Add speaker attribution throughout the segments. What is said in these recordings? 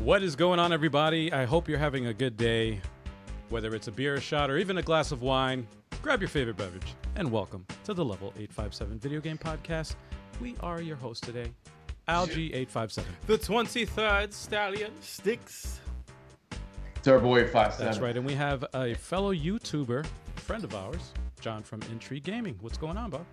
Speaker 1: What is going on, everybody? I hope you're having a good day. Whether it's a beer, a shot, or even a glass of wine, grab your favorite beverage and welcome to the Level 857 Video Game Podcast. We are your hosts today, Algie857.
Speaker 2: The 23rd Stallion.
Speaker 3: Sticks.
Speaker 4: Turbo 857.
Speaker 1: That's right, and we have a fellow YouTuber, friend of ours, John from Intrigue Gaming. What's going on, Bob?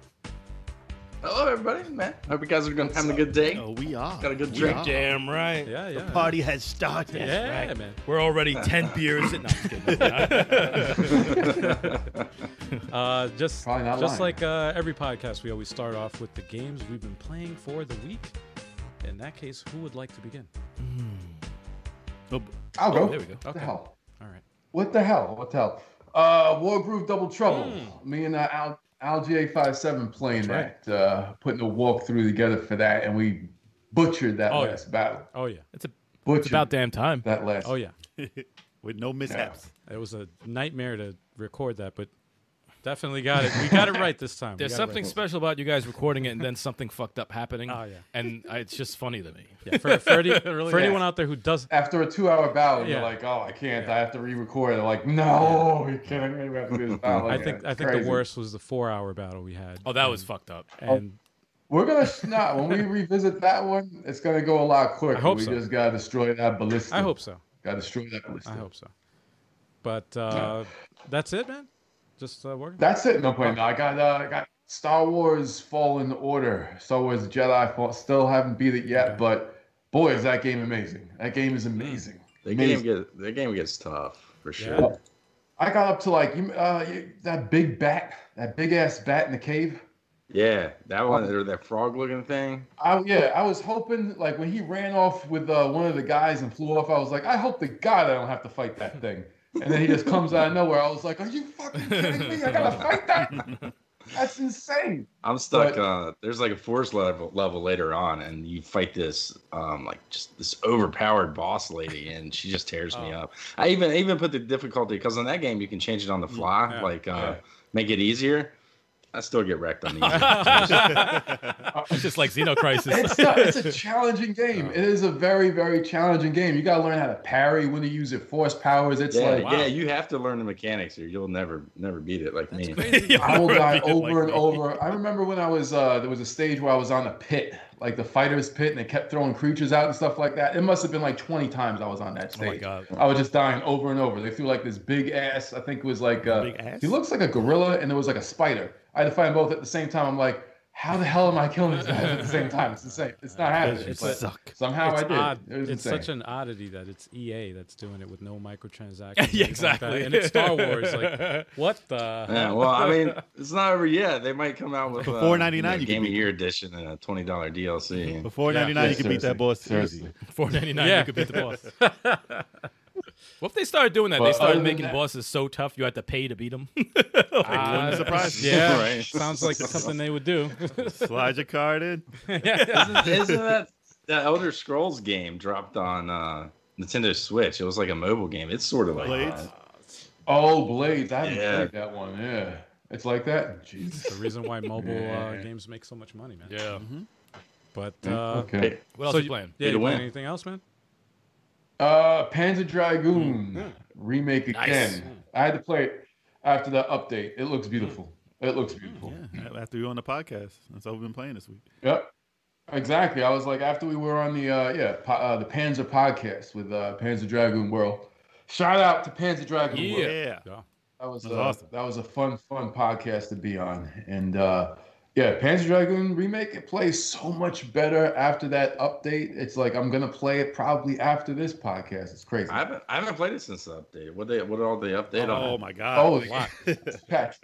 Speaker 4: Hello, everybody, man. Hope you guys are gonna having a good day.
Speaker 3: Oh, we are.
Speaker 4: Got a good
Speaker 3: We
Speaker 4: drink.
Speaker 3: are.
Speaker 2: Damn right.
Speaker 1: Yeah, yeah.
Speaker 3: Party has started.
Speaker 1: Yeah, man.
Speaker 2: We're already 10 beers in. No, I'm kidding.
Speaker 1: Uh, just
Speaker 4: Probably not
Speaker 1: just
Speaker 4: lying.
Speaker 1: like uh, every podcast, we always start off with the games we've been playing for the week. In that case, who would like to begin?
Speaker 2: Oh, b-
Speaker 4: I'll go.
Speaker 2: there we go.
Speaker 4: What
Speaker 2: Okay.
Speaker 4: the hell?
Speaker 1: All right.
Speaker 4: What the hell? What the hell? Uh, Wargroove Double Trouble. Me and uh, Al, Al GA57 playing
Speaker 1: Hmm. That's
Speaker 4: that, uh, putting a walkthrough together for that, and we butchered that
Speaker 1: Oh,
Speaker 4: last battle.
Speaker 1: Oh yeah.
Speaker 2: It's, a,
Speaker 4: Butchered
Speaker 2: it's about damn time.
Speaker 4: that last.
Speaker 1: Oh yeah.
Speaker 3: With no mishaps.
Speaker 1: It was a nightmare to record that, but definitely got it. We got it right this time. We
Speaker 2: There's
Speaker 1: got it
Speaker 2: something
Speaker 1: right.
Speaker 2: special about you guys recording it and then something fucked up happening.
Speaker 1: Oh, yeah.
Speaker 2: And I, it's just funny to me.
Speaker 1: Yeah, for, for, any- for
Speaker 4: is.
Speaker 1: anyone out there who does,
Speaker 4: After a two-hour battle,
Speaker 1: Yeah.
Speaker 4: you're like, "Oh, I can't. I have to re-record." They're like, "No, you can't. We have to do this battle
Speaker 1: I
Speaker 4: again."
Speaker 1: think I
Speaker 4: It's
Speaker 1: think
Speaker 4: crazy.
Speaker 1: the worst was the four-hour battle we had.
Speaker 2: Oh, that was fucked up.
Speaker 1: and
Speaker 4: We're gonna sh- nah, when we revisit that one, it's gonna go a lot quicker.
Speaker 1: hope
Speaker 4: we
Speaker 1: so.
Speaker 4: just gotta destroy that ballista.
Speaker 1: I hope so.
Speaker 4: Gotta destroy that ballista.
Speaker 1: I hope so. But uh, that's it, man. Just uh, working.
Speaker 4: That's it. No point. No, I got uh, I got Star Wars Fallen Order, Star Wars Jedi Fall. Still haven't beat it yet, but boy, is that game amazing! That game is amazing.
Speaker 5: The
Speaker 4: Amazing.
Speaker 5: game get the game gets tough for sure.
Speaker 1: Yeah.
Speaker 4: I got up to like you, uh, you, that big bat, that big ass bat in the cave.
Speaker 5: Yeah, that one or that frog looking thing.
Speaker 4: I, yeah, I was hoping like when he ran off with uh, one of the guys and flew off, I was like, I hope to God I don't have to fight that thing. And then he just comes out of nowhere. I was like, Are you fucking kidding me? I gotta fight that. That's insane.
Speaker 5: I'm stuck.
Speaker 4: But-
Speaker 5: uh, there's like a forest level level later on, and you fight this um like just this overpowered boss lady, and she just tears me
Speaker 1: Oh.
Speaker 5: up. I even I even put the difficulty because in that game you can change it on the fly,
Speaker 1: Yeah,
Speaker 5: like uh,
Speaker 4: Mm, yeah.
Speaker 5: make it easier. I still get wrecked on these.
Speaker 2: It's just like Xenocrisis.
Speaker 4: It's not, it's a challenging game. It is a very, very challenging game. You gotta learn how to parry, when to use your force powers. It's
Speaker 5: yeah,
Speaker 4: like
Speaker 5: yeah, you have to learn the mechanics, or you'll never never beat it like me.
Speaker 4: I will die over and over. I remember when I was uh, there was a stage where I was on the pit, like the fighters pit, and they kept throwing creatures out and stuff like that. It must have been like 20 times I was on that
Speaker 2: Oh, my
Speaker 4: stage.
Speaker 2: God.
Speaker 4: I was just dying over and over. They threw like this big ass. I think it was like uh,
Speaker 3: Big ass?
Speaker 4: he looks like a gorilla, and there was like a spider. I had to find both at the same time. I'm like, how the hell am I killing these guys at the same time? It's insane. It's not happening.
Speaker 1: It's
Speaker 4: but
Speaker 1: a-
Speaker 3: Suck.
Speaker 4: somehow
Speaker 1: it's
Speaker 4: I did.
Speaker 1: odd.
Speaker 4: It was
Speaker 1: it's
Speaker 4: insane.
Speaker 1: such an oddity that it's EA that's doing it with no microtransactions. or anything like
Speaker 2: yeah,
Speaker 1: that.
Speaker 2: exactly.
Speaker 1: And it's Star Wars. Like, what the?
Speaker 5: Yeah, well, I mean, it's not over yet. They might come out with
Speaker 3: For
Speaker 5: uh,
Speaker 3: $4.99,
Speaker 5: you know,
Speaker 3: you can
Speaker 5: Game of
Speaker 3: beat
Speaker 5: Year edition and a twenty dollar DLC.
Speaker 3: Before
Speaker 1: Yeah.
Speaker 3: 99, you can beat that boss
Speaker 4: Seriously.
Speaker 3: easy.
Speaker 2: 499
Speaker 1: Yeah.
Speaker 2: you could beat the boss. what if they started doing that?
Speaker 4: But
Speaker 2: they
Speaker 4: other
Speaker 2: started
Speaker 4: than
Speaker 2: making
Speaker 4: that-
Speaker 2: bosses so tough you had to pay to beat them.
Speaker 1: Uh,
Speaker 3: surprise you.
Speaker 1: Yeah,
Speaker 5: Right.
Speaker 1: sounds like something they would do.
Speaker 3: Slide your card in.
Speaker 1: yeah.
Speaker 5: Isn't that that Elder Scrolls game dropped on uh, Nintendo Switch? It was like a mobile game. It's sort of like
Speaker 3: Blades?
Speaker 5: that.
Speaker 4: oh, Blades. I haven't
Speaker 5: Yeah.
Speaker 4: played that one. Yeah, it's like that. Jesus.
Speaker 1: the reason why mobile uh,
Speaker 4: Yeah. Mm,
Speaker 1: games make so much money, man.
Speaker 2: yeah.
Speaker 4: Mm-hmm.
Speaker 1: But uh,
Speaker 4: okay.
Speaker 5: Hey,
Speaker 2: What else
Speaker 1: so
Speaker 2: are you playing?
Speaker 1: Yeah,
Speaker 5: Either
Speaker 1: you
Speaker 5: way.
Speaker 1: playing anything else, man?
Speaker 4: Uh, Panzer
Speaker 5: Hmm.
Speaker 4: Dragoon remake again.
Speaker 3: Hmm.
Speaker 4: I had to play it after the update. It looks beautiful. It looks beautiful.
Speaker 3: Hmm, Yeah, after you on the podcast. That's all we've been playing this week.
Speaker 4: Yep. Exactly. I was like, after we were on the uh, yeah po- uh, the Panzer podcast with uh, Panzer Dragoon World. Shout out to Panzer Dragoon World.
Speaker 3: Yeah.
Speaker 1: Yeah.
Speaker 4: That was,
Speaker 3: That's
Speaker 4: uh,
Speaker 3: awesome.
Speaker 4: That was a fun, fun podcast to be on. And uh, yeah, Panzer Dragoon remake, it plays so much better after that update. It's like I'm gonna play it probably after this podcast. It's crazy.
Speaker 5: I haven't I haven't played it since the update. What they what all they update
Speaker 3: Oh,
Speaker 5: on?
Speaker 3: my God.
Speaker 4: Oh,
Speaker 3: wow.
Speaker 4: patches.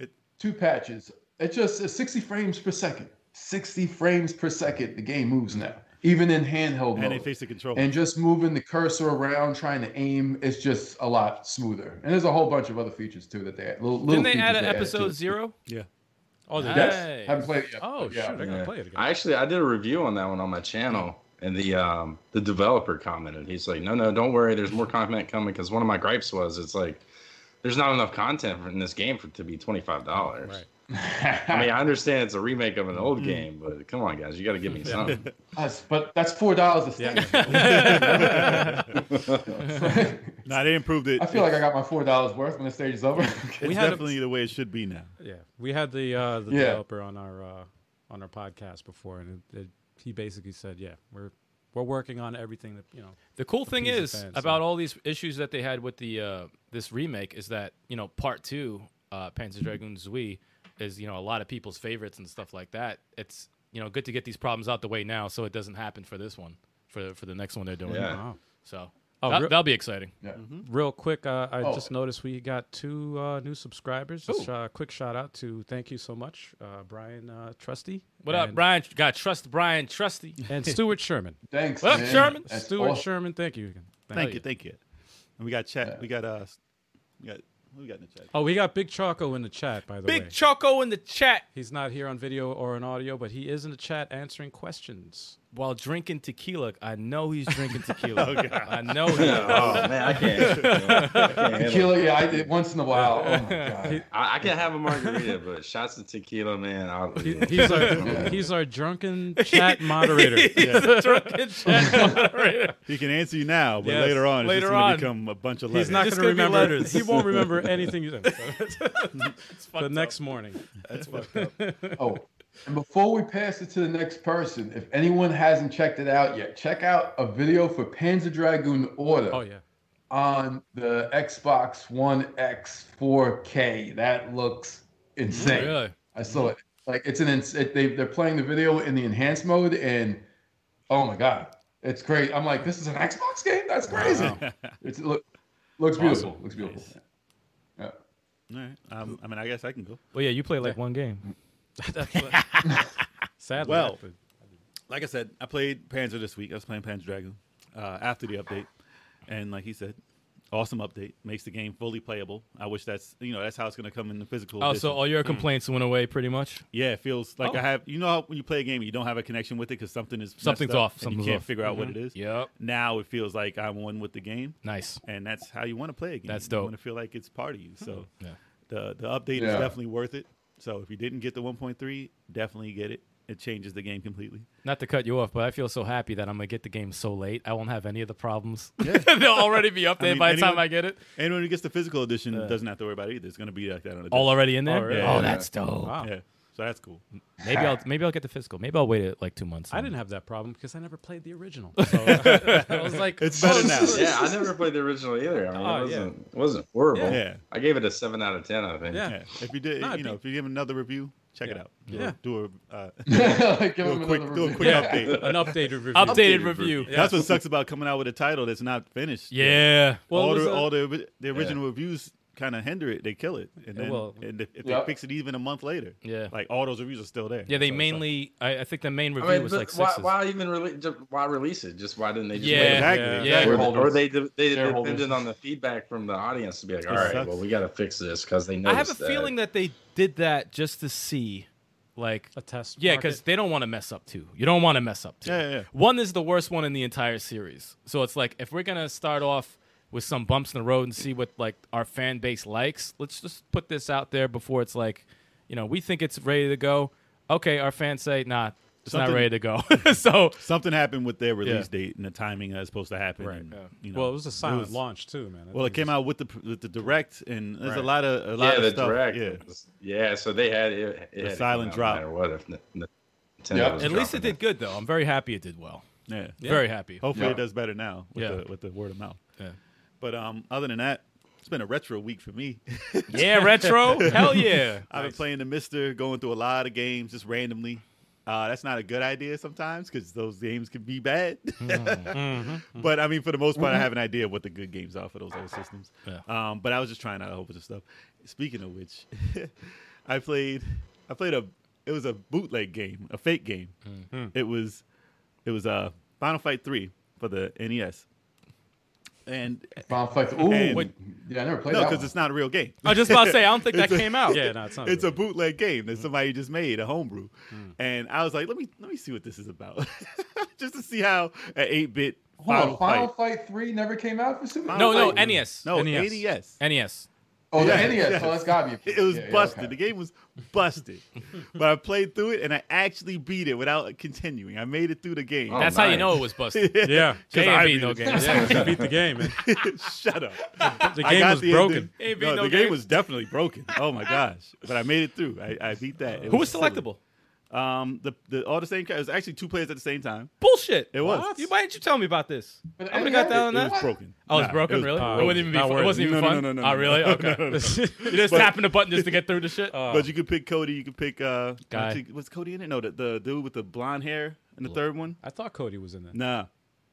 Speaker 3: It-
Speaker 4: Two patches. It's just it's 60 frames per second. 60 frames per second. The game moves now, even in handheld
Speaker 3: And they
Speaker 4: mode.
Speaker 3: face the control.
Speaker 4: And just moving the cursor around, trying to aim, it's just a lot smoother. And there's a whole bunch of other features too that they add. Little, little
Speaker 2: Didn't they
Speaker 4: features
Speaker 2: add an
Speaker 4: to it.
Speaker 2: episode zero?
Speaker 3: yeah.
Speaker 1: Oh, they
Speaker 4: Yes,
Speaker 1: did?
Speaker 2: Hey.
Speaker 4: haven't played it yet.
Speaker 1: Oh,
Speaker 4: but yeah.
Speaker 1: shoot. I got to
Speaker 5: Yeah.
Speaker 1: play it again.
Speaker 5: I actually I did a review on that one on my channel, and the um, the developer commented. He's like, no, no, don't worry. There's more content coming because one of my gripes was it's like there's not enough content in this game for to be twenty five dollars.
Speaker 1: Right.
Speaker 5: I mean, I understand it's a remake of an old game, but come on, guys, you got to give me
Speaker 2: Yeah.
Speaker 5: something.
Speaker 4: Us, but that's four dollars a
Speaker 2: Yeah.
Speaker 4: stand.
Speaker 3: Nah, they improved it.
Speaker 4: I feel like I got my four dollars worth when the stage is over.
Speaker 3: it's
Speaker 2: We had a-
Speaker 3: definitely the way it should be now.
Speaker 1: Yeah, we had the uh, the
Speaker 4: Yeah.
Speaker 1: developer on our uh, on our podcast before, and it, it, he basically said, "Yeah, we're we're working on everything that you know."
Speaker 2: The cool thing
Speaker 1: piece of
Speaker 2: is
Speaker 1: fan, so-
Speaker 2: about all these issues that they had with the uh, this remake is that you know part two, uh,
Speaker 1: Mm-hmm.
Speaker 2: Panzer Dragoon Zui, is you know a lot of people's favorites and stuff like that. It's you know good to get these problems out the way now, so it doesn't happen for this one, for for the next one they're doing.
Speaker 5: Yeah.
Speaker 1: Wow.
Speaker 2: So
Speaker 1: Oh,
Speaker 2: that,
Speaker 1: real-
Speaker 2: will be exciting.
Speaker 1: Real quick, uh, I
Speaker 4: Hmm? Oh.
Speaker 1: just noticed we got two uh, new subscribers. Just uh, quick shout out to thank you so much, uh, Brian uh, Trusty.
Speaker 2: What
Speaker 1: and,
Speaker 2: up, Brian? God, trust Brian, trusty.
Speaker 1: And Stuart Sherman.
Speaker 4: Thanks,
Speaker 2: Well,
Speaker 4: man.
Speaker 2: Sherman,
Speaker 4: That's
Speaker 1: Stuart
Speaker 4: awesome.
Speaker 1: Sherman, thank you.
Speaker 3: Thank
Speaker 2: yeah.
Speaker 3: you, thank you. And we got chat. We got uh, we got who we got in the chat.
Speaker 1: Oh, we got Big Choco in the chat, by the way.
Speaker 2: Big Choco in the chat
Speaker 1: He's not here on video or on audio, but he is in the chat answering questions.
Speaker 2: while drinking tequila. I know he's drinking tequila.
Speaker 3: God.
Speaker 2: I know. He,
Speaker 5: oh man, I can't. I, can't handle it.
Speaker 4: Tequila, yeah, I did once in a while. Oh my god.
Speaker 5: I, I can have a margarita, but shots of tequila, man. I'll,
Speaker 1: He- he's our he's our drunken chat moderator.
Speaker 2: he's a drunking chat moderator.
Speaker 3: He can answer you now, but
Speaker 2: Yes,
Speaker 3: later on, it's
Speaker 2: later
Speaker 3: just going
Speaker 2: on.
Speaker 3: to become a bunch of letters.
Speaker 1: He's not going
Speaker 2: Just
Speaker 1: to
Speaker 2: gonna be
Speaker 1: remember.
Speaker 2: letters.
Speaker 1: He won't remember anything you said.
Speaker 2: It's fucked
Speaker 1: the
Speaker 2: up.
Speaker 1: next morning.
Speaker 4: Oh, and before we pass it to the next person, if anyone hasn't checked it out yet, check out a video for Panzer Dragoon Order
Speaker 1: Oh yeah.
Speaker 4: on the Xbox One X 4K. That looks insane.
Speaker 2: Really?
Speaker 4: I saw it. Like it's an ins- it, they they're playing the video in the enhanced mode, and oh my god, it's great. I'm like, this is an Xbox game. That's crazy. It's it look, looks beautiful. Looks beautiful. Yeah.
Speaker 3: All right. Um, I mean, I guess I can go.
Speaker 2: Well, yeah, you play like one game.
Speaker 1: Sadly.
Speaker 3: Well,
Speaker 1: but-
Speaker 3: Like I said, I played Panzer this week. I was playing Panzer Dragoon uh, after the update, and like he said, awesome update makes the game fully playable. I wish that's you know that's how it's going to come in the physical.
Speaker 2: Oh,
Speaker 3: edition.
Speaker 2: so all your complaints went away pretty much.
Speaker 3: Yeah, it feels like
Speaker 2: Oh.
Speaker 3: I have. You know how when you play a game, and you don't have a connection with it because something is messed
Speaker 2: Something's
Speaker 3: up
Speaker 2: off,
Speaker 3: and
Speaker 2: something's
Speaker 3: you can't
Speaker 2: off. Mm-hmm.
Speaker 3: figure out what it is.
Speaker 2: Yep.
Speaker 3: Now it feels like I'm one with the game,
Speaker 2: Nice.
Speaker 3: and that's how you want to play a game.
Speaker 2: That's
Speaker 3: You
Speaker 2: dope.
Speaker 3: want to feel like it's part of you. So
Speaker 2: Yeah.
Speaker 3: the the update is
Speaker 4: Yeah.
Speaker 3: definitely worth it. So if you didn't get the 1.3, definitely get it. It changes the game completely.
Speaker 2: Not to cut you off, but I feel so happy that I'm gonna get the game so late. I won't have any of the problems. They'll already be updated
Speaker 3: I mean,
Speaker 2: by the time
Speaker 3: anyone-
Speaker 2: I get it.
Speaker 3: And when it gets the physical edition, doesn't have to worry about it either. It's going to be like that on the
Speaker 2: All
Speaker 3: disc.
Speaker 2: already in there.
Speaker 3: Already.
Speaker 2: Oh,
Speaker 3: Yeah.
Speaker 2: that's dope.
Speaker 1: wow.
Speaker 3: Yeah, so that's cool.
Speaker 2: Maybe I'll maybe I'll get the physical. Maybe I'll wait it like two months.
Speaker 1: I
Speaker 2: and-
Speaker 1: didn't have that problem because I never played the original. So I was like,
Speaker 3: It's better now.
Speaker 5: yeah, I never played the original either. I mean,
Speaker 1: Oh, yeah.
Speaker 5: it wasn't it wasn't horrible.
Speaker 3: Yeah.
Speaker 5: I gave it a seven out of ten. I think.
Speaker 1: Yeah.
Speaker 3: Yeah, if you did,
Speaker 1: No,
Speaker 3: you
Speaker 1: it'd
Speaker 3: know,
Speaker 1: be-
Speaker 3: if you give another review, check it
Speaker 1: Yeah.
Speaker 3: out. Do a-
Speaker 1: Yeah.
Speaker 3: do a uh,
Speaker 4: Give
Speaker 3: do
Speaker 4: him
Speaker 3: a quick
Speaker 4: another
Speaker 3: do a
Speaker 4: review.
Speaker 3: quick update.
Speaker 1: an updated review.
Speaker 2: updated
Speaker 5: Updated
Speaker 2: review.
Speaker 5: review.
Speaker 2: Yeah.
Speaker 3: That's what sucks about coming out with a title that's not finished.
Speaker 1: Well,
Speaker 3: all
Speaker 1: it was
Speaker 3: the
Speaker 1: a-
Speaker 3: all the the original reviews kind of hinder it. They kill it, and then
Speaker 1: will.
Speaker 3: and if, if
Speaker 4: Yeah.
Speaker 3: they fix it even a month later,
Speaker 2: Yeah.
Speaker 3: like all those reviews are still there.
Speaker 2: Yeah, they
Speaker 3: So it's
Speaker 2: mainly. I, I think the main
Speaker 5: I
Speaker 2: review
Speaker 5: mean,
Speaker 2: was
Speaker 5: but
Speaker 2: like
Speaker 5: why,
Speaker 2: sixes.
Speaker 5: why even rele- just, why release it? Just why didn't they just
Speaker 2: Yeah.
Speaker 5: make it?
Speaker 3: Exactly.
Speaker 1: Yeah.
Speaker 3: exactly.
Speaker 5: Or,
Speaker 2: Yeah.
Speaker 5: or they de- they
Speaker 4: Shareholders.
Speaker 5: depended on the feedback from the audience to be like, all
Speaker 3: It
Speaker 5: right,
Speaker 3: sucks.
Speaker 5: well, we got to fix this because they know.
Speaker 2: I have a feeling that they did that just to see, like,
Speaker 1: a test.
Speaker 2: Yeah,
Speaker 1: market.
Speaker 2: because they don't want to mess up too. You don't want to mess up too.
Speaker 3: Yeah, yeah, yeah.
Speaker 2: One is the worst one in the entire series. So it's like if we're gonna start off with some bumps in the road and see what like our fan base likes, let's just put this out there before it's like, you know, we think it's ready to go. Okay, our fans say, nah, it's not
Speaker 3: Something-
Speaker 2: ready to go. so
Speaker 3: Something happened with their release
Speaker 2: Yeah.
Speaker 3: date and the timing that it's supposed to happen.
Speaker 1: Right.
Speaker 3: and,
Speaker 1: Yeah.
Speaker 3: you know,
Speaker 1: Well, it was a silent
Speaker 3: was-
Speaker 1: launch too, man. That
Speaker 3: Well, it
Speaker 1: thing
Speaker 3: came
Speaker 1: was-
Speaker 3: out with the with the direct, and there's a
Speaker 1: Right.
Speaker 3: lot of a lot
Speaker 5: yeah,
Speaker 3: of
Speaker 5: the
Speaker 3: stuff.
Speaker 5: direct.
Speaker 3: Yeah,
Speaker 5: was- yeah. So they had it. it had to come
Speaker 3: silent
Speaker 5: out
Speaker 3: drop.
Speaker 5: No matter what if N- N- Nintendo
Speaker 4: Yeah.
Speaker 5: was
Speaker 2: at least it
Speaker 5: dropping
Speaker 2: did good though. I'm very happy it did well.
Speaker 3: yeah.
Speaker 2: Very happy.
Speaker 3: Hopefully,
Speaker 4: Yeah.
Speaker 3: it does better now with
Speaker 2: Yeah.
Speaker 3: the with the word of mouth.
Speaker 2: Yeah.
Speaker 3: But um, other than that, it's been a retro week for me.
Speaker 2: Yeah, retro. Hell yeah.
Speaker 3: I've been playing the Mister, going through a lot of games just randomly. Uh, that's not a good idea sometimes because those games can be bad. but I mean, for the most part, I have an idea of what the good games are for those old systems.
Speaker 2: Yeah.
Speaker 3: Um, but I was just trying out a whole bunch of stuff. Speaking of which, I played. I played a. It was a bootleg game, a fake game. It was. It was uh, Final Fight Three for the NES. And
Speaker 4: Final Fight. Ooh,
Speaker 3: And- Wait.
Speaker 4: yeah, I never played
Speaker 3: no,
Speaker 4: that.
Speaker 3: because it's not a real game.
Speaker 2: I was just about to say I don't think that came out.
Speaker 1: Yeah, no, it's not.
Speaker 3: it's
Speaker 1: really-
Speaker 3: a bootleg game
Speaker 1: Mm-hmm.
Speaker 3: that somebody just made, a homebrew.
Speaker 1: Mm.
Speaker 3: And I was like, let me let me see what this is about, just to see how an eight bit
Speaker 4: Hold on,
Speaker 3: final,
Speaker 4: Final
Speaker 3: fight.
Speaker 2: E
Speaker 4: Fight Three never came out for Super.
Speaker 3: Final
Speaker 2: No, no,
Speaker 3: Fight.
Speaker 2: NES.
Speaker 3: No,
Speaker 1: NES.
Speaker 3: NES.
Speaker 2: NES.
Speaker 4: Oh,
Speaker 3: Yeah,
Speaker 4: the NES.
Speaker 3: yes.
Speaker 4: Oh, that's gotta be.
Speaker 3: It was
Speaker 4: yeah, yeah,
Speaker 3: busted.
Speaker 4: okay.
Speaker 3: The game was busted. but I played through it and I actually beat it without continuing. I made it through the game.
Speaker 5: Oh,
Speaker 2: That's how you
Speaker 5: nice.
Speaker 2: know it was busted.
Speaker 1: Yeah.
Speaker 2: Jay
Speaker 3: I
Speaker 2: ain't beat
Speaker 3: beat
Speaker 2: no
Speaker 3: it.
Speaker 2: games.
Speaker 1: Yeah, you beat the game, man.
Speaker 3: Shut up.
Speaker 1: The
Speaker 3: I
Speaker 1: game
Speaker 3: got
Speaker 1: was
Speaker 3: the
Speaker 1: broken.
Speaker 3: ending.
Speaker 2: Ain't beat
Speaker 3: No,
Speaker 2: no
Speaker 3: the game
Speaker 2: games.
Speaker 3: was definitely broken. Oh my gosh! But I made it through. I, I beat that. It
Speaker 2: Who was
Speaker 3: silly.
Speaker 2: selectable?
Speaker 3: Um, the, the all the same. ca- It was actually two players at the same time.
Speaker 2: Bullshit.
Speaker 3: It was. What?
Speaker 2: You, why didn't you tell me about this? I
Speaker 4: But
Speaker 2: would
Speaker 4: NES
Speaker 2: have got that on
Speaker 3: It was
Speaker 2: that.
Speaker 4: What?
Speaker 3: broken.
Speaker 2: Oh, it's
Speaker 3: Nah,
Speaker 2: broken,
Speaker 3: was-
Speaker 2: really?
Speaker 1: uh,
Speaker 2: it wouldn't even be
Speaker 1: not
Speaker 2: fun. It
Speaker 1: worth
Speaker 2: wasn't
Speaker 1: it.
Speaker 2: even
Speaker 3: No, no,
Speaker 2: fun.
Speaker 3: no, no,
Speaker 2: oh,
Speaker 3: no,
Speaker 2: really?
Speaker 3: no.
Speaker 2: Okay.
Speaker 3: No, no, no.
Speaker 2: You're just
Speaker 3: But- Oh,
Speaker 2: tapping a button just to get through the shit.
Speaker 3: But you could pick Cody. You could pick uh,
Speaker 2: Guy.
Speaker 3: actually, was Cody in it? No, the, the dude with the blonde hair in the third one.
Speaker 1: I thought Cody was in that.
Speaker 3: Nah,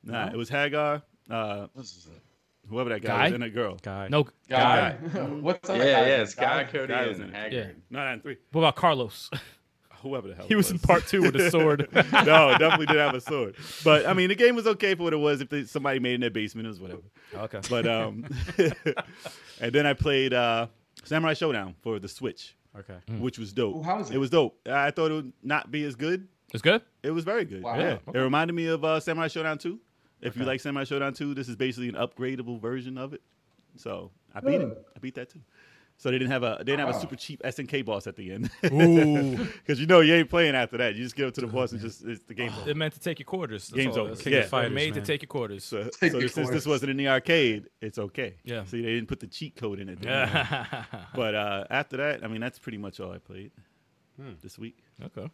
Speaker 3: nah.
Speaker 1: No?
Speaker 3: It was Hagar. Uh,
Speaker 5: This is a-
Speaker 3: whoever that guy,
Speaker 2: Guy?
Speaker 3: was and a girl.
Speaker 1: Guy.
Speaker 2: no.
Speaker 4: Guy. What's that?
Speaker 5: Yeah, yeah, it's Guy, Cody
Speaker 3: Guy was in
Speaker 5: and
Speaker 3: it.
Speaker 5: Haggard.
Speaker 3: No, not in three.
Speaker 2: What about Carlos?
Speaker 3: Whoever the hell
Speaker 2: He was in part two with a sword.
Speaker 3: no, definitely did have a sword. But I mean, the game was okay for what it was. If they, somebody made it in their basement, it was whatever.
Speaker 2: okay.
Speaker 3: But um, and then I played uh, Samurai Showdown for the Switch,
Speaker 1: Okay.
Speaker 3: which was dope.
Speaker 4: Ooh, how was it?
Speaker 3: It was dope. I thought it would not be as good.
Speaker 2: It's good?
Speaker 3: It was very good.
Speaker 4: Wow.
Speaker 3: Yeah,
Speaker 2: Okay.
Speaker 3: it reminded me of uh, Samurai Showdown Two. If you like Samurai Showdown Two, this is basically an upgradable version of it. So I beat
Speaker 4: Good.
Speaker 3: it. I beat that too. So they didn't have a they didn't have
Speaker 4: Wow.
Speaker 3: a super cheap SNK boss at the end. Ooh, because you know you ain't playing after that. You just give it to the boss and just it's the game. over.
Speaker 2: They're meant to take your quarters. That's
Speaker 3: Game's
Speaker 2: all it
Speaker 3: over.
Speaker 2: is.
Speaker 3: King of
Speaker 2: They're
Speaker 1: Fighters,
Speaker 2: made
Speaker 1: man.
Speaker 2: to take your quarters.
Speaker 3: So,
Speaker 4: Take
Speaker 3: so
Speaker 4: your
Speaker 3: this, since this
Speaker 4: course.
Speaker 3: wasn't in the arcade, it's okay.
Speaker 2: Yeah.
Speaker 3: See, they didn't put the cheat code in it. Yeah.
Speaker 2: Yeah.
Speaker 3: but uh, after that, I mean, that's pretty much all I played
Speaker 4: Hmm.
Speaker 3: this week.
Speaker 2: okay.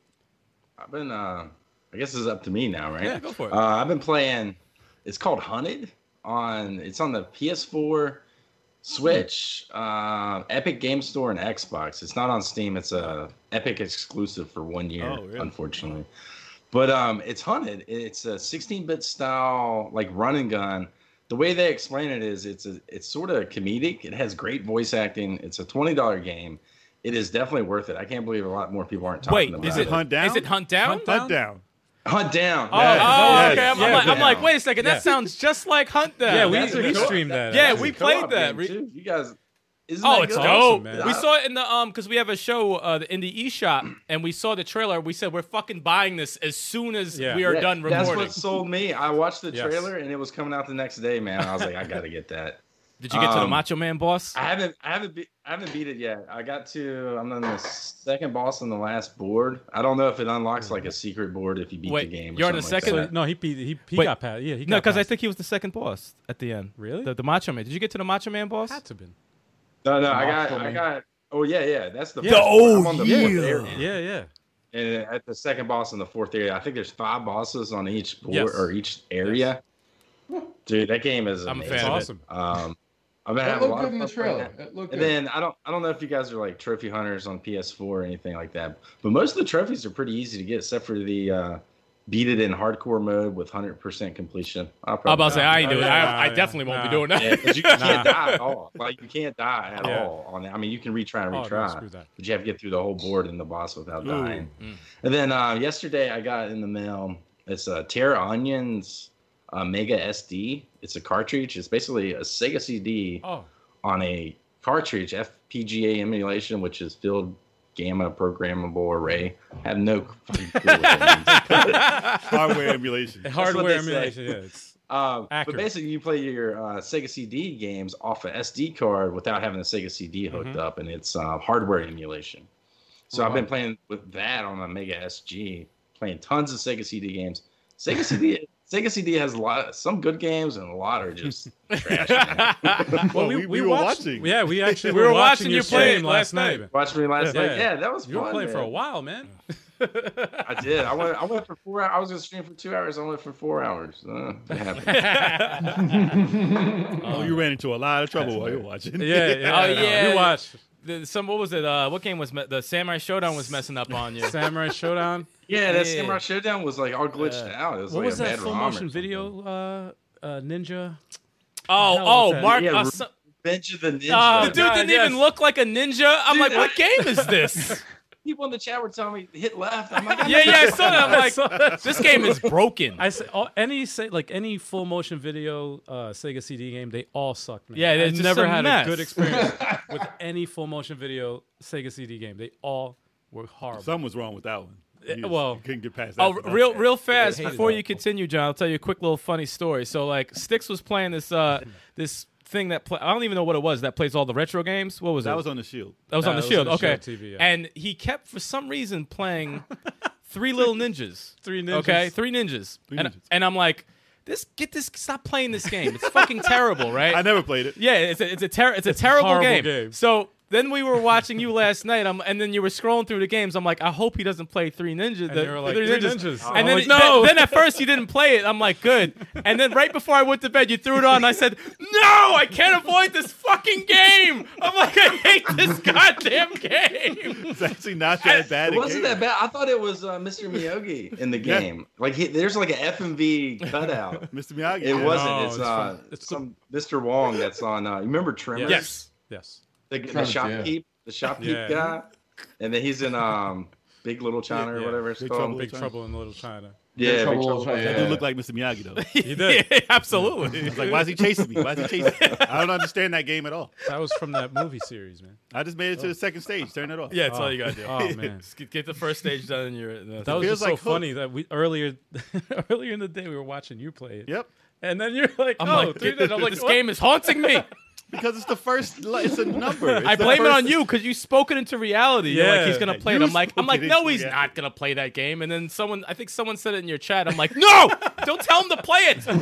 Speaker 5: I've been. Uh, I guess it's up to me now, right?
Speaker 2: Yeah, go for it.
Speaker 5: Uh, I've been playing. It's called Hunted. On it's on the PS4, Switch, uh, Epic Game Store, and Xbox. It's not on Steam. It's a Epic exclusive for one year,
Speaker 3: Oh, really?
Speaker 5: unfortunately. But um, it's Hunted. It's a 16-bit style like run and gun. The way they explain it is it's a, it's sort of comedic. It has great voice acting. It's a twenty dollar game. It is definitely worth it. I can't believe a lot more people aren't talking
Speaker 2: Wait,
Speaker 5: about
Speaker 2: is it
Speaker 3: Hunt Down?
Speaker 2: Is it Hunt Down?
Speaker 3: Hunt Hunt down.
Speaker 5: Hunt down.
Speaker 2: Oh,
Speaker 3: Yes, yes,
Speaker 2: oh, okay. I'm, I'm
Speaker 1: yes.
Speaker 2: like, I'm
Speaker 5: Yeah.
Speaker 2: like, wait a second.
Speaker 1: Yeah.
Speaker 2: That sounds just like Hunt Down.
Speaker 1: Yeah,
Speaker 5: that's
Speaker 1: we,
Speaker 5: a
Speaker 1: we
Speaker 5: co-op.
Speaker 1: streamed that.
Speaker 2: Yeah,
Speaker 1: actually.
Speaker 2: we
Speaker 5: It's a co-op
Speaker 2: played that.
Speaker 5: game,
Speaker 2: Re-
Speaker 5: too. You guys, isn't
Speaker 2: Oh,
Speaker 5: that
Speaker 2: it's
Speaker 5: good?
Speaker 2: dope.
Speaker 1: Awesome, man.
Speaker 2: we saw it in the um because we have a show uh the, in the e shop and we saw the trailer. We said we're fucking buying this as soon as
Speaker 1: Yeah.
Speaker 2: we are
Speaker 5: Yeah,
Speaker 2: done
Speaker 5: That's
Speaker 2: recording.
Speaker 5: what sold me. I watched the
Speaker 1: Yes.
Speaker 5: trailer and it was coming out the next day, man. I was like, I gotta get that.
Speaker 2: Did you get to the
Speaker 5: Um,
Speaker 2: Macho Man boss?
Speaker 5: I haven't, I haven't, be, I haven't beat it yet. I got to, I'm on the second boss on the last board. I don't know if it unlocks like a secret board if you beat
Speaker 2: Wait,
Speaker 5: the game. or
Speaker 2: you're on the
Speaker 5: something like
Speaker 2: second-
Speaker 5: that.
Speaker 1: So, no, he beat. He, he
Speaker 2: Wait.
Speaker 1: got past. Yeah, he
Speaker 2: no,
Speaker 1: because
Speaker 2: because I think he was the second boss at the end.
Speaker 1: Really?
Speaker 2: The, the Macho Man. Did you get to the Macho Man boss?
Speaker 1: had to been.
Speaker 5: no, no, I got,
Speaker 4: Awesome.
Speaker 5: I got. Oh yeah, yeah, that's the.
Speaker 1: Yeah.
Speaker 5: first board. I'm
Speaker 2: Oh,
Speaker 5: on the fourth
Speaker 2: yeah.
Speaker 5: area.
Speaker 1: Yeah, yeah.
Speaker 5: And at the second boss and the fourth area, I think there's five bosses on each board
Speaker 1: Yes.
Speaker 5: or each area. Dude, that game is
Speaker 2: I'm a
Speaker 5: amazing.
Speaker 1: It's
Speaker 2: fan of it.
Speaker 1: awesome.
Speaker 5: Um, I'm gonna
Speaker 4: That
Speaker 5: have a
Speaker 4: looked
Speaker 5: lot
Speaker 4: good
Speaker 5: of
Speaker 4: in the
Speaker 5: fun playing
Speaker 4: trailer.
Speaker 5: that.
Speaker 4: It looked
Speaker 5: And
Speaker 4: good.
Speaker 5: then I don't I don't know if you guys are like trophy hunters on PS4 or anything like that, but most of the trophies are pretty easy to get, except for the uh, beat it in hardcore mode with 100% completion. I'll
Speaker 2: I'm about to
Speaker 5: probably
Speaker 2: say I ain't
Speaker 1: Nah,
Speaker 2: doing it.
Speaker 1: nah,
Speaker 2: I, I
Speaker 1: nah,
Speaker 2: definitely won't
Speaker 1: nah.
Speaker 2: be doing that.
Speaker 5: yeah, 'cause you
Speaker 1: Nah.
Speaker 5: can't die at all. Like you can't die at
Speaker 1: Yeah.
Speaker 5: all on that. I mean, you can retry and
Speaker 1: Oh, no,
Speaker 5: retry,
Speaker 1: screw that.
Speaker 5: but you have to get through the whole board and the boss without
Speaker 3: Ooh.
Speaker 5: dying. And then uh, yesterday, I got in the mail it's a Terra Onions uh, Mega SD. It's a cartridge. It's basically a Sega CD
Speaker 1: Oh,
Speaker 5: on a cartridge FPGA emulation, which is filled gamma programmable array. I have no fucking clue what that means.
Speaker 3: Hardware emulation.
Speaker 1: hardware
Speaker 5: they say.
Speaker 1: emulation. Yeah, it's
Speaker 5: Um, but
Speaker 1: Accurate.
Speaker 5: basically, you play your uh, Sega CD games off a SD card without having the Sega CD
Speaker 1: Mhm.
Speaker 5: hooked up, and it's uh, hardware emulation. So I've been playing with that on a Mega SG, playing tons of Sega CD games. Sega CD, Sega CD has a lot, some good games, and a lot are just trash. man.
Speaker 3: Well, we, we, were watching.
Speaker 1: Yeah, we actually
Speaker 2: We
Speaker 1: were,
Speaker 2: were watching
Speaker 1: watching
Speaker 2: you
Speaker 1: your
Speaker 2: play
Speaker 1: stream
Speaker 2: it
Speaker 1: last
Speaker 2: last
Speaker 1: night.
Speaker 2: night.
Speaker 1: man.
Speaker 5: Watched me last
Speaker 1: Yeah.
Speaker 5: night. Yeah, that was
Speaker 1: You were
Speaker 5: fun,
Speaker 1: playing for
Speaker 5: man.
Speaker 1: a while, man.
Speaker 5: I did. I went. I went for four. hours. I was gonna stream for two hours. I went for four hours. Uh, it happened.
Speaker 3: Oh, you ran into a lot of trouble while you were watching.
Speaker 1: Yeah, yeah.
Speaker 2: Oh,
Speaker 1: I know.
Speaker 2: Um, yeah.
Speaker 1: We watched
Speaker 2: The- some what was it? Uh, what game was me- the Samurai Showdown was messing up on you?
Speaker 1: Samurai Showdown.
Speaker 5: yeah, that
Speaker 2: Yeah.
Speaker 5: Samurai Showdown was like all glitched
Speaker 2: Yeah.
Speaker 5: out. It was
Speaker 1: What
Speaker 5: like
Speaker 1: was
Speaker 5: a
Speaker 1: that
Speaker 5: bad
Speaker 1: full
Speaker 5: ROM or
Speaker 1: motion
Speaker 5: something.
Speaker 1: video? Uh, uh, Ninja.
Speaker 2: Oh,
Speaker 1: hell was
Speaker 2: oh,
Speaker 1: that?
Speaker 2: Mark.
Speaker 5: Yeah,
Speaker 2: uh,
Speaker 5: Ru-
Speaker 2: so-
Speaker 5: Revenge of the Ninja.
Speaker 2: uh, the dude
Speaker 1: God,
Speaker 2: didn't even
Speaker 1: yes.
Speaker 2: look like a ninja. I'm like,
Speaker 5: Dude,
Speaker 2: what game is this?
Speaker 5: People in the chat were telling me hit left. I'm like, I'm
Speaker 2: yeah,
Speaker 5: not-
Speaker 2: yeah, I saw that. I'm
Speaker 1: I
Speaker 2: like,
Speaker 1: saw that.
Speaker 2: this game is broken.
Speaker 1: I say all, any say like any full motion video uh, Sega CD game, they all suck. Man.
Speaker 2: Yeah,
Speaker 1: I
Speaker 2: it's just
Speaker 1: never
Speaker 2: a
Speaker 1: had
Speaker 2: mess.
Speaker 1: a good experience with any full motion video Sega CD game. They all were horrible.
Speaker 3: Something was wrong with that one. You just
Speaker 1: well-
Speaker 3: couldn't get past that.
Speaker 2: Oh,
Speaker 3: one.
Speaker 2: real, real fast
Speaker 1: hated
Speaker 2: before
Speaker 1: that.
Speaker 2: you continue, John. I'll tell you a quick little funny story. So, like, Styx was playing this, uh, this thing that play, I don't even know what it was that plays all the retro games. What was
Speaker 3: That
Speaker 2: it?
Speaker 3: was on the shield.
Speaker 2: that was
Speaker 1: Nah,
Speaker 2: on the
Speaker 1: it was
Speaker 2: shield.
Speaker 1: on the
Speaker 2: okay.
Speaker 1: Shield TV, yeah.
Speaker 2: And he kept for some reason playing Three Little Ninjas.
Speaker 1: Three ninjas.
Speaker 2: Okay, Three Ninjas.
Speaker 3: Three
Speaker 2: and,
Speaker 3: Ninjas.
Speaker 2: and I'm like, this get this stop playing this game. It's fucking terrible, right?
Speaker 3: I never played it.
Speaker 2: Yeah, it's a, it's a ter- it's a terrible
Speaker 1: horrible
Speaker 2: game.
Speaker 1: game.
Speaker 2: So then we were watching you last night, um, and then you were scrolling through the games. I'm like, I hope he doesn't play Three Ninjas.
Speaker 1: they were like,
Speaker 2: Three
Speaker 1: "Three
Speaker 2: Ninjas.
Speaker 1: Ninjas.
Speaker 2: And then,
Speaker 1: I'm like,
Speaker 2: no.
Speaker 1: "No."
Speaker 2: then, at first you didn't play it. I'm like, good. And then right before I went to bed, you threw it on. And I said, no, I can't avoid this fucking game. I'm like, I hate this goddamn game.
Speaker 3: It's actually not that bad.
Speaker 5: It
Speaker 3: a
Speaker 5: wasn't
Speaker 3: game.
Speaker 5: that bad. I thought it was uh, Mr. Miyagi in the
Speaker 3: Yeah.
Speaker 5: game. Like he, there's like an F and V cutout.
Speaker 3: Mr. Miyagi.
Speaker 5: It
Speaker 3: yeah.
Speaker 5: wasn't.
Speaker 1: no,
Speaker 5: it's
Speaker 1: it's
Speaker 5: uh,
Speaker 1: from- it's
Speaker 5: some Mr. Wong that's on. Uh, you remember Tremors?
Speaker 2: Yes.
Speaker 1: Yes.
Speaker 5: The, the
Speaker 4: Tremors, yeah.
Speaker 5: shopkeep, the shopkeep
Speaker 1: Yeah.
Speaker 5: guy, and then he's in um Big Little
Speaker 1: Yeah,
Speaker 5: China or
Speaker 1: yeah.
Speaker 5: whatever it's
Speaker 3: Big
Speaker 5: called.
Speaker 3: Trouble.
Speaker 1: Big
Speaker 3: China.
Speaker 1: Trouble in Little China.
Speaker 5: Yeah, Big
Speaker 4: Trouble,
Speaker 5: Trouble.
Speaker 4: Little
Speaker 5: Yeah.
Speaker 4: China.
Speaker 3: You look like Mr. Miyagi though.
Speaker 1: He did.
Speaker 2: Yeah, absolutely.
Speaker 3: It's like, why is he chasing me? Why is he chasing me? I don't understand that game at all.
Speaker 1: That was from that movie series, man.
Speaker 3: I just made it to the second stage. Turn it off.
Speaker 2: Oh. Yeah, that's all you gotta do.
Speaker 1: Oh man.
Speaker 2: Just get- Get the first stage done, and you're.
Speaker 1: That was
Speaker 3: Feels
Speaker 1: just so
Speaker 3: like Hook.
Speaker 1: funny that we earlier earlier in the day we were watching you play it.
Speaker 3: Yep.
Speaker 1: And then you're like,
Speaker 2: I'm
Speaker 1: oh,
Speaker 2: like,
Speaker 1: three ninjas. I'm like,
Speaker 2: this
Speaker 1: what?
Speaker 2: game is haunting me.
Speaker 3: Because it's the first. li- It's a number. It's
Speaker 2: I
Speaker 3: the
Speaker 2: blame it
Speaker 3: first-
Speaker 2: on you because you spoke it into reality. You're like,
Speaker 1: Yeah.
Speaker 2: he's gonna
Speaker 3: Yeah,
Speaker 2: play it.
Speaker 3: you
Speaker 2: I'm like, I'm
Speaker 3: spoke
Speaker 2: like,
Speaker 3: it
Speaker 2: no,
Speaker 3: into
Speaker 2: he's
Speaker 3: reality.
Speaker 2: not gonna play that game. And then someone, I think someone said it in your chat. I'm like, no, don't tell him to play
Speaker 5: It's
Speaker 2: it.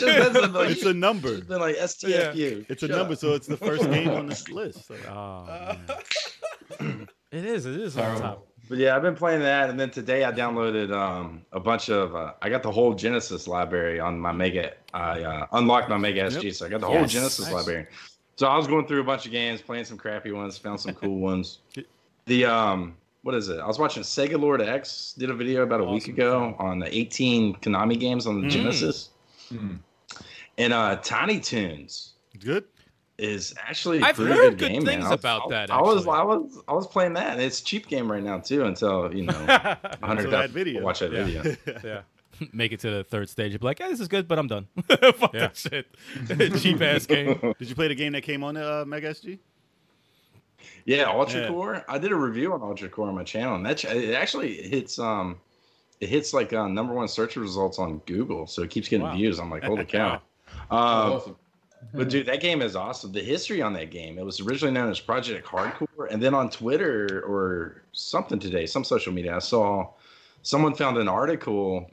Speaker 5: just- that's like-
Speaker 3: It's a number.
Speaker 5: Then like STFU.
Speaker 3: It's a
Speaker 5: Shut
Speaker 3: number,
Speaker 5: up.
Speaker 3: so it's the first game on this list. So, uh,
Speaker 1: Oh, man. it is. It is on
Speaker 4: Terrible.
Speaker 1: top.
Speaker 5: But yeah, I've been playing that, and then today I downloaded um, a bunch of. Uh, I got the whole Genesis library on my Mega. I uh, unlocked my Mega SG, so I got the whole
Speaker 2: Yes.
Speaker 5: Genesis
Speaker 1: Nice.
Speaker 5: library. So I was going through a bunch of games, playing some crappy ones, found some cool ones. The um, what is it? I was watching Sega Lord X did a video about a week
Speaker 1: Awesome. Hmm.
Speaker 5: ago on the 18 Konami games on the
Speaker 3: Mm.
Speaker 5: Genesis,
Speaker 4: Mm.
Speaker 5: and uh, Tiny Toons
Speaker 3: good.
Speaker 5: is actually a
Speaker 2: I've
Speaker 5: pretty
Speaker 2: heard
Speaker 5: good,
Speaker 2: good
Speaker 5: game, man.
Speaker 2: things
Speaker 5: I was-
Speaker 2: about
Speaker 5: I-
Speaker 2: that,
Speaker 5: I was,
Speaker 2: actually.
Speaker 5: I was, I was playing that. and It's a cheap game right now too. Until you know, a hundred
Speaker 3: Until that
Speaker 5: thousand
Speaker 3: video.
Speaker 5: people watch that
Speaker 1: Yeah.
Speaker 5: video.
Speaker 1: Yeah.
Speaker 2: Make it to the third stage. You'd be like, yeah, this is good, but I'm done. Fuck
Speaker 1: Yeah.
Speaker 2: that shit. Cheap ass game.
Speaker 3: Did you play the game that came on uh, Mega SG?
Speaker 5: Yeah, Ultra
Speaker 3: Yeah.
Speaker 5: Core. I did a review on Ultra Core on my channel, and that ch- it actually hits um, it hits like uh, number one search results on Google, so it keeps getting
Speaker 1: Wow.
Speaker 5: views. I'm like, holy cow.
Speaker 4: That's
Speaker 5: Um,
Speaker 4: awesome.
Speaker 5: but dude, that game is awesome. The history on that game, it was originally known as Project Hardcore, and then on Twitter or something today, some social media, I saw someone found an article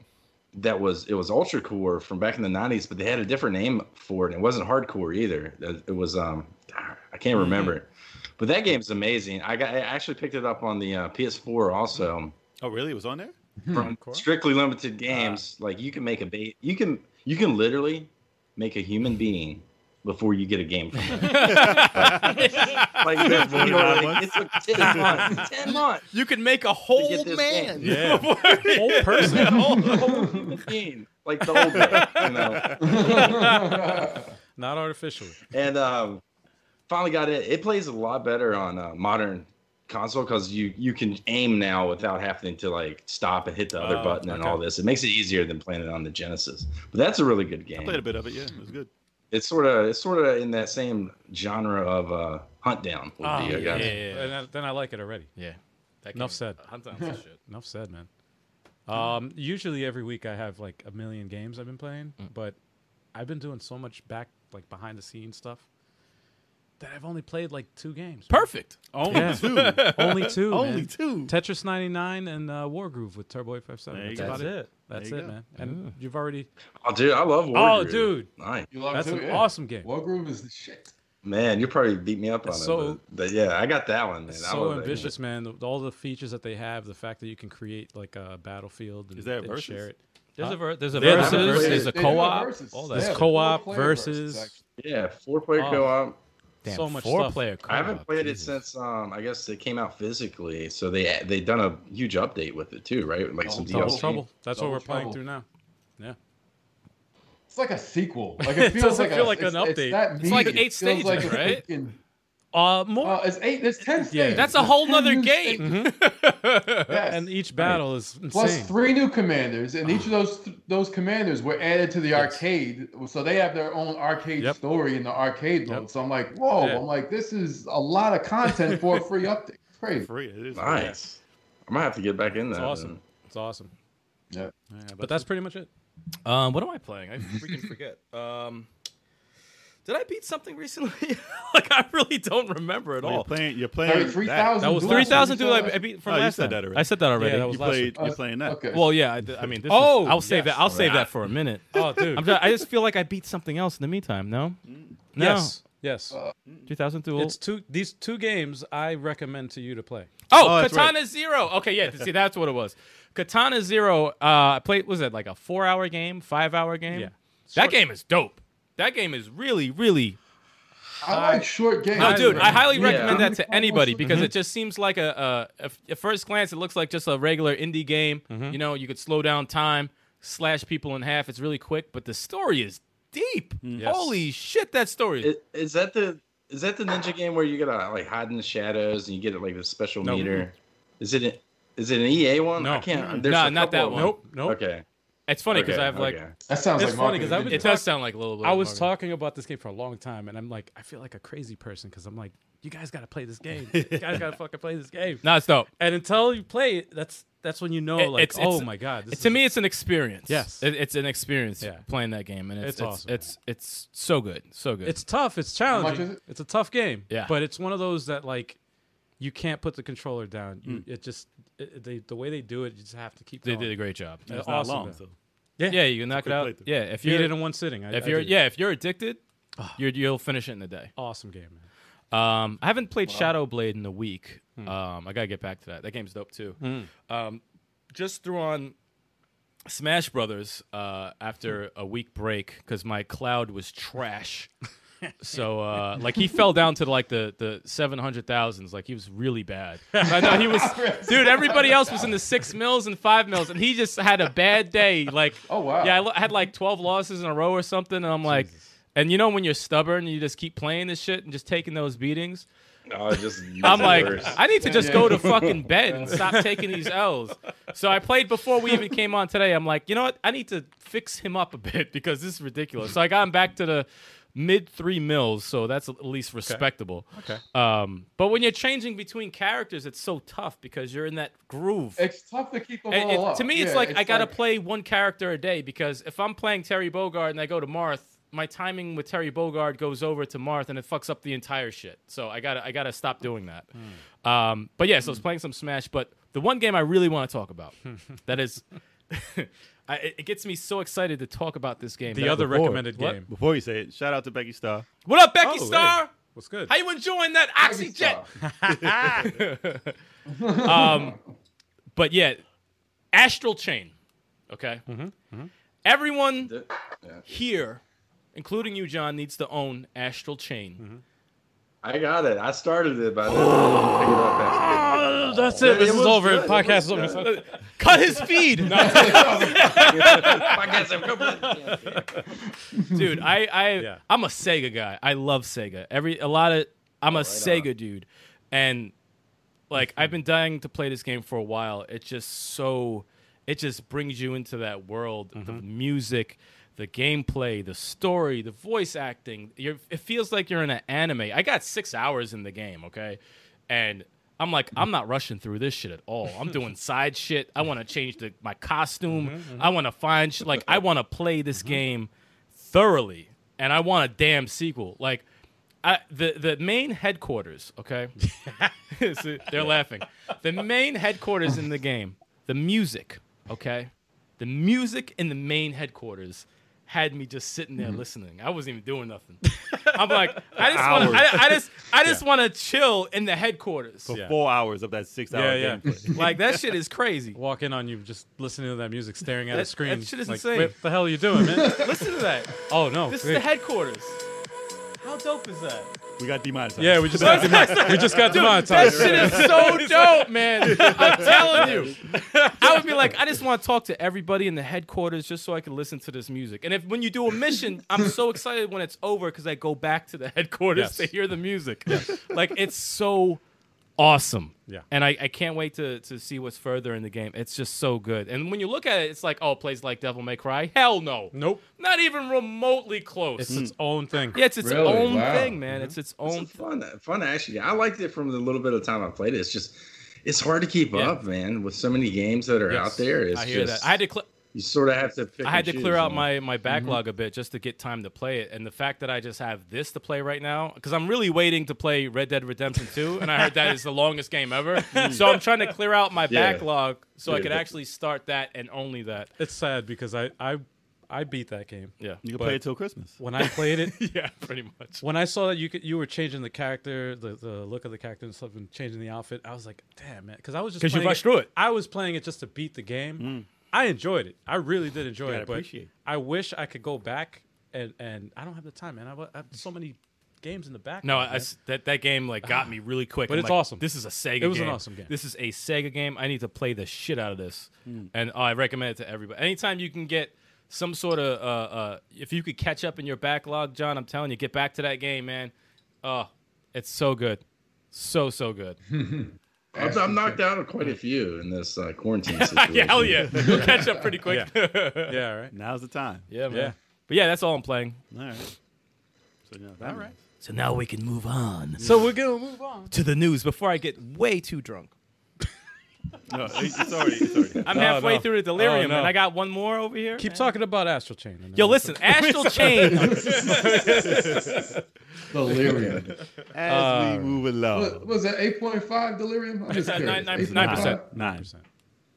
Speaker 5: that was it was Ultra Core from back in the '90s, but they had a different name for it. and It wasn't Hardcore either. It was um, I can't remember it. But that game's amazing. I got I actually picked it up on the uh, PS4 also
Speaker 3: Oh, really? It was on there?
Speaker 5: from
Speaker 1: Cool.
Speaker 5: strictly
Speaker 3: Uh,
Speaker 5: limited games like you can make a bait you can you can literally make a human being before you get a game from it. like, there's- you know,
Speaker 3: Nine
Speaker 5: like, it took 10 months 10 months
Speaker 2: You can make a whole
Speaker 5: this
Speaker 2: man.
Speaker 5: game.
Speaker 1: Yeah. Whole person.
Speaker 2: Whole-
Speaker 5: Whole human being, like the old days, you know
Speaker 1: Not artificial.
Speaker 5: and um finally got it it plays a lot better on uh, modern console because you you can aim now without having to like stop and hit the other
Speaker 1: Oh,
Speaker 5: button and
Speaker 1: okay.
Speaker 5: all this it makes it easier than playing it on the genesis but that's a really good game
Speaker 3: I played a bit of it. Yeah, it was good.
Speaker 5: it's sort of it's sort of in that same genre of uh hunt down would
Speaker 2: Oh,
Speaker 5: be,
Speaker 2: yeah,
Speaker 5: I guess.
Speaker 2: yeah,
Speaker 1: And
Speaker 2: yeah.
Speaker 1: I- then I like it already.
Speaker 2: yeah. That
Speaker 1: Enough
Speaker 2: game-
Speaker 1: said.
Speaker 2: Hunt down some shit.
Speaker 1: Enough said, man. Um, usually every week I have like a million games I've been playing, but I've been doing so much back like behind the scenes stuff that I've only played like two games.
Speaker 2: Perfect.
Speaker 3: Only
Speaker 1: Yeah.
Speaker 3: two.
Speaker 1: Only two.
Speaker 3: Only
Speaker 1: Oh, man.
Speaker 3: two.
Speaker 1: Tetris 99 and uh, War Groove with Turbo 857.
Speaker 3: There you
Speaker 1: That's
Speaker 3: go.
Speaker 1: about
Speaker 3: That's
Speaker 1: it. That's
Speaker 3: There
Speaker 1: it,
Speaker 3: you go.
Speaker 1: man. And you've already.
Speaker 5: oh dude i love War
Speaker 1: Oh,
Speaker 5: Groove.
Speaker 1: dude.
Speaker 5: nice
Speaker 4: You love
Speaker 1: That's
Speaker 4: it too?
Speaker 1: an
Speaker 4: Yeah.
Speaker 1: awesome game.
Speaker 4: What groove is the shit?
Speaker 5: man you probably beat me up on
Speaker 1: So-
Speaker 5: it but, but yeah i got that one man.
Speaker 1: It's
Speaker 5: I
Speaker 1: so
Speaker 5: love that
Speaker 1: ambitious, man. The- All the features that they have, the fact that you can create like a battlefield and,
Speaker 3: Is there a
Speaker 1: and
Speaker 3: versus?
Speaker 1: share it.
Speaker 2: There's a ver- there's a
Speaker 1: There's
Speaker 2: versus.
Speaker 5: a versus.
Speaker 2: There's
Speaker 4: They
Speaker 2: a
Speaker 4: do have
Speaker 2: co-op.
Speaker 4: versus.
Speaker 2: All
Speaker 4: Yeah,
Speaker 2: that.
Speaker 1: There's
Speaker 4: there's
Speaker 1: co-op
Speaker 4: four-player versus,
Speaker 1: versus.
Speaker 4: actually.
Speaker 5: game. yeah four player
Speaker 1: Oh.
Speaker 5: co-op
Speaker 1: Damn, so much
Speaker 2: four
Speaker 1: stuff.
Speaker 2: player.
Speaker 5: I haven't played it since um I guess it came out physically, so they they done a huge update with it too, right? Like some
Speaker 4: Double
Speaker 1: Double
Speaker 5: DLC.
Speaker 1: Trouble. That's
Speaker 4: Double
Speaker 1: what we're playing
Speaker 4: Trouble.
Speaker 1: through now.
Speaker 4: It's like a sequel. Like
Speaker 1: It
Speaker 4: it feels
Speaker 1: doesn't
Speaker 4: like
Speaker 1: feel
Speaker 4: a,
Speaker 1: like
Speaker 4: it's,
Speaker 1: an
Speaker 4: It's,
Speaker 1: update.
Speaker 4: that
Speaker 2: It's like
Speaker 4: meaty.
Speaker 2: eight
Speaker 4: It feels like
Speaker 2: stages,
Speaker 4: a
Speaker 2: right?
Speaker 4: freaking-
Speaker 1: Uh, more.
Speaker 4: Uh, it's eight. There's ten stages.
Speaker 2: That's a whole
Speaker 4: There's
Speaker 2: nother
Speaker 4: ten new
Speaker 2: game.
Speaker 4: stages. Yes.
Speaker 1: and each battle is insane.
Speaker 4: Plus three new commanders, and each of those those commanders were added to the arcade, so they have their own arcade
Speaker 1: Yep.
Speaker 4: story in the arcade
Speaker 1: Yep.
Speaker 4: mode. So I'm like, whoa!
Speaker 1: Yeah.
Speaker 4: I'm like, this is a lot of content for a free update. It's Crazy.
Speaker 3: Free. It is
Speaker 5: Nice. I might have to get back in
Speaker 1: it's
Speaker 2: uh,
Speaker 5: that.
Speaker 1: awesome.
Speaker 5: then.
Speaker 1: It's awesome.
Speaker 4: Yeah.
Speaker 1: but that's pretty much it.
Speaker 2: Um, what am I playing? I freaking forget. Um, Did I beat something recently? like I really don't remember at
Speaker 3: Oh, you're
Speaker 2: all.
Speaker 3: playing. You're playing.
Speaker 4: Sorry,
Speaker 3: that.
Speaker 4: 3,000.
Speaker 2: That was
Speaker 4: Duel Masters,
Speaker 2: three thousand
Speaker 4: you
Speaker 2: dude.
Speaker 4: said
Speaker 2: I I
Speaker 4: that?
Speaker 2: beat from
Speaker 3: Oh, you
Speaker 2: last
Speaker 3: said
Speaker 2: time.
Speaker 3: that already.
Speaker 2: I said that already.
Speaker 1: Yeah, that
Speaker 3: You
Speaker 1: was last
Speaker 3: played.
Speaker 1: week.
Speaker 3: You're playing that.
Speaker 4: Okay.
Speaker 2: Well, yeah. I, d- I mean, this
Speaker 1: Oh,
Speaker 2: is, I'll save
Speaker 1: yes.
Speaker 2: that. I'll save that for a minute.
Speaker 1: Oh, dude.
Speaker 2: I'm try- I just feel like I beat something else in the meantime. No, no.
Speaker 1: Yes. Yes.
Speaker 2: 2000 Duel.
Speaker 1: it's two. These two games I recommend to you to play.
Speaker 2: oh,
Speaker 3: Oh, that's right.
Speaker 2: Katana Zero. Okay, yeah. See, that's what it was. Katana Zero. Uh, I played. Was it like a four-hour game, five-hour game?
Speaker 1: Yeah.
Speaker 2: That game is dope. That game is really, really.
Speaker 4: I like short games.
Speaker 2: No, Oh, dude, I highly
Speaker 5: Yeah.
Speaker 2: recommend that to anybody
Speaker 4: Mhm.
Speaker 2: because
Speaker 1: Mm-hmm.
Speaker 2: it just seems like a, a, a- at first glance it looks like just a regular indie game.
Speaker 1: Mm-hmm.
Speaker 2: You know, you could slow down time, slash people in half. It's really quick, but the story is deep.
Speaker 1: Mm-hmm. Yes.
Speaker 2: Holy shit, that story is
Speaker 5: Is, is that the is that the ninja game where you gotta like hide in the shadows and you get like the special
Speaker 1: No.
Speaker 5: meter? Is it a- is it an EA one?
Speaker 1: No.
Speaker 5: I can't. There's
Speaker 2: Nah,
Speaker 5: a
Speaker 2: not that
Speaker 5: couple
Speaker 2: one.
Speaker 5: of them.
Speaker 1: Nope. Nope.
Speaker 5: Okay.
Speaker 2: It's funny because
Speaker 5: okay,
Speaker 2: I have like
Speaker 5: okay.
Speaker 4: That sounds
Speaker 1: It's
Speaker 4: like
Speaker 1: funny 'cause I
Speaker 4: marketing.
Speaker 1: was-
Speaker 2: it does sound like a little. bit
Speaker 1: I was
Speaker 2: Marvin.
Speaker 1: talking about this game for a long time, and I'm like, I feel like a crazy person because I'm like, you guys got to play this game. you guys got to fucking play this game.
Speaker 2: No, it's dope.
Speaker 1: And until you play it, that's that's when you know,
Speaker 2: It-
Speaker 1: like,
Speaker 2: it's-
Speaker 1: oh
Speaker 2: it's-
Speaker 1: my god. This
Speaker 2: to
Speaker 1: is-
Speaker 2: me, it's an experience.
Speaker 1: Yes.
Speaker 2: it, it's an experience
Speaker 1: Yeah.
Speaker 2: playing that game, and it's
Speaker 1: It's
Speaker 2: it's,
Speaker 1: awesome.
Speaker 2: it's it's so good, so good.
Speaker 1: it's tough. It's
Speaker 4: much
Speaker 1: challenging.
Speaker 4: is it?
Speaker 1: It's a tough game.
Speaker 2: Yeah.
Speaker 1: But it's one of those that like, you can't put the controller down. You, It just it, they, the way they do it, you just have to keep.
Speaker 2: Mm. they
Speaker 1: going.
Speaker 2: did a great job.
Speaker 1: Yeah.
Speaker 3: It's not
Speaker 1: Awesome,
Speaker 3: long.
Speaker 1: man.
Speaker 3: So.
Speaker 2: Yeah, you can knock it
Speaker 3: quick
Speaker 2: out.
Speaker 3: playthrough.
Speaker 2: Yeah, if
Speaker 1: Beat
Speaker 2: you're
Speaker 1: it in one sitting. I,
Speaker 2: if
Speaker 1: I
Speaker 2: you're
Speaker 1: did. Ah.
Speaker 2: yeah if you're addicted, you're, you'll finish it in a day.
Speaker 1: awesome game, man.
Speaker 2: Um, I haven't played Shadow Blade in a week. Um, I gotta get back to that. That game's dope too. Um, just threw on Smash Brothers uh, after a week break because my cloud was trash. so uh, like he fell down to like the the seven hundred thousands. Like he was really bad. I know he was, dude. Everybody else was in the six mils and five mils, and he just had a bad day. Like
Speaker 4: Oh, wow.
Speaker 2: yeah, I lo- I had like twelve losses in a row or something, and I'm like. And you know when you're stubborn, you just keep playing this shit and just taking those beatings.
Speaker 5: Oh, it just
Speaker 2: I'm like,
Speaker 5: worse.
Speaker 2: I need to just go to fucking bed and stop taking these L's. So I played before we even came on today. I'm like, you know what? I need to fix him up a bit because this is ridiculous. So I got him back to the mid three mils, so that's at least respectable.
Speaker 1: Okay.
Speaker 2: Um, but when you're changing between characters, it's so tough because you're in that groove.
Speaker 4: It's tough to keep them all
Speaker 2: And it-
Speaker 4: up.
Speaker 2: to me, it's
Speaker 4: Oh, Yeah,
Speaker 2: like I gotta play one character a day because if I'm playing Terry Bogard and I go to Marth, my timing with Terry Bogard goes over to Marth and it fucks up the entire shit. So I gotta I gotta stop doing that. Um, but yeah, so I was playing some Smash. But the one game I really want to talk about that is, I, it it gets me so excited to talk about this game.
Speaker 1: The
Speaker 2: that I
Speaker 1: other
Speaker 2: was bored.
Speaker 1: recommended
Speaker 2: What?
Speaker 1: game.
Speaker 3: Before you say it, shout out to Becky Starr.
Speaker 2: What up, Becky
Speaker 1: Oh,
Speaker 2: Star?
Speaker 1: What's good?
Speaker 2: How you enjoying that
Speaker 4: Maybe
Speaker 2: oxygen?
Speaker 4: so.
Speaker 2: Um, But yeah, Astral Chain. Okay.
Speaker 1: Mm-hmm,
Speaker 2: Everyone here, including you, John, needs to own Astral Chain.
Speaker 1: Mm-hmm.
Speaker 5: I got it. I started it, but I didn't pick it up after.
Speaker 1: that's it. This
Speaker 5: It
Speaker 1: is
Speaker 5: was
Speaker 1: over.
Speaker 5: good.
Speaker 1: Podcast
Speaker 5: It
Speaker 1: is over.
Speaker 5: was
Speaker 2: Cut his feed,
Speaker 5: I guess I'm complete.
Speaker 2: dude. I, I,
Speaker 1: Yeah.
Speaker 2: I'm a Sega guy. I love Sega. Every a lot of, I'm a Sega dude, and like I've been dying to play this game for a while. It's just so, it just brings you into that world. The music, the gameplay, the story, the voice acting. You're, it feels like you're in an anime. I got six hours in the game, okay, and I'm like, I'm not rushing through this shit at all. I'm doing side shit. I want to change the, my costume. I want to find sh- like I want to play this game thoroughly, and I want a damn sequel. Like I, the the main headquarters, okay? See, they're laughing. The main headquarters in the game, the music, okay? The music in the main headquarters had me just sitting
Speaker 1: Mm-hmm.
Speaker 2: there listening. I wasn't even doing nothing. I'm like, I just want to, I, I just, I just want to chill in the headquarters.
Speaker 1: Yeah.
Speaker 3: Four hours of that six-hour
Speaker 1: Yeah, yeah.
Speaker 3: gameplay.
Speaker 2: Like that shit is crazy.
Speaker 1: Walk in on you just listening to that music, staring at
Speaker 2: That-
Speaker 1: a screen.
Speaker 2: that shit is
Speaker 1: like,
Speaker 2: insane.
Speaker 1: What the hell are you doing, man?
Speaker 2: Listen to that.
Speaker 1: oh no.
Speaker 2: This is
Speaker 1: Wait.
Speaker 2: the headquarters. How dope is that?
Speaker 3: we got demonetized.
Speaker 1: Yeah, we just got demo- we just got
Speaker 2: That
Speaker 1: demonetized.
Speaker 2: shit is so dope, man. I'm telling you. I would be like, I just want to talk to everybody in the headquarters just so I can listen to this music. And if when you do a mission, I'm so excited when it's over because I go back to the headquarters
Speaker 1: Yes.
Speaker 2: to hear the music. Like it's so awesome.
Speaker 1: Yeah.
Speaker 2: And I, I can't wait to, to see what's further in the game. It's just so good. And when you look at it, it's like, oh, it plays like Devil May Cry. Hell no.
Speaker 1: Nope.
Speaker 2: Not even remotely close.
Speaker 1: It's its own thing.
Speaker 2: Mm. yeah, it's its
Speaker 4: Really?
Speaker 2: own
Speaker 4: Wow.
Speaker 2: thing, man. It's its
Speaker 5: It's
Speaker 2: own
Speaker 5: a fun, fun action. game. I liked it from the little bit of time I played it. It's just, it's hard to keep
Speaker 2: Yeah.
Speaker 5: up, man, with so many games that are
Speaker 2: Yes,
Speaker 5: out there. It's
Speaker 2: I hear
Speaker 5: just,
Speaker 2: that. I had to cl-
Speaker 5: You sort of have to. Pick
Speaker 2: I had
Speaker 5: and
Speaker 2: to
Speaker 5: choose,
Speaker 2: clear out
Speaker 5: you know? Mm-hmm.
Speaker 2: my, my backlog a bit just to get time to play it. And the fact that I just have this to play right now, because I'm really waiting to play Red Dead Redemption 2, and I heard that is the longest game ever. So I'm trying to clear out my
Speaker 5: Mm. Yeah.
Speaker 2: backlog so I
Speaker 5: Yeah.
Speaker 2: could actually start that and only that.
Speaker 1: It's sad because I I I beat that game.
Speaker 2: Yeah.
Speaker 3: You can
Speaker 1: But-
Speaker 3: play it till Christmas.
Speaker 1: When I played it,
Speaker 2: Yeah, pretty much.
Speaker 1: when I saw that you could, you were changing the character, the, the look of the character and stuff, and changing the outfit, I was like, damn man, because I was just
Speaker 2: 'Cause you
Speaker 1: playing
Speaker 2: rushed through it. Mm.
Speaker 1: I was playing it just to beat the game. I enjoyed it. I really did enjoy
Speaker 3: gotta
Speaker 1: it, but
Speaker 3: appreciate.
Speaker 1: I wish I could go back and and I don't have the time, man. I, wa- I have so many games in the back.
Speaker 2: No, I- I s- that that game like got me really quick.
Speaker 1: But
Speaker 2: I'm
Speaker 1: it's
Speaker 2: like,
Speaker 1: awesome.
Speaker 2: This is a Sega.
Speaker 1: It was an
Speaker 2: game.
Speaker 1: awesome game. Hmm.
Speaker 2: This is a Sega game. I need to play the shit out of this, and oh, I recommend it to everybody. Anytime you can get some sort of, uh, uh, if you could catch up in your backlog, John, I'm telling you, get back to that game, man. Oh, it's so good, so so good.
Speaker 5: I've, I've knocked out quite a few in this uh, quarantine situation.
Speaker 2: yeah, hell yeah, you'll catch up pretty quick. Yeah,
Speaker 1: yeah, right.
Speaker 3: Now's the time.
Speaker 2: man.
Speaker 1: Yeah.
Speaker 2: But yeah, that's all I'm playing.
Speaker 3: All right. So, yeah, that means-
Speaker 2: So now we can move on
Speaker 1: So we're gonna move on.
Speaker 2: to the news before I get way too drunk.
Speaker 3: No, it's it's already. It's already.
Speaker 2: I'm
Speaker 1: Oh,
Speaker 2: halfway
Speaker 1: no.
Speaker 2: through the delirium,
Speaker 1: no.
Speaker 2: and I got one more over here.
Speaker 1: Keep talking about Astral Chain. and
Speaker 2: Yo,
Speaker 1: then-
Speaker 2: listen, Astral Chain.
Speaker 4: Delirium.
Speaker 3: As
Speaker 1: Uh,
Speaker 3: we move
Speaker 4: what
Speaker 3: along.
Speaker 4: was that 8.5 delirium? I'm just
Speaker 2: Nine-
Speaker 4: curious.
Speaker 2: nine- nine percent.
Speaker 4: 8.5?
Speaker 3: Nine.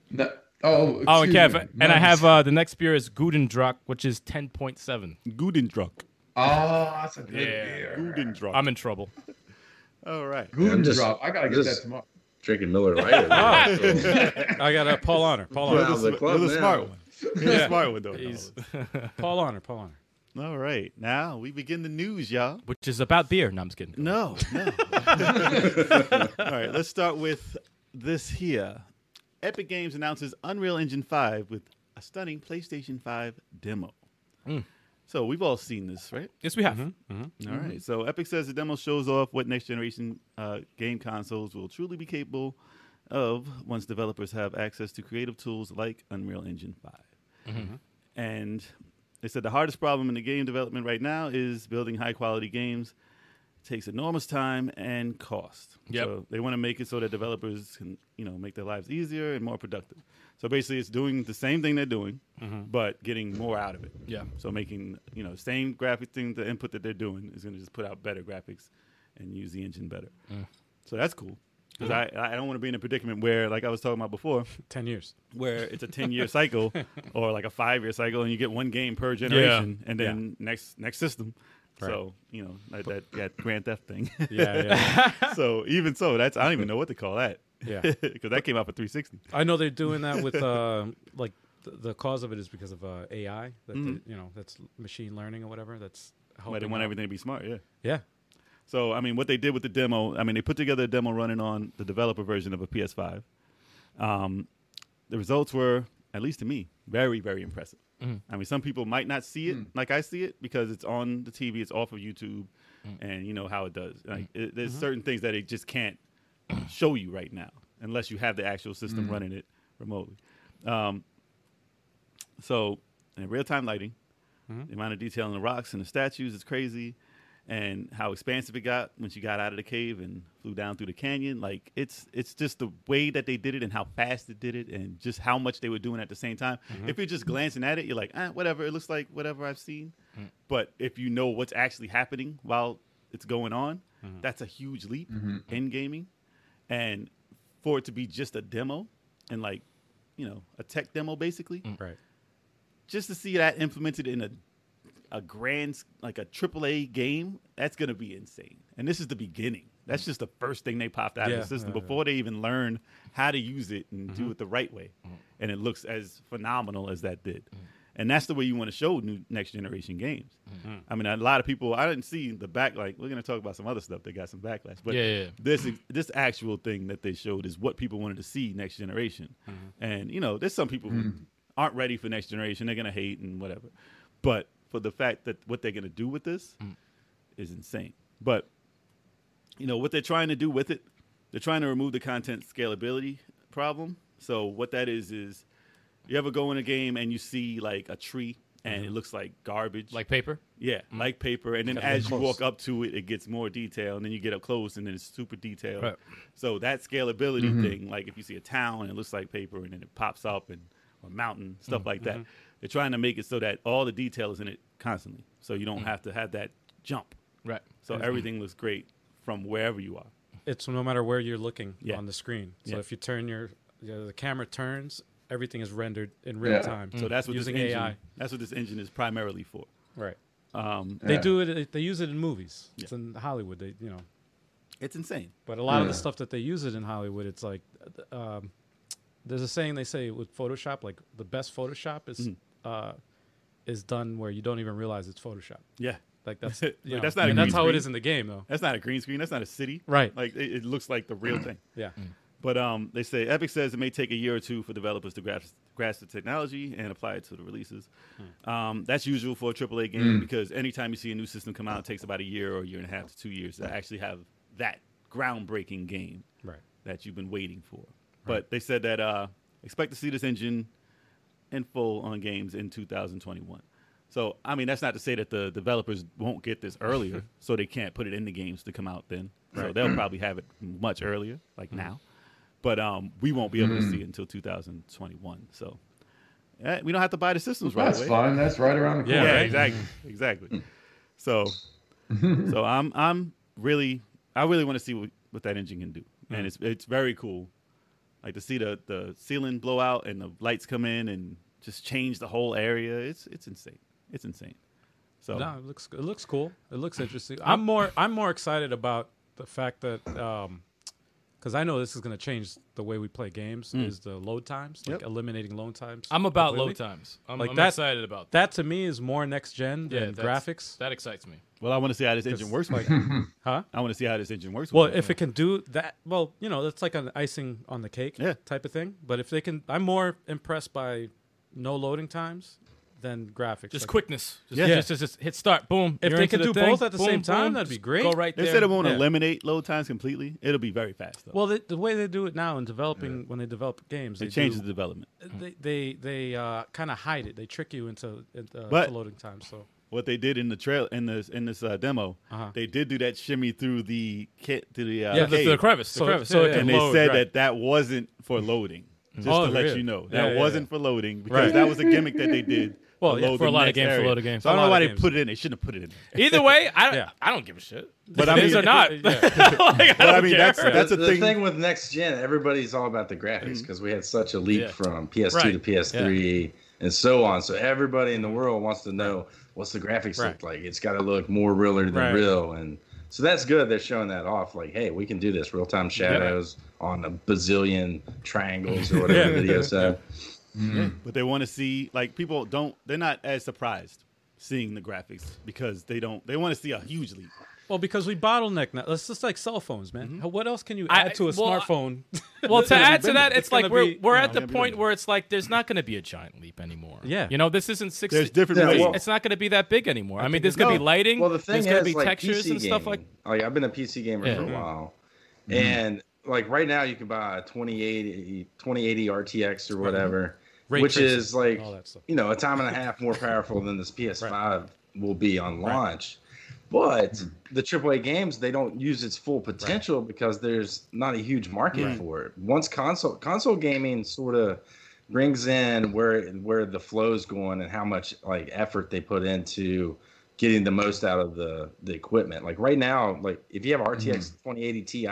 Speaker 4: No, oh,
Speaker 2: Oh,
Speaker 4: excuse
Speaker 2: and Kev,
Speaker 4: me.
Speaker 2: and I
Speaker 4: Nine
Speaker 2: have
Speaker 4: percent.
Speaker 2: uh, the next beer is Gudendruck, which is ten point seven.
Speaker 3: Gudendruck.
Speaker 4: Oh, that's a good
Speaker 2: Yeah.
Speaker 4: beer.
Speaker 3: Gudendruck.
Speaker 2: I'm in trouble.
Speaker 3: All right.
Speaker 4: Guden
Speaker 5: I'm just-
Speaker 4: drop. I gotta get
Speaker 5: just-
Speaker 4: that tomorrow.
Speaker 5: Drinking Miller Lite. Wow.
Speaker 1: I got a Paul Honor. Paul
Speaker 5: Well,
Speaker 1: Honor.
Speaker 5: the club
Speaker 3: You're the
Speaker 5: now.
Speaker 3: smart one. You're the smart one, though.
Speaker 2: Jeez.
Speaker 1: Paul Honor. Paul Honor.
Speaker 3: All right. Now we begin the news, y'all.
Speaker 2: which is about beer. No, I'm just kidding.
Speaker 3: No, no. All right, let's start with this here. Epic Games announces Unreal Engine 5 with a stunning PlayStation 5 demo. Hmm. So we've all seen this, right?
Speaker 2: Yes, we have.
Speaker 1: Mm-hmm.
Speaker 3: All right. So Epic says the demo shows off what next generation uh, game consoles will truly be capable of once developers have access to creative tools like Unreal Engine 5. And they said the hardest problem in the game development right now is building high quality games. It takes enormous time and cost.
Speaker 2: Yep.
Speaker 3: So they want to make it so that developers can, you know, make their lives easier and more productive. So basically it's doing the same thing they're doing, but getting more out of it.
Speaker 2: Mm-hmm. Yeah.
Speaker 3: So making you know same graphic thing, the input that they're doing is going to just put out better graphics and use the engine better.
Speaker 2: Mm.
Speaker 3: So that's cool because I I don't want to be in a predicament where like I was talking about before,
Speaker 1: Ten years.
Speaker 3: where it's a ten year cycle or like a five year cycle, and you get one game per generation, and then next next system. So you know like that that Grand Theft thing.
Speaker 1: Yeah, yeah.
Speaker 3: so even so, that's I don't even know what to call that.
Speaker 1: Yeah.
Speaker 3: because that came out for 360.
Speaker 1: I know they're doing that with um like the, the cause of it is because of uh, AI. That
Speaker 3: Mm-hmm.
Speaker 1: they- you know, that's machine learning or whatever. That's
Speaker 3: Why they
Speaker 1: helping
Speaker 3: want
Speaker 1: out.
Speaker 3: everything to be smart. Yeah.
Speaker 1: Yeah.
Speaker 3: So I mean, what they did with the demo, I mean, they put together a demo running on the developer version of a PS5. Um, the results were, at least to me, very very impressive. I mean, some people might not see it like I see it because it's on the TV, it's off of YouTube, and you know how it does. Like, it, there's certain things that it just can't show you right now unless you have the actual system running it remotely. Um, so, in real time lighting, the amount of detail in the rocks and the statues is crazy, and how expansive it got when she got out of the cave and flew down through the canyon. Like it's it's just the way that they did it and how fast it did it and just how much they were doing at the same time. If you're just glancing at it, you're like, eh, whatever. It looks like whatever I've seen. But if you know what's actually happening while it's going on, that's a huge leap in gaming, and for it to be just a demo and like you know a tech demo basically
Speaker 1: Right.
Speaker 3: just to see that implemented in a a grand s- like a triple A game, that's gonna be insane. And this is the beginning. That's just the first thing they popped out
Speaker 1: Yeah,
Speaker 3: of the system
Speaker 1: yeah, yeah.
Speaker 2: Mm-hmm.
Speaker 3: before they even learn how to use it and do it the right way.
Speaker 2: Mm-hmm.
Speaker 3: And it looks as phenomenal as that did. And that's the way you want to show new next generation games.
Speaker 2: Mm-hmm.
Speaker 3: I mean, a lot of people I didn't see the back like we're gonna talk about some other stuff that got some backlash. But
Speaker 2: Yeah, yeah, yeah.
Speaker 3: this this actual thing that they showed is what people wanted to see next generation
Speaker 2: Mm-hmm.
Speaker 3: and you know there's some people who aren't ready for next generation they're gonna hate and whatever but for the fact that what they're gonna do with this
Speaker 2: Mm.
Speaker 3: is insane but you know what they're trying to do with it they're trying to remove the content scalability problem so what that is is you ever go in a game and you see like a tree and it looks like garbage
Speaker 2: Mm-hmm. Like paper.
Speaker 3: yeah, like paper, and then
Speaker 2: Gotta get
Speaker 3: as you
Speaker 2: close.
Speaker 3: walk up to it, it gets more detail, and then you get up close, and then it's super detailed.
Speaker 2: Right.
Speaker 3: So that scalability thing, like if you see a town and it looks like paper, and then it pops up and or mountain,
Speaker 2: Mm,
Speaker 3: stuff like that.
Speaker 2: mm-hmm.
Speaker 3: They're trying to make it so that all the detail is in it constantly, so you
Speaker 2: Mm.
Speaker 3: don't have to have that jump.
Speaker 2: Right.
Speaker 3: So everything looks great from wherever you are.
Speaker 1: It's no matter where you're looking
Speaker 3: Yeah.
Speaker 1: on the screen. So
Speaker 3: Yeah.
Speaker 1: if you turn your you know, the camera turns, everything is rendered in real
Speaker 4: Yeah.
Speaker 1: time.
Speaker 3: So that's what
Speaker 1: using
Speaker 3: this engine,
Speaker 1: AI.
Speaker 3: That's what this engine is primarily for.
Speaker 1: Right.
Speaker 3: Um,
Speaker 1: They
Speaker 4: Yeah.
Speaker 1: do it. They use it in movies. It's
Speaker 3: Yeah.
Speaker 1: in Hollywood. They you know,
Speaker 3: it's insane.
Speaker 1: but a lot of the
Speaker 4: Yeah.
Speaker 1: stuff that they use it in Hollywood, it's like, uh, um, there's a saying they say with Photoshop, like the best Photoshop is
Speaker 3: Mm.
Speaker 1: uh, is done where you don't even realize it's Photoshop.
Speaker 3: Yeah,
Speaker 1: Like that's
Speaker 3: Like,
Speaker 1: you know,
Speaker 3: that's not a
Speaker 1: and that's
Speaker 3: green
Speaker 1: how it
Speaker 3: screen.
Speaker 1: is in the game though.
Speaker 3: that's not a green screen. That's not a city.
Speaker 1: Right.
Speaker 3: Like it, it looks like the real thing.
Speaker 1: Yeah.
Speaker 3: But um, they say Epic says it may take a year or two for developers to grasp, grasp the technology and apply it to the releases.
Speaker 1: Hmm.
Speaker 3: Um, that's usual for a AAA game because anytime you see a new system come out, it takes about a year or a year and a half to two years to actually have that groundbreaking game
Speaker 1: Right.
Speaker 3: that you've been waiting for. But they said that uh, expect to see this engine in full on games in 2021. So, I mean, that's not to say that the developers won't get this earlier, so they can't put it in the games to come out then. So they'll probably have it much earlier, like now. But um, we won't be able to see it until 2021. So eh, we don't have to buy the systems right
Speaker 4: That's
Speaker 3: away.
Speaker 4: fine. That's right around the corner.
Speaker 1: Yeah,
Speaker 3: Yeah,
Speaker 1: right?
Speaker 3: exactly, exactly. So, so I'm I'm really I really want to see what, what that engine can do,
Speaker 1: Mm.
Speaker 3: and it's it's very cool, like to see the the ceiling blow out and the lights come in and just change the whole area. It's it's insane. It's insane. So
Speaker 1: No, it looks it looks cool. It looks interesting. I'm more I'm more excited about the fact that um 'cause because I know this is going to change the way we play games is the load times, like
Speaker 3: Mm. Yep.
Speaker 1: eliminating load times.
Speaker 2: I'm about low
Speaker 1: completely.
Speaker 2: times. I'm,
Speaker 1: Like
Speaker 2: I'm
Speaker 1: that-
Speaker 2: excited about that.
Speaker 1: That to me is more next gen than
Speaker 2: that's-
Speaker 1: graphics,
Speaker 2: That excites me.
Speaker 3: well, I want to see how this engine works. With that.
Speaker 1: huh?
Speaker 3: I want to see how this engine works.
Speaker 1: Well,
Speaker 3: with that.
Speaker 1: if it can do that, well, you know, that's like an icing on the cake
Speaker 3: Yeah.
Speaker 1: type of thing. But if they can, I'm more impressed by no loading times than graphics.
Speaker 2: Just
Speaker 1: Like,
Speaker 2: quickness. Just,
Speaker 3: Yeah.
Speaker 2: just, just, just hit start. Boom.
Speaker 1: If
Speaker 2: You're
Speaker 1: they
Speaker 2: into
Speaker 1: could
Speaker 2: the
Speaker 1: do
Speaker 2: thing.
Speaker 1: both at the
Speaker 2: Boom,
Speaker 1: same time,
Speaker 2: boom,
Speaker 1: that'd be
Speaker 2: just
Speaker 1: great.
Speaker 2: Go right
Speaker 3: they
Speaker 2: there.
Speaker 3: said it won't
Speaker 1: yeah.
Speaker 3: eliminate load times completely, it'll be very fast though.
Speaker 1: Well, the, the way they do it now in developing when they develop games, they,
Speaker 3: it changes
Speaker 1: do-
Speaker 3: the development.
Speaker 1: they they, they uh, kind of hide it. They trick you into into, uh,
Speaker 3: But-
Speaker 1: to loading time. So
Speaker 3: what they did in the trail in this in this uh, demo,
Speaker 1: Uh-huh.
Speaker 3: they did do that shimmy through the kit to the uh,
Speaker 2: Yeah, the,
Speaker 3: cave.
Speaker 2: the crevice. The
Speaker 1: So-
Speaker 2: crevice.
Speaker 1: so
Speaker 2: yeah,
Speaker 1: it
Speaker 2: yeah.
Speaker 1: can
Speaker 3: and they
Speaker 1: load,
Speaker 3: said
Speaker 1: right.
Speaker 3: that that wasn't for loading. Just
Speaker 1: Oh,
Speaker 3: to let
Speaker 1: really?
Speaker 3: you know,
Speaker 1: Yeah,
Speaker 3: that
Speaker 1: yeah, yeah.
Speaker 3: wasn't for loading because
Speaker 1: Right.
Speaker 3: that was a gimmick that they did. to
Speaker 1: Well, yeah,
Speaker 3: load
Speaker 2: for a
Speaker 3: the
Speaker 2: lot
Speaker 3: next
Speaker 2: of games, for
Speaker 3: area.
Speaker 2: loading games.
Speaker 3: So I
Speaker 1: A
Speaker 3: don't know
Speaker 1: lot
Speaker 3: why
Speaker 1: of
Speaker 3: they
Speaker 1: games.
Speaker 3: put it in. They shouldn't have put it in. there.
Speaker 2: Either way, I don't,
Speaker 1: Yeah.
Speaker 2: I don't give a shit.
Speaker 3: But
Speaker 2: But
Speaker 3: I
Speaker 2: it is
Speaker 3: mean-
Speaker 2: or not.
Speaker 1: Yeah.
Speaker 2: Like, I
Speaker 3: But I
Speaker 2: don't
Speaker 3: mean,
Speaker 2: care.
Speaker 3: that's that's a
Speaker 5: the
Speaker 3: thing.
Speaker 5: thing. with next gen, everybody's all about the graphics because we had such a leap
Speaker 2: Yeah.
Speaker 5: from PS2 to
Speaker 2: Right.
Speaker 5: PS3 and so on. So everybody in the world wants to know what's the graphics
Speaker 1: Right.
Speaker 5: look like. It's got to look more realer than
Speaker 1: Right.
Speaker 5: real, and so that's good. They're showing that off. Like, hey, we can do this real time shadows on a bazillion triangles or whatever
Speaker 1: Yeah.
Speaker 5: the video said.
Speaker 3: But they want to see like people don't. They're not as surprised seeing the graphics because they don't. They want to see a huge leap.
Speaker 1: well, because we bottleneck now. It's just like cell phones, man.
Speaker 3: Mm-hmm.
Speaker 1: What else can you
Speaker 2: I-
Speaker 1: add to a
Speaker 2: well, I-
Speaker 1: smartphone?
Speaker 2: well, to add to
Speaker 1: been
Speaker 2: that,
Speaker 1: there.
Speaker 2: it's,
Speaker 1: It's
Speaker 2: like
Speaker 1: gonna
Speaker 2: we're
Speaker 1: be-
Speaker 2: we're
Speaker 1: you
Speaker 2: at
Speaker 1: know,
Speaker 2: the
Speaker 3: gonna be
Speaker 2: point
Speaker 3: there.
Speaker 2: where it's like there's not going to be a giant leap anymore.
Speaker 1: Yeah.
Speaker 2: you know, this isn't six.
Speaker 3: There's different
Speaker 5: Yeah,
Speaker 3: ways.
Speaker 5: well-
Speaker 2: it's not going to be that big anymore. I, mean,
Speaker 3: think
Speaker 2: there's
Speaker 3: it's-
Speaker 2: going to
Speaker 3: No.
Speaker 2: be lighting.
Speaker 5: Well, the thing
Speaker 2: there's
Speaker 5: is,
Speaker 2: going to be
Speaker 5: like,
Speaker 2: textures
Speaker 5: PC
Speaker 2: and stuff like.
Speaker 5: gaming- like I've been a PC gamer
Speaker 2: Yeah.
Speaker 5: for
Speaker 2: Mhm.
Speaker 5: a while, and like right now you can buy a 2080, 2080 RTX or whatever,
Speaker 1: Ray
Speaker 5: which
Speaker 1: tracing,
Speaker 5: is like
Speaker 1: all that stuff.
Speaker 5: you know a time and a half more powerful than this PS5 will be on launch. But the AAA games they don't use its full potential because there's not a huge market for it. Once console console gaming sort of brings in where where the flow's going and how much like effort they put into getting the most out of the the equipment. Like right now, like if you have a RTX 2080 Ti,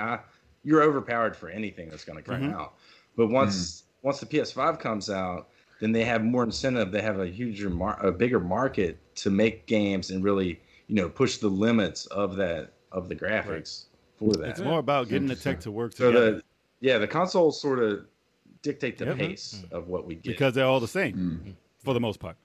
Speaker 5: you're overpowered for anything that's going to come out. But once once the PS5 comes out, then they have more incentive. They have a huger, mar- a bigger market to make games and really, you know, push the limits of that of the graphics for that.
Speaker 3: It's more about getting the tech to work
Speaker 5: so
Speaker 3: together
Speaker 5: the yeah, the consoles sort of dictate the
Speaker 3: Yeah.
Speaker 5: pace of what we get.
Speaker 3: because they're all the same
Speaker 2: Mm.
Speaker 3: for the most part.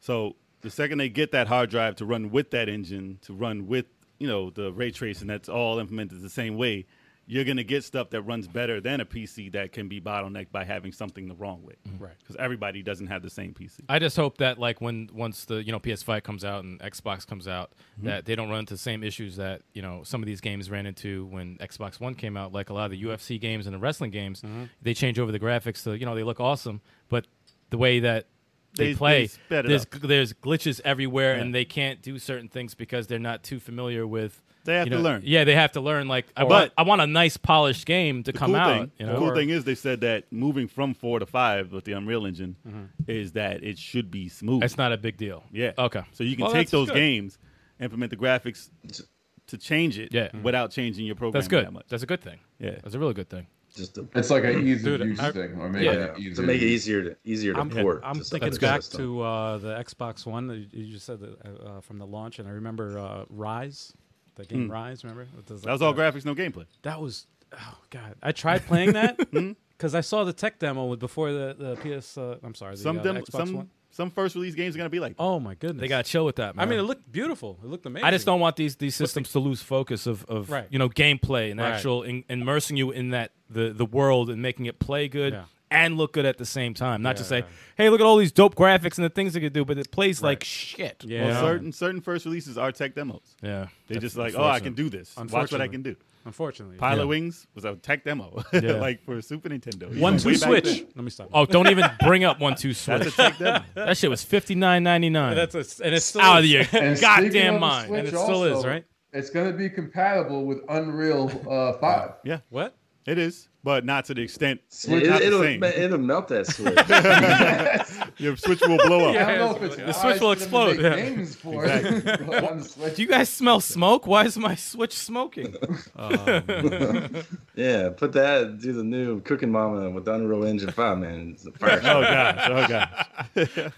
Speaker 3: So the second they get that hard drive to run with that engine, to run with you know the ray tracing that's all implemented the same way, you're gonna get stuff that runs better than a PC that can be bottlenecked by having something the wrong way.
Speaker 2: Mm-hmm.
Speaker 1: Right.
Speaker 3: Because everybody doesn't have the same PC.
Speaker 2: I just hope that like when once the you know PS5 comes out and Xbox comes out,
Speaker 3: Mm-hmm.
Speaker 2: that they don't run into the same issues that you know some of these games ran into when Xbox One came out. Like a lot of the UFC games and the wrestling games,
Speaker 3: Mm-hmm.
Speaker 2: they change over the graphics to you know they look awesome, but the way that they,
Speaker 3: They- they
Speaker 2: play,
Speaker 3: sped it
Speaker 2: there's
Speaker 3: up.
Speaker 2: there's glitches everywhere,
Speaker 3: Yeah.
Speaker 2: and they can't do certain things because they're not too familiar with
Speaker 3: They have
Speaker 2: you
Speaker 3: to
Speaker 2: know,
Speaker 3: learn.
Speaker 2: Yeah, they have to learn. Like, I
Speaker 3: But-
Speaker 2: want, I want a nice polished game to
Speaker 3: The
Speaker 2: come
Speaker 3: cool
Speaker 2: out.
Speaker 3: Thing,
Speaker 2: you
Speaker 3: the
Speaker 2: know?
Speaker 3: cool
Speaker 2: or-
Speaker 3: thing is they said that moving from four to five with the Unreal Engine
Speaker 2: Mm-hmm.
Speaker 3: is that it should be smooth.
Speaker 2: It's not a big deal.
Speaker 3: yeah.
Speaker 2: Okay.
Speaker 3: So you can
Speaker 2: Well,
Speaker 3: take
Speaker 2: that's
Speaker 3: those
Speaker 2: good.
Speaker 3: games, implement the graphics to change it
Speaker 2: Yeah.
Speaker 3: without changing your program
Speaker 2: That's good.
Speaker 3: that much.
Speaker 2: That's a good thing.
Speaker 3: Yeah.
Speaker 2: That's a really good thing.
Speaker 5: Just to,
Speaker 4: It's like an ease
Speaker 1: Dude,
Speaker 4: of use
Speaker 1: I-
Speaker 4: thing, or making
Speaker 5: yeah,
Speaker 4: it easier
Speaker 5: to make it
Speaker 4: use.
Speaker 5: easier to easier to
Speaker 1: I'm,
Speaker 5: port.
Speaker 1: I'm
Speaker 5: to some
Speaker 1: thinking
Speaker 5: of the
Speaker 1: back
Speaker 5: system.
Speaker 1: to uh, the Xbox One. that You you just said that, uh, uh, from the launch, and I remember uh, Rise, the game
Speaker 2: Hmm.
Speaker 1: Rise. Remember It
Speaker 3: That was
Speaker 1: like
Speaker 3: all
Speaker 1: the-
Speaker 3: graphics, no gameplay.
Speaker 1: That was oh god. I tried playing that
Speaker 2: Hmm?
Speaker 1: because I saw the tech demo with before the the PS. Uh, I'm sorry, the,
Speaker 3: Some
Speaker 1: uh,
Speaker 3: dem-
Speaker 1: Xbox
Speaker 3: some
Speaker 1: One.
Speaker 3: some first release games are gonna be like. that.
Speaker 1: Oh my goodness.
Speaker 2: They got chill with that.
Speaker 1: I
Speaker 2: Man.
Speaker 1: mean, it looked beautiful. It looked amazing.
Speaker 2: I just don't want these these systems to lose focus of, of
Speaker 1: Right.
Speaker 2: you know gameplay and
Speaker 1: Right.
Speaker 2: actual in, immersing you in that the the world and making it play good
Speaker 1: Yeah.
Speaker 2: and look good at the same time. Not just say,
Speaker 1: Yeah.
Speaker 2: hey, look at all these dope graphics and the things they could do, but it plays like shit.
Speaker 1: Yeah.
Speaker 3: Well,
Speaker 1: Yeah.
Speaker 3: certain certain first releases are tech demos.
Speaker 2: yeah.
Speaker 3: They
Speaker 2: That's
Speaker 3: just like, oh, I can
Speaker 2: unfortunate.
Speaker 3: do this. Watch what I
Speaker 1: Unfortunately.
Speaker 3: can do.
Speaker 1: Unfortunately.
Speaker 3: Pilot Wings was a tech demo, like for Super Nintendo.
Speaker 1: One
Speaker 3: Even way
Speaker 1: two
Speaker 3: back
Speaker 1: switch.
Speaker 3: then.
Speaker 1: Let me stop.
Speaker 2: Oh, don't even bring up one two
Speaker 3: That's a
Speaker 2: switch.
Speaker 3: tech demo.
Speaker 2: that shit was fifty nine ninety nine.
Speaker 1: that's a, and it's still
Speaker 2: out of
Speaker 1: is.
Speaker 2: your
Speaker 4: And speaking of
Speaker 2: goddamn
Speaker 4: the
Speaker 2: mind.
Speaker 4: Switch
Speaker 1: And it still is, right?
Speaker 4: It's going to be compatible with Unreal uh, Five.
Speaker 3: Yeah,
Speaker 1: What?
Speaker 3: it is, but not to the extent.
Speaker 5: It,
Speaker 3: not the
Speaker 5: it'll,
Speaker 3: same.
Speaker 5: it'll melt that switch.
Speaker 3: Your Switch will blow up.
Speaker 4: I don't know if it's
Speaker 2: The Switch will
Speaker 4: wise for them to
Speaker 2: explode,
Speaker 4: make
Speaker 2: yeah.
Speaker 4: Games for it, but on the Switch.
Speaker 2: Do you guys smell smoke? Why is my switch smoking?
Speaker 5: yeah, put that. Do the new Cooking Mama with the Unreal Engine Five, man. It's the fire.
Speaker 3: Oh gosh! Oh gosh!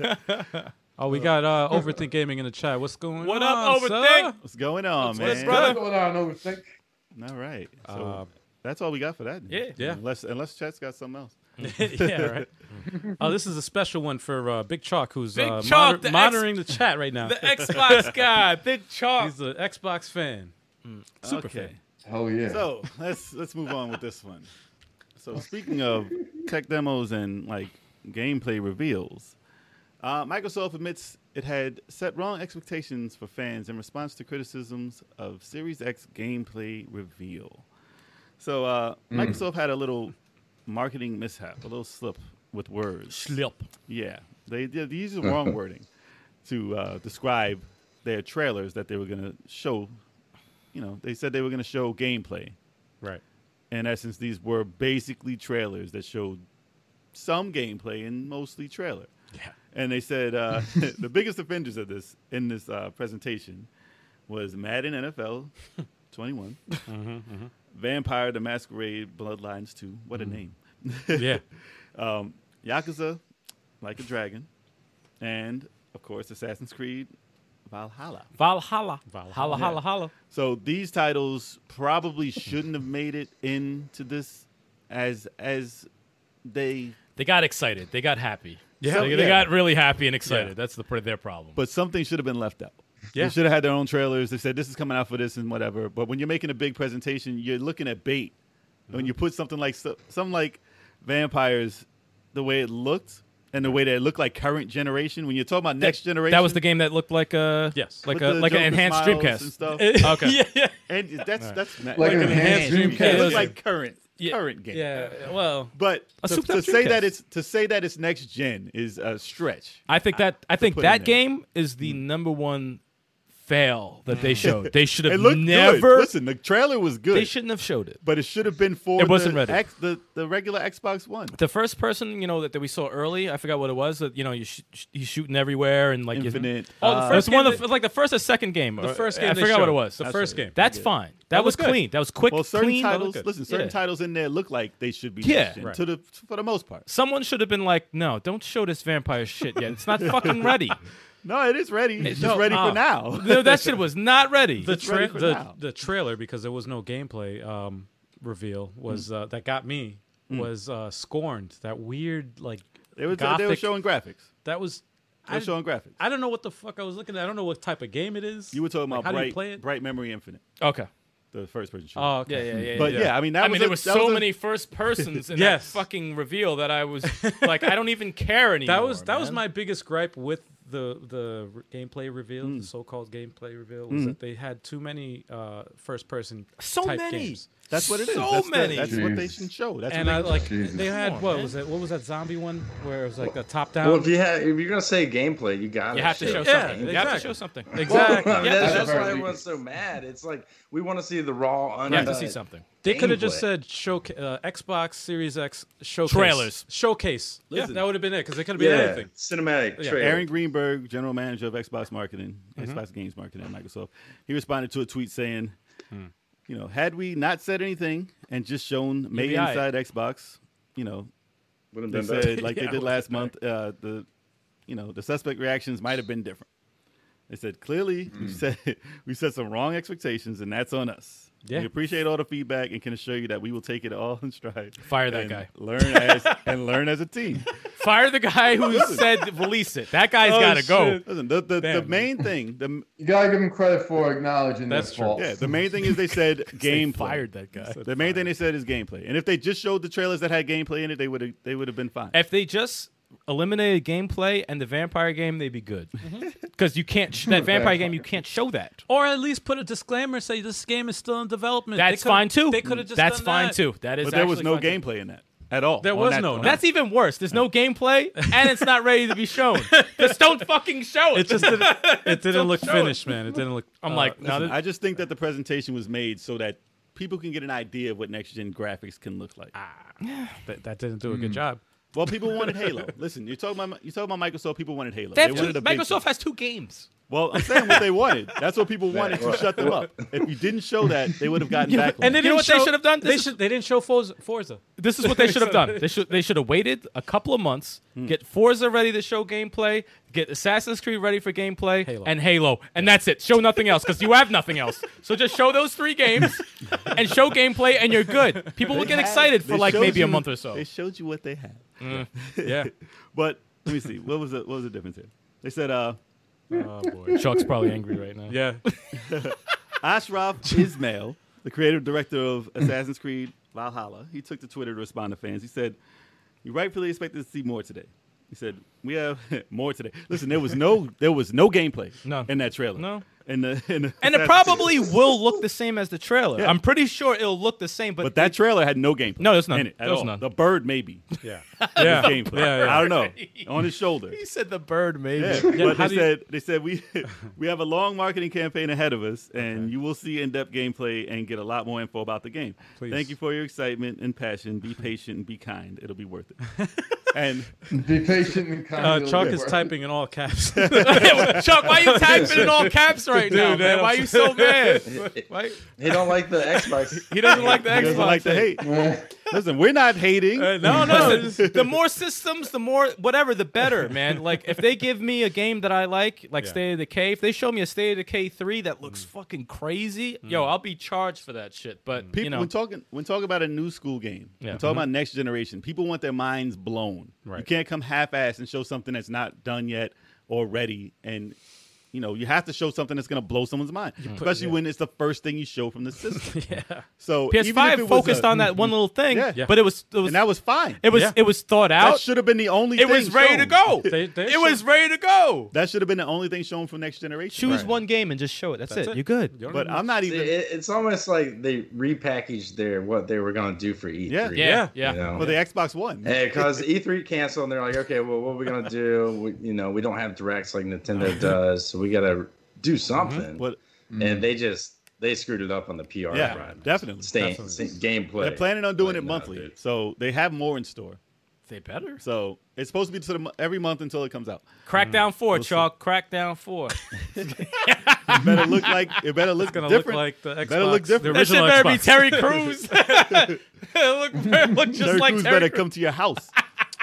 Speaker 1: Oh, we got uh, Overthink Gaming in the chat. What's going
Speaker 2: What up,
Speaker 1: on?
Speaker 2: Overthink?
Speaker 3: What's going on,
Speaker 2: What's
Speaker 3: man?
Speaker 2: brother?
Speaker 4: What's going on over think?
Speaker 3: All right. So
Speaker 1: Uh,
Speaker 3: that's all we got for that.
Speaker 2: Yeah.
Speaker 1: Yeah.
Speaker 3: Unless unless Chet's got something else.
Speaker 1: yeah, right. Oh, this is a special one for uh, Big Chalk, who's
Speaker 2: Big
Speaker 1: uh, moder-
Speaker 2: Chalk, the ex-
Speaker 1: monitoring the chat right now.
Speaker 2: The Xbox guy, Big Chalk.
Speaker 1: He's an Xbox fan. Super fan.
Speaker 4: Hell yeah.
Speaker 3: So let's let's move on with this one. So speaking of tech demos and like gameplay reveals, uh, Microsoft admits it had set wrong expectations for fans in response to criticisms of Series X gameplay reveal. So uh, Microsoft had a little marketing mishap, a little slip with words.
Speaker 2: Schlip.
Speaker 3: Yeah, they they they used the wrong wording to uh, describe their trailers that they were gonna show. You know, they said they were gonna show gameplay.
Speaker 1: Right.
Speaker 3: In essence, these were basically trailers that showed some gameplay and mostly trailer.
Speaker 1: Yeah.
Speaker 3: And they said uh, the biggest offenders of this in this uh, presentation was Madden NFL 21,
Speaker 1: Mm-hmm,
Speaker 3: Vampire: The Masquerade Bloodlines 2. What a name!
Speaker 1: Mm-hmm. Yeah.
Speaker 3: um, Yakuza, Like a Dragon, and of course Assassin's Creed Valhalla.
Speaker 2: Valhalla.
Speaker 1: Valhalla.
Speaker 2: Holla, holla, holla.
Speaker 3: So these titles probably shouldn't have made it into this as as they
Speaker 2: They got excited. They got happy.
Speaker 3: Yeah.
Speaker 2: They,
Speaker 3: Yeah.
Speaker 2: they got really happy and excited.
Speaker 3: Yeah.
Speaker 2: That's the pr- their problem.
Speaker 3: but something should have been left out.
Speaker 1: Yeah.
Speaker 3: They should have had their own trailers. They said this is coming out for this and whatever. But when you're making a big presentation, you're looking at bait. When you put something like so- something like vampires, the way it looked and the way that it looked like current generation. When you're talking about next generation,
Speaker 2: That was the game that looked like a
Speaker 1: Yes.
Speaker 2: like
Speaker 3: With
Speaker 2: a
Speaker 3: the
Speaker 2: like an
Speaker 3: Joker
Speaker 2: enhanced
Speaker 3: smiles
Speaker 2: Dreamcast.
Speaker 3: and stuff.
Speaker 2: okay. Yeah, yeah,
Speaker 3: And that's that's ma-
Speaker 4: like, an enhanced
Speaker 1: enhanced
Speaker 4: Dreamcast.
Speaker 3: It
Speaker 1: Dreamcast.
Speaker 3: looks like current
Speaker 2: Yeah.
Speaker 3: current game.
Speaker 1: Yeah.
Speaker 2: Well,
Speaker 3: But
Speaker 2: A
Speaker 3: to,
Speaker 2: souped-up
Speaker 3: to say
Speaker 2: Dreamcast.
Speaker 3: that it's to say that it's next gen is a stretch.
Speaker 2: I think that I think
Speaker 3: put
Speaker 2: that
Speaker 3: in there. Hmm.
Speaker 2: game is the number one fail that they showed. They should
Speaker 3: It
Speaker 2: have
Speaker 3: looked
Speaker 2: never.
Speaker 3: good. Listen, the trailer was good.
Speaker 2: they shouldn't have showed it.
Speaker 3: but it should have been for
Speaker 2: It wasn't
Speaker 3: the,
Speaker 2: ready.
Speaker 3: X, the the regular Xbox One.
Speaker 2: the first person you know that, that we saw early i forgot what it was that you know you sh- sh- he's shooting everywhere and like you-
Speaker 3: Infinite.
Speaker 1: Oh, the
Speaker 2: Uh,
Speaker 1: first
Speaker 2: it was one
Speaker 1: game
Speaker 2: of the, f- like the first or second game
Speaker 1: The
Speaker 2: or-
Speaker 1: first game.
Speaker 2: i
Speaker 1: they
Speaker 2: forgot what
Speaker 1: showed.
Speaker 2: it was
Speaker 1: The first game.
Speaker 2: that's fine that,
Speaker 1: That
Speaker 2: was
Speaker 1: looked good.
Speaker 2: clean that was quick
Speaker 3: well, certain
Speaker 2: clean that
Speaker 3: titles.
Speaker 2: looked good.
Speaker 3: Listen, certain
Speaker 2: Yeah.
Speaker 3: titles in there look like they should be
Speaker 2: Yeah.
Speaker 3: next gen
Speaker 2: Right.
Speaker 3: to the for the most part.
Speaker 2: someone should have been like no don't show this vampire shit yet it's not fucking ready
Speaker 3: No, it is ready. It's just
Speaker 2: No,
Speaker 3: ready
Speaker 2: uh,
Speaker 3: for now.
Speaker 2: no, that shit was not ready
Speaker 1: the,
Speaker 3: It's ready
Speaker 1: tra-
Speaker 3: for
Speaker 1: the,
Speaker 3: now.
Speaker 1: the trailer because there was no gameplay um, reveal was
Speaker 3: Mm.
Speaker 1: uh, that got me was uh, scorned that weird like
Speaker 3: they were
Speaker 1: gothic,
Speaker 3: they were showing graphics.
Speaker 1: that was
Speaker 3: They
Speaker 1: I,
Speaker 3: were showing graphics.
Speaker 1: I don't know what the fuck I was looking at I don't know what type of game it is
Speaker 3: you were talking
Speaker 1: Like,
Speaker 3: about
Speaker 1: how do
Speaker 3: bright
Speaker 1: you play it
Speaker 3: bright memory infinite,
Speaker 2: okay
Speaker 3: the first person shooter.
Speaker 1: oh okay.
Speaker 2: yeah
Speaker 3: but yeah. I mean that
Speaker 2: I
Speaker 3: was
Speaker 2: mean,
Speaker 3: a-
Speaker 2: there were
Speaker 3: that
Speaker 2: so
Speaker 3: was a-
Speaker 2: many first persons in
Speaker 1: Yes.
Speaker 2: that fucking reveal that I was like, I don't even care anymore.
Speaker 1: that was that was
Speaker 2: man.
Speaker 1: my biggest gripe with the the re- gameplay reveal
Speaker 3: Mm.
Speaker 1: the so-called gameplay reveal was that they had too many uh, first person
Speaker 2: So
Speaker 1: type
Speaker 2: many.
Speaker 1: games
Speaker 3: That's what it is.
Speaker 2: So
Speaker 3: that's the-
Speaker 2: many.
Speaker 3: that's what they
Speaker 4: Jesus.
Speaker 3: should show. That's
Speaker 1: and
Speaker 3: what
Speaker 1: I
Speaker 3: they-
Speaker 1: like
Speaker 4: Jesus.
Speaker 1: they had
Speaker 2: Come on,
Speaker 1: what
Speaker 2: man.
Speaker 1: was it? What was that zombie one where it was like a top down?
Speaker 5: Well, if you had, if you're gonna say gameplay, you got
Speaker 2: Um, You have to show
Speaker 1: Yeah,
Speaker 2: something. You have to
Speaker 1: exactly.
Speaker 2: show something.
Speaker 1: exactly.
Speaker 5: Well,
Speaker 2: Yeah,
Speaker 5: that's,
Speaker 2: that's
Speaker 5: that's
Speaker 4: very
Speaker 5: why
Speaker 4: weak.
Speaker 5: everyone's so mad. It's like we want to see the raw.
Speaker 2: You have to
Speaker 5: uncut.
Speaker 2: see something.
Speaker 1: They could have just
Speaker 5: Gameplay.
Speaker 1: said show uh, Xbox Series X showcase
Speaker 2: Trailers.
Speaker 1: showcase.
Speaker 3: Listen.
Speaker 1: Yeah, that would have been it because it could have
Speaker 5: Yeah,
Speaker 1: been anything.
Speaker 5: cinematic
Speaker 1: Yeah.
Speaker 5: trailer.
Speaker 3: Aaron Greenberg, general manager of Xbox marketing,
Speaker 2: Mm-hmm.
Speaker 3: Xbox Games marketing at Microsoft, he responded to a tweet saying,
Speaker 2: Hmm.
Speaker 3: "You know, had we not said anything and just shown made
Speaker 2: be all right.
Speaker 3: inside Xbox, you know,
Speaker 5: Would have
Speaker 3: they
Speaker 5: been better.
Speaker 3: said like
Speaker 2: Yeah,
Speaker 3: they did
Speaker 2: what's
Speaker 3: last month, uh, the you know the suspect reactions might have been different." They said clearly we said we set some wrong expectations, and that's on us.
Speaker 1: Yeah.
Speaker 3: We appreciate all the feedback and can assure you that we will take it all in stride.
Speaker 2: Fire that
Speaker 3: and
Speaker 2: guy.
Speaker 3: Learn as and learn as a team.
Speaker 2: Fire the guy who said release it. That guy's
Speaker 3: Oh,
Speaker 2: got to go.
Speaker 3: shit. Listen, the, the, the
Speaker 1: Damn.
Speaker 3: main thing, the
Speaker 4: You gotta give them credit for acknowledging
Speaker 1: That's
Speaker 4: their
Speaker 1: true.
Speaker 4: faults.
Speaker 3: yeah, the main thing is they said
Speaker 2: They
Speaker 3: gameplay.
Speaker 2: fired that guy.
Speaker 3: The main thing they said is gameplay. And if they just showed the trailers that had gameplay in it, they would have they would have been fine.
Speaker 2: If they just eliminated gameplay and the vampire game, they'd be good. Because you can't sh- that vampire game, you can't show that.
Speaker 1: Or at least put a disclaimer say this game is still in development. They
Speaker 2: That's
Speaker 1: could've-
Speaker 2: fine too.
Speaker 1: They could have just
Speaker 2: that's
Speaker 1: done
Speaker 2: fine
Speaker 1: that.
Speaker 2: too. That is.
Speaker 3: but there was
Speaker 2: actually
Speaker 3: no
Speaker 2: fine, too.
Speaker 3: gameplay in that at all.
Speaker 1: There
Speaker 3: on
Speaker 1: was
Speaker 3: that-
Speaker 1: no-
Speaker 3: on
Speaker 2: That's even worse. There's no gameplay and it's not ready to be shown. just don't fucking show it.
Speaker 1: It just didn't, it didn't look
Speaker 2: show it.
Speaker 1: finished, man. It didn't look.
Speaker 2: I'm
Speaker 1: uh,
Speaker 2: like,
Speaker 3: that.
Speaker 2: now
Speaker 3: Listen,
Speaker 2: that,
Speaker 3: I just think that the presentation was made so that people can get an idea of what next gen graphics can look like.
Speaker 2: Ah.
Speaker 1: that, that didn't do a good job.
Speaker 3: Well, people wanted Halo. Listen, you're talking about you talking about Microsoft. People wanted Halo.
Speaker 2: they
Speaker 3: They
Speaker 2: have
Speaker 3: wanted
Speaker 2: two,
Speaker 3: a big
Speaker 2: Microsoft
Speaker 3: thing.
Speaker 2: has two games.
Speaker 3: Well, I'm saying what they wanted. That's what people wanted to
Speaker 5: well-
Speaker 3: shut them up. If you didn't show that, they would have gotten back.
Speaker 1: And they
Speaker 2: You know
Speaker 1: didn't
Speaker 2: what they
Speaker 1: show,
Speaker 2: should've done?
Speaker 1: They,
Speaker 2: This is-
Speaker 1: should, they didn't show Forza. Forza.
Speaker 2: This is what they should have done. They should they should have waited a couple of months,
Speaker 3: Hmm.
Speaker 2: get Forza ready to show gameplay, get Assassin's Creed ready for gameplay,
Speaker 1: Halo.
Speaker 2: and Halo, and that's it. Show nothing else because you have nothing else. So just show those three games and show gameplay, and you're good. People will get excited for
Speaker 3: They
Speaker 2: like
Speaker 3: showed
Speaker 2: maybe a
Speaker 3: you-
Speaker 2: month or so. Mm,
Speaker 3: They showed you what they had.
Speaker 1: Yeah.
Speaker 3: But let me see. What was the what was the difference here? They said uh
Speaker 1: oh boy.
Speaker 2: Chuck's probably angry right now.
Speaker 1: Yeah.
Speaker 3: Ashraf Ismail, the creative director of Assassin's Creed Valhalla, he took to Twitter to respond to fans. He said, "You rightfully expected to see more today." He said, "We have more today." Listen, there was no there was no gameplay
Speaker 2: None.
Speaker 3: in that trailer.
Speaker 2: No.
Speaker 3: In the, in the
Speaker 2: And it
Speaker 3: Assassin's Creed.
Speaker 2: probably will look the same as the trailer. I'm pretty sure it'll look the same, but,
Speaker 3: But that trailer had no gameplay.
Speaker 2: No, there's none.
Speaker 3: In it at
Speaker 2: There's
Speaker 3: all.
Speaker 2: none.
Speaker 3: The bird maybe.
Speaker 1: Yeah. Yeah.
Speaker 3: Yeah. Gameplay.
Speaker 1: Yeah, yeah.
Speaker 3: I don't know. On his shoulder.
Speaker 2: he said the bird maybe.
Speaker 3: Yeah,
Speaker 1: Yeah,
Speaker 3: but
Speaker 1: how do
Speaker 3: they
Speaker 1: you-
Speaker 3: said they said we we have a long marketing campaign ahead of us, and you will see in-depth gameplay and get a lot more info about the game.
Speaker 1: Please.
Speaker 3: Thank you for your excitement and passion. Be patient and be kind. It'll be worth it. and
Speaker 4: Be patient and kind.
Speaker 1: Uh,
Speaker 4: It'll
Speaker 1: Chuck
Speaker 4: get
Speaker 1: is
Speaker 4: worse.
Speaker 1: typing in all caps.
Speaker 2: Chuck, why you typing in all caps right
Speaker 1: Dude,
Speaker 2: now, man?
Speaker 1: man,
Speaker 2: Why
Speaker 1: I'm-
Speaker 2: you so mad? Why?
Speaker 5: He don't like the Xbox.
Speaker 2: He doesn't like the
Speaker 3: he
Speaker 2: Xbox.
Speaker 3: doesn't like to
Speaker 2: thing.
Speaker 3: hate. Listen, we're not hating.
Speaker 1: Uh,
Speaker 2: No, no. listen, the more systems, the more whatever, the better, man. Like if they give me a game that I like, like
Speaker 1: Yeah.
Speaker 2: State of the K, if they show me a State of the K three that
Speaker 3: Mm.
Speaker 2: looks fucking crazy, yo, I'll be charged for that shit. But
Speaker 3: People,
Speaker 2: you know,
Speaker 3: when talking when talking about a new school game,
Speaker 2: Yeah. Mm-hmm.
Speaker 3: when talking about next generation, people want their minds blown. You
Speaker 1: Right.
Speaker 3: can't come half-ass and show something that's not done yet or ready. And you know you have to show something that's going to blow someone's mind, especially when it's the first thing you show from the system. yeah. So even if it
Speaker 2: PS5
Speaker 3: was
Speaker 2: focused
Speaker 3: a- Mm-hmm.
Speaker 2: on that one little thing,
Speaker 3: Yeah. Yeah.
Speaker 2: but it was it was
Speaker 3: and that was fine.
Speaker 2: it was
Speaker 1: Yeah.
Speaker 2: it was thought
Speaker 3: that
Speaker 2: out.
Speaker 3: should have been the only.
Speaker 2: It
Speaker 3: thing
Speaker 2: was ready to
Speaker 3: shown.
Speaker 2: go.
Speaker 1: They- they
Speaker 2: it was ready to go.
Speaker 3: That should have been the only thing shown from next generation.
Speaker 2: Choose one game and just show it. That's,
Speaker 1: That's
Speaker 2: it.
Speaker 1: it.
Speaker 2: You're good.
Speaker 1: You're-
Speaker 3: But I'm not
Speaker 5: It-
Speaker 3: even.
Speaker 5: it- it's almost like they repackaged their what they were gonna do for E3.
Speaker 3: Yeah.
Speaker 2: yeah, yeah.
Speaker 1: Yeah.
Speaker 5: You know?
Speaker 3: for the Xbox One.
Speaker 5: because E3 canceled, and they're like, okay, well, what are we gonna do? We, you know, we don't have directs like
Speaker 2: Uh-huh.
Speaker 5: Nintendo does, so we gotta do something.
Speaker 3: But
Speaker 5: And they just they screwed it up on the PR
Speaker 3: Mm-hmm. yeah,
Speaker 5: front.
Speaker 3: definitely.
Speaker 5: Staying,
Speaker 3: Definitely.
Speaker 5: gameplay.
Speaker 3: They're planning on doing
Speaker 5: Like,
Speaker 3: it
Speaker 5: nah,
Speaker 3: monthly,
Speaker 5: dude.
Speaker 3: so they have more in store.
Speaker 2: They better.
Speaker 3: So it's supposed to be to the, mo- every month until it comes out.
Speaker 2: Crackdown four, Chalk. Crackdown four.
Speaker 3: It better look like it better look
Speaker 1: gonna look
Speaker 3: different.
Speaker 1: like the Xbox.
Speaker 3: Better look different.
Speaker 1: The
Speaker 2: That shit
Speaker 1: original
Speaker 2: better be
Speaker 1: Xbox.
Speaker 2: Terry Crews. It look, it look just
Speaker 3: Terry
Speaker 2: like
Speaker 3: Crews
Speaker 2: Terry
Speaker 3: better
Speaker 2: Crews.
Speaker 3: come to your house.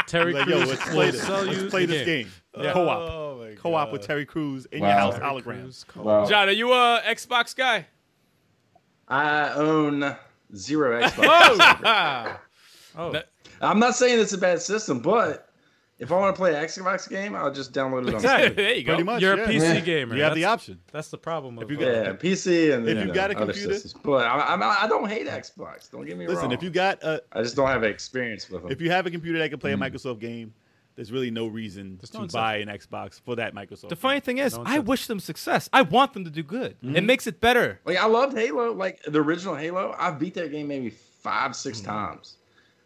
Speaker 1: Terry
Speaker 3: like,
Speaker 1: Crews.
Speaker 3: yo, let's play
Speaker 1: will
Speaker 3: this.
Speaker 1: sell you
Speaker 3: Let's play
Speaker 1: the
Speaker 3: this game. Co-op. Co-op with Terry Crews in your
Speaker 4: Wow.
Speaker 3: house
Speaker 4: Terry
Speaker 3: hologram.
Speaker 1: Crews, come
Speaker 5: Wow.
Speaker 2: John, are you a Xbox guy?
Speaker 5: I own zero Xbox.
Speaker 2: Oh,
Speaker 1: on. Oh,
Speaker 2: That-
Speaker 5: I'm not saying it's a bad system, but if I want to play an Xbox game, I'll just download it on
Speaker 1: Exactly.
Speaker 5: Steam.
Speaker 2: there you go.
Speaker 3: Pretty much.
Speaker 1: you're
Speaker 3: yeah.
Speaker 1: a PC
Speaker 4: Yeah.
Speaker 1: gamer.
Speaker 3: You have the
Speaker 1: That's-
Speaker 3: option.
Speaker 1: That's the problem. Of,
Speaker 3: you
Speaker 1: uh,
Speaker 3: got-
Speaker 5: Yeah, PC and
Speaker 3: If
Speaker 5: you
Speaker 3: you've
Speaker 5: know,
Speaker 3: got a
Speaker 5: other
Speaker 3: computer-
Speaker 5: systems. But I, I'm- I, don't hate Xbox. Don't get me
Speaker 3: Listen,
Speaker 5: wrong.
Speaker 3: if you got a
Speaker 5: Oh. I just don't have experience with them.
Speaker 3: if you have a computer that can play a Microsoft game, there's really no reason
Speaker 1: There's no
Speaker 3: to
Speaker 1: incentive.
Speaker 3: buy an Xbox for that Microsoft.
Speaker 2: The funny thing is,
Speaker 1: No
Speaker 2: I
Speaker 1: incentive.
Speaker 2: wish them success. I want them to do good.
Speaker 3: Mm-hmm.
Speaker 2: It makes it better.
Speaker 5: Like I loved Halo, like the original Halo. I beat that game maybe five, six
Speaker 3: Mm-hmm.
Speaker 5: times.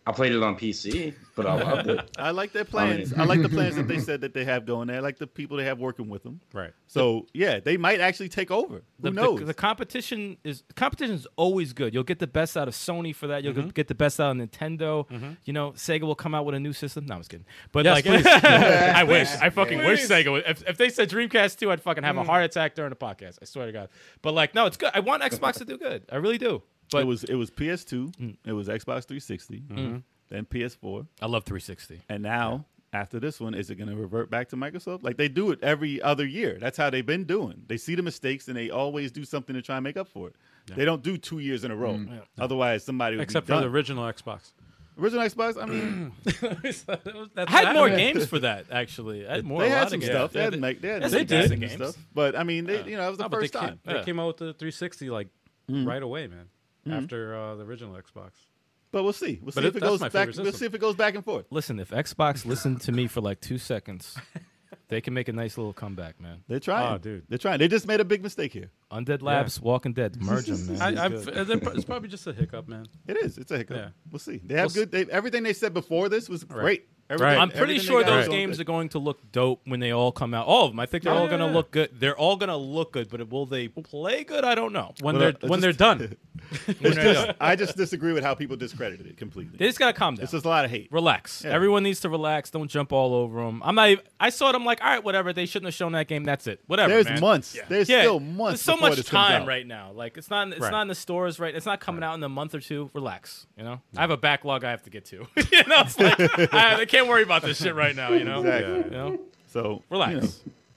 Speaker 5: I played it on PC, but I loved it.
Speaker 3: I like their plans. I like the plans that they said that they have going there. I like the people they have working with them.
Speaker 1: Right.
Speaker 3: So yeah, they might actually take over.
Speaker 2: The,
Speaker 3: Who knows?
Speaker 2: The, the competition is competition is always good. You'll get the best out of Sony for that. You'll get the best out of Nintendo. You know, Sega will come out with a new system. No, I was kidding. But
Speaker 1: Yes,
Speaker 2: like,
Speaker 1: please.
Speaker 2: I wish. I fucking wish
Speaker 1: Please.
Speaker 2: Sega. Would, if, if they said Dreamcast too, I'd fucking have a heart attack during the podcast. I swear to God. But like, no, it's good. I want Xbox to do good. I really do. But
Speaker 3: it was it was PS2,
Speaker 1: Mm.
Speaker 3: it was Xbox 360,
Speaker 1: Mm-hmm.
Speaker 3: then PS4,
Speaker 1: Uh-huh.
Speaker 2: I love 360.
Speaker 3: and now after this one, is it going to revert back to Microsoft? Like they do it every other year. That's how they've been doing. They see the mistakes and they always do something to try and make up for it. They don't do two years in a row. Otherwise, somebody would
Speaker 1: Mm. Except
Speaker 3: be
Speaker 1: for the
Speaker 3: done.
Speaker 1: original Xbox.
Speaker 3: original Xbox. I mean,
Speaker 2: I had more
Speaker 4: happened.
Speaker 2: games for that actually. I had more.
Speaker 3: they
Speaker 2: a lot
Speaker 3: had
Speaker 2: of
Speaker 3: some
Speaker 2: games.
Speaker 3: stuff. They
Speaker 2: Yeah,
Speaker 3: had, Mac- they had
Speaker 2: Yes,
Speaker 1: they
Speaker 3: Mac Daddy
Speaker 1: did.
Speaker 3: and
Speaker 2: Games.
Speaker 3: stuff. But I mean, they you know that was the
Speaker 1: No, but they
Speaker 3: first
Speaker 1: came,
Speaker 3: time.
Speaker 1: they
Speaker 2: Yeah.
Speaker 1: came out with the 360 like right away, man. After uh, the original Xbox.
Speaker 3: But we'll see. We'll
Speaker 1: But
Speaker 3: see
Speaker 1: it-
Speaker 3: if it
Speaker 1: that's
Speaker 3: goes
Speaker 1: my
Speaker 3: back.
Speaker 1: favorite
Speaker 3: We'll
Speaker 1: system.
Speaker 3: see if it goes back and forth.
Speaker 2: Listen, if Xbox listened to me for like two seconds, they can make a nice little comeback, man.
Speaker 3: They're trying.
Speaker 1: Oh, dude.
Speaker 3: They're trying. They just made a big mistake here.
Speaker 2: Undead Labs, Walking Dead, merge them, man.
Speaker 1: I, I've, it's probably just a hiccup, man.
Speaker 3: It is. It's a hiccup.
Speaker 1: Yeah.
Speaker 3: We'll see. They have
Speaker 2: We'll
Speaker 3: good. They, everything they said before this was great. Everything,
Speaker 1: Right.
Speaker 2: I'm pretty
Speaker 3: everything
Speaker 2: sure
Speaker 3: they got
Speaker 2: those
Speaker 3: was all
Speaker 2: games are
Speaker 3: good.
Speaker 2: going to look dope when they all come out. All of them. I think they're
Speaker 1: Yeah,
Speaker 2: all
Speaker 1: yeah,
Speaker 2: going to
Speaker 1: yeah.
Speaker 2: look good. They're all going to look good, but will they play good? I don't know.
Speaker 1: When
Speaker 3: But, uh,
Speaker 1: they're
Speaker 3: it's
Speaker 1: when they're
Speaker 3: just-
Speaker 1: done.
Speaker 3: It's just, I just disagree with how people discredited it completely.
Speaker 2: They just got to calm down.
Speaker 3: it's just a lot of hate.
Speaker 2: relax.
Speaker 3: Yeah.
Speaker 2: Everyone needs to relax. Don't jump all over them. I'm not. Even, I saw it. I'm like, all right, whatever. They shouldn't have shown that game. That's it. Whatever.
Speaker 3: There's
Speaker 2: man.
Speaker 3: months. There's
Speaker 2: Yeah,
Speaker 3: still months.
Speaker 2: There's so
Speaker 3: before
Speaker 2: much
Speaker 3: this comes
Speaker 2: time
Speaker 3: out.
Speaker 2: right now. Like it's not. It's
Speaker 1: Right.
Speaker 2: not in the stores right. It's not coming out in a month or two. Relax. You know. I have a backlog I have to get to. you know. It's like I, I can't worry about this shit right now. You know.
Speaker 3: Exactly.
Speaker 2: You know?
Speaker 3: So
Speaker 2: Relax.
Speaker 3: You know,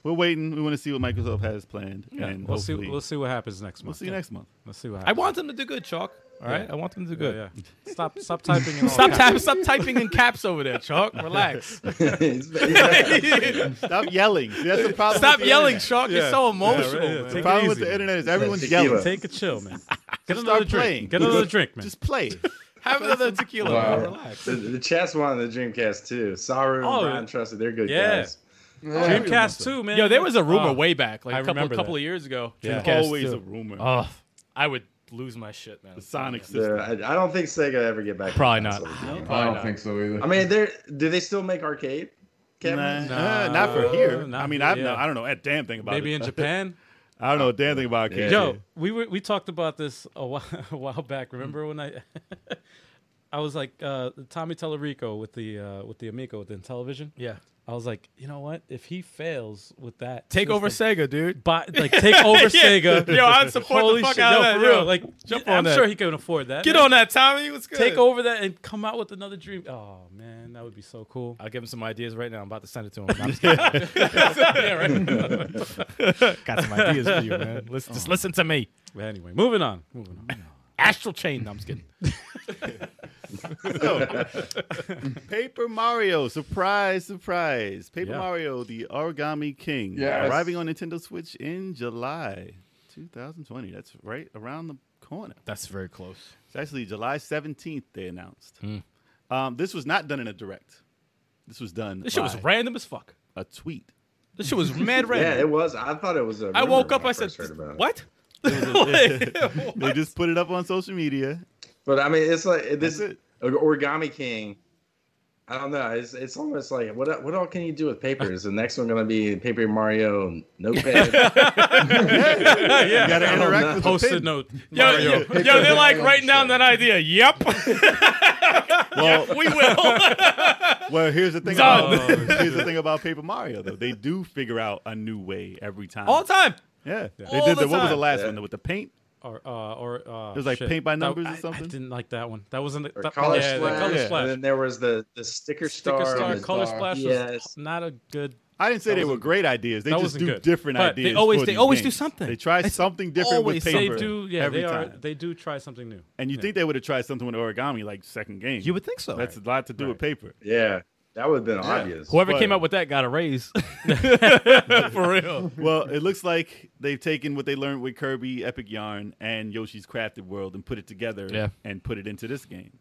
Speaker 3: we're waiting. We want to see what Microsoft has planned, and
Speaker 1: We'll see.
Speaker 3: hopefully
Speaker 1: We'll see what happens next month.
Speaker 3: we'll see you
Speaker 1: Yeah.
Speaker 3: next month.
Speaker 1: Let's see what
Speaker 2: I
Speaker 1: happens.
Speaker 2: want them to do good, Chalk. All right. I want them to do good.
Speaker 1: Yeah, yeah. Stop. Stop typing. In all
Speaker 2: Stop,
Speaker 1: caps.
Speaker 2: tap, stop typing in caps over there, Chalk. Relax.
Speaker 5: It's- yeah.
Speaker 3: Stop yelling. See, that's the problem.
Speaker 2: Stop
Speaker 3: with the
Speaker 2: yelling,
Speaker 3: Internet.
Speaker 2: Chalk. You're so emotional.
Speaker 1: Yeah, right, yeah.
Speaker 2: man.
Speaker 1: Take
Speaker 3: The
Speaker 1: it
Speaker 3: problem with
Speaker 1: easy.
Speaker 3: the internet is everyone's
Speaker 5: Tequila.
Speaker 3: yelling.
Speaker 1: Take a chill, man. Get
Speaker 3: Start
Speaker 1: another
Speaker 3: playing.
Speaker 1: drink. Get another drink, man.
Speaker 3: Just play.
Speaker 2: Have another tequila.
Speaker 5: Wow.
Speaker 2: man. Relax.
Speaker 5: the, the chats wanted the Dreamcast too. Saru and
Speaker 1: Oh,
Speaker 5: Brian Trusted, they're good
Speaker 1: yeah.
Speaker 5: guys.
Speaker 1: Dreamcast too, man.
Speaker 2: Yo, there was a rumor
Speaker 1: Oh,
Speaker 2: way back, like
Speaker 1: I
Speaker 2: a couple,
Speaker 1: remember
Speaker 2: couple
Speaker 1: that.
Speaker 2: of years ago.
Speaker 1: Yeah.
Speaker 2: Dreamcast
Speaker 3: Always
Speaker 2: too.
Speaker 3: a rumor.
Speaker 2: Oh, I would lose my shit, man.
Speaker 3: the Sonic
Speaker 5: So,
Speaker 3: system.
Speaker 5: I, I don't think Sega ever get back. to
Speaker 2: Probably not.
Speaker 5: that sort of game.
Speaker 4: I
Speaker 2: Probably
Speaker 4: don't
Speaker 2: not.
Speaker 4: think so either.
Speaker 5: I mean, they're do they still make arcade cabinets?
Speaker 3: Nah, not for here.
Speaker 1: not
Speaker 3: I mean,
Speaker 1: here,
Speaker 3: I've
Speaker 1: yeah.
Speaker 3: no, I don't know a damn thing about
Speaker 1: Maybe
Speaker 3: it.
Speaker 1: in Japan.
Speaker 3: I don't know a damn thing about arcade.
Speaker 5: Yeah.
Speaker 1: Yo, Oh, we were, we talked about this a while, a while back. Remember when I I was like uh, Tommy Tellerico with the uh, with the Amico with the television.
Speaker 2: Yeah.
Speaker 1: I was like, you know what? If he fails with that,
Speaker 2: Take over
Speaker 1: system,
Speaker 2: Sega, dude.
Speaker 1: buy, like take over Sega.
Speaker 2: Yo, I'd support the
Speaker 1: Holy
Speaker 2: fuck
Speaker 1: shit,
Speaker 2: out of
Speaker 1: yo,
Speaker 2: that,
Speaker 1: for
Speaker 2: yo.
Speaker 1: real. Like,
Speaker 2: Jump on
Speaker 1: I'm
Speaker 2: that.
Speaker 1: sure he can afford that.
Speaker 2: Get
Speaker 1: man.
Speaker 2: on that, Tommy. What's good?
Speaker 1: Take over that and come out with another dream. Oh man, that would be so cool.
Speaker 2: I'll give him some ideas right now. I'm about to send it to him. I'm just kidding. yeah, right. Got some ideas for you, man. Listen, just listen to me.
Speaker 1: But anyway, moving on. Moving on.
Speaker 2: Astral Chain. No, I'm just kidding.
Speaker 3: Paper Mario, surprise, surprise. Paper
Speaker 1: Yeah.
Speaker 3: Mario, the Origami King,
Speaker 4: Yes.
Speaker 3: arriving on Nintendo Switch in July 2020. That's right around the corner.
Speaker 2: That's very close.
Speaker 3: It's actually July 17th, they announced.
Speaker 2: Hmm.
Speaker 3: Um, this was not done in a direct. This was done
Speaker 2: This shit was
Speaker 3: by
Speaker 2: random as fuck.
Speaker 3: a tweet.
Speaker 2: This shit was mad random.
Speaker 5: Yeah, it was. I thought it was a.
Speaker 2: I
Speaker 5: rumor
Speaker 2: woke
Speaker 5: when
Speaker 2: up. I said,
Speaker 5: first heard about it.
Speaker 2: "What?"
Speaker 3: They just put it up on social media.
Speaker 5: But I mean, it's like this
Speaker 3: That's it.
Speaker 5: Origami King. I don't know. It's, it's almost like what what all can you do with paper? Is the next one going to be Paper Mario Notepad?
Speaker 3: You got to
Speaker 5: don't
Speaker 3: interact
Speaker 5: know.
Speaker 3: with the
Speaker 1: Post-it
Speaker 3: pin.
Speaker 1: note.
Speaker 2: Yo,
Speaker 1: Mario.
Speaker 2: yo, yo, they're like writing down that idea. Yep,
Speaker 3: Well,
Speaker 2: we will.
Speaker 3: Well, here's the thing.
Speaker 2: Done.
Speaker 3: About, here's the thing about Paper Mario, though. They do figure out a new way every time.
Speaker 2: All the time.
Speaker 3: Yeah, they
Speaker 2: All
Speaker 3: did.
Speaker 2: the
Speaker 3: The, what was the
Speaker 2: time.
Speaker 3: last
Speaker 5: Yeah.
Speaker 3: one with the paint?
Speaker 1: or uh, or uh,
Speaker 3: It was like
Speaker 1: shit.
Speaker 3: paint by
Speaker 1: That-
Speaker 3: numbers or
Speaker 1: I- I
Speaker 3: something?
Speaker 1: didn't like that one. That wasn't
Speaker 5: or
Speaker 1: that,
Speaker 5: color
Speaker 1: yeah,
Speaker 5: splash?
Speaker 1: The color
Speaker 3: Yeah.
Speaker 1: splash.
Speaker 5: And then there was the the sticker star.
Speaker 1: Sticker
Speaker 5: and
Speaker 1: star,
Speaker 5: the-
Speaker 1: color
Speaker 4: star.
Speaker 1: splash was
Speaker 5: Yes.
Speaker 1: not a good.
Speaker 3: I didn't say they were
Speaker 1: wasn't-
Speaker 3: great ideas. They
Speaker 1: that
Speaker 3: just
Speaker 1: wasn't
Speaker 3: do
Speaker 1: good.
Speaker 3: different
Speaker 1: But they
Speaker 3: ideas.
Speaker 2: always-
Speaker 3: for
Speaker 2: they
Speaker 3: these
Speaker 2: always do
Speaker 3: games.
Speaker 2: something.
Speaker 3: They try something different
Speaker 2: always
Speaker 3: with
Speaker 1: They
Speaker 3: paper.
Speaker 1: do, yeah.
Speaker 3: every
Speaker 1: They are.
Speaker 3: time.
Speaker 1: They do try something new.
Speaker 3: and you
Speaker 1: Yeah.
Speaker 3: think they would have tried something with origami like second game?
Speaker 2: You would think so.
Speaker 3: That's a lot to do with paper.
Speaker 5: Yeah, that would have been obvious.
Speaker 2: Whoever
Speaker 3: But-
Speaker 2: came up with that got a raise. For real.
Speaker 3: Well, it looks like they've taken what they learned with Kirby Epic Yarn and Yoshi's Crafted World and put it together
Speaker 2: Yeah.
Speaker 3: and put it into this game.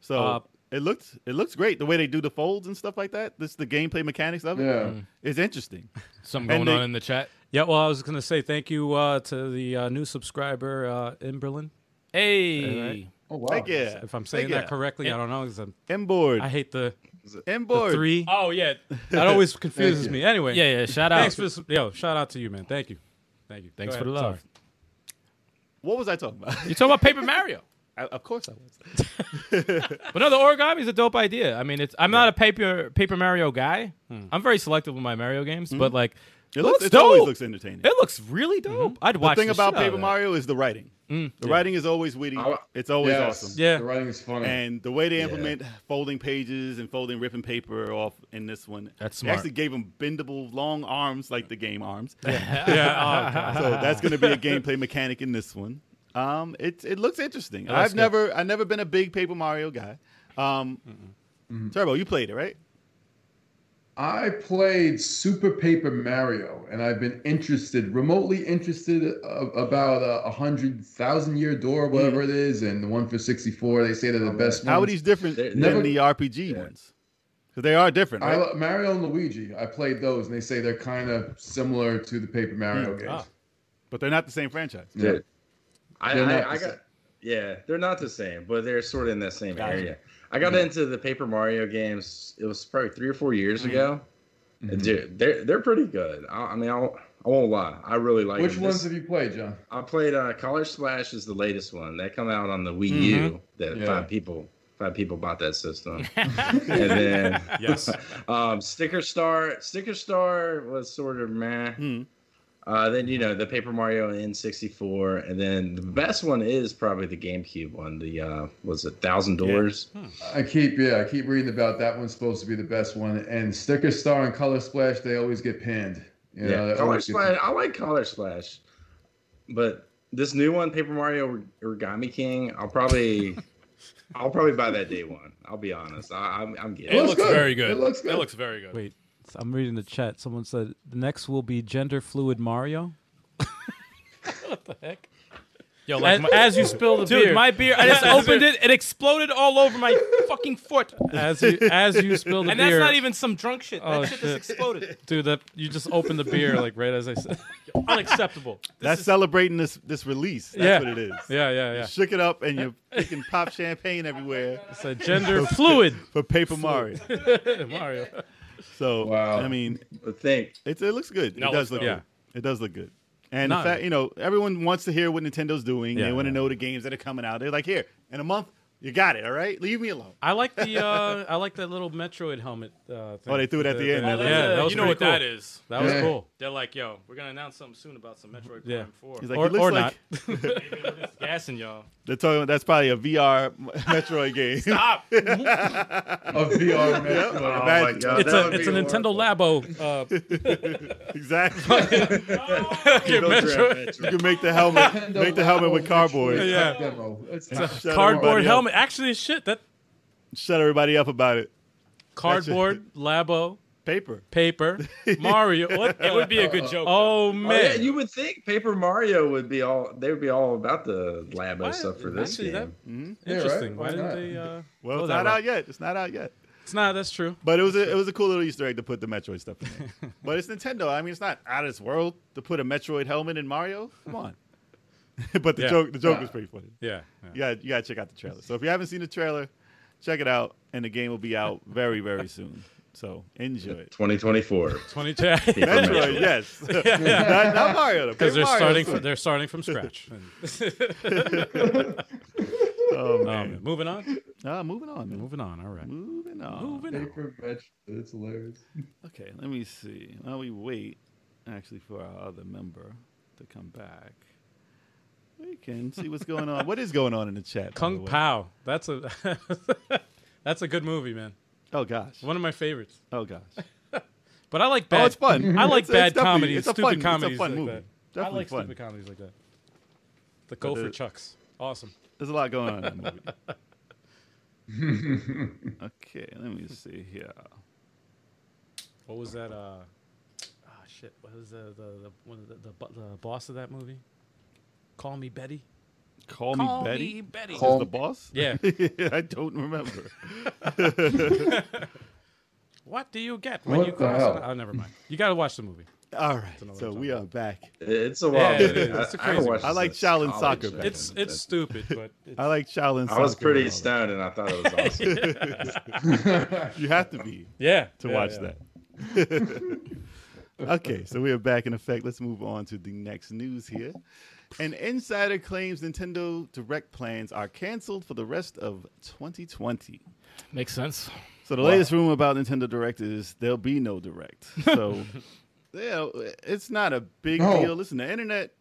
Speaker 3: So
Speaker 1: Uh,
Speaker 3: It looked it looks great the way they do the folds and stuff like that. This the gameplay mechanics of it
Speaker 4: Yeah.
Speaker 1: Mm.
Speaker 3: is interesting.
Speaker 2: Something going
Speaker 3: they-
Speaker 2: on in the chat.
Speaker 1: Yeah, well, I was going to say thank you uh, to the uh, new subscriber, uh, Imberlin.
Speaker 2: Hey,
Speaker 4: Oh wow.
Speaker 3: Heck yeah!
Speaker 1: If I'm saying that correctly, I don't know. 'cause I'm-
Speaker 3: Mboard,
Speaker 1: I hate the, the
Speaker 3: Mboard,
Speaker 1: three.
Speaker 2: oh yeah,
Speaker 1: That always confuses me. Anyway,
Speaker 2: yeah, yeah. Shout out.
Speaker 1: Thanks for the- yo. Shout out to you, man. Thank you, thank you.
Speaker 2: Thanks
Speaker 1: Go
Speaker 2: for the
Speaker 1: ahead.
Speaker 2: love.
Speaker 1: Sorry.
Speaker 3: What was I talking about?
Speaker 2: You talking about Paper Mario?
Speaker 3: I, Uh, of course I was.
Speaker 2: But no, the origami is a dope idea. I mean, it's I'm not a paper Paper Mario guy.
Speaker 1: Hmm.
Speaker 2: I'm very selective with my Mario games, but like,
Speaker 3: It
Speaker 2: looks
Speaker 3: looks, it
Speaker 2: dope.
Speaker 3: always looks entertaining.
Speaker 2: It looks really
Speaker 1: Mm-hmm.
Speaker 2: dope. I'd
Speaker 3: the
Speaker 2: watch.
Speaker 3: thing
Speaker 2: the
Speaker 3: about
Speaker 2: shit Mm, out of
Speaker 3: Paper
Speaker 2: that.
Speaker 3: Mario is the writing. the writing is always witty.
Speaker 5: I-
Speaker 3: it's always
Speaker 4: Yes.
Speaker 3: awesome.
Speaker 1: Yeah.
Speaker 4: The writing is funny.
Speaker 3: And the way they implement folding pages and folding ripping paper off in this one,
Speaker 2: That's
Speaker 3: They
Speaker 2: smart.
Speaker 3: actually gave them bendable long arms like the game arms.
Speaker 1: Yeah, oh, God.
Speaker 3: so that's going to be a gameplay mechanic in this one. Um, it it looks interesting.
Speaker 2: looks
Speaker 3: I've
Speaker 2: good.
Speaker 3: never I've never been a big Paper Mario guy. Um,
Speaker 4: Mm-hmm.
Speaker 3: Turbo, you played it right?
Speaker 4: I played Super Paper Mario, and I've been interested, remotely interested, uh, about a hundred thousand year door, whatever it is, and the one for sixty four. They say they're the best.
Speaker 3: How are
Speaker 4: ones.
Speaker 3: these different
Speaker 5: They're-
Speaker 3: than
Speaker 4: Never-
Speaker 3: the RPG ones? Because they are different,
Speaker 4: I
Speaker 3: right?
Speaker 4: lo- Mario and Luigi. I played those, and they say they're kind of similar to the Paper Mario games.
Speaker 1: Ah.
Speaker 3: but they're not the same franchise.
Speaker 4: Yeah.
Speaker 5: Dude, I,
Speaker 4: They're not
Speaker 5: I, I
Speaker 4: the same.
Speaker 5: got, yeah, they're not the same, but they're sort of in that same area. I got into the Paper Mario games. It was probably three or four years
Speaker 4: Mm-hmm.
Speaker 5: ago.
Speaker 4: Mhm.
Speaker 5: Dude, they're they're pretty good. I, I mean, I'll, I won't lie. I really like
Speaker 4: Which
Speaker 5: them.
Speaker 4: ones
Speaker 5: This-
Speaker 4: have you played, John?
Speaker 5: I played uh, Color Splash is the latest one that come out on the Wii U. That
Speaker 4: Mm-hmm. Yeah.
Speaker 5: five people five people bought that system, and then
Speaker 1: yes.
Speaker 5: um, Sticker Star Sticker Star was sort of meh.
Speaker 3: Hmm.
Speaker 5: Uh, then you know the Paper Mario N64, and then the best one is probably the GameCube one. The uh, was it Thousand Doors?
Speaker 4: I keep yeah, I keep reading about that one's supposed to be the best one, and Sticker Star and Color Splash they always get panned. You know, they
Speaker 5: Color
Speaker 4: always get-
Speaker 5: Splash. I like Color Splash, but this new one, Paper Mario Origami King, I'll probably, I'll probably buy that day one. I'll be honest. I, I'm, I'm
Speaker 2: It
Speaker 5: getting.
Speaker 2: looks,
Speaker 4: looks good.
Speaker 2: very good.
Speaker 4: It looks good.
Speaker 2: It looks very good.
Speaker 1: Wait, I'm reading the chat. Someone said next will be gender fluid Mario.
Speaker 2: Yo,
Speaker 1: like
Speaker 2: like
Speaker 1: my-
Speaker 2: as you spill the
Speaker 1: Dude,
Speaker 2: beer,
Speaker 1: my
Speaker 2: beer. I just opened it. It exploded all over my fucking foot,
Speaker 1: As you as you spill the
Speaker 2: and
Speaker 1: beer,
Speaker 2: that's not even some drunk shit. That
Speaker 1: Oh,
Speaker 2: shit,
Speaker 1: shit.
Speaker 2: just exploded.
Speaker 1: dude. That you just opened the beer like right as I said.
Speaker 2: Unacceptable.
Speaker 3: That's celebrating this this release. That's
Speaker 1: Yeah.
Speaker 3: what it is.
Speaker 1: Yeah, yeah, yeah.
Speaker 3: Shook it up and you freaking pop champagne everywhere
Speaker 1: It's a gender fluid
Speaker 3: for Paper Mario.
Speaker 1: Mario.
Speaker 3: So
Speaker 4: Wow.
Speaker 3: I mean,
Speaker 5: But think
Speaker 3: It, it looks good.
Speaker 2: No,
Speaker 3: it does
Speaker 2: it's
Speaker 3: look
Speaker 1: not.
Speaker 3: good. It does look good. And
Speaker 1: No.
Speaker 3: in fact, you know, everyone wants to hear what Nintendo's doing.
Speaker 1: Yeah,
Speaker 3: they want to
Speaker 1: yeah.
Speaker 3: know the games that are coming out. They're like, here, in a month, you got it, all right? Leave me alone.
Speaker 1: I like the uh, I like that little Metroid helmet. Uh, thing.
Speaker 3: Oh, they threw it at the end, that
Speaker 1: yeah, that was
Speaker 2: you know
Speaker 1: pretty cool.
Speaker 2: what that is.
Speaker 1: That was
Speaker 4: Yeah.
Speaker 1: cool.
Speaker 2: They're like, yo, we're gonna announce something soon about some Metroid
Speaker 1: Yeah.
Speaker 2: Prime Four.
Speaker 3: He's like,
Speaker 1: Or-
Speaker 3: it looks
Speaker 1: or
Speaker 3: like
Speaker 2: gassing y'all.
Speaker 3: they're talking. That's probably a VR Metroid game.
Speaker 2: Stop.
Speaker 4: a VR Metroid.
Speaker 5: Oh my
Speaker 3: Imagine.
Speaker 5: God,
Speaker 1: It's
Speaker 5: that
Speaker 1: a
Speaker 5: would
Speaker 1: it's a
Speaker 5: be
Speaker 1: Nintendo
Speaker 5: horrible.
Speaker 1: Labo. Uh,
Speaker 3: exactly.
Speaker 1: Metro-
Speaker 5: Don't draft
Speaker 3: you
Speaker 5: Metro.
Speaker 3: can make the helmet.
Speaker 4: Nintendo
Speaker 3: make the helmet
Speaker 4: Labo
Speaker 3: with
Speaker 4: Metroid
Speaker 3: cardboard.
Speaker 1: Yeah.
Speaker 4: demo. It's
Speaker 3: Shut everybody
Speaker 1: cardboard
Speaker 3: up.
Speaker 1: helmet. Actually, shit. That
Speaker 3: Shut everybody up about it.
Speaker 1: cardboard Labo
Speaker 3: Paper.
Speaker 1: paper Mario. What?
Speaker 2: It would be a good joke.
Speaker 1: Oh
Speaker 5: Oh, yeah,
Speaker 1: man.
Speaker 5: you would think Paper Mario would be all. They would be all about the Labo
Speaker 1: Why-
Speaker 5: stuff for this
Speaker 1: actually,
Speaker 5: game.
Speaker 1: that-
Speaker 3: Mhm.
Speaker 4: Yeah, right?
Speaker 1: Interesting.
Speaker 4: Why
Speaker 1: Why, didn't
Speaker 4: not?
Speaker 1: they? Uh,
Speaker 3: Well,
Speaker 1: go
Speaker 3: it's
Speaker 1: that
Speaker 3: not
Speaker 1: route?
Speaker 3: out yet. It's not out yet.
Speaker 1: It's not. That's true.
Speaker 3: But it was a, it was a cool little Easter egg to put the Metroid stuff. in there. but it's Nintendo. I mean, it's not out of this world to put a Metroid helmet in Mario. Come on. but the
Speaker 1: Yeah.
Speaker 3: joke the joke was pretty funny.
Speaker 1: Yeah.
Speaker 3: You got you got to check out the trailer. So if you haven't seen the trailer, check it out, and the game will be out very very soon. So enjoy it.
Speaker 5: 2024.
Speaker 1: Twenty two.
Speaker 3: Metroid, yes. not, not Mario though.
Speaker 1: Because
Speaker 3: Paper
Speaker 1: they're
Speaker 3: Mario
Speaker 1: starting.
Speaker 3: is
Speaker 1: From,
Speaker 3: good.
Speaker 1: they're starting from scratch.
Speaker 3: Oh
Speaker 1: um,
Speaker 3: man.
Speaker 1: moving on.
Speaker 3: Ah, moving on. Man.
Speaker 1: Moving on. All right.
Speaker 3: Moving on.
Speaker 1: Moving on.
Speaker 4: Paper Metroid. It's hilarious.
Speaker 3: Okay, let me see. While we wait, actually, for our other member to come back, we can see what's going on. what is going on in the chat? by the
Speaker 1: Kung
Speaker 3: way?
Speaker 1: Pao. That's a. that's a good movie, man.
Speaker 3: Oh gosh.
Speaker 1: One of my favorites.
Speaker 3: Oh gosh.
Speaker 1: But I like bad.
Speaker 3: Oh, it's fun.
Speaker 1: I like
Speaker 3: It's- it's
Speaker 1: bad
Speaker 3: definitely-
Speaker 1: comedies.
Speaker 3: It's a
Speaker 1: stupid
Speaker 3: fun. it's a
Speaker 1: comedies.
Speaker 3: fun
Speaker 1: like
Speaker 3: movie.
Speaker 1: That.
Speaker 3: Definitely
Speaker 1: I like
Speaker 3: fun.
Speaker 1: stupid comedies like that. The Go for
Speaker 3: the-
Speaker 1: Chucks. Awesome.
Speaker 3: There's a lot going on in that movie. okay, let me see here.
Speaker 1: What was that? Uh, ah, shit. What was the the the, one of the, the, bu- the boss of that movie? Call Me Betty.
Speaker 3: Call, me Betty.
Speaker 2: Betty.
Speaker 3: Is
Speaker 4: Call-
Speaker 3: the boss?
Speaker 2: Yeah.
Speaker 3: I don't remember.
Speaker 1: What do you get when
Speaker 4: What
Speaker 1: you
Speaker 4: the
Speaker 1: cross?
Speaker 4: hell?
Speaker 1: an- Oh, never mind. You got to watch the movie.
Speaker 3: All right.
Speaker 1: another
Speaker 3: So
Speaker 1: time.
Speaker 3: we are back.
Speaker 5: It's a wild.
Speaker 1: Yeah,
Speaker 5: movie.
Speaker 1: it is. It's a
Speaker 5: I- haven't
Speaker 1: crazy
Speaker 5: watched
Speaker 3: one. I
Speaker 5: this
Speaker 3: like
Speaker 5: since
Speaker 3: Shaolin
Speaker 5: college,
Speaker 3: soccer
Speaker 5: I
Speaker 3: back
Speaker 5: think.
Speaker 1: It's it's stupid, but it's,
Speaker 3: I like Shaolin.
Speaker 5: I was
Speaker 3: Soccer
Speaker 5: pretty
Speaker 3: and all that.
Speaker 5: stoned, and I thought it was awesome.
Speaker 3: You have to be
Speaker 1: yeah
Speaker 3: to
Speaker 1: yeah,
Speaker 3: watch
Speaker 1: yeah.
Speaker 3: that. okay, so we are back in effect. Let's move on to the next news here. An insider claims Nintendo Direct plans are canceled for the rest of 2020.
Speaker 2: Makes sense.
Speaker 3: So the latest rumor about Nintendo Direct is there'll be no Direct. So yeah, it's not a big
Speaker 4: No.
Speaker 3: deal. Listen, the internet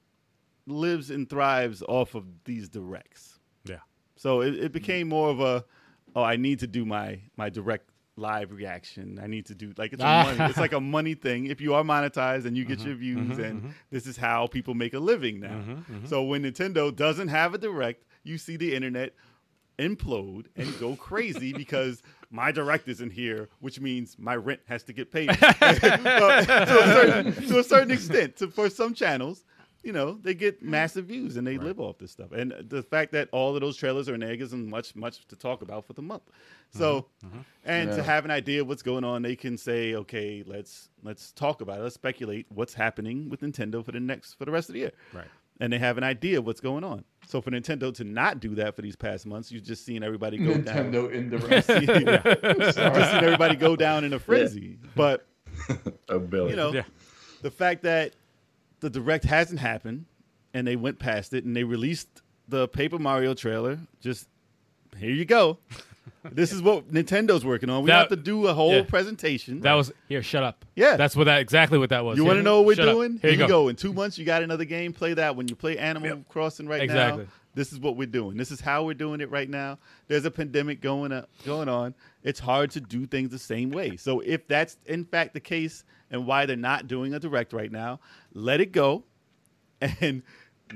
Speaker 3: lives and thrives off of these Directs.
Speaker 1: Yeah.
Speaker 3: So it, it became more of a, oh, I need to do my my Direct live reaction. I need to do like it's a money, it's like a money thing. If you are monetized and you get your views, and this is how people make a living now. So when Nintendo doesn't have a Direct, you see the internet implode and go crazy because my direct isn't here, which means my rent has to get paid So, to, a certain, to a certain extent. To, for some channels, you know, they get massive views and they live off this stuff. And the fact that all of those trailers are in there gives them much, much to talk about for the month. So, and to
Speaker 4: Yeah.
Speaker 3: have an idea of what's going on, they can say, okay, let's let's talk about it. Let's speculate what's happening with Nintendo for the next for the rest of the year
Speaker 1: Right.
Speaker 3: and they have an idea of what's going on. So for Nintendo to not do that for these past months, you've just seen everybody go down.
Speaker 4: Nintendo indirect.
Speaker 3: You've just seen everybody go down in a frenzy. But
Speaker 5: Oh, Billy.
Speaker 3: you know,
Speaker 1: Yeah.
Speaker 3: the fact that the direct hasn't happened and they went past it and they released the Paper Mario trailer, just here you go. This is what Nintendo's working on. We
Speaker 2: That-
Speaker 3: have to do a whole
Speaker 2: yeah.
Speaker 3: presentation.
Speaker 2: That was here. Shut up.
Speaker 3: Yeah.
Speaker 2: That's what that exactly what that was.
Speaker 3: you want to
Speaker 2: Here,
Speaker 3: know what we're
Speaker 2: shut up.
Speaker 3: doing?
Speaker 2: Here you go.
Speaker 3: In two months, you got another game. Play that. When you play Animal Crossing right
Speaker 2: Exactly.
Speaker 3: now, this is what we're doing. This is how we're doing it right now. There's a pandemic going up, going on. It's hard to do things the same way. So if that's in fact the case, and why they're not doing a direct right now, let it go. And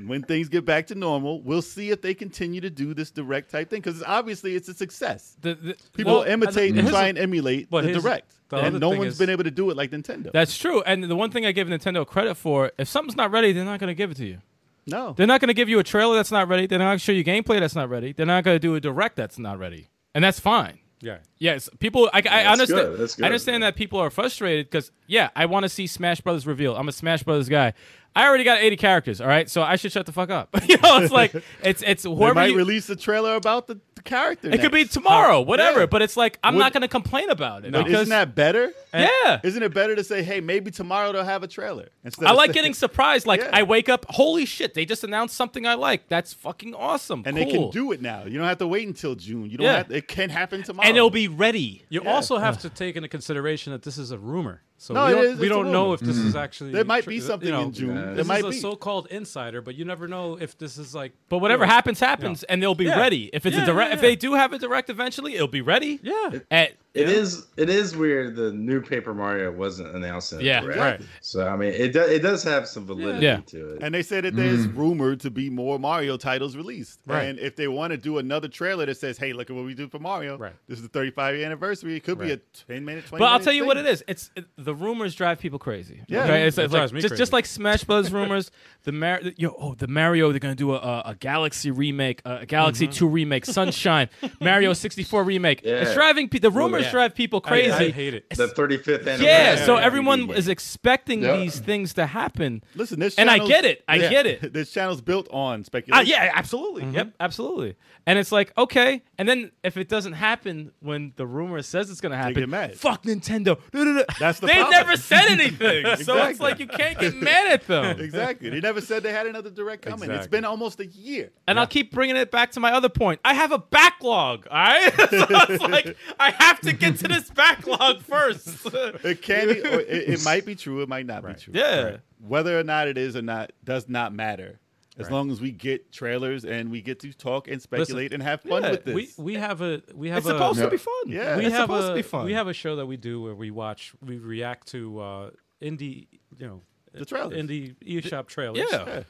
Speaker 3: when things get back to normal, we'll see if they continue to do this direct type thing because obviously it's a success.
Speaker 2: The- the-
Speaker 3: People
Speaker 2: well,
Speaker 3: imitate
Speaker 2: the-
Speaker 3: and
Speaker 2: here's
Speaker 3: try
Speaker 2: the-
Speaker 3: and emulate
Speaker 1: but
Speaker 3: the
Speaker 1: here's-
Speaker 3: direct,
Speaker 1: the other
Speaker 3: and no
Speaker 1: thing
Speaker 3: one's
Speaker 1: is-
Speaker 3: been able to do it like Nintendo.
Speaker 2: That's true. And the one thing I give Nintendo credit for, if something's not ready, they're not going to give it to you.
Speaker 3: no,
Speaker 2: They're not going to give you a trailer that's not ready. They're not going to show you gameplay that's not ready. They're not going to do a direct that's not ready. And that's fine.
Speaker 1: Yeah.
Speaker 2: Yes, people. I, I
Speaker 5: that's
Speaker 2: understand.
Speaker 5: good, that's
Speaker 2: I
Speaker 5: good.
Speaker 2: understand that people are frustrated because yeah, I want to see Smash Brothers reveal. I'm a Smash Brothers guy. I already got 80 characters. All right, so I should shut the fuck up. you know, it's like it's it's
Speaker 3: They
Speaker 2: whoever
Speaker 3: might
Speaker 2: you-
Speaker 3: release a trailer about the, the character.
Speaker 2: It could be
Speaker 3: next.
Speaker 2: tomorrow, whatever.
Speaker 3: Yeah.
Speaker 2: But it's like I'm
Speaker 3: Would-
Speaker 2: not going to complain about it
Speaker 3: But
Speaker 2: because
Speaker 3: isn't that better?
Speaker 2: yeah.
Speaker 3: Isn't it better to say, hey, maybe tomorrow they'll have a trailer? Instead
Speaker 2: I
Speaker 3: of
Speaker 2: like
Speaker 3: saying-
Speaker 2: getting surprised. Like
Speaker 3: Yeah.
Speaker 2: I wake up, holy shit! They just announced something I like. That's fucking awesome.
Speaker 3: And
Speaker 2: cool.
Speaker 3: they can do it now. You don't have to wait until June. You don't
Speaker 2: Yeah.
Speaker 3: have it can happen tomorrow.
Speaker 2: and it'll be ready.
Speaker 1: You also have to take into consideration that this is a rumor, so
Speaker 3: No,
Speaker 1: we
Speaker 3: it
Speaker 1: don't,
Speaker 3: is-
Speaker 1: we
Speaker 3: it's a
Speaker 1: don't know
Speaker 3: rumor. Mm-hmm.
Speaker 1: if this is actually
Speaker 3: there might
Speaker 1: tr-
Speaker 3: be
Speaker 1: you
Speaker 3: something
Speaker 1: know,
Speaker 3: in June.
Speaker 5: yeah.
Speaker 3: There
Speaker 1: This
Speaker 3: might
Speaker 1: is a
Speaker 3: be.
Speaker 1: so-called insider, but you never know if this is like.
Speaker 2: But whatever
Speaker 1: you know,
Speaker 2: happens, happens, and they'll be
Speaker 1: Yeah.
Speaker 2: ready. If it's
Speaker 1: Yeah,
Speaker 2: a direct,
Speaker 1: yeah,
Speaker 2: if
Speaker 1: yeah.
Speaker 2: they do have a direct eventually, it'll be ready.
Speaker 1: Yeah.
Speaker 2: At,
Speaker 5: It is. It is weird. The new Paper Mario wasn't announced. In a
Speaker 2: Yeah,
Speaker 5: direct.
Speaker 1: right.
Speaker 5: So I mean, it do, it does have some validity
Speaker 2: Yeah.
Speaker 5: to it.
Speaker 3: And they say that there's rumored to be more Mario titles released.
Speaker 1: Right.
Speaker 3: And if they want to do another trailer that says, hey, look at what we do for Mario,
Speaker 1: Right.
Speaker 3: this is the 35 year anniversary, it could be
Speaker 1: Right.
Speaker 3: a 10 minute, 20
Speaker 2: but I'll
Speaker 3: minute
Speaker 2: tell you what
Speaker 3: thing.
Speaker 2: it is. It's it, the rumors drive people crazy.
Speaker 3: Yeah.
Speaker 2: Okay? it's,
Speaker 1: It
Speaker 2: it's
Speaker 1: drives
Speaker 2: like
Speaker 1: me
Speaker 2: just, just
Speaker 1: crazy.
Speaker 2: like Smash Bros. rumors. The Mar- the- yo, oh, the Mario. They're gonna do a a, a Galaxy remake, a, a Galaxy Two remake, Sunshine, Mario sixty four remake. It's
Speaker 5: Yeah.
Speaker 2: driving pe- the rumors
Speaker 1: yeah.
Speaker 2: drive people
Speaker 1: I-
Speaker 2: crazy.
Speaker 1: I, hate it.
Speaker 5: The 35th anniversary.
Speaker 2: Yeah, so
Speaker 5: of the
Speaker 2: everyone
Speaker 5: game.
Speaker 2: is expecting
Speaker 4: Yeah.
Speaker 2: these things to happen.
Speaker 3: Listen, this
Speaker 2: And I
Speaker 3: channel's-
Speaker 2: get it. I
Speaker 3: this-
Speaker 2: get it.
Speaker 3: This channel's built on
Speaker 2: Ah,
Speaker 3: speculation.
Speaker 2: yeah, absolutely.
Speaker 1: Mm-hmm.
Speaker 2: Yep, absolutely. And it's like, okay. And then if it doesn't happen when the rumor says it's going to happen,
Speaker 3: get mad.
Speaker 2: fuck Nintendo. No, no, no.
Speaker 3: That's the
Speaker 2: they
Speaker 3: problem.
Speaker 2: never said anything. So
Speaker 3: Exactly.
Speaker 2: it's like you can't get mad at them.
Speaker 3: Exactly. They never said they had another direct coming. It's
Speaker 1: Exactly.
Speaker 3: been almost a year.
Speaker 2: And I'll keep bringing it back to my other point. I have a backlog, all right? so it's like, I have to get to this backlog first.
Speaker 3: It can be, or it, it might be true, it might not be true.
Speaker 2: yeah.
Speaker 3: Whether or not it is or not does not matter. As long as we get trailers and we get to talk and speculate and have fun
Speaker 2: yeah,
Speaker 3: with this.
Speaker 1: We we have a we have
Speaker 2: It's
Speaker 1: a,
Speaker 2: supposed
Speaker 4: Yeah.
Speaker 2: to be fun.
Speaker 3: Yeah.
Speaker 1: we
Speaker 2: it's
Speaker 1: have
Speaker 2: supposed
Speaker 1: a,
Speaker 2: to be fun.
Speaker 1: We have a show that we do where we watch, we react to uh, indie, you know,
Speaker 3: The trailers.
Speaker 1: indie eShop trailers.
Speaker 2: yeah.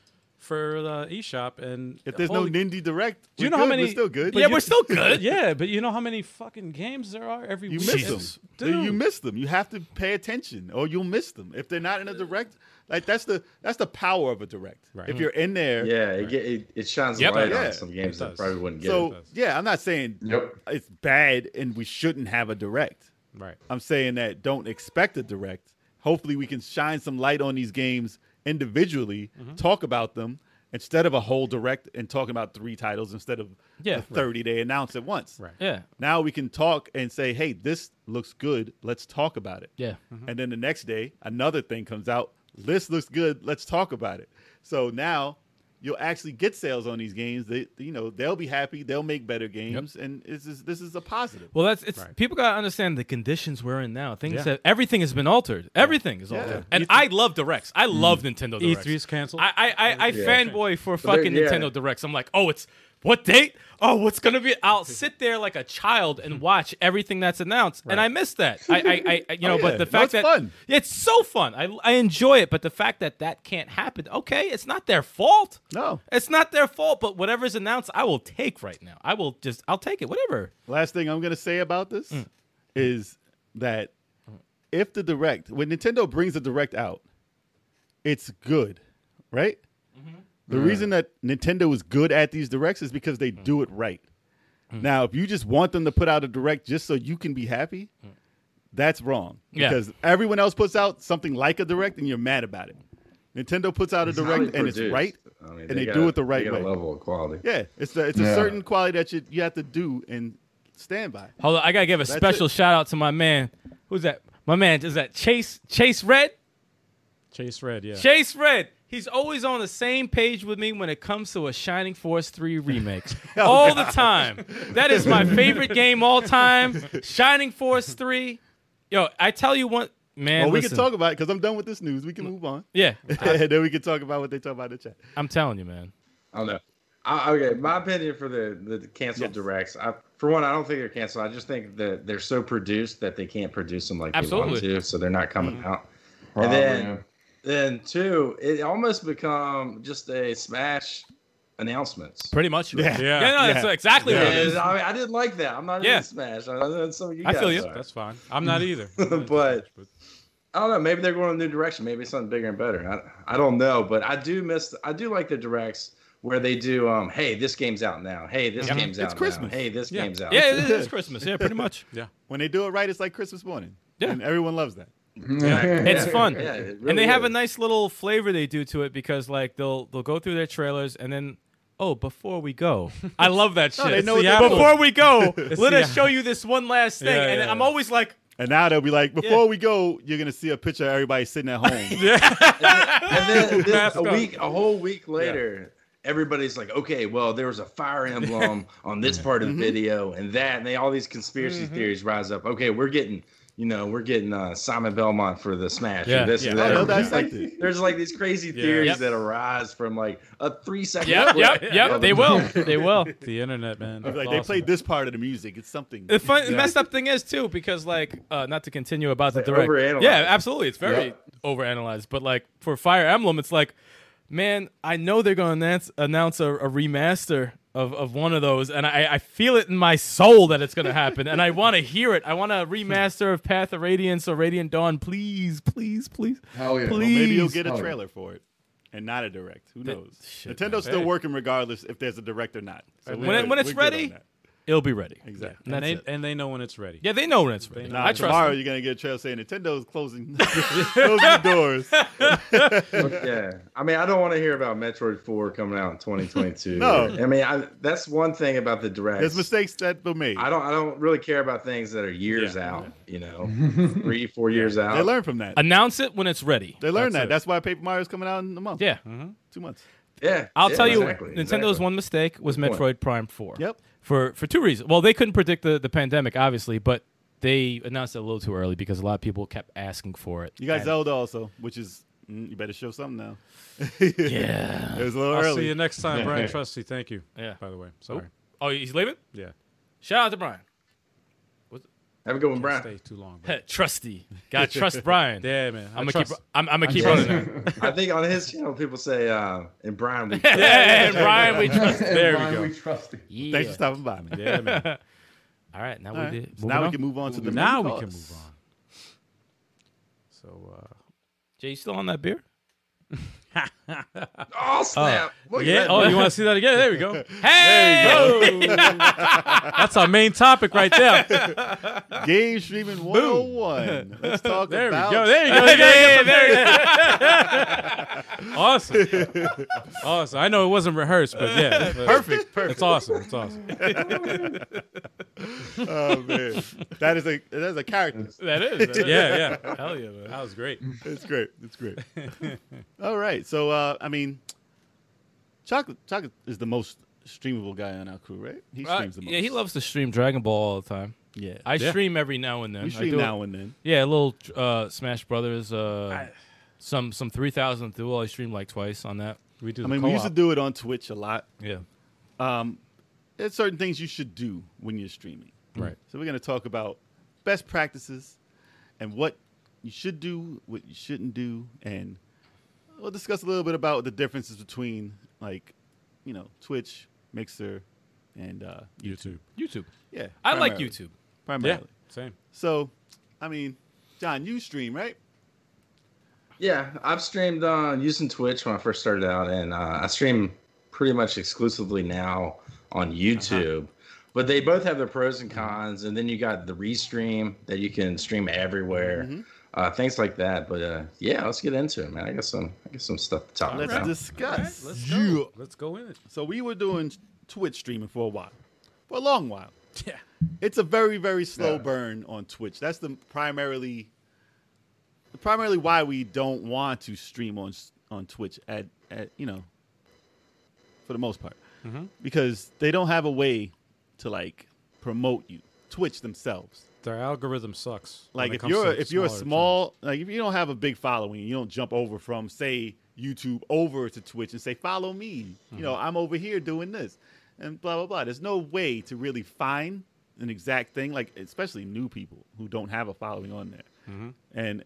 Speaker 1: for the eShop, and
Speaker 3: If there's
Speaker 1: holy-
Speaker 3: no Nindy Direct,
Speaker 1: Do you
Speaker 3: we're
Speaker 1: know how
Speaker 3: good,
Speaker 1: many?
Speaker 3: We're still good.
Speaker 1: Yeah,
Speaker 3: You-
Speaker 1: we're still good. yeah, but you know how many fucking games there are every
Speaker 3: You
Speaker 1: week.
Speaker 3: miss
Speaker 1: It's-
Speaker 3: them. Dude, You
Speaker 1: dude.
Speaker 3: miss them. You have to pay attention, or you'll miss them if they're not in
Speaker 1: Uh,
Speaker 3: a direct. Like that's the that's the power of a direct.
Speaker 1: Right.
Speaker 3: If you're in there,
Speaker 5: Yeah, it, get- it, it shines a
Speaker 2: Yep.
Speaker 5: light
Speaker 3: Yeah.
Speaker 5: on some games
Speaker 1: It
Speaker 5: that
Speaker 1: does.
Speaker 5: probably wouldn't get
Speaker 3: So
Speaker 5: it.
Speaker 1: does.
Speaker 3: yeah, I'm not saying
Speaker 4: Yep.
Speaker 3: it's bad and we shouldn't have a direct.
Speaker 1: Right.
Speaker 3: I'm saying that don't expect a direct. Hopefully, we can shine some light on these games individually, talk about them instead of a whole direct and talking about three titles instead of
Speaker 2: Yeah,
Speaker 3: the
Speaker 2: right.
Speaker 3: 30 they announce at once.
Speaker 1: Right.
Speaker 2: Yeah.
Speaker 3: Now we can talk and say, hey, this looks good. Let's talk about it.
Speaker 2: Yeah.
Speaker 3: Mm-hmm. And then the next day, another thing comes out. This looks good. Let's talk about it. So now you'll actually get sales on these games. They, you know, they'll be happy. They'll make better games, and this is this is a positive.
Speaker 2: Well, that's it's
Speaker 1: Right.
Speaker 2: people gotta understand the conditions we're in now. Things
Speaker 1: Yeah.
Speaker 2: that everything has been altered. Everything is altered.
Speaker 3: E
Speaker 2: And I love directs.
Speaker 3: Mm.
Speaker 2: I love Nintendo directs.
Speaker 1: E3's canceled.
Speaker 2: I I I, I fanboy for fucking
Speaker 5: yeah.
Speaker 2: Nintendo directs. I'm like, oh, it's what date? Oh, what's gonna be? I'll sit there like a child and watch everything that's announced, and I miss that. I I, I- I you
Speaker 3: Oh,
Speaker 2: know,
Speaker 3: yeah.
Speaker 2: but the
Speaker 3: No,
Speaker 2: fact
Speaker 3: it's
Speaker 2: that
Speaker 3: fun.
Speaker 2: it's so fun. I I enjoy it, but the fact that that can't happen. Okay, it's not their fault.
Speaker 3: No.
Speaker 2: It's not their fault, but whatever's announced, I will take right now. I will just, I'll take it, whatever.
Speaker 3: Last thing I'm gonna say about this is that if the direct, when Nintendo brings a direct out, it's good, right? The reason that Nintendo is good at these directs is because they do it right. Now, if you just want them to put out a direct just so you can be happy, that's wrong.
Speaker 2: Yeah.
Speaker 3: Because everyone else puts out something like a direct and you're mad about it. Nintendo puts out a
Speaker 5: It's highly
Speaker 3: direct and it's
Speaker 5: produced.
Speaker 3: right.
Speaker 5: I mean,
Speaker 3: and they do
Speaker 5: got-
Speaker 3: it the right
Speaker 5: they got
Speaker 3: way.
Speaker 5: A level of quality.
Speaker 3: Yeah, it's a, it's a
Speaker 4: Yeah.
Speaker 3: certain quality that you, you have to do and stand by.
Speaker 2: Hold on, I gotta give a special shout out to my man. Who's that? My man is that Chase Chase Red.
Speaker 1: Chase Red. Yeah.
Speaker 2: Chase Red. He's always on the same page with me when it comes to a Shining Force 3 remake.
Speaker 3: Oh,
Speaker 2: all the time. That is my favorite game all time. Shining Force 3. Yo, I tell you what, man.
Speaker 3: Well, we
Speaker 2: listen.
Speaker 3: can talk about it because I'm done with this news. We can move on.
Speaker 2: Yeah,
Speaker 3: and then we can talk about what they talk about in the chat.
Speaker 2: I'm telling you, man.
Speaker 5: I don't know. I, okay, my opinion for the the canceled
Speaker 3: Yes.
Speaker 5: directs. I, for one, I don't think they're canceled. I just think that they're so produced that they can't produce them like they
Speaker 2: Absolutely.
Speaker 5: want to, so they're not coming out.
Speaker 4: Probably,
Speaker 5: then-
Speaker 4: yeah.
Speaker 5: Then two, it almost become just a smash announcements.
Speaker 2: Pretty much.
Speaker 3: Yeah.
Speaker 1: Yeah.
Speaker 2: yeah no, that's
Speaker 3: Yeah.
Speaker 2: exactly what it
Speaker 5: And
Speaker 2: is.
Speaker 5: I, mean, I didn't like that. I'm not
Speaker 2: Yeah.
Speaker 5: into smash. I, that's something you
Speaker 2: I feel
Speaker 5: guys
Speaker 2: you.
Speaker 5: are.
Speaker 1: That's fine. I'm not either.
Speaker 5: But- I don't know. Maybe they're going in a new direction. Maybe it's something bigger and better. I, I don't know, but I do miss. I do like the directs where they do. Um, hey, this game's out now. Hey, this
Speaker 2: Yeah.
Speaker 5: game's
Speaker 3: It's
Speaker 5: out
Speaker 3: Christmas.
Speaker 5: now. Hey, this
Speaker 1: Yeah.
Speaker 5: game's out.
Speaker 2: Yeah, it is Christmas. Yeah, pretty much.
Speaker 3: When they do it right, it's like Christmas morning.
Speaker 2: Yeah.
Speaker 3: And everyone loves that.
Speaker 2: It's fun.
Speaker 5: Yeah, it
Speaker 2: and they
Speaker 5: really
Speaker 2: have a
Speaker 5: is.
Speaker 2: nice little flavor they do to it because like they'll they'll go through their trailers and then oh before we go I love that shit.
Speaker 3: they
Speaker 2: It's
Speaker 3: know what
Speaker 2: the
Speaker 3: they're
Speaker 2: apple. before we go let
Speaker 1: the
Speaker 2: us show you this one last thing
Speaker 1: Yeah,
Speaker 2: and
Speaker 1: yeah,
Speaker 2: I'm
Speaker 1: yeah.
Speaker 2: always like
Speaker 3: And now they'll be like, before we go, you're going to see a picture of everybody sitting at home.
Speaker 5: And then, then
Speaker 2: Mask
Speaker 5: a
Speaker 2: on.
Speaker 5: week, a whole week later, everybody's like, okay, well, there was a fire emblem on this part of the video and that, and they all these conspiracy
Speaker 2: Mm-hmm.
Speaker 5: theories rise up. Okay, we're getting. You know, we're getting uh, Simon Belmont for the smash.
Speaker 2: Yeah.
Speaker 5: Or this
Speaker 1: Yeah.
Speaker 5: or
Speaker 3: I
Speaker 5: that.
Speaker 3: know
Speaker 5: It's
Speaker 3: that's
Speaker 5: like,
Speaker 3: like it.
Speaker 5: There's like these crazy theories
Speaker 2: Yep.
Speaker 5: that arise from like a three second.
Speaker 2: yep yep
Speaker 5: clip
Speaker 2: yep
Speaker 5: of
Speaker 2: they
Speaker 5: a-
Speaker 2: will they will
Speaker 1: the internet, man.
Speaker 3: Like,
Speaker 1: That's
Speaker 3: they
Speaker 1: awesome.
Speaker 3: played this part of the music. It's something.
Speaker 2: the fun the messed up thing is too because like uh, not to continue about the
Speaker 5: It's like
Speaker 2: direct
Speaker 5: overanalyzed.
Speaker 2: yeah absolutely it's very
Speaker 4: Yeah.
Speaker 2: overanalyzed but like for Fire Emblem it's like man I know they're gonna announce announce a, a remaster of, of one of those and I, I feel it in my soul that it's gonna happen and I want to hear it I want a remaster of Path of Radiance or Radiant Dawn please please please
Speaker 4: Hell yeah. Well,
Speaker 2: please
Speaker 4: maybe
Speaker 3: Maybe you'll get a
Speaker 4: Oh, yeah.
Speaker 3: trailer for it and not a direct. Who knows?
Speaker 2: shit,
Speaker 3: Nintendo's
Speaker 2: man.
Speaker 3: still
Speaker 2: Hey.
Speaker 3: working regardless if there's a direct or not. So
Speaker 2: when, it, when it's ready it'll be ready
Speaker 3: Exactly.
Speaker 2: And
Speaker 1: And they
Speaker 2: that's it.
Speaker 1: and they know when it's ready.
Speaker 2: yeah they know when it's ready
Speaker 1: know.
Speaker 2: I trust
Speaker 3: tomorrow
Speaker 2: them.
Speaker 3: you're gonna get a trailer saying Nintendo's closing, closing the doors.
Speaker 5: yeah, I mean, I don't want to hear about Metroid Four coming out in 2022.
Speaker 3: No.
Speaker 5: I mean, I, that's one thing about the direct.
Speaker 3: There's mistakes that were made.
Speaker 5: I don't. I don't really care about things that are years
Speaker 3: Yeah.
Speaker 5: out. You know, three, four years out.
Speaker 3: They learn from that.
Speaker 2: announce it when it's ready
Speaker 3: They Mm-hmm.
Speaker 1: That's
Speaker 3: learned that.
Speaker 1: it.
Speaker 3: That's why Paper Mario's coming out in a month.
Speaker 2: yeah
Speaker 3: two months.
Speaker 5: Yeah,
Speaker 2: I'll
Speaker 5: yeah,
Speaker 2: tell you,
Speaker 5: exactly,
Speaker 2: Nintendo's
Speaker 5: exactly.
Speaker 2: one mistake was
Speaker 5: Good
Speaker 2: Metroid
Speaker 5: point.
Speaker 2: Prime Four.
Speaker 3: Yep.
Speaker 2: For for two reasons. Well, they couldn't predict the, the pandemic, obviously, but they announced it a little too early because a lot of people kept asking for it.
Speaker 3: You got
Speaker 2: And-
Speaker 3: Zelda also, which is mm, you better show something now.
Speaker 2: Yeah.
Speaker 3: It was a little
Speaker 1: I'll
Speaker 3: early.
Speaker 1: see you next time, Brian Trusty. Thank you.
Speaker 2: Yeah.
Speaker 1: By the way, sorry.
Speaker 2: Oh, he's leaving.
Speaker 1: Yeah.
Speaker 2: Shout out to Brian.
Speaker 5: Have a good one,
Speaker 1: Can't
Speaker 5: Brian.
Speaker 1: Stay too long. bro.
Speaker 2: Trusty. Got trust Brian.
Speaker 1: Damn it.
Speaker 2: I'm
Speaker 1: I
Speaker 2: gonna
Speaker 1: trust-
Speaker 2: keep. I'm, I'm gonna keep
Speaker 5: trust
Speaker 2: running there.
Speaker 5: I think on his channel people say, uh, and Brian, we
Speaker 2: Yeah, and Brian, we trust.
Speaker 4: And
Speaker 1: There we
Speaker 4: Brian,
Speaker 1: go.
Speaker 4: We trust you.
Speaker 2: Yeah.
Speaker 3: Thanks for stopping by, man.
Speaker 1: Yeah, man.
Speaker 2: All right, now
Speaker 3: All
Speaker 2: we
Speaker 3: right.
Speaker 2: did.
Speaker 3: So now
Speaker 2: Moving
Speaker 3: we
Speaker 2: on.
Speaker 3: can move on to the
Speaker 1: now we
Speaker 3: main
Speaker 1: can
Speaker 3: course.
Speaker 1: move on. So, uh,
Speaker 2: Jay, you still on that beer?
Speaker 5: oh snap! Look at
Speaker 1: yeah.
Speaker 5: that,
Speaker 1: Oh,
Speaker 5: man.
Speaker 1: you want to see that again? There we go.
Speaker 2: Hey,
Speaker 1: That's our main topic right there.
Speaker 3: Game streaming 101. Let's talk
Speaker 1: There we
Speaker 3: about
Speaker 1: go. There you go.
Speaker 2: Yeah,
Speaker 1: You gotta get
Speaker 2: yeah,
Speaker 1: some-
Speaker 2: there
Speaker 1: Awesome. Awesome. I know it wasn't rehearsed, but yeah.
Speaker 3: perfect, perfect.
Speaker 1: It's awesome. It's awesome.
Speaker 3: Oh man, that is a that is a character.
Speaker 2: you go. that is. that is.
Speaker 1: Yeah, yeah.
Speaker 2: Hell yeah, man.
Speaker 1: That was great.
Speaker 2: Mm.
Speaker 3: It's great. It's great. All right. So uh, I mean, chocolate chocolate is the most streamable guy on our crew, right? He
Speaker 2: Uh,
Speaker 3: streams the most.
Speaker 2: yeah, he loves to stream Dragon Ball all the time.
Speaker 3: Yeah,
Speaker 2: I
Speaker 1: Yeah.
Speaker 2: stream every now and then.
Speaker 3: we
Speaker 2: I
Speaker 3: stream
Speaker 2: do it-
Speaker 3: now and then.
Speaker 2: Yeah, a little uh, Smash Brothers. Uh, some some three thousand through. I stream like twice on that.
Speaker 1: We do.
Speaker 3: I
Speaker 1: the
Speaker 3: mean, we used to
Speaker 1: co-op.
Speaker 3: do it on Twitch a lot.
Speaker 2: Yeah.
Speaker 3: There's certain things you should do when you're streaming.
Speaker 1: Right.
Speaker 3: So we're going to talk about best practices and what you should do, what you shouldn't do, and we'll discuss a little bit about the differences between like, you know, Twitch, Mixer, and uh,
Speaker 1: YouTube.
Speaker 2: YouTube.
Speaker 3: yeah.
Speaker 2: I like
Speaker 3: primarily-
Speaker 2: YouTube.
Speaker 1: Yeah.
Speaker 3: primarily.
Speaker 1: Same.
Speaker 3: So, I mean, John, you stream right?
Speaker 5: Yeah, I've streamed on using Twitch when I first started out, and uh, I stream pretty much exclusively now
Speaker 3: Uh-huh.
Speaker 5: on YouTube. But they both have their pros and cons, and then you got the restream that you can stream everywhere,
Speaker 3: Mm-hmm.
Speaker 5: uh, things like that. But uh, yeah, let's get into it, man. I got some, I got some stuff to talk
Speaker 3: Let's
Speaker 5: about.
Speaker 3: discuss.
Speaker 1: Let's go. Let's go in it.
Speaker 3: So we were doing Twitch streaming for a while, for a long while.
Speaker 1: Yeah.
Speaker 3: It's a very very slow
Speaker 5: Yeah.
Speaker 3: burn on Twitch. That's the primarily, primarily why we don't want to stream on s- on Twitch at at you know, for the most part, because they don't have a way to like promote you. Twitch themselves,
Speaker 1: Their algorithm sucks. when
Speaker 3: like
Speaker 1: it
Speaker 3: if
Speaker 1: comes
Speaker 3: you're
Speaker 1: to
Speaker 3: if you're a
Speaker 1: smaller
Speaker 3: small like if you don't have a big following, you don't jump over from say YouTube over to Twitch and say follow me. You
Speaker 1: Mm-hmm.
Speaker 3: know I'm over here doing this, and blah blah blah. There's no way to really find an exact thing, like especially new people who don't have a following on there.
Speaker 1: Mm-hmm.
Speaker 3: And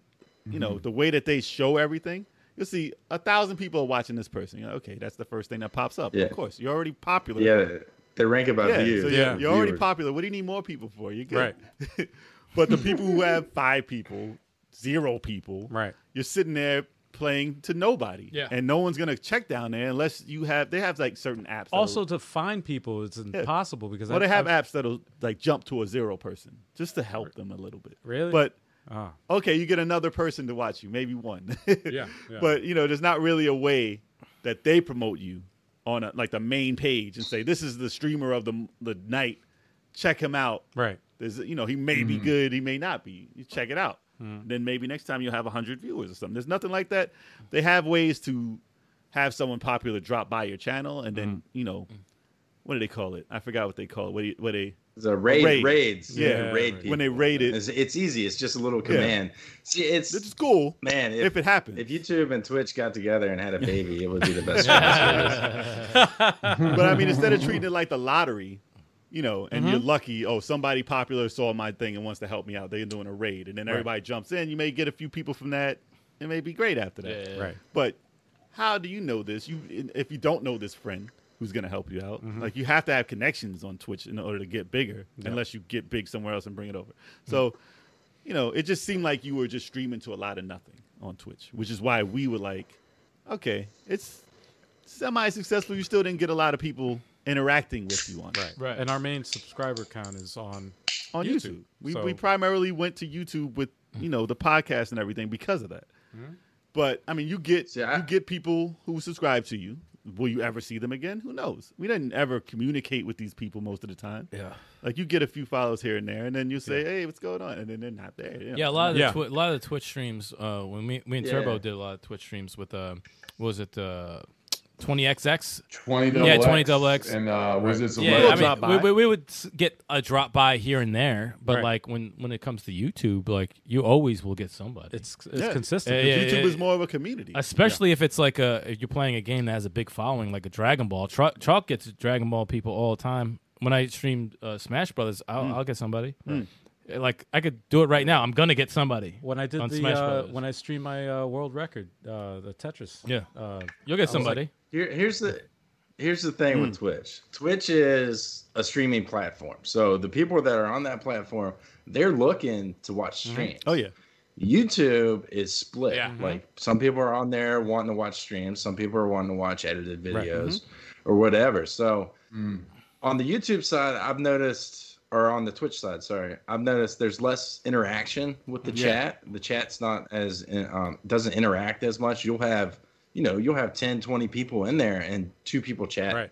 Speaker 3: you know the way that they show everything, you'll see a thousand people are watching this person. You're like, okay, that's the first thing that pops up.
Speaker 5: Yeah.
Speaker 3: Of course, you're already popular.
Speaker 5: Yeah, they rank about
Speaker 3: Yeah,
Speaker 5: views.
Speaker 3: so you're,
Speaker 1: Yeah.
Speaker 3: you're already
Speaker 5: Viewers.
Speaker 3: popular. What do you need more people for? You're good. Right. but the people who have five people, zero people,
Speaker 1: Right.
Speaker 3: You're sitting there playing to nobody.
Speaker 2: Yeah.
Speaker 3: And no one's gonna check down there unless you have they have like certain apps. that'll-
Speaker 1: Also, to find people, it's impossible because
Speaker 3: well,
Speaker 1: I,
Speaker 3: they have
Speaker 1: I,
Speaker 3: apps that'll like jump to a zero person just to help them a little bit.
Speaker 1: Really?
Speaker 3: But
Speaker 1: Ah.
Speaker 3: okay, you get another person to watch you, maybe one.
Speaker 1: Yeah, yeah.
Speaker 3: But you know, there's not really a way that they promote you on a, like the main page and say this is the streamer of the the night. Check him out.
Speaker 1: Right.
Speaker 3: There's you know he may be good, he may not be. You check it out. Then maybe next time you'll have hundred viewers or something. There's nothing like that. They have ways to have someone popular drop by your channel and then you know
Speaker 5: Mm.
Speaker 3: what do they call it? I forgot what they call it. What do you, what they
Speaker 5: It's a raid,
Speaker 3: Raid.
Speaker 5: raids. You
Speaker 3: Yeah,
Speaker 5: can raid people.
Speaker 3: when they rate it.
Speaker 5: it's, it's easy. It's just a little command. See, it's
Speaker 3: It's cool,
Speaker 5: man.
Speaker 3: If, it happens,
Speaker 5: If YouTube and Twitch got together and had a baby, it would be the best.
Speaker 3: but I mean, instead of treating it like the lottery, you know, and you're lucky, oh, somebody popular saw my thing and wants to help me out. They're doing a raid, and then everybody jumps in. You may get a few people from that. It may be great after that.
Speaker 2: Yeah.
Speaker 1: Right.
Speaker 3: But how do you know this? You if you don't know this friend who's going to help you out, like you have to have connections on Twitch in order to get bigger, unless you get big somewhere else and bring it over. So, you know, it just seemed like you were just streaming to a lot of nothing on Twitch, which is why we were like, okay, it's semi-successful. You still didn't get a lot of people interacting with you on right
Speaker 2: Right.
Speaker 1: And our main subscriber count is on.
Speaker 3: on
Speaker 1: YouTube.
Speaker 3: YouTube. We, we
Speaker 1: So-
Speaker 3: primarily went to YouTube with you know the podcast and everything because of that.
Speaker 2: Mm-hmm.
Speaker 3: But I mean, you get
Speaker 5: See, I-
Speaker 3: you get people who subscribe to you. Will you ever see them again? Who knows? We didn't ever communicate with these people most of the time.
Speaker 2: Yeah.
Speaker 3: Like you get a few followers here and there, and then you say, "Hey, what's going on?" And then they're not there. you know.
Speaker 2: Yeah, a lot of the
Speaker 1: Yeah.
Speaker 2: Twi- a lot of the Twitch streams. Uh, when me, me and
Speaker 5: Yeah.
Speaker 2: Turbo did a lot of Twitch streams with uh, what was it uh, 20xx?
Speaker 4: 20 double
Speaker 2: Yeah,
Speaker 4: X
Speaker 2: 20 double X.
Speaker 4: And uh, Wizards of
Speaker 2: Yeah,
Speaker 3: little
Speaker 2: I
Speaker 4: Legends.
Speaker 2: mean,
Speaker 3: drop
Speaker 2: we,
Speaker 3: by.
Speaker 2: we, we would s- get a drop by here and there, but
Speaker 1: Right.
Speaker 2: like when when it comes to YouTube, like you always will get somebody.
Speaker 1: It's it's
Speaker 3: Yeah.
Speaker 1: consistent.
Speaker 2: Yeah,
Speaker 3: YouTube
Speaker 2: yeah.
Speaker 3: is more of a community.
Speaker 2: Especially if it's like a if you're playing a game that has a big following, like a Dragon Ball. Tru- Chalk gets Dragon Ball people all the time. When I streamed uh, Smash Brothers, I'll, I'll get somebody. Like I could do it right now. I'm gonna get somebody.
Speaker 1: When I did
Speaker 2: On
Speaker 1: the
Speaker 2: Smash
Speaker 1: uh,
Speaker 2: Brothers.
Speaker 1: when I streamed my uh, world record, uh, the Tetris.
Speaker 2: Yeah.
Speaker 1: Uh,
Speaker 2: You'll get somebody.
Speaker 5: Here, here's the here's the thing with Twitch. Twitch is a streaming platform, so the people that are on that platform, they're looking to watch streams.
Speaker 3: Oh yeah.
Speaker 5: YouTube is split.
Speaker 2: Yeah.
Speaker 5: Like some people are on there wanting to watch streams, some people are wanting to watch edited videos or whatever. So
Speaker 4: Mm.
Speaker 5: on the YouTube side, I've noticed, or on the Twitch side, sorry, I've noticed there's less interaction with the chat. The chat's not as um, doesn't interact as much. You'll have, you know, you'll have 10, 20 people in there and two people chat.
Speaker 1: Right.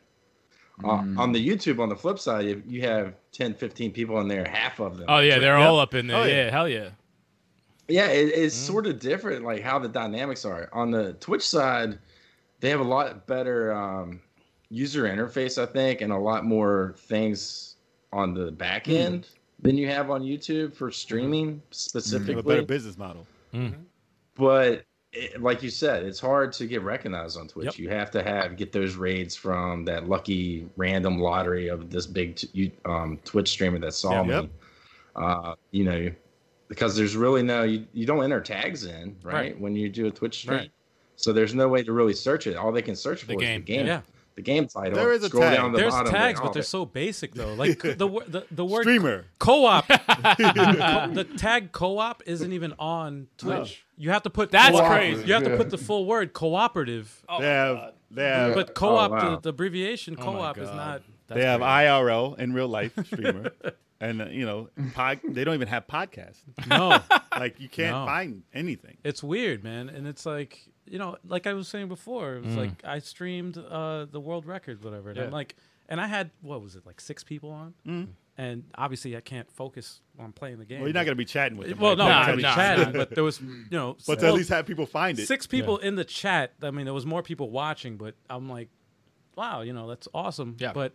Speaker 4: mm.
Speaker 5: Uh, On the YouTube, on the flip side, you- you have 10, 15 people in there, half of them.
Speaker 2: Oh yeah, they're all up in there.
Speaker 3: Oh,
Speaker 2: yeah.
Speaker 3: yeah.
Speaker 2: hell yeah.
Speaker 5: Yeah, it, it's
Speaker 3: Mm.
Speaker 5: sort of different, like how the dynamics are on the Twitch side. They have a lot better um, user interface, I think, and a lot more things on the back end than you have on YouTube for streaming
Speaker 3: They Hmm. Mm. have
Speaker 5: specifically.
Speaker 3: a better business model.
Speaker 5: But it, like you said, it's hard to get recognized on Twitch.
Speaker 1: Yep.
Speaker 5: You have to have get those raids from that lucky random lottery of this big t- you- um, Twitch streamer that saw
Speaker 1: Yeah.
Speaker 5: me.
Speaker 3: Yep.
Speaker 5: Uh, you know, because there's really no you, you don't enter tags in right,
Speaker 1: Right.
Speaker 5: when you do a Twitch stream.
Speaker 1: Right.
Speaker 5: So there's no way to really search it. All they can search for
Speaker 2: The
Speaker 5: is
Speaker 2: game.
Speaker 5: the game.
Speaker 1: Yeah.
Speaker 5: The game title.
Speaker 3: There is a
Speaker 5: Scroll
Speaker 3: tag.
Speaker 5: down to the
Speaker 1: There's
Speaker 5: bottom,
Speaker 1: tags,
Speaker 5: like,
Speaker 1: but
Speaker 5: oh,
Speaker 1: they're so basic though. Like the wor- the the word
Speaker 3: Streamer.
Speaker 1: co-op. the tag co-op isn't even on Twitch. You have to put
Speaker 2: That's
Speaker 1: co-op-
Speaker 2: crazy.
Speaker 1: You have to
Speaker 4: Yeah.
Speaker 1: put the full word cooperative.
Speaker 2: Oh,
Speaker 3: they have they have
Speaker 1: But co-op,
Speaker 5: Oh, wow.
Speaker 1: the, the abbreviation co-op is
Speaker 2: God.
Speaker 1: not.
Speaker 3: they have IRL in real life streamer, and uh, you know pod, they don't even have podcasts.
Speaker 1: No,
Speaker 3: Like you can't
Speaker 1: No.
Speaker 3: find anything.
Speaker 1: it's weird, man, and it's like you know, like I was saying before, it was like I streamed uh, the world record, whatever, and I'm
Speaker 2: Yeah.
Speaker 1: like, and I had what was it, like six people on, and obviously I can't focus on playing the game.
Speaker 3: Well, you're not gonna be chatting with them.
Speaker 1: Well,
Speaker 3: right?
Speaker 1: no,
Speaker 3: They're
Speaker 2: Nah,
Speaker 1: I
Speaker 3: gonna
Speaker 1: was
Speaker 3: be
Speaker 2: nah.
Speaker 1: chatting, but there was you know,
Speaker 3: But to
Speaker 1: still-
Speaker 3: at least have people find it.
Speaker 1: six people in the chat. I mean, there was more people watching, but I'm like, wow, you know, that's awesome.
Speaker 2: Yeah.
Speaker 1: But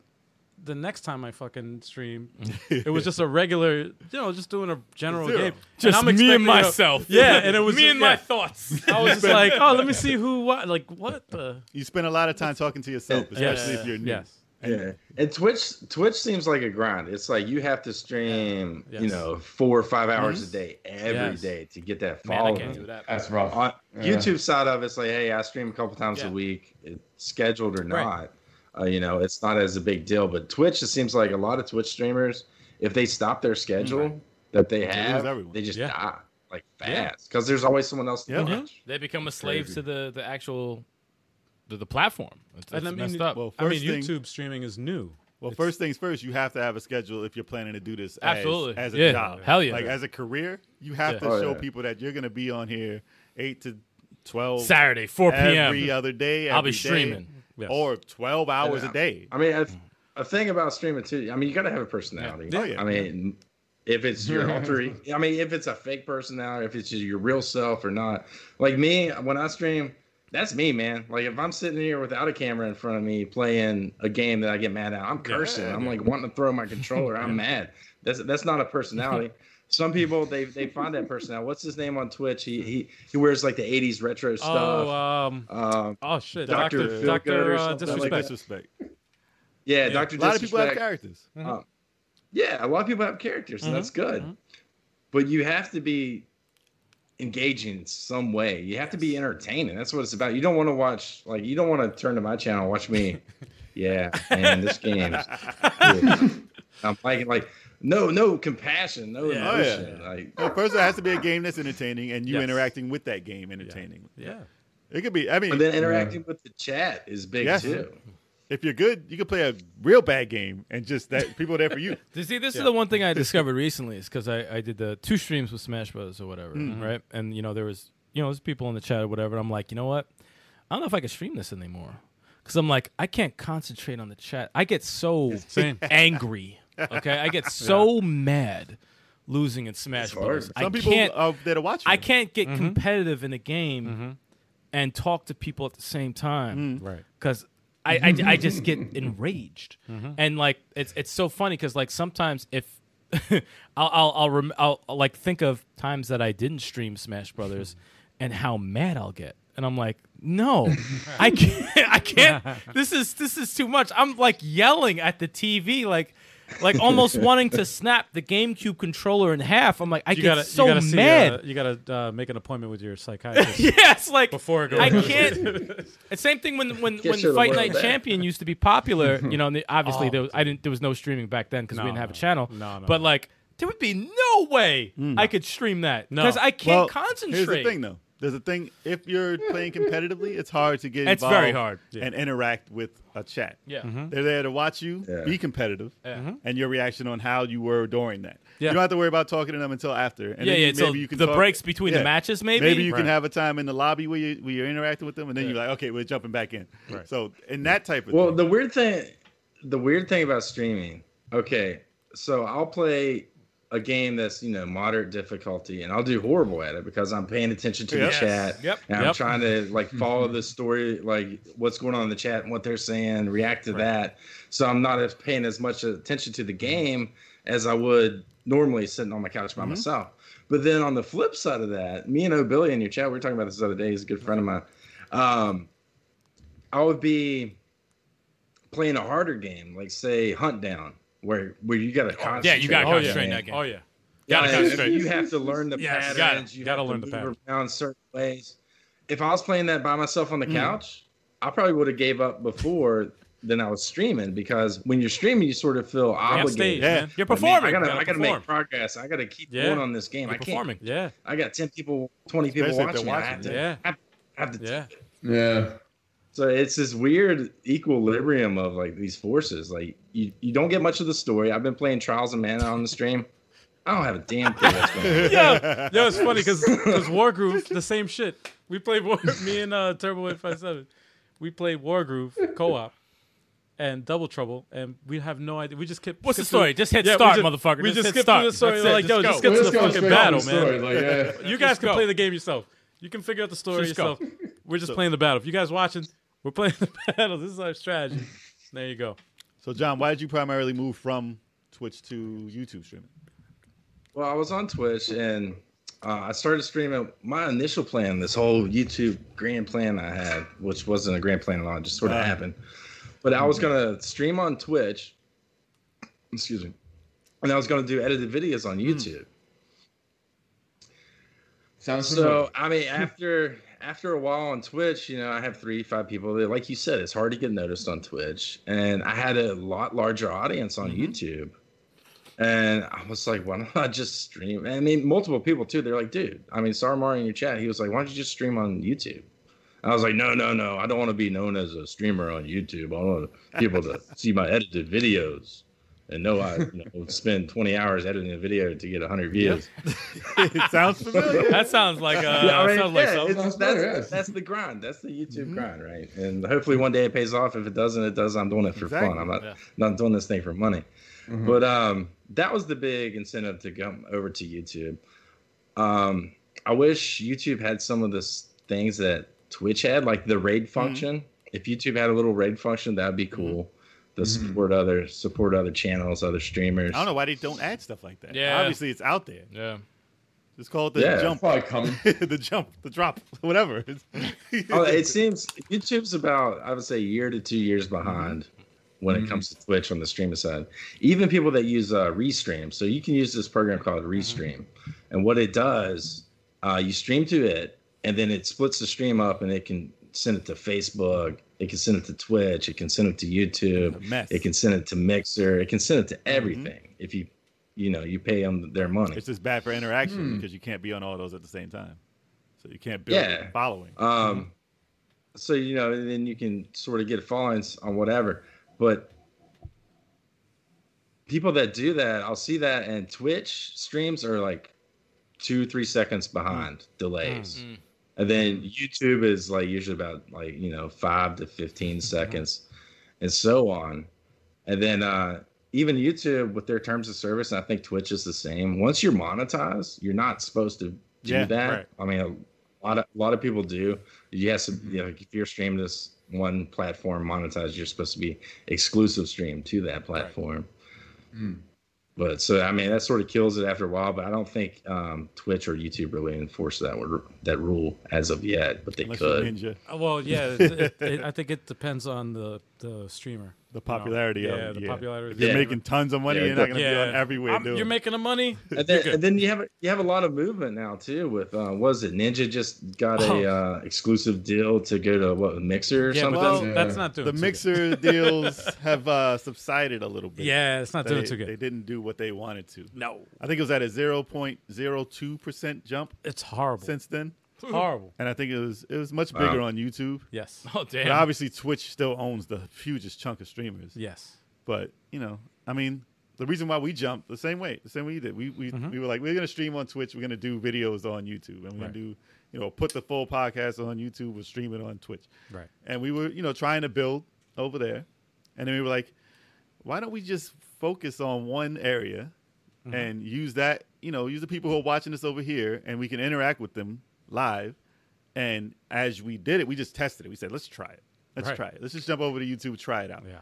Speaker 1: the next time I fucking stream, it was just a regular, you know, just doing a general
Speaker 3: Zero.
Speaker 1: game.
Speaker 2: Just
Speaker 1: I'm
Speaker 2: me and
Speaker 1: expecting, you know-
Speaker 2: myself.
Speaker 1: yeah, and it was
Speaker 2: me and
Speaker 1: yeah.
Speaker 2: my thoughts.
Speaker 1: I was just like, oh, let me see who what like what the
Speaker 3: You spend a lot of time talking to yourself, especially if you're new.
Speaker 1: yes.
Speaker 5: Yeah, and Twitch Twitch seems like a grind. It's like you have to stream,
Speaker 1: Yeah.
Speaker 5: you
Speaker 1: Yes.
Speaker 5: know, four or five hours
Speaker 3: Mhm.
Speaker 5: a day every day
Speaker 1: Yes.
Speaker 5: to get that
Speaker 2: Man, I
Speaker 5: following.
Speaker 2: can't do that.
Speaker 4: That's rough.
Speaker 5: On
Speaker 4: Yeah.
Speaker 5: YouTube side of it's like, hey, I stream a couple times
Speaker 2: Yeah.
Speaker 5: a week, it's scheduled or
Speaker 1: Right.
Speaker 5: not. Uh, you know, it's not as a big deal. But Twitch, it seems like a lot of Twitch streamers, if they stop their schedule that they
Speaker 3: lose
Speaker 5: have,
Speaker 3: everyone.
Speaker 5: they just
Speaker 1: Yeah.
Speaker 5: die like
Speaker 2: Yeah. Mm-hmm.
Speaker 5: fast because there's always someone else to
Speaker 3: Yeah.
Speaker 5: watch.
Speaker 2: They become a slave
Speaker 5: Crazy.
Speaker 2: to the the actual the, the platform. It's,
Speaker 1: And
Speaker 2: it's
Speaker 1: I mean,
Speaker 2: messed up.
Speaker 3: Well,
Speaker 1: I mean,
Speaker 3: first thing-
Speaker 1: YouTube streaming is new.
Speaker 3: Well, first things first, you have to have a schedule if you're planning to do this as,
Speaker 2: Absolutely.
Speaker 3: as a
Speaker 2: Yeah.
Speaker 3: job.
Speaker 2: Hell yeah.
Speaker 3: Like as a career, you have
Speaker 2: Yeah.
Speaker 3: to
Speaker 5: Oh,
Speaker 3: show
Speaker 5: yeah.
Speaker 3: people that you're going to be on here 8 to 12
Speaker 2: Saturday, 4 p.m.
Speaker 3: every other day.
Speaker 2: I'll
Speaker 3: every
Speaker 2: be
Speaker 3: day,
Speaker 2: streaming.
Speaker 1: Yes.
Speaker 3: Or 12 hours a day.
Speaker 5: I mean, a, a thing about streaming too. I mean, you got to have a personality.
Speaker 3: Mm-hmm. Yeah. Oh, yeah.
Speaker 5: I mean, if it's your alter, e- I mean, if it's a fake personality, if it's your real self or not. Like me, when I stream, that's me, man. Like if I'm sitting here without a camera in front of me playing a game that I get mad at, I'm cursing. I'm like wanting to throw my controller. I'm mad. That's that's not a personality. Some people they they find that personality. What's his name on Twitch? He he he wears like the '80s retro
Speaker 1: Oh,
Speaker 5: stuff.
Speaker 1: um,
Speaker 3: uh,
Speaker 5: um,
Speaker 1: oh shit,
Speaker 5: Dr.
Speaker 1: Doctor
Speaker 5: Phil Good
Speaker 1: Doctor
Speaker 5: or
Speaker 1: uh,
Speaker 5: something
Speaker 1: disrespect.
Speaker 5: like
Speaker 3: Like
Speaker 5: that.
Speaker 3: disrespect.
Speaker 5: yeah, Dr.
Speaker 3: A lot of people have
Speaker 5: Disrespect.
Speaker 3: characters.
Speaker 5: Yeah, a lot of people have characters, and
Speaker 3: Mm-hmm,
Speaker 5: that's good. But you have to be engaging in some way. You have to be entertaining. That's what it's about. You don't want to watch like you don't want to turn to my channel and watch me. yeah, man, this game. is- yeah. I'm like like no, no compassion, no
Speaker 3: Yeah. Oh, yeah.
Speaker 5: emotion. Like
Speaker 3: Well, first, it has to be a game that's entertaining and you
Speaker 1: Yes.
Speaker 3: interacting with that game entertainingly.
Speaker 1: Yeah,
Speaker 3: It could be, I mean,
Speaker 5: and then interacting with the chat is big
Speaker 3: Yes.
Speaker 5: too.
Speaker 3: if you're good, you could play a real bad game and just that people are there for you.
Speaker 2: You See, this is the one thing I discovered recently is because I, I did the two streams with Smash Brothers or whatever, right? And you know there was you know there's people in the chat or whatever. I'm like, you know what? I don't know if I can stream this anymore because I'm like I can't concentrate on the chat. I get so
Speaker 1: same.
Speaker 2: angry. Okay, I get so mad losing in Smash
Speaker 5: hard.
Speaker 2: Brothers. I
Speaker 3: Some people
Speaker 2: can't.
Speaker 3: are there to watch you.
Speaker 2: I can't
Speaker 1: Mm-hmm.
Speaker 2: get competitive in a game and talk to people at the same time
Speaker 1: right.
Speaker 2: because I, I, I just get enraged
Speaker 1: Mm-hmm.
Speaker 2: and like it's it's so funny because like sometimes if I'll I'll I'll, rem- I'll I'll, like think of times that I didn't stream Smash Brothers and how mad I'll get and I'm like no I can't I can't this is this is too much I'm like yelling at the TV like like almost wanting to snap the GameCube controller in half. I'm like, I
Speaker 1: you
Speaker 2: get
Speaker 1: gotta,
Speaker 2: so
Speaker 1: you gotta see, uh,
Speaker 2: mad.
Speaker 1: you gotta uh, make an appointment with your psychiatrist
Speaker 2: yes, like
Speaker 1: before it goes.
Speaker 2: I can't. It's same thing when when, when
Speaker 5: you the
Speaker 2: Fight
Speaker 5: world
Speaker 2: Night
Speaker 5: back.
Speaker 2: Champion used to be popular. You know, and the, obviously
Speaker 1: Oh,
Speaker 2: there was, I didn't. There was no streaming back then because
Speaker 1: No,
Speaker 2: we didn't have a
Speaker 1: no.
Speaker 2: channel.
Speaker 1: No, no,
Speaker 2: But
Speaker 1: no.
Speaker 2: like, there would be no way I could stream that
Speaker 1: No.
Speaker 2: because I
Speaker 3: Hmm. Well,
Speaker 2: can't concentrate.
Speaker 3: Here's the thing, though. There's a thing. If you're playing competitively, it's hard to get
Speaker 2: It's
Speaker 3: involved.
Speaker 2: very hard.
Speaker 1: Yeah.
Speaker 3: and interact with a chat.
Speaker 2: Yeah. Mm-hmm.
Speaker 3: They're there to watch you
Speaker 5: Yeah.
Speaker 3: be competitive
Speaker 2: Yeah. Mm-hmm.
Speaker 3: and your reaction on how you were during that.
Speaker 1: Yeah.
Speaker 3: You don't have to worry about talking to them until after. And
Speaker 2: yeah,
Speaker 3: then you,
Speaker 2: yeah. So
Speaker 3: maybe you can
Speaker 2: the
Speaker 3: talk-
Speaker 2: breaks between
Speaker 3: Yeah.
Speaker 2: the matches, maybe.
Speaker 3: Maybe you can
Speaker 1: Right.
Speaker 3: have a time in the lobby where, you, where you're interacting with them, and then you're like, okay, we're jumping back in. So, in that type of
Speaker 5: Well,
Speaker 3: thing,
Speaker 5: the weird thing, the weird thing about streaming. Okay, so I'll play a game that's you know moderate difficulty, and I'll do horrible at it because I'm paying attention to
Speaker 3: Yes.
Speaker 5: the chat.
Speaker 2: Yep.
Speaker 5: And I'm
Speaker 2: Yep.
Speaker 5: trying to like follow the story, like what's going on in the chat and what they're saying, react to that. So I'm not as paying as much attention to the game as I would normally sitting on my couch
Speaker 2: Mm-hmm.
Speaker 5: by myself. But then on the flip side of that, me and O'Billy in your chat, we were talking about this the other day. He's a good friend of mine. Um, I would be playing a harder game, like say Hunt Down, where where you got to concentrate.
Speaker 2: Yeah, you gotta
Speaker 1: Oh, yeah.
Speaker 2: concentrate in
Speaker 5: man.
Speaker 2: that game.
Speaker 1: Oh yeah.
Speaker 5: Yeah,
Speaker 2: Gotta
Speaker 5: like,
Speaker 2: concentrate.
Speaker 5: You have to learn the
Speaker 1: Yes,
Speaker 5: patterns.
Speaker 1: gotta-
Speaker 5: you
Speaker 1: gotta
Speaker 5: have
Speaker 1: learn the
Speaker 5: to
Speaker 1: patterns.
Speaker 5: move around certain ways. If I was playing that by myself
Speaker 2: Hmm.
Speaker 5: on the couch, I probably would have gave up before than I was streaming because when you're streaming, you sort of feel
Speaker 1: You have stage,
Speaker 5: obligated.
Speaker 3: Yeah.
Speaker 1: man.
Speaker 2: You're
Speaker 5: I mean,
Speaker 2: performing.
Speaker 5: I, gotta,
Speaker 2: You
Speaker 5: I gotta
Speaker 2: perform.
Speaker 5: make progress. I gotta keep
Speaker 1: Yeah.
Speaker 5: going on this game.
Speaker 2: You're
Speaker 5: I can't.
Speaker 2: performing.
Speaker 1: Yeah.
Speaker 5: I got ten people, twenty people
Speaker 3: Especially if
Speaker 5: watching.
Speaker 3: they're
Speaker 5: I have
Speaker 3: watching,
Speaker 5: to,
Speaker 1: yeah.
Speaker 5: I have to
Speaker 1: Yeah.
Speaker 4: Yeah.
Speaker 5: so it's this weird equilibrium of like these forces. Like you, you don't get much of the story. I've been playing Trials of Mana on the stream. I don't have a damn clue what's going on.
Speaker 1: Yo, yo, it's funny because because War Groove, the same shit. We played War. Me and uh, Turbo Eight Five Seven, we played War Groove co-op and Double Trouble, and we have no idea. We just kept.
Speaker 2: What's the
Speaker 1: skipped through-
Speaker 2: story? Just hit
Speaker 1: Yeah, we
Speaker 2: start,
Speaker 1: ju-
Speaker 2: motherfucker.
Speaker 1: We
Speaker 2: Just
Speaker 1: just
Speaker 2: hit
Speaker 1: skipped
Speaker 2: start.
Speaker 1: through the story.
Speaker 2: That's
Speaker 1: We're
Speaker 2: it.
Speaker 1: like, yo, just
Speaker 2: Just go.
Speaker 1: get to
Speaker 4: Let's
Speaker 1: the
Speaker 4: go
Speaker 1: fucking
Speaker 4: straight off
Speaker 1: battle,
Speaker 4: the
Speaker 1: man.
Speaker 4: story, Like, yeah.
Speaker 1: You guys
Speaker 2: Just
Speaker 1: can
Speaker 2: go.
Speaker 1: play the game yourself. You can figure out the story
Speaker 2: Just go.
Speaker 1: yourself. We're just playing the battle. If you guys watching, we're playing the battle. This is our strategy. There you go.
Speaker 3: so John, why did you primarily move from Twitch to YouTube streaming?
Speaker 5: Well, I was on Twitch and uh, I started streaming. My initial plan, this whole YouTube grand plan I had, which wasn't a grand plan at all, it just sort of
Speaker 3: Right.
Speaker 5: happened. But I was gonna stream on Twitch. Excuse me. And I was gonna do edited videos on YouTube.
Speaker 4: Sounds
Speaker 1: um,
Speaker 5: So I mean, after after a while on Twitch, you know, I have three, five people. That, like you said, it's hard to get noticed on Twitch, and I had a lot larger audience on YouTube. And I was like, why don't I just stream? I mean, multiple people too. They're like, dude, I mean, Sarmar in your chat, he was like, why don't you just stream on YouTube? I was like, no, no, no. I don't want to be known as a streamer on YouTube. I want people to see my edited videos and know I you know, spend 20 hours editing a video to get 100 views.
Speaker 3: it sounds familiar.
Speaker 2: That sounds like uh,
Speaker 5: Yeah, I mean,
Speaker 2: sounds like
Speaker 5: yeah, Mm-hmm.
Speaker 2: something.
Speaker 5: it's-
Speaker 4: Sounds
Speaker 5: that's,
Speaker 4: better, yes.
Speaker 5: that's the grind. That's the YouTube grind, right? And hopefully one day it pays off. If it doesn't, it does. I'm doing it for fun.
Speaker 3: Exactly,
Speaker 5: I'm not
Speaker 2: yeah.
Speaker 5: not doing this thing for money.
Speaker 4: Mhm.
Speaker 5: But um, that was the big incentive to come over to YouTube. Um, I wish YouTube had some of the s- things that Twitch had, like the
Speaker 2: Mm-hmm.
Speaker 5: raid function. If YouTube had a little raid function, that'd be cool. To support other support other channels, other streamers.
Speaker 3: I don't know why they don't add stuff like that.
Speaker 2: Yeah.
Speaker 3: Obviously, it's out there.
Speaker 2: Yeah.
Speaker 3: It's called the
Speaker 5: Yeah.
Speaker 3: jump,
Speaker 4: probably coming.
Speaker 3: the jump, the drop, whatever.
Speaker 5: oh, it seems YouTube's about I would say a year to two years behind when it comes to Twitch on the streaming side. Even people that use uh, Restream, so you can use this program called Restream, and what it does, uh, you stream to it, and then it splits the stream up, and it can send it to Facebook, it can send it to Twitch, it can send it to YouTube,
Speaker 3: mess.
Speaker 5: it can send it to Mixer, it can send it to everything if you, you know, you pay them their money.
Speaker 3: It's just bad for
Speaker 1: Hmm.
Speaker 3: interaction because you can't be on all those at the same time. So you can't build
Speaker 5: Yeah.
Speaker 3: a following.
Speaker 5: Um, so you know, and then you can sort of get followings on whatever. But people that do that, I'll see that, and Twitch streams are like two, three seconds behind delays,
Speaker 2: Mm.
Speaker 5: and then YouTube is like usually about like you know five to
Speaker 3: Mm-hmm.
Speaker 5: 15 seconds, and so on, and then uh. Even YouTube with their terms of service, and I think Twitch is the same. Once you're monetized, you're not supposed to do
Speaker 3: Yeah,
Speaker 5: that.
Speaker 3: right.
Speaker 5: I mean, a lot of a lot of people do. Yes, you know, if you're streaming this one platform monetized, you're supposed to be exclusive stream to that platform.
Speaker 4: Mm.
Speaker 5: But so I mean, that sort of kills it after a while. But I don't think um, Twitch or YouTube really enforce that wor- that rule as of yet. But they
Speaker 3: Unless
Speaker 5: could.
Speaker 3: you're ninja.
Speaker 1: Uh, Well, yeah, it, it, it, I think it depends on the the streamer.
Speaker 3: the popularity
Speaker 1: yeah,
Speaker 3: of it,
Speaker 1: the
Speaker 3: yeah.
Speaker 1: popularity
Speaker 3: If
Speaker 1: of
Speaker 3: you're
Speaker 5: it.
Speaker 3: making tons of money,
Speaker 5: Yeah,
Speaker 3: you're not gonna
Speaker 1: yeah.
Speaker 3: be on every way
Speaker 1: I'm-
Speaker 3: to do
Speaker 1: you're
Speaker 3: it.
Speaker 1: making the money.
Speaker 5: And then,
Speaker 1: good.
Speaker 5: and then you have you have a lot of movement now too. With uh, what is it Ninja just got a uh, exclusive deal to go to what Mixer or
Speaker 1: Oh. yeah,
Speaker 5: something?
Speaker 1: but
Speaker 3: well,
Speaker 1: that's, that's not doing
Speaker 3: uh, the
Speaker 1: too good.
Speaker 3: mixer deals have uh, subsided a little bit.
Speaker 1: Yeah, it's not
Speaker 3: they,
Speaker 1: doing too
Speaker 3: they
Speaker 1: good.
Speaker 3: didn't do what they wanted to.
Speaker 1: No,
Speaker 3: I think it was at a zero point zero two percent jump
Speaker 1: it's horrible.
Speaker 3: since then,
Speaker 1: horrible.
Speaker 3: and I think it was it was much bigger
Speaker 5: Wow.
Speaker 3: on YouTube.
Speaker 1: Yes.
Speaker 2: Oh
Speaker 3: But
Speaker 2: damn.
Speaker 3: obviously, Twitch still owns the hugest chunk of streamers.
Speaker 1: Yes.
Speaker 3: But you know, I mean, the reason why we jumped the same way, the same way you did. We we,
Speaker 1: Mm-hmm.
Speaker 3: we were like, we're gonna stream on Twitch. We're gonna do videos on YouTube, and we're
Speaker 1: Right.
Speaker 3: gonna do you know put the full podcast on YouTube. We'll stream it on Twitch.
Speaker 1: Right.
Speaker 3: And we were you know trying to build over there, and then we were like, why don't we just focus on one area
Speaker 1: Mm-hmm.
Speaker 3: and use that you know use the people who are watching us over here, and we can interact with them live. And as we did it, we just tested it. We said, let's try it. Let's
Speaker 1: Right.
Speaker 3: try it. Let's just jump over to YouTube, try it out.
Speaker 1: Yeah.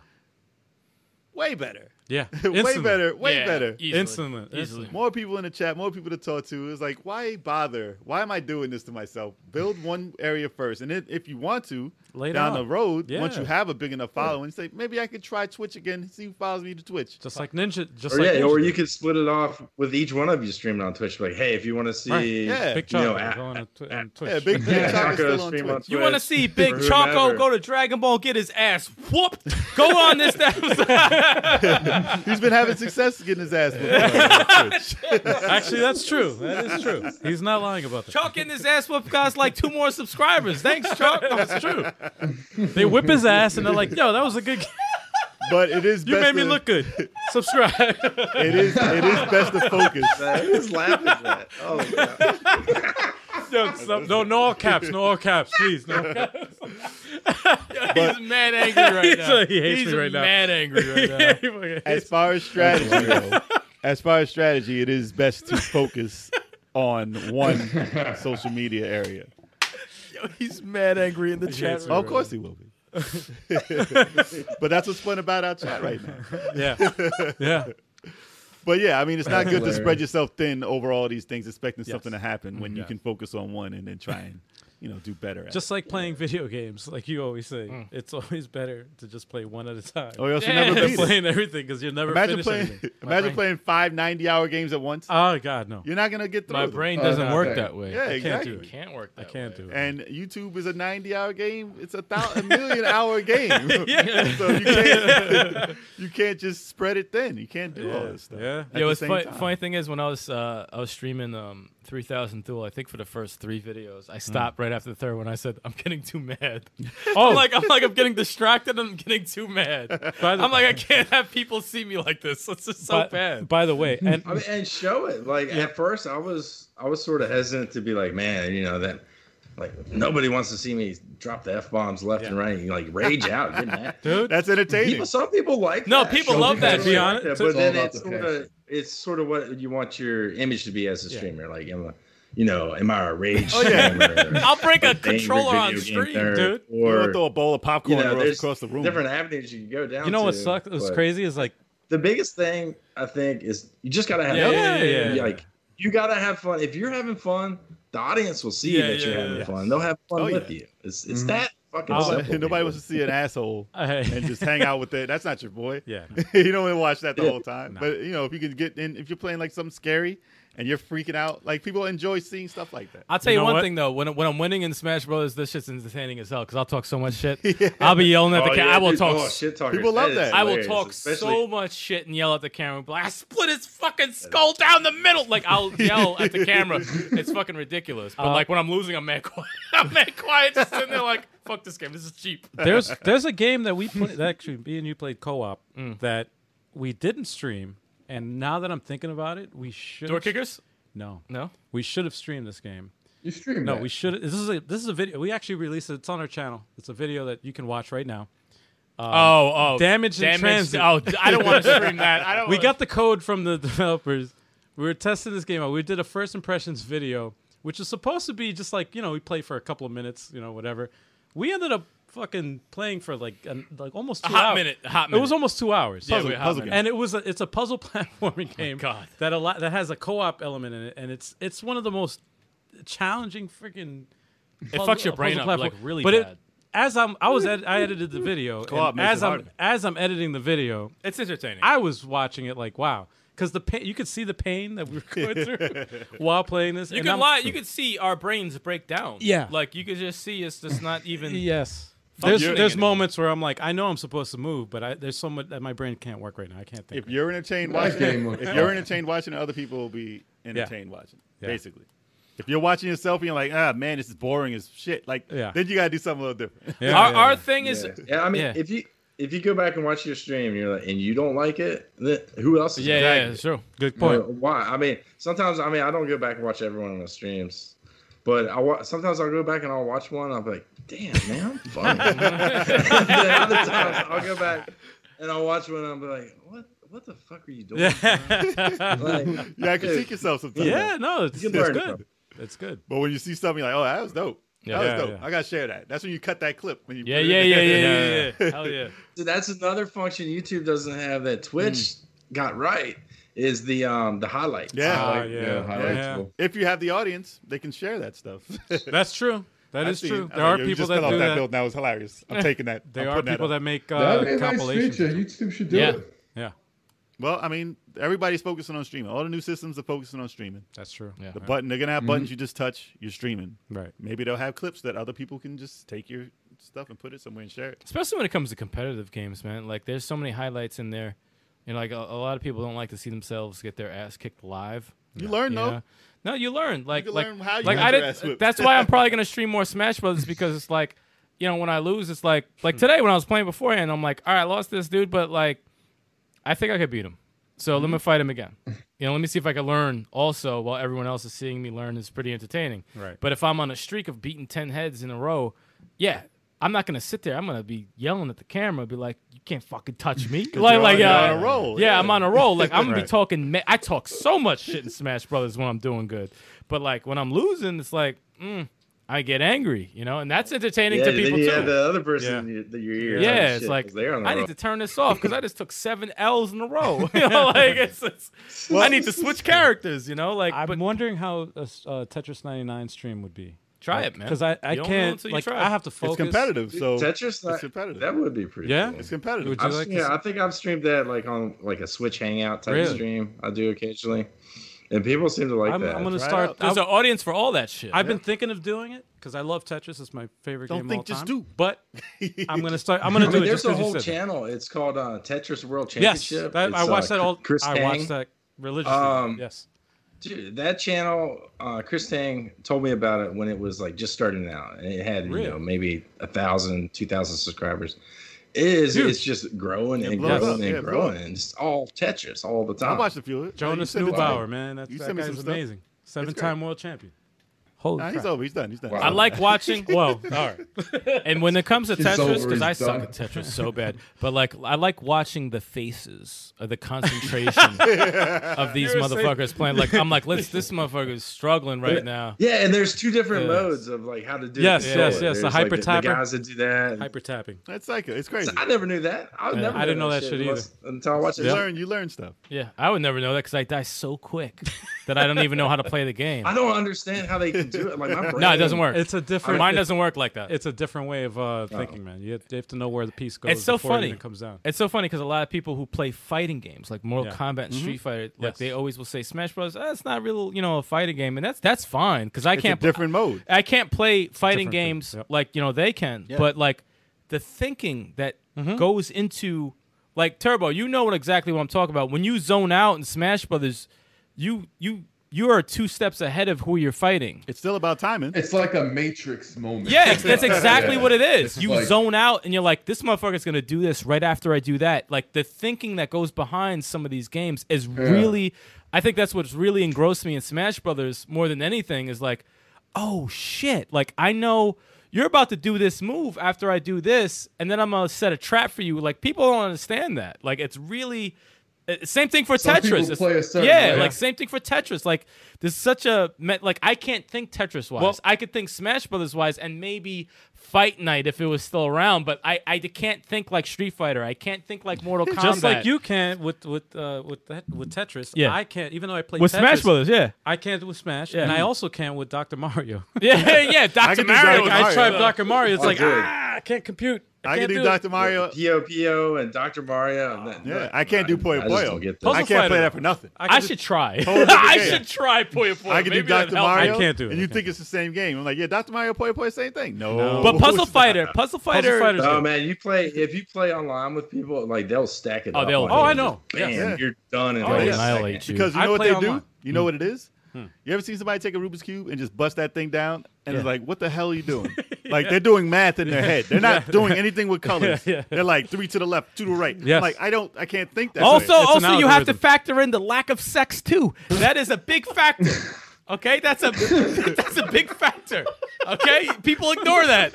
Speaker 3: Way better
Speaker 1: Yeah.
Speaker 3: way
Speaker 1: Instantly.
Speaker 3: better, way
Speaker 2: Yeah,
Speaker 3: better.
Speaker 2: Easily.
Speaker 1: Instantly,
Speaker 2: Easily.
Speaker 1: instantly.
Speaker 3: More people in the chat, more people to talk to. It's like, why bother? Why am I doing this to myself? Build one area first, and then if you want to,
Speaker 1: Later
Speaker 3: down
Speaker 1: on.
Speaker 3: the road, once
Speaker 1: Yeah.
Speaker 3: you have a big enough following, say maybe I could try Twitch again. See who follows me to Twitch.
Speaker 1: Just like Ninja. Just
Speaker 5: Or
Speaker 1: like
Speaker 5: yeah, or
Speaker 1: Ninja.
Speaker 5: you could split it off with each one of you streaming on Twitch. Like, hey, if you want to see,
Speaker 1: Right.
Speaker 3: Yeah.
Speaker 1: Big
Speaker 5: you know,
Speaker 1: Choco
Speaker 5: ah,
Speaker 1: go on, a twi- on Twitch.
Speaker 3: Yeah, big, big
Speaker 5: Yeah.
Speaker 3: Choco's
Speaker 5: Choco
Speaker 3: still on
Speaker 5: stream on
Speaker 3: Twitch.
Speaker 2: You want to
Speaker 5: Twitch.
Speaker 2: see Big
Speaker 5: Whoever.
Speaker 2: Choco go to Dragon Ball, get his ass whooped. Go on this. episode.
Speaker 3: He's been having success getting his ass. whooped on Twitch.
Speaker 1: Actually, that's true. That is true. He's not lying about that.
Speaker 2: Chuck and his ass whooped guys like two more subscribers. Thanks, Chuck.
Speaker 1: That's true. They whip his ass and they're like, "Yo, that was a good. g-
Speaker 3: But it is
Speaker 1: You
Speaker 3: best
Speaker 1: made me
Speaker 3: to-
Speaker 1: look good. Subscribe."
Speaker 3: It is it is best to focus.
Speaker 5: Who's laughing at that? Oh, God.
Speaker 1: no, stop. no, no all caps. No all caps, please. No all caps.
Speaker 2: He's mad angry right
Speaker 1: He's
Speaker 2: now.
Speaker 1: like, he hates
Speaker 2: He's
Speaker 1: me right now.
Speaker 2: mad angry right now.
Speaker 3: as far as strategy though, as far as strategy, it is best to focus on one social media area.
Speaker 2: He's mad angry in the chat.
Speaker 1: hates
Speaker 2: room.
Speaker 3: Oh, of course he will be. but that's what's fun about our chat right now.
Speaker 1: yeah, yeah.
Speaker 3: But yeah, I mean, it's not
Speaker 5: That's
Speaker 3: good to spread
Speaker 5: hilarious.
Speaker 3: yourself thin over all these things, expecting
Speaker 1: Yes.
Speaker 3: something to happen when you
Speaker 1: Yeah.
Speaker 3: can focus on one and then try and you know do better. At
Speaker 1: Just like playing video games, like you always say, it's always better to just play one at a time.
Speaker 3: it. or else you
Speaker 2: Mm. Yeah.
Speaker 3: never
Speaker 1: than
Speaker 3: beat it.
Speaker 1: playing everything because you'll never
Speaker 3: Imagine
Speaker 1: finish
Speaker 3: playing,
Speaker 1: anything.
Speaker 3: imagine playing five 90 hour games at once.
Speaker 1: Oh God, no!
Speaker 3: You're not gonna get through.
Speaker 2: My
Speaker 3: them.
Speaker 2: brain
Speaker 4: Uh,
Speaker 2: doesn't
Speaker 1: Oh,
Speaker 4: no,
Speaker 2: work
Speaker 4: thank-
Speaker 2: that way.
Speaker 3: Yeah,
Speaker 1: I can't do
Speaker 3: exactly.
Speaker 1: it.
Speaker 2: Can't work.
Speaker 1: I
Speaker 2: That
Speaker 1: can't do it.
Speaker 3: And YouTube is a 90 hour game. It's a thousand a million hour game.
Speaker 1: yeah.
Speaker 3: so you can't you can't just spread it thin. You can't do all
Speaker 1: Yeah.
Speaker 3: this stuff.
Speaker 1: Yeah.
Speaker 3: at
Speaker 2: Yo,
Speaker 3: the
Speaker 2: it's
Speaker 3: same
Speaker 2: funny,
Speaker 3: time.
Speaker 2: funny thing is when I was uh, I was streaming um, 3000 Thule, I think for the first three videos,
Speaker 1: Mm.
Speaker 2: I stopped right after the third one. I said I'm getting too mad.
Speaker 1: Oh.
Speaker 2: I'm like I'm like I'm getting distracted. and I'm getting too mad.
Speaker 1: By the-
Speaker 2: I'm like I can't have people see me like this. This is so
Speaker 1: by,
Speaker 2: bad.
Speaker 1: By the way, and
Speaker 5: I mean, and show it. Like at first, I was I was sort of hesitant to be like, man, you know that, like nobody wants to see me drop the f bombs left and right, and, like rage out, get mad.
Speaker 1: dude,
Speaker 3: That's entertaining.
Speaker 5: People, some people like
Speaker 2: No,
Speaker 5: that.
Speaker 2: people
Speaker 5: Some
Speaker 2: love that,
Speaker 5: really
Speaker 1: to be
Speaker 5: like
Speaker 1: honest.
Speaker 5: that,
Speaker 1: It's
Speaker 5: but
Speaker 1: all
Speaker 5: then
Speaker 4: about
Speaker 5: it's
Speaker 4: the
Speaker 5: sort of
Speaker 4: passion.
Speaker 5: it's sort of what you want your image to be as a
Speaker 1: Yeah.
Speaker 5: streamer. Like, am I, you know, am I a rage
Speaker 3: Oh, yeah.
Speaker 5: streamer?
Speaker 2: I'll break a
Speaker 5: Angry
Speaker 2: controller on
Speaker 5: video game
Speaker 2: stream,
Speaker 5: nerd,
Speaker 2: dude.
Speaker 3: you want to
Speaker 5: Or
Speaker 3: throw a bowl of popcorn
Speaker 5: you know,
Speaker 3: across-
Speaker 5: there's
Speaker 3: across the room.
Speaker 5: different avenues you can go down.
Speaker 1: you know what
Speaker 5: to,
Speaker 1: sucks? What's
Speaker 5: but-
Speaker 1: crazy is like,
Speaker 5: the biggest thing I think is you just gotta have
Speaker 2: Yeah,
Speaker 5: fun.
Speaker 2: yeah, yeah, yeah.
Speaker 5: Like you gotta have fun. If you're having fun, the audience will see
Speaker 2: Yeah,
Speaker 5: that you're
Speaker 2: yeah,
Speaker 5: having
Speaker 2: yeah.
Speaker 5: fun. They'll have fun
Speaker 3: Oh,
Speaker 5: with
Speaker 3: yeah.
Speaker 5: you. It's it's
Speaker 4: Mhm.
Speaker 5: that fucking
Speaker 1: Oh,
Speaker 5: simple.
Speaker 3: Nobody, nobody
Speaker 5: people.
Speaker 3: wants to see an asshole
Speaker 1: I,
Speaker 3: and just hang out with it. That's not your boy.
Speaker 1: yeah,
Speaker 3: you don't want to watch that the
Speaker 5: Yeah.
Speaker 3: whole time.
Speaker 1: No.
Speaker 3: But you know, if you can get in, if you're playing like something scary and you're freaking out, like people enjoy seeing stuff like that.
Speaker 2: I'll tell you,
Speaker 1: know
Speaker 2: one
Speaker 1: what?
Speaker 2: thing though. When when I'm winning in Smash Brothers, this shit's entertaining as hell because I'll talk so much shit. I'll be yelling at the
Speaker 5: Oh,
Speaker 2: camera.
Speaker 5: yeah,
Speaker 2: I will
Speaker 5: dude.
Speaker 2: talk.
Speaker 5: Oh,
Speaker 2: s-
Speaker 5: shit talkers.
Speaker 3: People love
Speaker 5: is
Speaker 3: that.
Speaker 2: I will
Speaker 5: hilarious,
Speaker 2: talk
Speaker 5: especially-
Speaker 2: so much shit and yell at the camera. But I split his fucking skull down the middle. Like I'll yell at the camera. It's fucking ridiculous. But
Speaker 1: Uh,
Speaker 2: like when I'm losing, I'm mad quiet. I'm mad quiet, just sitting there like, fuck this game. This is cheap.
Speaker 1: there's there's a game that we played that actually me and you played co-op
Speaker 2: Mm.
Speaker 1: that we didn't stream, and now that I'm thinking about it, we should
Speaker 2: Door kickers?
Speaker 1: No,
Speaker 2: No.
Speaker 1: we should have streamed this game.
Speaker 4: You stream
Speaker 1: No,
Speaker 4: that.
Speaker 1: we should. This is a this is a video. We actually released it. It's on our channel. It's a video that you can watch right now.
Speaker 2: oh, oh,
Speaker 1: Damage in Transit.
Speaker 2: Oh, d- I don't want to stream that. I don't.
Speaker 1: we
Speaker 2: wanna-
Speaker 1: got the code from the developers. We were testing this game out. We did a first impressions video, which is supposed to be just like you know we play for a couple of minutes, you know whatever. We ended up fucking playing for like an, like almost two
Speaker 2: a hot
Speaker 1: hours.
Speaker 2: minute. a Hot
Speaker 1: It
Speaker 2: minute.
Speaker 1: was almost two hours.
Speaker 2: Yeah, we- hot
Speaker 3: puzzle
Speaker 2: minute.
Speaker 3: game.
Speaker 1: and it was a, it's a puzzle platforming game
Speaker 2: God.
Speaker 1: that a lot that has a co-op element in it, and it's it's one of the most challenging freaking.
Speaker 2: It fucks your brain up like really
Speaker 1: but
Speaker 2: bad.
Speaker 1: It, as I'm, I was, ed- I edited the video.
Speaker 3: Co-op
Speaker 1: and
Speaker 3: makes
Speaker 1: as
Speaker 3: it
Speaker 1: I'm,
Speaker 3: harder.
Speaker 1: as I'm editing the video,
Speaker 2: It's entertaining.
Speaker 1: I was watching it like, wow, because the pain, you could see the pain that we were going through while playing this.
Speaker 2: you
Speaker 1: and
Speaker 2: can
Speaker 1: I'm-
Speaker 2: lie. You can see our brains break down.
Speaker 1: Yeah.
Speaker 2: Like you could just see it's just not even.
Speaker 1: Yes. There's,
Speaker 2: you're-
Speaker 1: there's
Speaker 2: anymore.
Speaker 1: moments where I'm like, I know I'm supposed to move, but I, there's so much that my brain can't work right now. I can't think.
Speaker 3: If you're entertained
Speaker 4: That
Speaker 3: watching,
Speaker 4: game
Speaker 3: it,
Speaker 4: looks
Speaker 3: if
Speaker 4: fun.
Speaker 3: you're entertained watching, it, other people will be entertained watching.
Speaker 1: Yeah.
Speaker 3: Basically, if you're watching yourself and you're like, ah, man, this is boring as shit. Like,
Speaker 1: Yeah.
Speaker 3: then you gotta do something a little different.
Speaker 1: Yeah,
Speaker 2: our,
Speaker 1: yeah,
Speaker 2: our
Speaker 1: yeah.
Speaker 2: thing is.
Speaker 5: Yeah. Yeah, I mean,
Speaker 1: yeah.
Speaker 5: if you if you go back and watch your stream, and you're like, and you don't like it, then who else? Is
Speaker 2: Yeah,
Speaker 5: gonna
Speaker 2: yeah,
Speaker 5: like
Speaker 2: it's
Speaker 5: it?
Speaker 2: true.
Speaker 1: Good
Speaker 5: You know,
Speaker 1: point.
Speaker 5: why? I mean, sometimes I mean I don't go back and watch everyone on the streams, but I wa- sometimes I'll go back and I'll watch one. I'll be like, damn, man, I'm funny. and then other times I'll go back and I'll watch one. And I'll be like, what? What the fuck are you doing? man?"
Speaker 1: Yeah.
Speaker 5: Like,
Speaker 3: You gotta critique
Speaker 5: dude,
Speaker 3: yourself sometimes.
Speaker 1: yeah, no, it's,
Speaker 5: You
Speaker 1: it's
Speaker 5: can learn from
Speaker 1: good. It's good.
Speaker 3: But when you see something you're like, oh, that was dope. that
Speaker 2: Yeah.
Speaker 3: was
Speaker 1: Yeah,
Speaker 3: dope.
Speaker 1: yeah.
Speaker 3: I gotta share that. That's when you cut that clip. When you
Speaker 2: Yeah,
Speaker 3: put it
Speaker 2: yeah,
Speaker 3: in
Speaker 2: yeah,
Speaker 3: there.
Speaker 2: yeah, yeah, yeah. Hell yeah.
Speaker 5: So that's another function YouTube doesn't have that Twitch
Speaker 2: Mm.
Speaker 5: got right is the um the highlights.
Speaker 3: Yeah.
Speaker 1: Ah,
Speaker 5: Like,
Speaker 1: yeah,
Speaker 5: highlights
Speaker 1: yeah.
Speaker 5: will-
Speaker 3: If you have the audience, they can share that stuff.
Speaker 1: That's true. That
Speaker 3: I
Speaker 1: is
Speaker 3: see.
Speaker 1: true.
Speaker 3: I
Speaker 1: There
Speaker 3: like,
Speaker 1: are
Speaker 3: yo, you
Speaker 1: people
Speaker 3: just
Speaker 1: that
Speaker 3: cut off
Speaker 1: do
Speaker 3: that.
Speaker 1: that.
Speaker 3: build, and that was hilarious. I'm taking that.
Speaker 1: There
Speaker 3: I'm
Speaker 1: are
Speaker 3: putting
Speaker 1: people
Speaker 3: up.
Speaker 1: that make
Speaker 4: That'd
Speaker 1: uh,
Speaker 4: be a nice
Speaker 1: compilations.
Speaker 4: feature. YouTube should do
Speaker 2: Yeah.
Speaker 4: it.
Speaker 1: Yeah,
Speaker 3: Well, I mean, everybody's focusing on streaming. All the new systems are focusing on streaming.
Speaker 1: that's true.
Speaker 2: Yeah.
Speaker 3: The button they're gonna have
Speaker 1: Mm-hmm.
Speaker 3: buttons you just touch. You're streaming.
Speaker 1: Right.
Speaker 3: Maybe they'll have clips that other people can just take your stuff and put it somewhere and share it.
Speaker 2: Especially when it comes to competitive games, man. Like there's so many highlights in there. You know, like a, a lot of people don't like to see themselves get their ass kicked live.
Speaker 3: You learn
Speaker 2: you
Speaker 3: though.
Speaker 2: know? No, you learn. Like,
Speaker 3: can
Speaker 2: like,
Speaker 3: learn how you
Speaker 2: like
Speaker 3: got
Speaker 2: I
Speaker 3: your
Speaker 2: did,
Speaker 3: ass whipped.
Speaker 2: That's why I'm probably gonna stream more Smash Brothers because it's like, you know, when I lose, it's like,
Speaker 3: Hmm.
Speaker 2: like today when I was playing beforehand, I'm like, all right, I lost this dude, but like, I think I could beat him. So let
Speaker 3: Hmm.
Speaker 2: me fight him again. You know, let me see if I can learn also while everyone else is seeing me learn is pretty entertaining.
Speaker 1: Right.
Speaker 2: But if I'm on a streak of beating ten heads in a row, yeah. I'm not gonna sit there. I'm gonna be yelling at the camera, be like, "You can't fucking touch me!" Like,
Speaker 3: you're
Speaker 2: like,
Speaker 3: on- you're
Speaker 2: uh,
Speaker 3: on a roll.
Speaker 2: Yeah,
Speaker 3: Yeah.
Speaker 2: I'm on a roll. Like, I'm gonna be
Speaker 3: Right.
Speaker 2: talking. ma- I talk so much shit in Smash Brothers when I'm doing good, but like when I'm losing, it's like, mm, I get angry, you know, and that's entertaining
Speaker 5: Yeah,
Speaker 2: to
Speaker 5: then
Speaker 2: people
Speaker 5: you
Speaker 2: too.
Speaker 5: have the other person in your, that your ear.
Speaker 2: Yeah, it's like
Speaker 5: they're on the
Speaker 2: I
Speaker 5: roll.
Speaker 2: need to turn this off because I just took seven L's in a row. you know, like it's, it's I need to switch characters. You know, like
Speaker 1: I'm
Speaker 2: but
Speaker 1: wondering how a s- uh, Tetris 99 stream would be.
Speaker 2: try it, man.
Speaker 1: Because I, I
Speaker 2: You don't know
Speaker 1: can't.
Speaker 2: until you
Speaker 1: Like,
Speaker 2: try.
Speaker 1: I have to focus.
Speaker 3: It's competitive, so
Speaker 5: Tetris.
Speaker 3: it's
Speaker 5: That,
Speaker 3: competitive.
Speaker 5: that would be pretty.
Speaker 1: Yeah?
Speaker 5: cool.
Speaker 3: it's competitive.
Speaker 1: Would
Speaker 5: I've,
Speaker 1: you like to
Speaker 5: yeah,
Speaker 1: see-
Speaker 5: I think I've streamed that like on like a Switch Hangout type
Speaker 1: Really?
Speaker 5: stream. I do occasionally, and people seem to like
Speaker 1: I'm,
Speaker 5: that.
Speaker 1: I'm gonna
Speaker 3: Try it
Speaker 1: start.
Speaker 3: out.
Speaker 2: There's
Speaker 1: I've,
Speaker 2: an audience for all that shit.
Speaker 1: I've been thinking of doing it because I love Tetris. It's my favorite
Speaker 3: Don't
Speaker 1: game. of
Speaker 3: think,
Speaker 1: all
Speaker 3: just
Speaker 1: time.
Speaker 3: do.
Speaker 1: But I'm gonna start. I'm gonna
Speaker 5: I
Speaker 1: do
Speaker 5: mean,
Speaker 1: it.
Speaker 5: there's
Speaker 1: Just
Speaker 5: a
Speaker 1: 'cause you
Speaker 5: whole
Speaker 1: said that.
Speaker 5: channel. It's called uh, Tetris World
Speaker 1: Yes,
Speaker 5: Championship.
Speaker 1: that, I
Speaker 5: It's,
Speaker 1: watched
Speaker 5: uh,
Speaker 1: that all.
Speaker 5: Chris
Speaker 1: I
Speaker 5: Tang.
Speaker 1: watched that religiously.
Speaker 5: Um,
Speaker 1: yes.
Speaker 5: Dude, that channel, uh, Chris Tang told me about it when it was like just starting out, and it had
Speaker 1: Really?
Speaker 5: you know maybe a thousand, two thousand subscribers. It is
Speaker 1: Dude.
Speaker 5: it's just growing and
Speaker 3: blew up.
Speaker 5: growing
Speaker 3: Yeah,
Speaker 5: and
Speaker 3: it blew
Speaker 5: growing,
Speaker 3: up.
Speaker 5: and it's all Tetris all the
Speaker 3: I
Speaker 5: time.
Speaker 3: watched a few. of it. You
Speaker 1: Jonas
Speaker 3: sent it to me.
Speaker 1: Neubauer, man, that,
Speaker 3: You
Speaker 1: that
Speaker 3: sent me
Speaker 1: guy's
Speaker 3: some stuff.
Speaker 1: amazing.
Speaker 3: great.
Speaker 1: Seven-time world champion. Holy
Speaker 3: Nah,
Speaker 1: crap!
Speaker 3: he's over. He's done. He's done.
Speaker 5: Wow.
Speaker 2: I like watching.
Speaker 1: Whoa! All right.
Speaker 2: And when it comes to
Speaker 4: It's
Speaker 2: Tetris,
Speaker 4: over,
Speaker 2: because I
Speaker 4: it's
Speaker 2: suck
Speaker 4: done.
Speaker 2: at Tetris so bad, but like I like watching the faces or the concentration of these
Speaker 1: were saying-
Speaker 2: motherfuckers playing. Like I'm like, let's this motherfucker is struggling right now.
Speaker 5: Yeah, and there's two different
Speaker 2: Yes.
Speaker 5: modes of like how to do.
Speaker 1: Yes,
Speaker 5: it.
Speaker 1: yes,
Speaker 5: There's,
Speaker 1: yes, the
Speaker 5: like, the,
Speaker 1: hyper-tapper.
Speaker 5: guys that do that.
Speaker 1: Hyper tapping.
Speaker 3: That's psycho. It's crazy.
Speaker 5: I never knew that. I would
Speaker 2: Yeah.
Speaker 5: never.
Speaker 1: I didn't know that shit either.
Speaker 5: unless- until I watched
Speaker 3: You
Speaker 5: it.
Speaker 3: learn. You learn stuff.
Speaker 2: Yeah, I would never know that because I die so quick that I don't even know how to play the game.
Speaker 5: I don't understand how they can do it. Like my brain.
Speaker 2: No, it doesn't work.
Speaker 1: It's a different.
Speaker 2: Mine
Speaker 1: it's-
Speaker 2: doesn't work like that.
Speaker 1: It's a different way of uh, thinking, man. You have, you have to know where the piece goes.
Speaker 2: It's so
Speaker 1: before
Speaker 2: funny.
Speaker 1: It even comes down.
Speaker 2: It's so funny because a lot of people who play fighting games like
Speaker 1: Yeah.
Speaker 2: Mortal
Speaker 1: Mm-hmm.
Speaker 2: Kombat and Street Fighter, like
Speaker 1: Yes.
Speaker 2: they always will say Smash Bros. "Ah, it's not real, you know, a fighting game, and that's that's fine because I
Speaker 3: It's a
Speaker 2: can't.
Speaker 3: different mode.
Speaker 2: I can't play fighting
Speaker 1: Different thing,
Speaker 2: games
Speaker 1: yep.
Speaker 2: like you know they can, but like the thinking that
Speaker 1: Mm-hmm.
Speaker 2: goes into like Turbo, you know what exactly what I'm talking about. When you zone out in Smash Brothers, you you you are two steps ahead of who you're fighting.
Speaker 3: It's still about timing.
Speaker 4: It's like a Matrix moment.
Speaker 2: Yeah, ex- that's exactly what it is. You
Speaker 4: like- oh,
Speaker 2: zone out and you're like, this motherfucker's gonna do this right after I do that. Like the thinking that goes behind some of these games is really I think that's what's really engrossed me in Smash Brothers more than anything is like, oh shit. Like I know you're about to do this move after I do this, and then I'm gonna set a trap for you. Like people don't understand that. Like it's really uh, same thing for
Speaker 4: Some
Speaker 2: Tetris.
Speaker 4: people
Speaker 2: It's-
Speaker 4: play a certain
Speaker 2: yeah,
Speaker 4: way.
Speaker 2: like same thing for Tetris. Like there's such a me- like I can't think Tetris wise.
Speaker 1: Well-
Speaker 2: I could think Smash Brothers wise, and maybe Fight Night if it was still around. But I I can't think like Street Fighter. I can't think like Mortal Kombat.
Speaker 1: Just like you can with with uh, with that, with Tetris.
Speaker 2: Yeah.
Speaker 1: I can't. Even though I play
Speaker 2: with
Speaker 1: Tetris,
Speaker 2: Smash Brothers, yeah,
Speaker 1: I can't with Smash, and I also can't with Dr. Mario.
Speaker 2: yeah, yeah.
Speaker 3: I
Speaker 2: Doctor
Speaker 3: could do
Speaker 2: Mario.
Speaker 3: Dr.
Speaker 1: I
Speaker 3: Mario.
Speaker 1: tried Dr. Mario. It's
Speaker 5: Oh,
Speaker 1: like
Speaker 5: dude.
Speaker 1: ah, I can't compute. I,
Speaker 3: I,
Speaker 1: can't
Speaker 3: can do
Speaker 1: it.
Speaker 3: Dr. Mario.
Speaker 5: Pio Pio and Dr. Mario. and that-
Speaker 3: Yeah, I can't do Puyo
Speaker 5: I just don't
Speaker 3: Puyo.
Speaker 5: get that.
Speaker 3: I
Speaker 1: Puzzle
Speaker 3: can't
Speaker 1: Fighter.
Speaker 3: play that for nothing.
Speaker 1: I,
Speaker 2: I
Speaker 1: can do-
Speaker 2: should try.
Speaker 3: Totally
Speaker 2: I
Speaker 3: okay.
Speaker 2: should try Puyo Puyo.
Speaker 3: I can do
Speaker 2: Maybe that'd
Speaker 3: Dr.
Speaker 2: help.
Speaker 3: Mario.
Speaker 1: I can't do it.
Speaker 3: And you
Speaker 1: I
Speaker 3: think it's the same game? I'm like, yeah, Dr. Mario, Puyo Puyo, same thing. No,
Speaker 2: No.
Speaker 3: it's
Speaker 2: But
Speaker 1: Puzzle
Speaker 3: not.
Speaker 1: Puzzle Fighter,
Speaker 2: Puzzle
Speaker 1: Puzzle
Speaker 2: Fighter.
Speaker 1: Fighter's
Speaker 5: No
Speaker 1: good.
Speaker 5: Oh, man, you play if you play online with people, like they'll stack it.
Speaker 2: Oh,
Speaker 5: up
Speaker 2: they'll-
Speaker 5: on
Speaker 1: Oh,
Speaker 5: you.
Speaker 1: I know.
Speaker 5: Bam,
Speaker 3: Yes.
Speaker 5: you're done. In
Speaker 1: Oh,
Speaker 5: like a
Speaker 1: yeah.
Speaker 5: second.
Speaker 2: annihilate you.
Speaker 3: Because you
Speaker 1: I
Speaker 3: know what
Speaker 1: play
Speaker 3: they
Speaker 1: online. Hmm.
Speaker 3: do? You know what it is? You ever seen somebody take a Rubik's Cube and just bust that thing down? And it's
Speaker 1: Yeah.
Speaker 3: like, what the hell are you doing? Like they're doing math in their head. They're not
Speaker 1: Yeah.
Speaker 3: doing anything with colors.
Speaker 1: Yeah, yeah.
Speaker 3: They're like three to the left, two to the right. I'm
Speaker 1: Yes.
Speaker 3: like I don't, I can't think that. way.
Speaker 1: It's
Speaker 2: Also,
Speaker 1: an
Speaker 2: also you have to
Speaker 1: algorithm.
Speaker 2: factor in the lack of sex too. That is a big factor. Okay, that's a that's a big factor. Okay, people ignore that.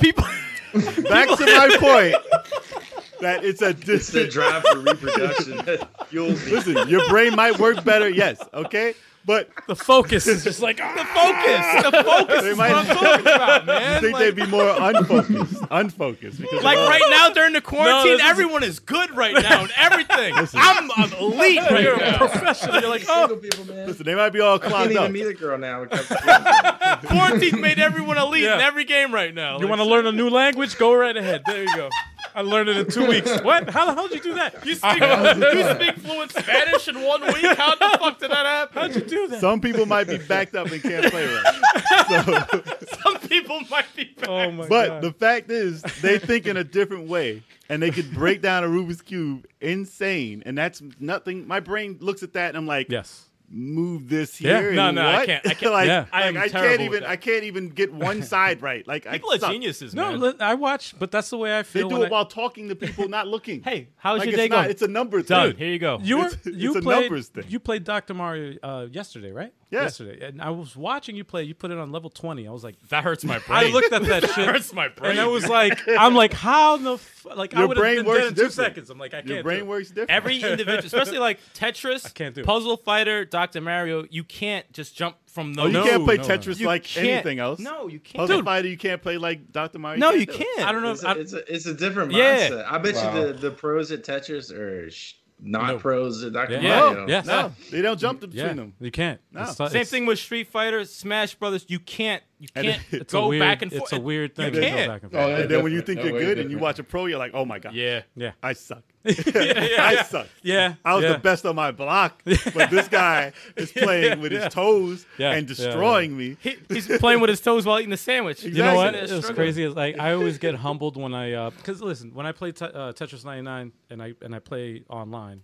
Speaker 2: People.
Speaker 3: back to my point that it's a
Speaker 5: It's the
Speaker 3: distant.
Speaker 5: drive for reproduction that fuels me.
Speaker 3: Listen, your brain might work better. Yes, okay, but
Speaker 1: The focus is just like oh.
Speaker 2: The focus, the focus
Speaker 3: They
Speaker 2: is
Speaker 3: might-
Speaker 2: what I'm talking about, man.
Speaker 3: I think
Speaker 2: like,
Speaker 3: they'd be more unfocused. Unfocused because
Speaker 2: like right now during the
Speaker 1: No,
Speaker 2: quarantine,
Speaker 1: this is-
Speaker 2: everyone is good right now and everything. I'm, I'm elite right
Speaker 1: you're a
Speaker 2: now.
Speaker 1: professional. You're like, oh,
Speaker 5: Single people, man.
Speaker 3: Listen, they might be all
Speaker 5: I
Speaker 3: clogged
Speaker 5: can't
Speaker 3: up.
Speaker 5: even meet a girl now. because-
Speaker 2: Quarantine made everyone elite in
Speaker 1: Yeah.
Speaker 2: every game right now.
Speaker 1: you
Speaker 2: Like,
Speaker 1: want to learn a new language? Go right ahead. There you go. I learned it in two weeks. What? How the hell did you do that?
Speaker 2: You speak, you speak fluent Spanish in one week? How the fuck did that happen?
Speaker 1: How'd you do that?
Speaker 3: Some people might be backed up and can't play right.
Speaker 2: Some people might be back.
Speaker 1: Oh my
Speaker 3: But
Speaker 1: god.
Speaker 3: the fact is, they think in a different way, and they could break down a Rubik's cube insane, and that's nothing. My brain looks at that, and I'm like,
Speaker 1: yes.
Speaker 3: move this
Speaker 1: Yeah.
Speaker 3: here.
Speaker 2: No,
Speaker 3: and
Speaker 2: no, I
Speaker 3: what?
Speaker 2: can't- I can't-
Speaker 3: like,
Speaker 1: yeah.
Speaker 2: I
Speaker 3: like,
Speaker 2: am
Speaker 3: I
Speaker 2: terrible
Speaker 3: can't
Speaker 2: with
Speaker 3: even.
Speaker 2: that.
Speaker 3: I can't even get one side right. Like,
Speaker 2: People
Speaker 3: I
Speaker 2: are
Speaker 3: suck.
Speaker 2: geniuses,
Speaker 1: No,
Speaker 2: man.
Speaker 1: li- I watch, but that's the way I
Speaker 3: They
Speaker 1: feel.
Speaker 3: do
Speaker 1: when
Speaker 3: it
Speaker 1: I-
Speaker 3: while talking to people, not looking.
Speaker 2: hey, how's
Speaker 3: like,
Speaker 2: your
Speaker 3: it's
Speaker 2: day
Speaker 3: not-
Speaker 2: going?
Speaker 3: It's a number
Speaker 2: Done.
Speaker 3: thing.
Speaker 2: Here you go.
Speaker 1: You were
Speaker 3: It's-
Speaker 1: you
Speaker 3: it's a
Speaker 1: played
Speaker 3: numbers thing.
Speaker 1: you played Dr. Mario uh, yesterday, right?
Speaker 3: Yeah.
Speaker 1: Yesterday, and I was watching you play. You put it on level twenty. I was like,
Speaker 2: that hurts my brain.
Speaker 1: I looked at that
Speaker 2: That
Speaker 1: shit,
Speaker 2: hurts my brain.
Speaker 1: and I was like, I'm like, how the f-? like I
Speaker 3: Your
Speaker 1: would have
Speaker 3: brain
Speaker 1: been
Speaker 3: works
Speaker 1: dead in two
Speaker 3: different.
Speaker 1: seconds. I'm like, I can't.
Speaker 3: Your brain
Speaker 1: do it.
Speaker 3: works different.
Speaker 2: Every individual, especially like Tetris,
Speaker 1: can't do it.
Speaker 2: Puzzle Fighter, Dr. Mario, you can't just jump from those.
Speaker 3: Oh, you
Speaker 1: No,
Speaker 3: can't play
Speaker 1: no, no.
Speaker 3: Tetris like anything else.
Speaker 2: No, you can't.
Speaker 3: Puzzle
Speaker 2: Dude,
Speaker 3: Fighter, you can't play like Dr. Mario.
Speaker 2: no, you
Speaker 3: do it.
Speaker 2: can't.
Speaker 1: I don't know.
Speaker 5: It's
Speaker 1: If
Speaker 5: a,
Speaker 1: I,
Speaker 5: it's a, it's a different
Speaker 2: Yeah.
Speaker 5: mindset. I bet
Speaker 4: Wow.
Speaker 5: you the, the pros at Tetris are sh- not
Speaker 1: No.
Speaker 5: pros at Dr.
Speaker 1: Yeah.
Speaker 3: No,
Speaker 5: Mario.
Speaker 1: Yes.
Speaker 3: no, they don't jump between
Speaker 1: yeah,
Speaker 3: them.
Speaker 1: you can't.
Speaker 3: No.
Speaker 1: It's not-
Speaker 2: Same
Speaker 1: it's-
Speaker 2: thing with Street Fighter, Smash Brothers. You can't. You
Speaker 3: And
Speaker 2: can't
Speaker 3: it's
Speaker 1: It's
Speaker 2: go
Speaker 1: a weird,
Speaker 2: back and forth.
Speaker 1: It's a weird thing.
Speaker 2: You
Speaker 1: to go
Speaker 2: can't.
Speaker 1: back and
Speaker 4: Oh,
Speaker 1: forth.
Speaker 3: And then when you think
Speaker 4: They're
Speaker 3: you're good
Speaker 4: way
Speaker 3: and you
Speaker 4: different.
Speaker 3: watch a pro, you're like, oh my god,
Speaker 2: Yeah.
Speaker 1: Yeah.
Speaker 3: I suck. I
Speaker 2: yeah.
Speaker 3: suck.
Speaker 1: Yeah.
Speaker 3: I was
Speaker 1: yeah.
Speaker 3: the best on my block, but this guy is playing with
Speaker 1: Yeah.
Speaker 3: his toes
Speaker 1: Yeah.
Speaker 3: and
Speaker 1: Yeah, yeah.
Speaker 3: destroying me.
Speaker 2: He, he's playing with his toes while eating a sandwich.
Speaker 1: You know what?
Speaker 3: Exactly.
Speaker 1: It's
Speaker 2: It's struggle.
Speaker 1: crazy. Is like I always get humbled when I uh, because listen, when I play te- uh, Tetris 99 and I and I play online,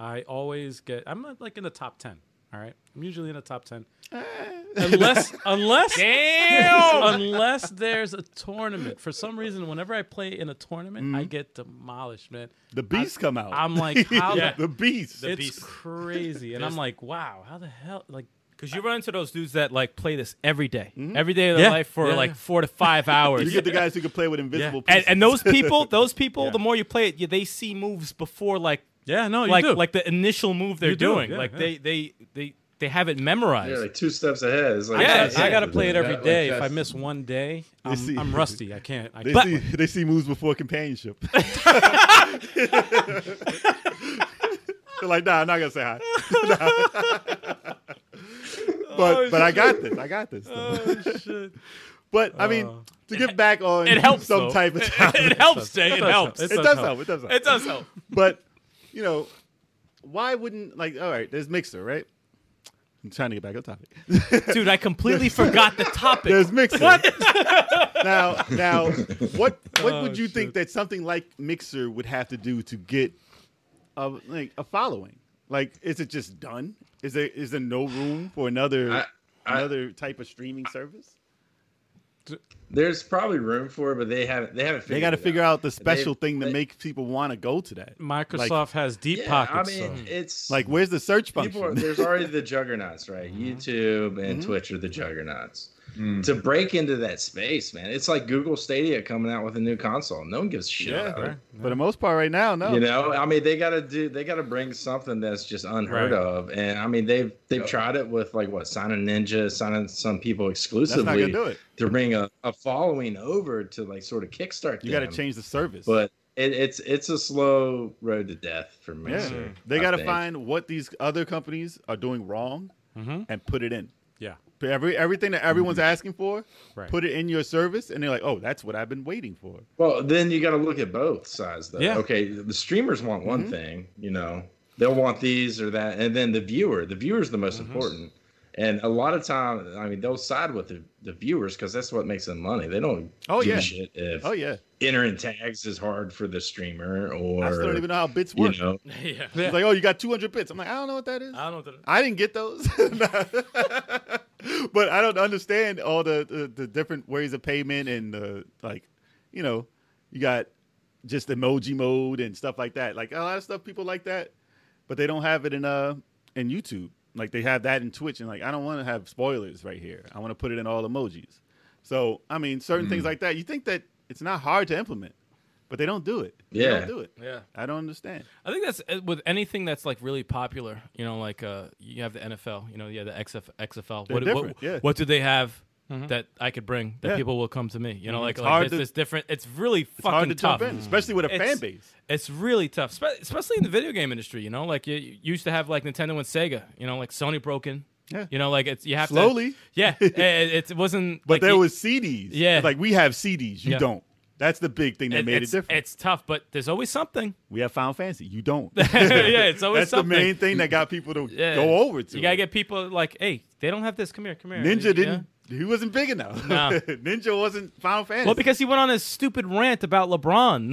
Speaker 1: I always get I'm not like in the top ten. All right, I'm usually in the top ten, unless unless
Speaker 2: Damn.
Speaker 1: unless there's a tournament. For some reason, whenever I play in a tournament, I get demolished, man.
Speaker 3: The beasts come out.
Speaker 1: I'm like, how?
Speaker 2: Yeah.
Speaker 1: The,
Speaker 3: the beast.
Speaker 1: it's
Speaker 2: beast.
Speaker 1: crazy, and I'm like, wow, how the hell? Like,
Speaker 2: Because you run into those dudes that like play this every day. every day of
Speaker 1: Yeah.
Speaker 2: their life for
Speaker 1: Yeah,
Speaker 2: like
Speaker 1: yeah.
Speaker 2: four to five hours.
Speaker 3: you get the guys who can play with invisible
Speaker 1: Yeah.
Speaker 2: and,
Speaker 3: pieces.
Speaker 2: and those people, those people,
Speaker 1: Yeah.
Speaker 2: the more you play it, you, they see moves before like
Speaker 1: yeah, no, you
Speaker 2: like
Speaker 1: do.
Speaker 2: like the initial move they're
Speaker 1: You do,
Speaker 2: doing.
Speaker 1: yeah,
Speaker 2: like
Speaker 1: yeah.
Speaker 2: they they they they have it
Speaker 5: You're
Speaker 2: memorized.
Speaker 5: like two steps ahead. It's like,
Speaker 2: Yeah,
Speaker 1: I,
Speaker 2: yeah.
Speaker 1: I gotta play it every
Speaker 4: Yeah, like
Speaker 1: day. If I
Speaker 4: chess.
Speaker 1: miss one day,
Speaker 3: see-
Speaker 1: I'm, I'm rusty. I can't. I
Speaker 3: they,
Speaker 1: can't.
Speaker 3: see, they see moves before companionship. They're like, nah, I'm not gonna say hi.
Speaker 2: Oh,
Speaker 3: Nah. but but I got this. I got this. though. But I mean, to get back on
Speaker 2: Oh. it helps
Speaker 3: some
Speaker 2: though.
Speaker 3: type of topic,
Speaker 2: it helps, Jay. It,
Speaker 1: does
Speaker 2: helps.
Speaker 1: help.
Speaker 3: it does help. It does help.
Speaker 2: It does help.
Speaker 3: but you know, why wouldn't like? All right, there's Mixer, right? I'm trying to get back on topic.
Speaker 2: Dude, I completely forgot the topic.
Speaker 3: There's Mixer. What? Oh, now, now, what what would you think that something like Mixer would have to do to get a like a following? Like, is it just done? Is there is there no room for another
Speaker 5: I- I-
Speaker 3: another type of streaming service?
Speaker 5: There's probably room for it, but they haven't. They haven't. Figured
Speaker 3: They got to
Speaker 5: it
Speaker 3: figure out the special thing that
Speaker 5: they- Mm.
Speaker 3: makes people want to go to that.
Speaker 1: Microsoft has deep
Speaker 5: Yeah,
Speaker 1: pockets.
Speaker 5: I mean,
Speaker 1: so.
Speaker 5: it's
Speaker 3: Like, where's the search function? Mm-hmm.
Speaker 5: people. Are, there's already the juggernauts, right? YouTube and Twitch are the juggernauts.
Speaker 4: Hmm.
Speaker 5: To break into that space, man, it's like Google Stadia coming out with a new console. No one gives a shit.
Speaker 3: Yeah.
Speaker 5: about it.
Speaker 3: For the most part, right now, no.
Speaker 5: You know, I mean, they gotta do. They gotta bring something that's just unheard
Speaker 1: Right.
Speaker 5: of. And I mean, they've they've tried it with like what signing Ninja, signing some people
Speaker 3: That's not
Speaker 5: exclusively
Speaker 3: gonna do it.
Speaker 5: to bring a, a following over to like sort of kickstart.
Speaker 3: You got to
Speaker 5: them.
Speaker 3: change the service.
Speaker 5: but it, it's it's a slow road to death for me.
Speaker 3: yeah,
Speaker 5: sir,
Speaker 3: they
Speaker 5: I
Speaker 3: got to
Speaker 5: think.
Speaker 3: find what these other companies are doing wrong
Speaker 1: Mhm.
Speaker 3: and put it in.
Speaker 1: Yeah.
Speaker 3: Every everything that everyone's
Speaker 5: Mm-hmm.
Speaker 3: asking for,
Speaker 1: Right.
Speaker 3: put it in your service, and they're like, "Oh, that's what I've been waiting for."
Speaker 5: Well, then you got to look at both sides, though.
Speaker 1: Yeah.
Speaker 5: Okay, the streamers want one
Speaker 3: Mhm.
Speaker 5: thing, you know, they'll want these or that, and then the viewer, the viewer's the most
Speaker 3: Mm-hmm.
Speaker 1: Mhm.
Speaker 5: important. And a lot of time, I mean, they'll side with the, the viewers because that's what makes them money. They don't
Speaker 3: Oh,
Speaker 5: give
Speaker 3: yeah.
Speaker 5: a shit if
Speaker 3: Oh yeah,
Speaker 5: entering tags is hard for the streamer or
Speaker 3: I still don't even know how bits
Speaker 5: you
Speaker 3: work.
Speaker 5: know.
Speaker 2: yeah.
Speaker 1: Yeah.
Speaker 3: It's like, "Oh, you got 200 bits." I'm like, "I don't know what that is.
Speaker 2: I don't know. What
Speaker 3: I didn't get those." but I don't understand all the, the the different ways of payment and the like, you know, you got just emoji mode and stuff like that. Like a lot of stuff people like that, but they don't have it in uh in YouTube. Like they have that in Twitch and like I don't want to have spoilers right here. I want to put it in all emojis. So, I mean, certain things like that, you think that it's not hard to implement, but they don't do it. They
Speaker 5: Yeah.
Speaker 3: don't do it.
Speaker 2: the- yeah.
Speaker 3: I don't understand.
Speaker 2: I think that's uh, with anything that's like really popular. You know, like uh, you have the NFL. You know, yeah, the XF, XFL.
Speaker 3: They're
Speaker 2: What, what,
Speaker 3: different, yeah.
Speaker 2: what do they have
Speaker 1: Mm-hmm.
Speaker 2: that I could bring that
Speaker 3: Yeah.
Speaker 2: people will come to me? You know, like,
Speaker 3: It's
Speaker 2: like
Speaker 3: hard
Speaker 2: this,
Speaker 3: to-
Speaker 2: this different. It's really
Speaker 3: It's
Speaker 2: fucking
Speaker 3: hard to
Speaker 2: tough.
Speaker 3: jump in, especially with a
Speaker 2: It's-
Speaker 3: fan base.
Speaker 2: It's really tough, spe- especially in the video game industry. You know, like you, you used to have like Nintendo and Sega. You know, like Sony broken.
Speaker 3: Yeah.
Speaker 2: You know, like it's you have
Speaker 3: Slowly.
Speaker 2: To, yeah, it, it it wasn't.
Speaker 3: But
Speaker 2: like,
Speaker 3: there
Speaker 2: it-
Speaker 3: was CDs.
Speaker 2: Yeah.
Speaker 3: Like we have CDs, you
Speaker 2: Yeah.
Speaker 3: don't. That's the big thing that made it
Speaker 2: it's,
Speaker 3: different.
Speaker 2: It's tough, but there's always something.
Speaker 3: we have Final Fantasy. You don't.
Speaker 2: Yeah, it's always
Speaker 3: That's
Speaker 2: something.
Speaker 3: the main thing that got people to
Speaker 2: Yeah.
Speaker 3: go over to.
Speaker 2: You gotta
Speaker 3: it.
Speaker 2: get people like, hey, they don't have this. Come here, come here.
Speaker 3: Ninja
Speaker 2: Yeah.
Speaker 3: didn't. He wasn't big enough.
Speaker 2: Nah.
Speaker 3: Ninja wasn't Final Fantasy.
Speaker 2: Well, because he went on his stupid rant about LeBron,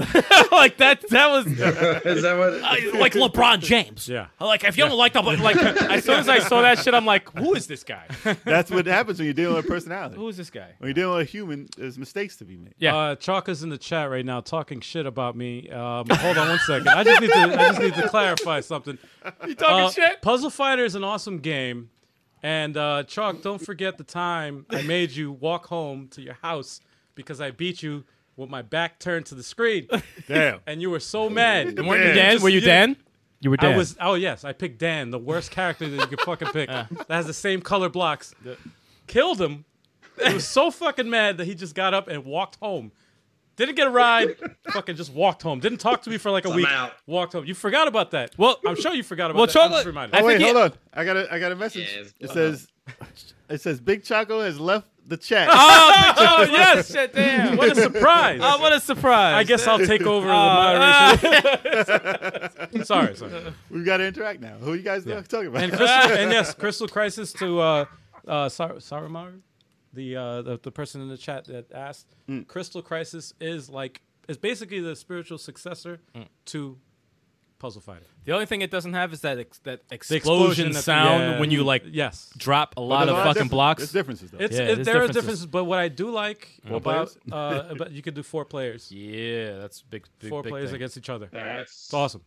Speaker 2: like that. That was
Speaker 5: is that what?
Speaker 2: I- like LeBron James.
Speaker 1: Yeah.
Speaker 2: Like if you don't like the like, as soon as I saw that shit, I'm like, who is this guy?
Speaker 3: that's what happens when you're dealing with personality.
Speaker 2: Who is this guy?
Speaker 3: When you're dealing with a human, there's mistakes to be made.
Speaker 2: Yeah.
Speaker 1: Uh, Chalka's in the chat right now talking shit about me. Um, hold on one second. I just need to. I just need to clarify something.
Speaker 2: You talking
Speaker 1: Uh, Puzzle Fighter is an awesome game, and uh, Chalk, don't forget the time I made you walk home to your house because I beat you with my back turned to the screen,
Speaker 3: Damn.
Speaker 1: and you were so mad.
Speaker 3: Damn.
Speaker 2: Weren't you Dan?
Speaker 1: just-
Speaker 2: Were you Dan? You were
Speaker 1: I was. Oh yes, I picked Dan, the worst character that you could fucking pick.
Speaker 2: Uh.
Speaker 1: that has the same color blocks. Killed him. He was so fucking mad that he just got up and walked home. Didn't get a ride. fucking just walked home. Didn't talk to me for like a
Speaker 5: I'm
Speaker 1: week.
Speaker 5: out.
Speaker 1: Walked home. You forgot about that. Well, I'm sure you forgot about
Speaker 2: Well,
Speaker 1: that. I'm just
Speaker 2: Chocolate-
Speaker 1: reminded.
Speaker 2: I
Speaker 3: Oh,
Speaker 2: think
Speaker 3: wait,
Speaker 2: he-
Speaker 3: hold on. I got a, I got a message.
Speaker 5: Yes,
Speaker 3: it
Speaker 5: go
Speaker 3: says, it says Big Choco has left the chat.
Speaker 2: Oh, oh yes, shit, damn.
Speaker 1: What a surprise!
Speaker 2: Oh, what a surprise!
Speaker 1: I guess I'll take over
Speaker 2: Uh,
Speaker 1: the moderation. sorry, sorry.
Speaker 3: We've got to interact now. Who you guys talking about?
Speaker 1: And, Crystal, and yes, Crystal Crisis to uh, uh, Sar- Saruman, the, uh, the the person in the chat that asked.
Speaker 2: Mm.
Speaker 1: Crystal Crisis is like is basically the spiritual successor
Speaker 2: Mm.
Speaker 1: to Puzzle Fighter.
Speaker 2: the only thing it doesn't have is that ex- that
Speaker 1: The
Speaker 2: explosion,
Speaker 1: at the-
Speaker 2: sound
Speaker 1: yeah.
Speaker 2: when you like
Speaker 1: yes.
Speaker 2: drop a lot
Speaker 3: There's
Speaker 2: of fucking
Speaker 3: difference- There's
Speaker 2: blocks.
Speaker 3: differences though.
Speaker 1: It's,
Speaker 2: Yeah,
Speaker 1: it,
Speaker 2: there's
Speaker 1: there
Speaker 2: differences.
Speaker 1: are differences, but what I do like about
Speaker 3: players?
Speaker 1: uh, about you could do four players,
Speaker 2: Yeah, that's big. big
Speaker 1: four
Speaker 2: big
Speaker 1: players
Speaker 2: thing.
Speaker 1: against each other.
Speaker 5: That's
Speaker 1: It's awesome.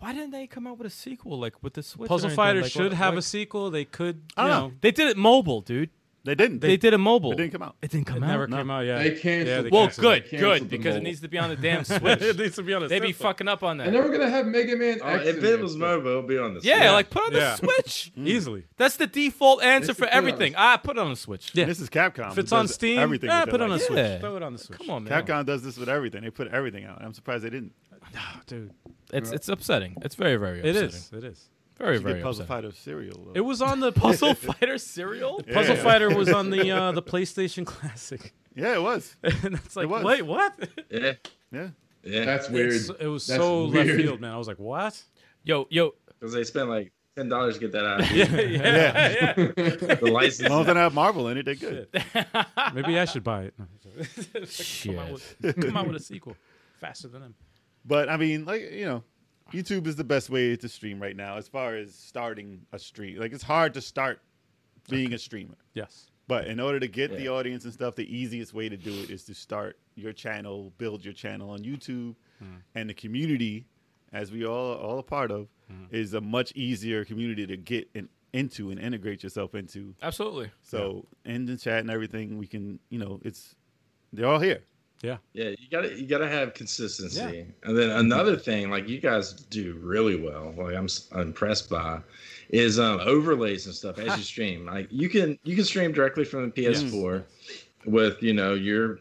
Speaker 2: Why didn't they come out with a sequel like with the Switch?
Speaker 1: Puzzle Fighter
Speaker 2: Fighters
Speaker 1: should have a sequel. They could, you
Speaker 3: Ah.
Speaker 1: know,
Speaker 2: They did it mobile, dude.
Speaker 3: They didn't.
Speaker 2: They, did it mobile.
Speaker 3: It didn't come out.
Speaker 2: It didn't
Speaker 1: it
Speaker 2: come out.
Speaker 1: never came out yet.
Speaker 4: They canceled
Speaker 1: Yeah, they
Speaker 4: it.
Speaker 2: Well,
Speaker 1: canceled
Speaker 2: good,
Speaker 4: They
Speaker 2: good,
Speaker 4: canceled the
Speaker 2: because it
Speaker 4: mobile.
Speaker 2: needs to be on the damn
Speaker 1: it
Speaker 2: Switch.
Speaker 1: needs to be on a
Speaker 2: they be
Speaker 1: system.
Speaker 2: fucking up on that.
Speaker 4: And they were gonna have Mega Man
Speaker 5: Uh,
Speaker 4: X. in
Speaker 5: if it
Speaker 4: there,
Speaker 5: was
Speaker 4: so-
Speaker 5: mobile, it'll be on the
Speaker 2: yeah,
Speaker 5: Switch.
Speaker 2: like put on
Speaker 1: Yeah.
Speaker 2: the Switch.
Speaker 1: easily.
Speaker 2: That's the default answer
Speaker 4: It's put
Speaker 2: for
Speaker 4: it on the
Speaker 2: everything.
Speaker 4: Switch.
Speaker 2: Ah, put it on the Switch.
Speaker 1: Yeah.
Speaker 3: This is Capcom.
Speaker 1: If it's
Speaker 3: who
Speaker 1: on
Speaker 3: does
Speaker 1: Steam,
Speaker 3: everything
Speaker 1: eh,
Speaker 3: with
Speaker 1: put
Speaker 3: their
Speaker 1: on a
Speaker 3: license.
Speaker 1: Switch.
Speaker 2: Yeah.
Speaker 1: Throw it on the Switch.
Speaker 2: Come on, man.
Speaker 3: Capcom does this with everything. They put everything out. I'm surprised they didn't.
Speaker 1: dude.
Speaker 2: It's it's upsetting. It's very very
Speaker 1: It
Speaker 2: upsetting.
Speaker 1: is. It is.
Speaker 2: very
Speaker 3: You
Speaker 2: very
Speaker 3: get Puzzle
Speaker 2: upsetting.
Speaker 3: Fighter cereal.
Speaker 1: It was on the
Speaker 2: Puzzle
Speaker 1: puzzle.
Speaker 2: Fighter cereal.
Speaker 1: Puzzle
Speaker 3: Yeah.
Speaker 1: Fighter was on the uh, the PlayStation Classic,
Speaker 3: yeah, it was.
Speaker 1: and it's like,
Speaker 3: was.
Speaker 1: wait, what?
Speaker 5: Yeah.
Speaker 3: Yeah,
Speaker 5: Yeah.
Speaker 4: That's weird.
Speaker 1: It's- it was
Speaker 4: That's
Speaker 1: so left
Speaker 4: weird.
Speaker 1: field, man. I was like, what?
Speaker 2: Yo yo.
Speaker 5: Because they spent like ten dollars to get that out. of
Speaker 1: Yeah, yeah, yeah.
Speaker 5: The license.
Speaker 3: as long as they don't have Marvel in it, they're good.
Speaker 1: Maybe I should buy it. Come out,
Speaker 2: Shit.
Speaker 1: with, come out with a sequel faster than them.
Speaker 3: But I mean, like you know, YouTube is the best way to stream right now, as far as starting a stream. Like it's hard to start being a streamer,
Speaker 1: Yes.
Speaker 3: but in order to get the
Speaker 5: Yeah.
Speaker 3: audience and stuff, the easiest way to do it is to start your channel, build your channel on YouTube,
Speaker 1: Mm-hmm.
Speaker 3: and the community, as we all all a part of,
Speaker 1: Mm-hmm.
Speaker 3: is a much easier community to get in, into and integrate yourself into.
Speaker 2: Absolutely.
Speaker 3: So in the chat and everything, we can, you know, it's they're all here.
Speaker 1: Yeah.
Speaker 5: Yeah, you gotta you gotta have consistency. And then another thing, like you guys do really well, like I'm s- impressed by, is um, overlays and stuff as you stream. Like you can you can stream directly from the PS4 with you know your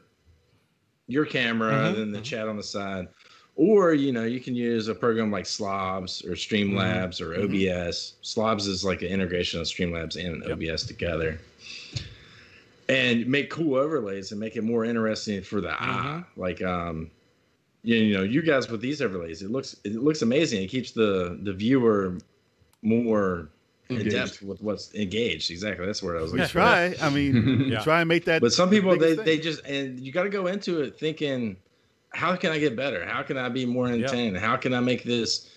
Speaker 5: your camera and then the chat on the side, Or you know, you can use a program like Slobs or Streamlabs or OBS. Slobs is like an integration of Streamlabs and OBS together, and make cool overlays and make it more interesting for the eye. Like um, you, you know, you guys with these overlays, it looks it looks amazing. It keeps the the viewer more in
Speaker 4: Engaged.
Speaker 5: depth with what's engaged. Exactly, that's what I was.
Speaker 3: We
Speaker 5: looking for.
Speaker 3: try. I mean,
Speaker 1: Yeah.
Speaker 3: try and make that.
Speaker 5: But some
Speaker 3: the
Speaker 5: people they,
Speaker 3: biggest
Speaker 5: they
Speaker 3: thing.
Speaker 5: just and you got to go into it thinking, how can I get better? How can I be more intent? How can I make this?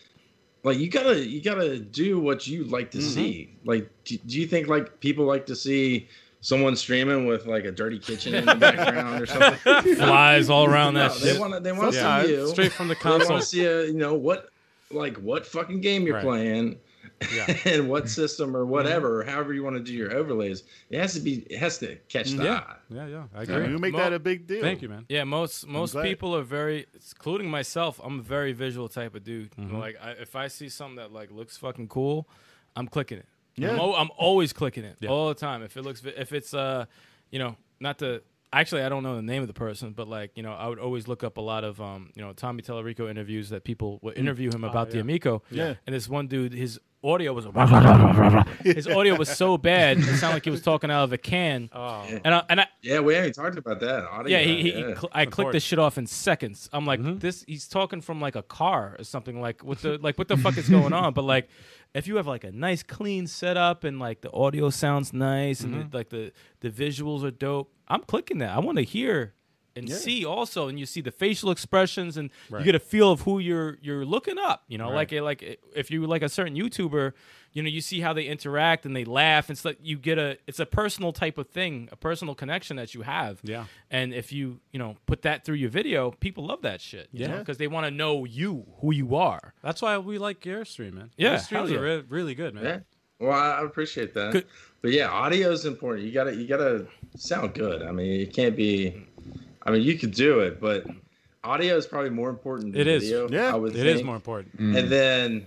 Speaker 5: Like you gotta you gotta do what you like to see. Like do, do you think like people like to see someone streaming with like a dirty kitchen in the background or something?
Speaker 2: Flies all around
Speaker 5: No,
Speaker 2: that
Speaker 5: they
Speaker 2: shit.
Speaker 5: want to they want to
Speaker 3: Sometimes,
Speaker 5: see you
Speaker 1: Straight from the
Speaker 5: I
Speaker 1: console.
Speaker 5: want to see uh, you know what like what fucking game you're
Speaker 1: Right.
Speaker 5: playing
Speaker 1: Yeah.
Speaker 5: and what system or whatever or however you want to do your overlays. It has to be it has to catch the
Speaker 1: yeah,
Speaker 5: eye.
Speaker 1: yeah, yeah. I
Speaker 3: I mean,
Speaker 1: agree.
Speaker 3: we make
Speaker 2: Mo-
Speaker 3: that a big deal.
Speaker 1: Thank you, man.
Speaker 2: Yeah, most most
Speaker 3: glad-
Speaker 2: people are very, including myself. I'm a very visual type of dude.
Speaker 1: Mm-hmm.
Speaker 2: Like, I, if I see something that like looks fucking cool, I'm clicking it.
Speaker 3: Yeah.
Speaker 2: I'm, al- I'm always clicking it
Speaker 1: Yeah.
Speaker 2: all the time. If it looks, vi- if it's, uh, you know, not to. Actually, I don't know the name of the person, but like you know, I would always look up a lot of um, you know, Tommy Tellerico interviews that people would interview him about
Speaker 1: Mm. Ah,
Speaker 2: the
Speaker 1: yeah.
Speaker 2: Amico.
Speaker 3: Yeah.
Speaker 2: And this one dude, his audio was his audio was so bad, it sounded like he was talking out of a can.
Speaker 1: Oh,
Speaker 2: And I, and I,
Speaker 5: Yeah, we haven't talked about that. Audio,
Speaker 2: yeah, he, he,
Speaker 5: yeah.
Speaker 2: he cl- I clicked
Speaker 1: course.
Speaker 2: this shit off in seconds. I'm like, this. He's talking from like a car or something. Like, what the like, what the fuck is going on? But like, if you have like a nice clean setup and like the audio sounds nice and the, like the the visuals are dope, I'm clicking that. I want to hear and see also, and you see the facial expressions and
Speaker 1: Right.
Speaker 2: you get a feel of who you're you're looking up. You know, like like like if you like a certain YouTuber, you know, you see how they interact and they laugh. It's like you get a it's a personal type of thing, a personal connection that you have.
Speaker 1: Yeah.
Speaker 2: And if you, you know, put that through your video, people love that shit. You
Speaker 1: Yeah.
Speaker 2: Because they want to know you, who you are.
Speaker 1: that's why we like your stream, man.
Speaker 2: Yeah,
Speaker 1: your streams
Speaker 2: hell
Speaker 1: are re- really good, man.
Speaker 5: Yeah. Well, I I appreciate that.
Speaker 2: Good.
Speaker 5: But yeah, audio is important. You gotta you gotta sound good. I mean, it can't be. I mean, you could do it, but audio is probably more important. Than
Speaker 1: It is.
Speaker 5: Video,
Speaker 3: Yeah,
Speaker 5: I would
Speaker 1: It
Speaker 5: think.
Speaker 1: is more important.
Speaker 4: Hmm.
Speaker 5: And then,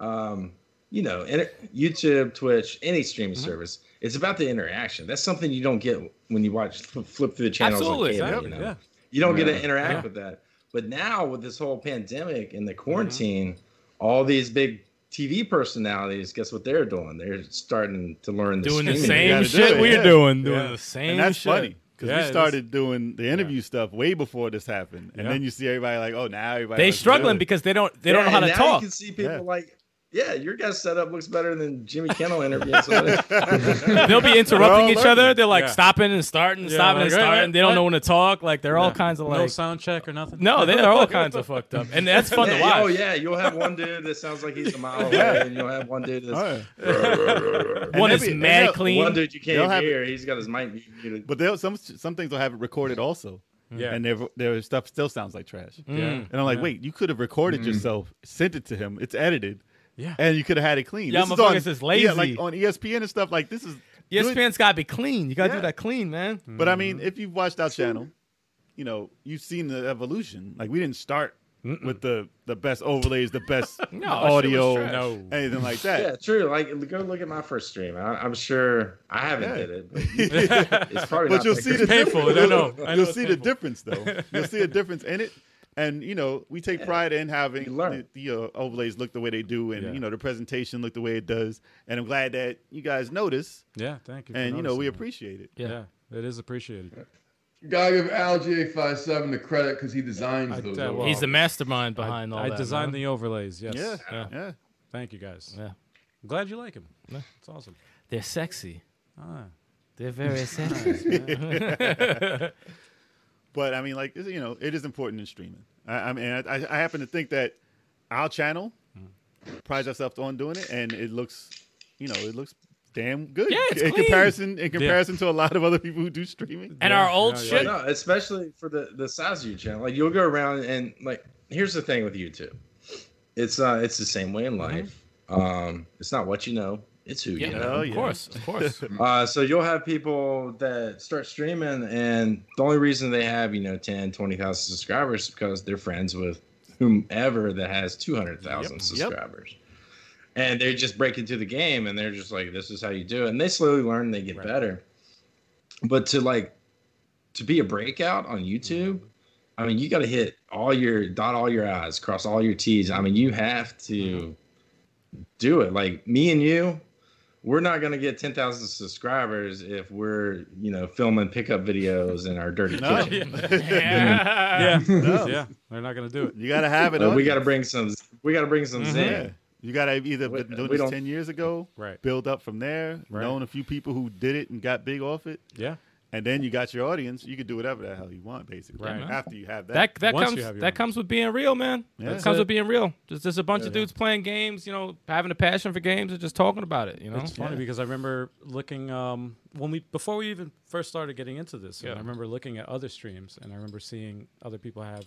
Speaker 5: um, you know, inter- YouTube, Twitch, any streaming
Speaker 1: Mm-hmm.
Speaker 5: service. It's about the interaction. That's something you don't get when you watch fl- flip through the channels.
Speaker 2: Absolutely,
Speaker 5: Like cable,
Speaker 1: exactly,
Speaker 5: you, know?
Speaker 1: yeah.
Speaker 5: you don't get
Speaker 4: Yeah.
Speaker 5: to interact
Speaker 2: Yeah. Mm-hmm.
Speaker 5: with that. But now with this whole pandemic and the quarantine, all these big TV personalities, guess what they're doing? They're starting to learn the
Speaker 2: Doing the
Speaker 5: streaming
Speaker 2: same
Speaker 3: gotta do
Speaker 2: shit
Speaker 3: it,
Speaker 2: we're
Speaker 3: yeah.
Speaker 2: doing. Doing
Speaker 1: Yeah.
Speaker 2: the same
Speaker 3: And that's
Speaker 2: shit.
Speaker 3: funny because
Speaker 1: Yeah, it
Speaker 3: we
Speaker 1: is.
Speaker 3: started doing the interview stuff way before this happened, and
Speaker 1: Yeah.
Speaker 3: then you see everybody like, oh, now everybody
Speaker 2: They
Speaker 3: wants to do
Speaker 2: struggling
Speaker 3: it.
Speaker 2: because they don't they don't know
Speaker 5: Yeah,
Speaker 2: how
Speaker 5: and
Speaker 2: to
Speaker 5: now
Speaker 2: talk.
Speaker 5: You can see people
Speaker 3: Yeah.
Speaker 5: like, yeah, your guys' setup looks better than Jimmy Kimmel interviewing somebody.
Speaker 2: They'll be
Speaker 3: all
Speaker 2: interrupting each
Speaker 3: learning.
Speaker 2: other. They're like
Speaker 1: Yeah.
Speaker 2: stopping and starting,
Speaker 1: Yeah,
Speaker 2: stopping and
Speaker 1: like, wait,
Speaker 2: starting.
Speaker 1: wait,
Speaker 2: They don't
Speaker 1: what?
Speaker 2: know when to talk. Like they're all kinds of
Speaker 1: No
Speaker 2: like
Speaker 1: sound check or nothing.
Speaker 2: no, they're all kinds of fucked up. And that's fun to
Speaker 5: Yeah,
Speaker 2: watch.
Speaker 5: oh yeah, you'll have one dude that sounds like he's a mile away,
Speaker 3: Yeah.
Speaker 5: and you'll have one dude that's
Speaker 3: Oh, yeah. And
Speaker 2: One
Speaker 3: they'll
Speaker 2: is
Speaker 3: be- and
Speaker 2: mad
Speaker 3: they'll-
Speaker 2: clean.
Speaker 5: one dude you
Speaker 3: They'll
Speaker 5: can't
Speaker 3: have-
Speaker 5: hear. He's got his mic muted.
Speaker 3: But they'll some some things will have it recorded also,
Speaker 1: Yeah.
Speaker 3: and their their stuff still sounds like trash.
Speaker 1: Mm.
Speaker 2: Mm.
Speaker 1: Yeah. Mm.
Speaker 3: And I'm like, wait, you could have recorded yourself, sent it to him. It's edited.
Speaker 1: Yeah.
Speaker 3: And you could have had it clean.
Speaker 2: Yeah,
Speaker 3: this is
Speaker 2: motherfuckers
Speaker 3: on,
Speaker 2: is
Speaker 3: Yeah,
Speaker 2: lazy. E
Speaker 3: like on E ESPN and stuff. Like this is doing-
Speaker 2: ESPN's got to be clean. You got to
Speaker 3: Yeah.
Speaker 2: do that clean, man.
Speaker 3: But I
Speaker 1: Mm-hmm.
Speaker 3: mean, if you've watched our channel, you know you've seen the evolution. Like we didn't start with the the best overlays, the best
Speaker 2: No, that shit was
Speaker 3: audio,
Speaker 2: trash.
Speaker 1: No.
Speaker 3: anything like that.
Speaker 5: Yeah, true. Like, go look at my first stream. I, I'm sure I haven't
Speaker 3: Yeah.
Speaker 5: did it. But it's probably
Speaker 3: but
Speaker 5: not
Speaker 3: you'll
Speaker 5: that
Speaker 3: see
Speaker 5: great.
Speaker 3: the
Speaker 1: painful. I
Speaker 3: Difference.
Speaker 1: know. I know
Speaker 3: you'll
Speaker 1: it's
Speaker 3: see
Speaker 1: painful.
Speaker 3: the difference, though. You'll see a difference in it, and you know we take pride in having
Speaker 5: You learn.
Speaker 3: the, the uh, overlays look the way they do, and
Speaker 1: Yeah.
Speaker 3: you know the presentation look the way it does. And I'm glad that you guys notice,
Speaker 1: Yeah, thank you. for
Speaker 3: and you know we
Speaker 1: noticing,
Speaker 3: appreciate it.
Speaker 1: man. Yeah, it is appreciated.
Speaker 4: Gotta give Al J57 the credit because he designs
Speaker 1: I-
Speaker 4: those.
Speaker 1: uh,
Speaker 4: overlays.
Speaker 2: He's the mastermind behind all
Speaker 1: I
Speaker 2: that.
Speaker 1: designed
Speaker 2: man.
Speaker 1: the overlays. Yes.
Speaker 3: Yeah,
Speaker 2: Yeah.
Speaker 3: yeah.
Speaker 1: Thank you guys.
Speaker 2: Yeah.
Speaker 1: I'm glad you like him. It's awesome.
Speaker 2: They're sexy.
Speaker 1: Ah.
Speaker 2: They're very sexy.
Speaker 3: But I mean, like it's- you know, it is important in streaming. I, I mean, I, I happen to think that our channel
Speaker 1: Mm.
Speaker 3: prides ourselves on doing it, and it looks, you know, it looks damn good.
Speaker 2: Yeah, it's
Speaker 3: in
Speaker 2: clean.
Speaker 3: comparison, in comparison to a lot of other people who do streaming.
Speaker 2: and our old
Speaker 1: yeah,
Speaker 2: shit.
Speaker 5: no, especially for the the size of your channel. Like you'll go around and like here's the thing with YouTube. It's uh it's the same way in life. Um it's not what you know, it's who
Speaker 2: Mm-hmm. Yeah,
Speaker 5: you know.
Speaker 3: Oh,
Speaker 2: of
Speaker 3: yeah.
Speaker 2: course, of course.
Speaker 5: Uh, so you'll have people that start streaming, and the only reason they have, you know, 10, 20,000 subscribers is because they're friends with whomever that has 200,000 subscribers. And they just break into the game and they're just like, this is how you do it. And they slowly learn, they get better. But to like, to be a breakout on YouTube, I mean, you got to hit all your dot all your I's, cross all your T's. I mean, you have to do it. Like me and you, we're not going to get 10,000 subscribers if we're, you know, filming pickup videos in our dirty
Speaker 3: No.
Speaker 5: kitchen.
Speaker 1: Yeah,
Speaker 3: No.
Speaker 1: yeah, they're not gonna do it.
Speaker 3: You gotta have it.
Speaker 5: Uh, we
Speaker 3: audience.
Speaker 5: got to bring some, we got to bring some
Speaker 3: Yeah.
Speaker 5: zing.
Speaker 3: You gotta have either
Speaker 5: We-
Speaker 3: been doing
Speaker 5: we
Speaker 3: this
Speaker 5: don't-
Speaker 3: ten years ago,
Speaker 1: Right.
Speaker 3: build up from there,
Speaker 1: Right.
Speaker 3: known a few people who did it and got big off it,
Speaker 1: Yeah,
Speaker 3: and then you got your audience. You could do whatever the hell you want, basically.
Speaker 1: Right.
Speaker 3: After you have that,
Speaker 2: That that
Speaker 1: Once you
Speaker 2: comes
Speaker 1: have your own.
Speaker 2: that comes with being real, man.
Speaker 3: Yeah.
Speaker 2: That comes
Speaker 1: That's it.
Speaker 2: with being real. Just just a bunch of dudes playing games, you know, having a passion for games and just talking about it. You know,
Speaker 1: it's funny
Speaker 3: Yeah.
Speaker 1: because I remember looking um, when we before we even first started getting into this. And
Speaker 2: Yeah.
Speaker 1: I remember looking at other streams, and I remember seeing other people have,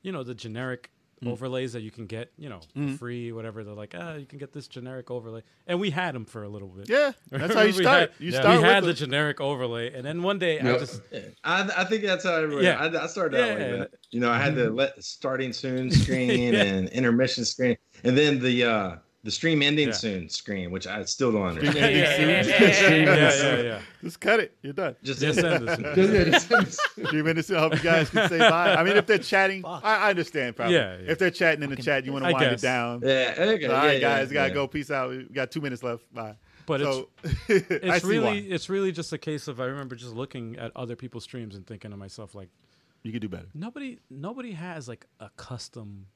Speaker 1: you know, the generic
Speaker 3: Mm.
Speaker 1: overlays that you can get, you know, for free, whatever. They're like, ah, you can get this generic overlay, and we had them for a little bit.
Speaker 3: yeah, that's how you
Speaker 1: We
Speaker 3: start.
Speaker 1: had-
Speaker 3: you
Speaker 1: yeah.
Speaker 3: start
Speaker 1: we had
Speaker 3: with
Speaker 1: the
Speaker 3: the-
Speaker 1: generic overlay, and then one day I
Speaker 4: Yeah.
Speaker 1: just
Speaker 5: I, I think that's how everyone,
Speaker 1: Yeah.
Speaker 5: yeah. I, I started out
Speaker 1: Yeah.
Speaker 5: like that. You know, I had the let starting soon screen
Speaker 1: Yeah.
Speaker 5: and intermission screen, and then the, uh, the stream ending
Speaker 1: Yeah.
Speaker 5: soon screen, which I still don't understand.
Speaker 3: ending soon.
Speaker 1: yeah, yeah, yeah.
Speaker 3: Just cut it. You're done.
Speaker 5: Just
Speaker 1: Just end this.
Speaker 4: Yeah, yeah, just-
Speaker 3: Three minutes to help you guys can say bye. I mean, if they're chatting, I, I understand probably.
Speaker 1: Yeah, yeah.
Speaker 3: If they're chatting in the chat, you want
Speaker 1: I
Speaker 3: to wind
Speaker 1: guess.
Speaker 3: it down.
Speaker 5: Yeah. Okay.
Speaker 3: So, all right,
Speaker 5: yeah, yeah,
Speaker 3: guys, gotta
Speaker 5: yeah.
Speaker 3: go. Peace out. We got two minutes left. Bye.
Speaker 1: But it's
Speaker 3: so, it's, I
Speaker 1: it's
Speaker 3: see
Speaker 1: really
Speaker 3: why.
Speaker 1: it's really just a case of I remember just looking at other people's streams and thinking to myself like
Speaker 3: you could do better.
Speaker 1: nobody nobody has like a custom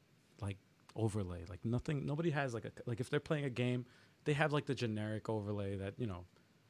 Speaker 1: like overlay like nothing nobody has like a like if they're playing a game they have like the generic overlay that you know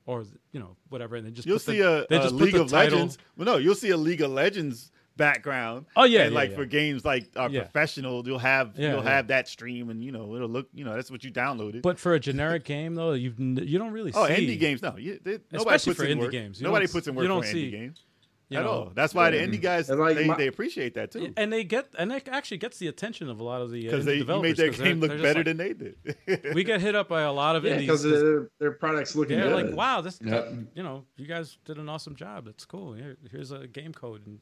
Speaker 1: or you know whatever and they just
Speaker 3: You'll
Speaker 1: put the-
Speaker 3: see a,
Speaker 1: they
Speaker 3: a
Speaker 1: just put
Speaker 3: League
Speaker 1: the
Speaker 3: of
Speaker 1: title-
Speaker 3: Legends. Well, no, you'll see a League of Legends background.
Speaker 1: Oh, yeah,
Speaker 3: and
Speaker 1: yeah,
Speaker 3: like
Speaker 1: yeah.
Speaker 3: for games like are
Speaker 1: Yeah.
Speaker 3: professional, you'll have
Speaker 1: Yeah,
Speaker 3: you'll
Speaker 1: yeah.
Speaker 3: have that stream, and you know it'll look. You know that's what you downloaded.
Speaker 1: but for a generic game though you you don't really
Speaker 3: oh,
Speaker 1: see
Speaker 3: indie games, no, you, they, nobody
Speaker 1: Especially
Speaker 3: puts
Speaker 1: for
Speaker 3: in
Speaker 1: indie
Speaker 3: work.
Speaker 1: games, you
Speaker 3: Nobody
Speaker 1: don't s-
Speaker 3: puts in
Speaker 1: you
Speaker 3: work
Speaker 1: don't
Speaker 3: for
Speaker 1: see,
Speaker 3: indie games
Speaker 1: you
Speaker 3: at
Speaker 1: know,
Speaker 3: all. That's why the indie guys
Speaker 5: And, like,
Speaker 3: they,
Speaker 5: my-
Speaker 3: they appreciate that too.
Speaker 1: and they get and it actually gets the attention of a lot of the uh,
Speaker 3: because
Speaker 1: indie
Speaker 3: they you
Speaker 1: developers
Speaker 3: made their
Speaker 1: 'cause they're-
Speaker 3: game look
Speaker 1: they're just
Speaker 3: better
Speaker 1: like-
Speaker 3: than they did.
Speaker 1: we get hit up by a lot of
Speaker 5: Yeah,
Speaker 1: indies
Speaker 5: because their their products looking
Speaker 1: Yeah,
Speaker 5: good.
Speaker 1: like wow, this
Speaker 4: Yep.
Speaker 1: you know, you guys did an awesome job. That's cool. Here, here's a game code and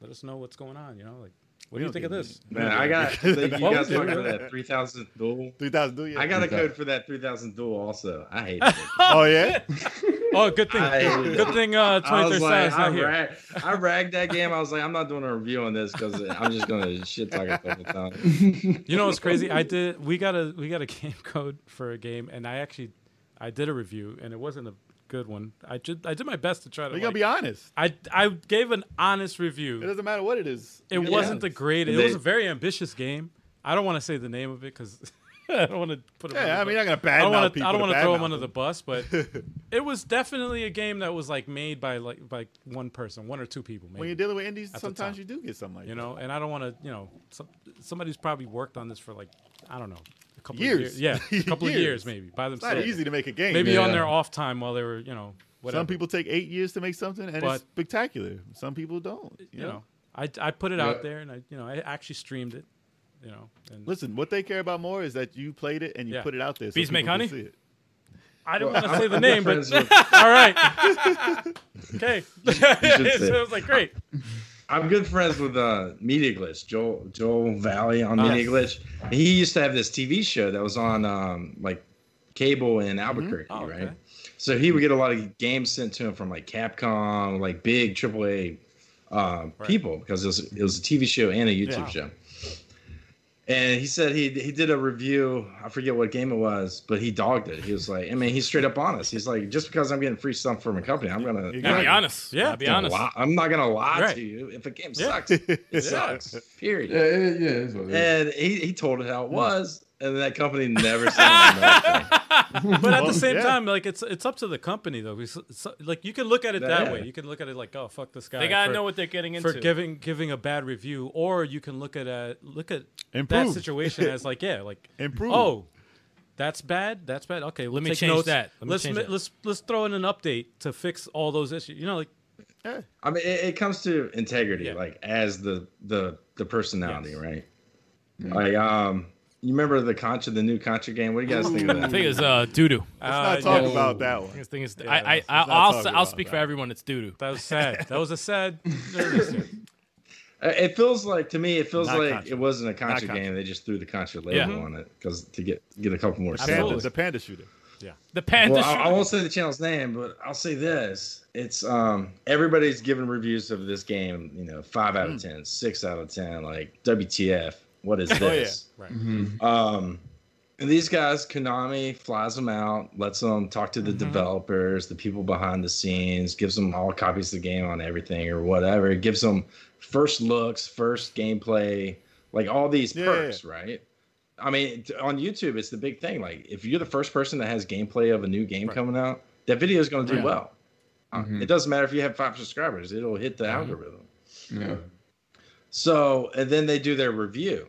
Speaker 1: let us know what's going on. You know, like what do you
Speaker 3: don't
Speaker 1: think of
Speaker 3: get
Speaker 1: this?
Speaker 5: Man, I got you
Speaker 1: What
Speaker 5: guys
Speaker 1: was it?
Speaker 5: talking about that three thousand duel.
Speaker 3: Three thousand, do you?
Speaker 5: I got a
Speaker 4: Okay.
Speaker 5: code for that three thousand duel. Also, I hate it.
Speaker 3: Oh yeah.
Speaker 1: Oh, good thing.
Speaker 5: I-
Speaker 1: good thing. Uh,
Speaker 5: I
Speaker 1: twenty
Speaker 5: was
Speaker 1: third
Speaker 5: like,
Speaker 1: size
Speaker 5: I
Speaker 1: not here.
Speaker 5: rag, I ragged that game. I was like, I'm not doing a review on this because I'm just gonna shit talk a couple times.
Speaker 1: You know what's crazy? I did. We got a we got a game code for a game, and I actually I did a review, and it wasn't a good one. I did I did my best to try to.
Speaker 3: We
Speaker 1: Like,
Speaker 3: gotta be honest.
Speaker 1: I I gave an honest
Speaker 3: It
Speaker 1: review.
Speaker 3: doesn't matter what it is.
Speaker 1: It
Speaker 3: You gotta be
Speaker 1: wasn't the
Speaker 3: honest.
Speaker 1: greatest. It
Speaker 5: They-
Speaker 1: was a very ambitious game. I don't want to say the name of it because I don't want to put it.
Speaker 3: Yeah, I mean, you're not gonna
Speaker 1: I
Speaker 3: badmouth
Speaker 1: don't want to.
Speaker 3: people.
Speaker 1: I don't
Speaker 3: want to
Speaker 1: throw him
Speaker 3: badmouth
Speaker 1: under the
Speaker 3: them.
Speaker 1: bus, but it was definitely a game that was like made by like by one person, one or two people,
Speaker 3: When
Speaker 1: maybe.
Speaker 3: you're dealing with indies,
Speaker 1: the
Speaker 3: sometimes
Speaker 1: time.
Speaker 3: you do get something like
Speaker 1: you
Speaker 3: that.
Speaker 1: know, and I don't want to. You know, some, somebody's probably worked on this for like I don't know, a couple
Speaker 3: Years.
Speaker 1: Of years. Yeah, a couple of years
Speaker 3: Years.
Speaker 1: maybe by
Speaker 3: It's not
Speaker 1: themselves.
Speaker 3: easy to make a game.
Speaker 1: Maybe
Speaker 4: Yeah.
Speaker 1: on their off time while they were you know whatever.
Speaker 3: Some people take eight years to make something, and
Speaker 1: But-
Speaker 3: it's spectacular. Some people don't. You,
Speaker 1: you
Speaker 3: know?
Speaker 1: know, I I put it
Speaker 4: Yeah.
Speaker 1: out there and I you know I actually streamed it, you know, and
Speaker 3: Listen, what they care about more is that you played it and you
Speaker 1: Yeah.
Speaker 3: put it out there. So
Speaker 2: Bees Make
Speaker 3: people can
Speaker 2: Honey?
Speaker 3: see it.
Speaker 1: I didn't
Speaker 5: Well,
Speaker 1: want to
Speaker 5: I'm-
Speaker 1: say the
Speaker 5: I'm
Speaker 1: name, but
Speaker 5: friends with-
Speaker 1: all right, okay.
Speaker 5: say
Speaker 1: so I
Speaker 5: it.
Speaker 1: was like, great.
Speaker 5: I'm good friends with uh, Media Glitch, Joel Joel Valley on Media Glitch. He used to have this TV show that was on um, like cable in Albuquerque,
Speaker 1: Oh, okay.
Speaker 5: right? So he would get a lot of games sent to him from like Capcom, like big AAA um, people, because it was, it was a TV show and a YouTube
Speaker 1: Wow.
Speaker 5: show. And he said he he did a review. I forget what game it was, but he dogged it. He was like, I mean, he's straight up honest. He's like, just because I'm getting free stuff from a company, I'm gonna
Speaker 3: You
Speaker 2: yeah,
Speaker 3: gotta
Speaker 2: be honest.
Speaker 1: Yeah.
Speaker 2: be
Speaker 5: gonna
Speaker 2: honest.
Speaker 5: lie- I'm not gonna lie
Speaker 1: Right.
Speaker 5: to you. If a game
Speaker 1: Yeah.
Speaker 5: sucks, it sucks. Period.
Speaker 4: yeah, it- yeah, it is what it is.
Speaker 5: And he, he told it how it was, and that company never said another thing.
Speaker 1: but at
Speaker 3: Well,
Speaker 1: the same
Speaker 3: yeah.
Speaker 1: time, like it's it's up to the company though. Because, so- like you can look at it
Speaker 5: Yeah.
Speaker 1: that way. You can look at it like, oh fuck this guy.
Speaker 2: They gotta
Speaker 1: for,
Speaker 2: know what they're getting into.
Speaker 1: for giving giving a bad review, or you can look at a look at that
Speaker 3: Improve.
Speaker 1: situation as like yeah, like
Speaker 3: Improve.
Speaker 1: Oh, that's bad. That's bad. Okay, we'll
Speaker 2: me
Speaker 1: take
Speaker 2: change
Speaker 1: notes.
Speaker 2: that. Let me
Speaker 1: let's
Speaker 2: change
Speaker 1: ma-
Speaker 2: that.
Speaker 1: let's let's throw in an update to fix all those issues. You know, like
Speaker 3: Yeah.
Speaker 5: I mean, it, it comes to integrity,
Speaker 1: Yeah.
Speaker 5: like as the the the personality,
Speaker 1: Yes.
Speaker 5: right? Like, um, you remember the Contra, the new Contra game? What do you guys think of
Speaker 2: I
Speaker 5: that?
Speaker 2: think it's uh, doo doo.
Speaker 1: uh,
Speaker 3: Let's not talk
Speaker 1: yeah,
Speaker 3: about that one.
Speaker 2: This thing is.
Speaker 1: Yeah,
Speaker 2: I, I,
Speaker 1: let's-
Speaker 2: I
Speaker 3: let's not
Speaker 2: I'll
Speaker 3: talk
Speaker 2: s- I'll
Speaker 3: about
Speaker 2: speak for
Speaker 3: that.
Speaker 2: everyone. It's doo doo.
Speaker 1: That was sad. That was a sad.
Speaker 5: Uh, It feels like to me, it feels
Speaker 3: Not
Speaker 5: like
Speaker 3: Contra.
Speaker 5: it wasn't a Contra,
Speaker 3: Contra.
Speaker 5: game. They just threw the Contra label
Speaker 2: Yeah.
Speaker 5: on it because to get get a couple more
Speaker 3: Panda,
Speaker 5: sales.
Speaker 3: the panda shooter.
Speaker 2: The Panther.
Speaker 5: Well, I, I won't say the channel's name, but I'll say this: it's um everybody's giving reviews of this game. You know, five out of ten, six out of ten. Like WTF? What is this?
Speaker 1: Right.
Speaker 4: Mhm.
Speaker 5: Um, and these guys, Konami flies them out, lets them talk to the
Speaker 2: Mhm.
Speaker 5: developers, the people behind the scenes, gives them all copies of the game on everything or whatever. It gives them first looks, first gameplay, like all these
Speaker 3: Yeah, yeah,
Speaker 5: perks, right? I mean, t- on YouTube, it's the big thing. Like, if you're the first person that has gameplay of a new game
Speaker 2: Right.
Speaker 5: coming out, that video is going to do
Speaker 2: Yeah.
Speaker 5: well. Uh,
Speaker 3: Mm-hmm.
Speaker 4: Mhm.
Speaker 5: It doesn't matter if you have five subscribers, it'll hit the
Speaker 2: Mhm.
Speaker 5: algorithm.
Speaker 4: Yeah.
Speaker 5: So, and then they do their review.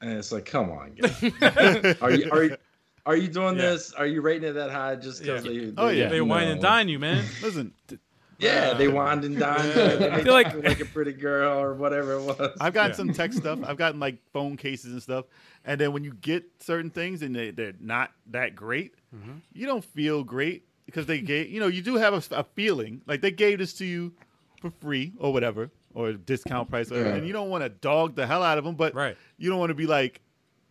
Speaker 5: And it's like, come on, guys. Are you are you, are you doing
Speaker 1: Yeah.
Speaker 5: this? Are you rating it that high just because
Speaker 1: Yeah.
Speaker 5: they, they?
Speaker 3: Oh, yeah.
Speaker 1: They wine and
Speaker 5: no.
Speaker 1: dine you, man.
Speaker 3: Listen, t-
Speaker 5: Yeah, they whined and dined. you, They
Speaker 1: I
Speaker 5: made
Speaker 2: feel
Speaker 5: you
Speaker 2: like-
Speaker 5: feel like a pretty girl or whatever it was.
Speaker 3: I've gotten
Speaker 1: Yeah.
Speaker 3: some tech stuff. I've gotten like phone cases and stuff. And then when you get certain things and they, they're not that great,
Speaker 1: Mhm.
Speaker 3: you don't feel great because they gave, you know, you do have a, a feeling like they gave this to you for free or whatever, or a discount price. Or
Speaker 4: Yeah.
Speaker 3: And you don't want to dog the hell out of them, but
Speaker 1: Right.
Speaker 3: you don't want to be like,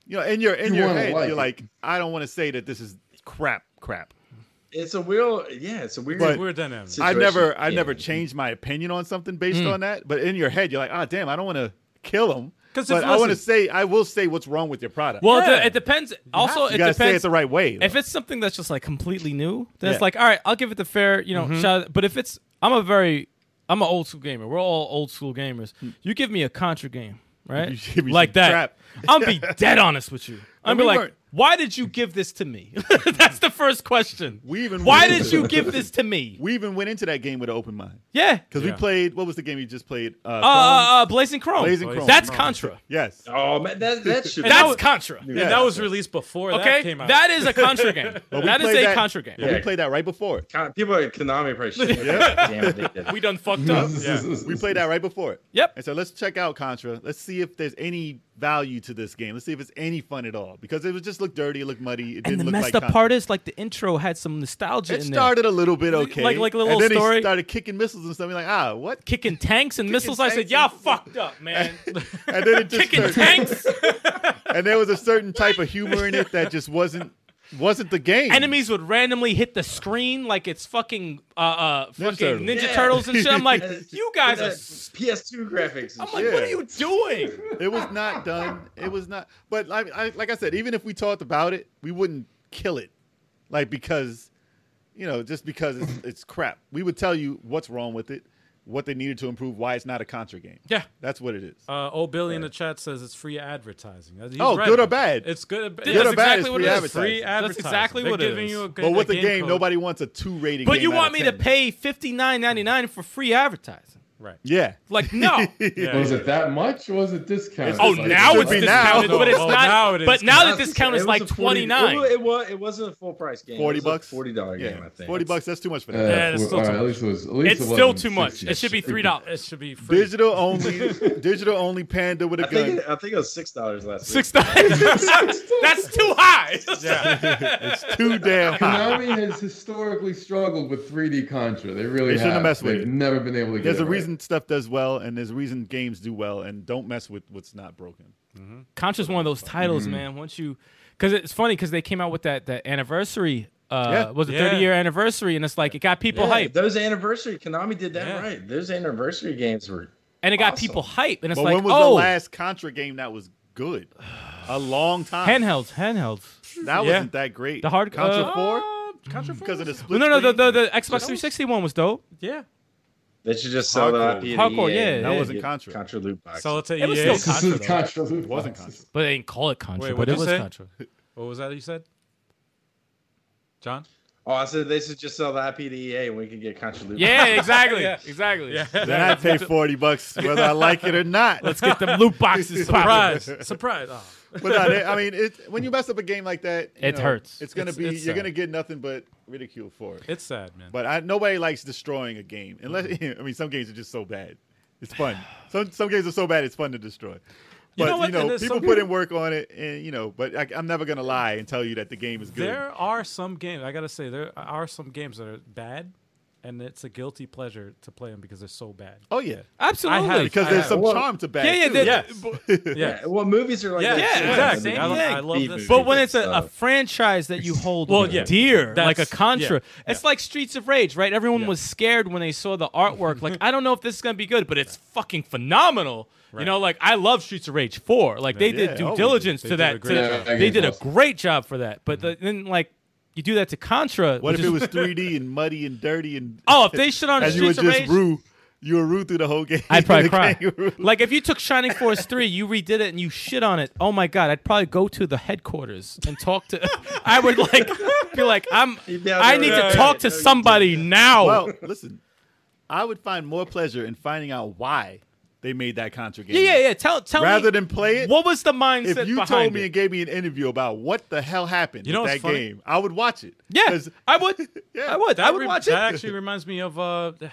Speaker 3: you know, in your, in
Speaker 4: You
Speaker 3: your
Speaker 4: wanna
Speaker 3: head,
Speaker 4: like
Speaker 3: you're
Speaker 4: it.
Speaker 3: like, I don't want to say that this is crap, crap.
Speaker 5: It's a weird, yeah, it's a weird.
Speaker 3: But-
Speaker 1: Weird dynamic.
Speaker 5: Sit-
Speaker 3: I
Speaker 5: situation.
Speaker 3: never, I
Speaker 5: Yeah.
Speaker 3: never changed my opinion on something based
Speaker 2: Mm.
Speaker 3: on that. But in your head, you're like, ah, damn, I don't want to kill him.
Speaker 1: 'Cause
Speaker 3: but
Speaker 1: if-
Speaker 3: I want to
Speaker 1: listen-
Speaker 3: say, I will say what's wrong with your product.
Speaker 2: well, it de-
Speaker 1: Yeah.
Speaker 2: it depends. Also,
Speaker 3: you
Speaker 2: it
Speaker 3: gotta
Speaker 2: depends.
Speaker 3: say it the right way. though.
Speaker 2: if it's something that's just like completely new, that's
Speaker 3: Yeah. Mm-hmm.
Speaker 2: like, all right, I'll give it the fair, you know, shot. But if it's, I'm a very, I'm an old school gamer. We're all old school gamers. You give me a Contra game, right?
Speaker 3: Hmm. You give me
Speaker 2: like
Speaker 3: some
Speaker 2: that.
Speaker 3: crap.
Speaker 2: I'll be dead honest with you. I'll
Speaker 3: And
Speaker 2: be
Speaker 3: we
Speaker 2: like,
Speaker 3: weren't-
Speaker 2: why did you give this to me? that's the first question.
Speaker 3: we even
Speaker 2: Why
Speaker 3: went
Speaker 2: did
Speaker 3: into-
Speaker 2: you give this to me?
Speaker 3: We even went into that game with an open mind
Speaker 2: Yeah.
Speaker 3: because
Speaker 1: Yeah.
Speaker 3: we played. What was the game you just played? Uh,
Speaker 2: Uh,
Speaker 3: Chrome?
Speaker 2: uh, uh, Blazing Chrome.
Speaker 3: Blazing Chrome.
Speaker 2: That's Contra.
Speaker 3: yes.
Speaker 5: oh man, that that should.
Speaker 1: And that
Speaker 2: That's
Speaker 1: was-
Speaker 2: Contra.
Speaker 1: And that was released before that
Speaker 2: Okay,
Speaker 1: came out.
Speaker 2: that is a Contra game.
Speaker 3: But we
Speaker 2: That is
Speaker 3: played
Speaker 2: a Contra game.
Speaker 3: but We
Speaker 5: Yeah.
Speaker 3: played that right before. it.
Speaker 5: Con- people at Konami probably should. Damn it, they did.
Speaker 2: We done fucked up.
Speaker 3: We played that right before it.
Speaker 2: Yep.
Speaker 3: And so let's check out Contra. Let's see if there's any value to this game. Let's see if it's any fun at all because it was just looked dirty, it looked muddy, it didn't
Speaker 2: And the
Speaker 3: look
Speaker 2: messed
Speaker 3: like
Speaker 2: up
Speaker 3: Contra.
Speaker 2: part is like the intro had some nostalgia
Speaker 3: It
Speaker 2: in
Speaker 3: started a little bit
Speaker 2: Like-
Speaker 3: okay,
Speaker 2: like a little
Speaker 3: and then
Speaker 2: story.
Speaker 3: He started kicking missiles and stuff. You're like, ah, what?
Speaker 2: there. Kicking tanks and missiles. I said,
Speaker 3: tanks
Speaker 2: y'all
Speaker 3: and
Speaker 2: fucked up, man.
Speaker 3: And then it just
Speaker 2: Kicking
Speaker 3: turned-
Speaker 2: tanks.
Speaker 3: and there was a certain type of humor in it that just wasn't wasn't the game.
Speaker 2: Enemies would randomly hit the screen like it's fucking uh, uh fucking
Speaker 3: Turtles.
Speaker 2: Ninja
Speaker 5: Yeah.
Speaker 2: Turtles and shit. I'm like,
Speaker 5: Uh,
Speaker 2: you guys
Speaker 5: that
Speaker 2: are. s-
Speaker 5: PS2 graphics. and
Speaker 2: I'm like,
Speaker 5: shit.
Speaker 2: what are you doing?
Speaker 3: It was not done. It was not. But like, I, like I said, even if we talked about it, we wouldn't kill it, like because, you know, just because it's, it's crap. We would tell you what's wrong with it, what they needed to improve, why it's not a contra game.
Speaker 2: Yeah.
Speaker 3: that's what it is.
Speaker 1: Uh, oh, Billy in the chat says it's free advertising. Uh, He's
Speaker 3: Oh,
Speaker 1: right
Speaker 3: good or
Speaker 1: about that.
Speaker 3: bad?
Speaker 1: It's good or bad.
Speaker 2: Good
Speaker 1: That's
Speaker 3: or
Speaker 1: exactly
Speaker 3: bad is
Speaker 1: what
Speaker 3: free
Speaker 1: it is.
Speaker 3: advertising.
Speaker 1: Free
Speaker 2: That's
Speaker 1: advertising.
Speaker 2: exactly
Speaker 1: They're
Speaker 2: what it
Speaker 1: giving
Speaker 2: is.
Speaker 1: You a good,
Speaker 3: but with
Speaker 1: a
Speaker 3: the game,
Speaker 1: code.
Speaker 3: nobody wants a two rating.
Speaker 2: But
Speaker 3: game
Speaker 2: you
Speaker 3: out
Speaker 2: want
Speaker 3: of
Speaker 2: me to
Speaker 3: 10.
Speaker 2: pay fifty nine ninety nine for free advertising?
Speaker 1: Right.
Speaker 3: Yeah,
Speaker 2: Like, no.
Speaker 1: Yeah,
Speaker 4: Was
Speaker 1: yeah.
Speaker 4: it that much or was it discounted?
Speaker 2: Oh,
Speaker 3: It's- it
Speaker 2: now
Speaker 3: should
Speaker 2: it's
Speaker 3: be
Speaker 2: discounted,
Speaker 1: now.
Speaker 2: but it's
Speaker 1: Oh,
Speaker 2: not.
Speaker 1: now it is.
Speaker 2: but now that
Speaker 5: Honestly,
Speaker 2: discount is
Speaker 5: it
Speaker 2: like
Speaker 5: was a 40
Speaker 2: twenty nine.
Speaker 5: It wa- It was. It wasn't a full price game. It
Speaker 3: forty
Speaker 5: was a
Speaker 3: bucks.
Speaker 5: Forty dollar
Speaker 3: Yeah,
Speaker 5: game. I think Uh,
Speaker 3: forty bucks. That's too much for that.
Speaker 1: Yeah, it's still
Speaker 4: Uh, all
Speaker 1: too
Speaker 4: right, at least it was. At least
Speaker 2: It's
Speaker 4: it
Speaker 2: still
Speaker 4: wasn't
Speaker 2: too much.
Speaker 4: 60.
Speaker 2: It should be three
Speaker 1: It
Speaker 2: dollars.
Speaker 1: should be free.
Speaker 3: Digital only, digital only panda with a
Speaker 5: I think.
Speaker 3: gun.
Speaker 5: It, I think it was six dollars last week.
Speaker 2: Six dollars. That's too high.
Speaker 3: It's too damn high.
Speaker 4: Konami has historically struggled with 3D Contra. They really
Speaker 3: They shouldn't have messed with
Speaker 4: They've
Speaker 3: it.
Speaker 4: Never been able to get.
Speaker 3: There's
Speaker 4: it
Speaker 3: a
Speaker 4: right.
Speaker 3: reason stuff does well, and there's a reason games do well, and don't mess with what's not broken.
Speaker 2: Contra's one of those titles, man. Once you, because it's funny because they came out with that that anniversary. Uh,
Speaker 3: Yeah.
Speaker 2: was a
Speaker 1: Yeah.
Speaker 2: 30 year anniversary, and it's like it got people
Speaker 5: Yeah,
Speaker 2: hype,
Speaker 5: Those anniversary Konami did that
Speaker 1: Yeah.
Speaker 5: right. Those anniversary games were
Speaker 2: and it got
Speaker 5: awesome.
Speaker 2: people hype, and it's
Speaker 3: But
Speaker 2: like,
Speaker 3: when was
Speaker 2: oh,
Speaker 3: the last Contra game that was good? A long time.
Speaker 2: handhelds, handhelds,
Speaker 1: Yeah.
Speaker 3: That wasn't that great.
Speaker 2: the hard
Speaker 3: Contra
Speaker 2: uh,
Speaker 3: Four
Speaker 1: Contra
Speaker 3: because of the
Speaker 2: Well,
Speaker 3: split.
Speaker 2: no, no, the,
Speaker 3: screen?
Speaker 2: the, the Xbox 360 one was dope.
Speaker 1: Yeah.
Speaker 5: They should just sell
Speaker 3: Hardcore.
Speaker 5: the IP. to
Speaker 2: Hardcore,
Speaker 5: EA.
Speaker 2: yeah,
Speaker 5: and
Speaker 2: That
Speaker 5: get
Speaker 3: wasn't Contra.
Speaker 5: Contra loot box.
Speaker 1: Sell it to
Speaker 2: It was
Speaker 1: EA.
Speaker 2: still
Speaker 4: This is
Speaker 2: Contra, though.
Speaker 4: Contra. It
Speaker 3: wasn't Contra.
Speaker 2: but they didn't call it Contra,
Speaker 1: Wait,
Speaker 2: but
Speaker 1: what'd
Speaker 2: it
Speaker 1: you
Speaker 2: was
Speaker 1: say?
Speaker 2: Contra.
Speaker 1: What was that you said? John?
Speaker 5: Oh, I said they should just sell the IP to EA and we can get Contra loot.
Speaker 2: Yeah,
Speaker 5: box.
Speaker 2: exactly, exactly.
Speaker 3: Then I pay forty bucks whether I like it or not.
Speaker 2: Let's get them loot boxes. popping.
Speaker 1: Surprise. Surprise. Oh.
Speaker 3: but no, they- I mean, it, when you mess up a game like that, you
Speaker 2: It
Speaker 3: know,
Speaker 2: hurts.
Speaker 3: It's gonna
Speaker 1: It's-
Speaker 3: be
Speaker 1: it's
Speaker 3: you're gonna
Speaker 1: sad.
Speaker 3: get nothing but ridicule for it.
Speaker 1: It's sad, man.
Speaker 3: But I, nobody likes destroying a game unless I mean some games are just so bad. It's fun. Some some games are so bad it's fun to destroy. But you
Speaker 1: know
Speaker 3: know,
Speaker 1: what? And there's
Speaker 3: people
Speaker 1: some-
Speaker 3: put in work on it, and you know. But I, I'm never gonna lie and tell you that the game is good.
Speaker 1: There are some games. I gotta say, there are some games that are bad, and it's a guilty pleasure to play them because they're so bad.
Speaker 3: Oh yeah,
Speaker 2: Absolutely.
Speaker 1: I have-
Speaker 3: because
Speaker 1: I
Speaker 3: there's
Speaker 1: have-
Speaker 3: some
Speaker 5: Well,
Speaker 3: charm to bad.
Speaker 2: yeah, yeah,
Speaker 3: too.
Speaker 1: Yeah,
Speaker 2: that-
Speaker 5: Yeah, well, movies are like
Speaker 1: yeah,
Speaker 5: that
Speaker 2: yeah,
Speaker 5: too.
Speaker 1: exactly.
Speaker 2: same
Speaker 1: I, love-
Speaker 2: thing.
Speaker 1: I love
Speaker 5: B
Speaker 1: those.
Speaker 5: movies.
Speaker 1: But
Speaker 2: But when it's a, a
Speaker 5: So-
Speaker 2: franchise that you hold
Speaker 1: Well, yeah.
Speaker 2: dear,
Speaker 1: That's-
Speaker 2: like a Contra,
Speaker 1: yeah,
Speaker 2: it's like Streets of Rage, right? Everyone was scared when they saw the artwork. like, I don't know if this is gonna be good, but it's fucking phenomenal. You know, like I love Streets of Rage Four. Like they
Speaker 3: Yeah,
Speaker 2: did due
Speaker 3: always did.
Speaker 2: diligence
Speaker 1: They
Speaker 2: to
Speaker 1: did a
Speaker 2: that.
Speaker 1: great
Speaker 2: to-
Speaker 1: job.
Speaker 4: That
Speaker 2: they
Speaker 4: game's
Speaker 2: did a
Speaker 4: awesome.
Speaker 2: great job for that. But the, then, like, you do that to Contra.
Speaker 3: What
Speaker 2: which
Speaker 3: if
Speaker 2: is-
Speaker 3: it was 3D and muddy and dirty and
Speaker 2: Oh, if they shit on
Speaker 3: and you were
Speaker 2: Streets of
Speaker 3: just
Speaker 2: Rage,
Speaker 3: rue, you were rue through the whole game.
Speaker 2: I'd probably
Speaker 3: The
Speaker 2: cry.
Speaker 3: kangaroo.
Speaker 2: Like if you took Shining Force three, you redid it and you shit on it. Oh my god, I'd probably go to the headquarters and talk to. I would like be like, I'm.
Speaker 5: You'd be out
Speaker 2: I
Speaker 5: there,
Speaker 2: need to
Speaker 5: right,
Speaker 2: talk to
Speaker 5: right,
Speaker 2: somebody now.
Speaker 3: well, listen, I would find more pleasure in finding out why they made that Contra game.
Speaker 2: yeah, yeah, yeah. Tell, tell me.
Speaker 3: Rather than play it,
Speaker 2: what was the mindset
Speaker 3: if you
Speaker 2: behind
Speaker 3: told me
Speaker 2: it?
Speaker 3: and gave me an interview about what the hell happened
Speaker 1: You know
Speaker 3: with
Speaker 1: what's
Speaker 3: that
Speaker 1: funny?
Speaker 3: game, I would watch it.
Speaker 2: yeah,
Speaker 3: 'Cause-
Speaker 2: I would.
Speaker 3: Yeah.
Speaker 2: I would. I
Speaker 1: that
Speaker 2: would
Speaker 1: re-
Speaker 2: watch it.
Speaker 1: That actually reminds me of. Uh, do you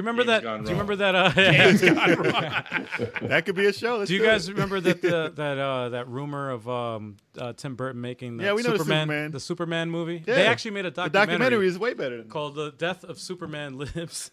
Speaker 1: remember
Speaker 5: Game's
Speaker 1: that? Do
Speaker 5: gone
Speaker 1: you remember
Speaker 5: wrong.
Speaker 1: that? Uh,
Speaker 3: that could be a show. Let's
Speaker 1: Do you
Speaker 3: it.
Speaker 1: guys remember that the, that uh, that rumor of um, uh, Tim Burton making the
Speaker 3: Yeah, we know the
Speaker 1: Superman,
Speaker 3: Superman.
Speaker 1: the Superman movie?
Speaker 3: Yeah.
Speaker 1: They actually made a
Speaker 3: The
Speaker 1: documentary,
Speaker 3: documentary is way better than
Speaker 1: called "The Death of Superman Lives,"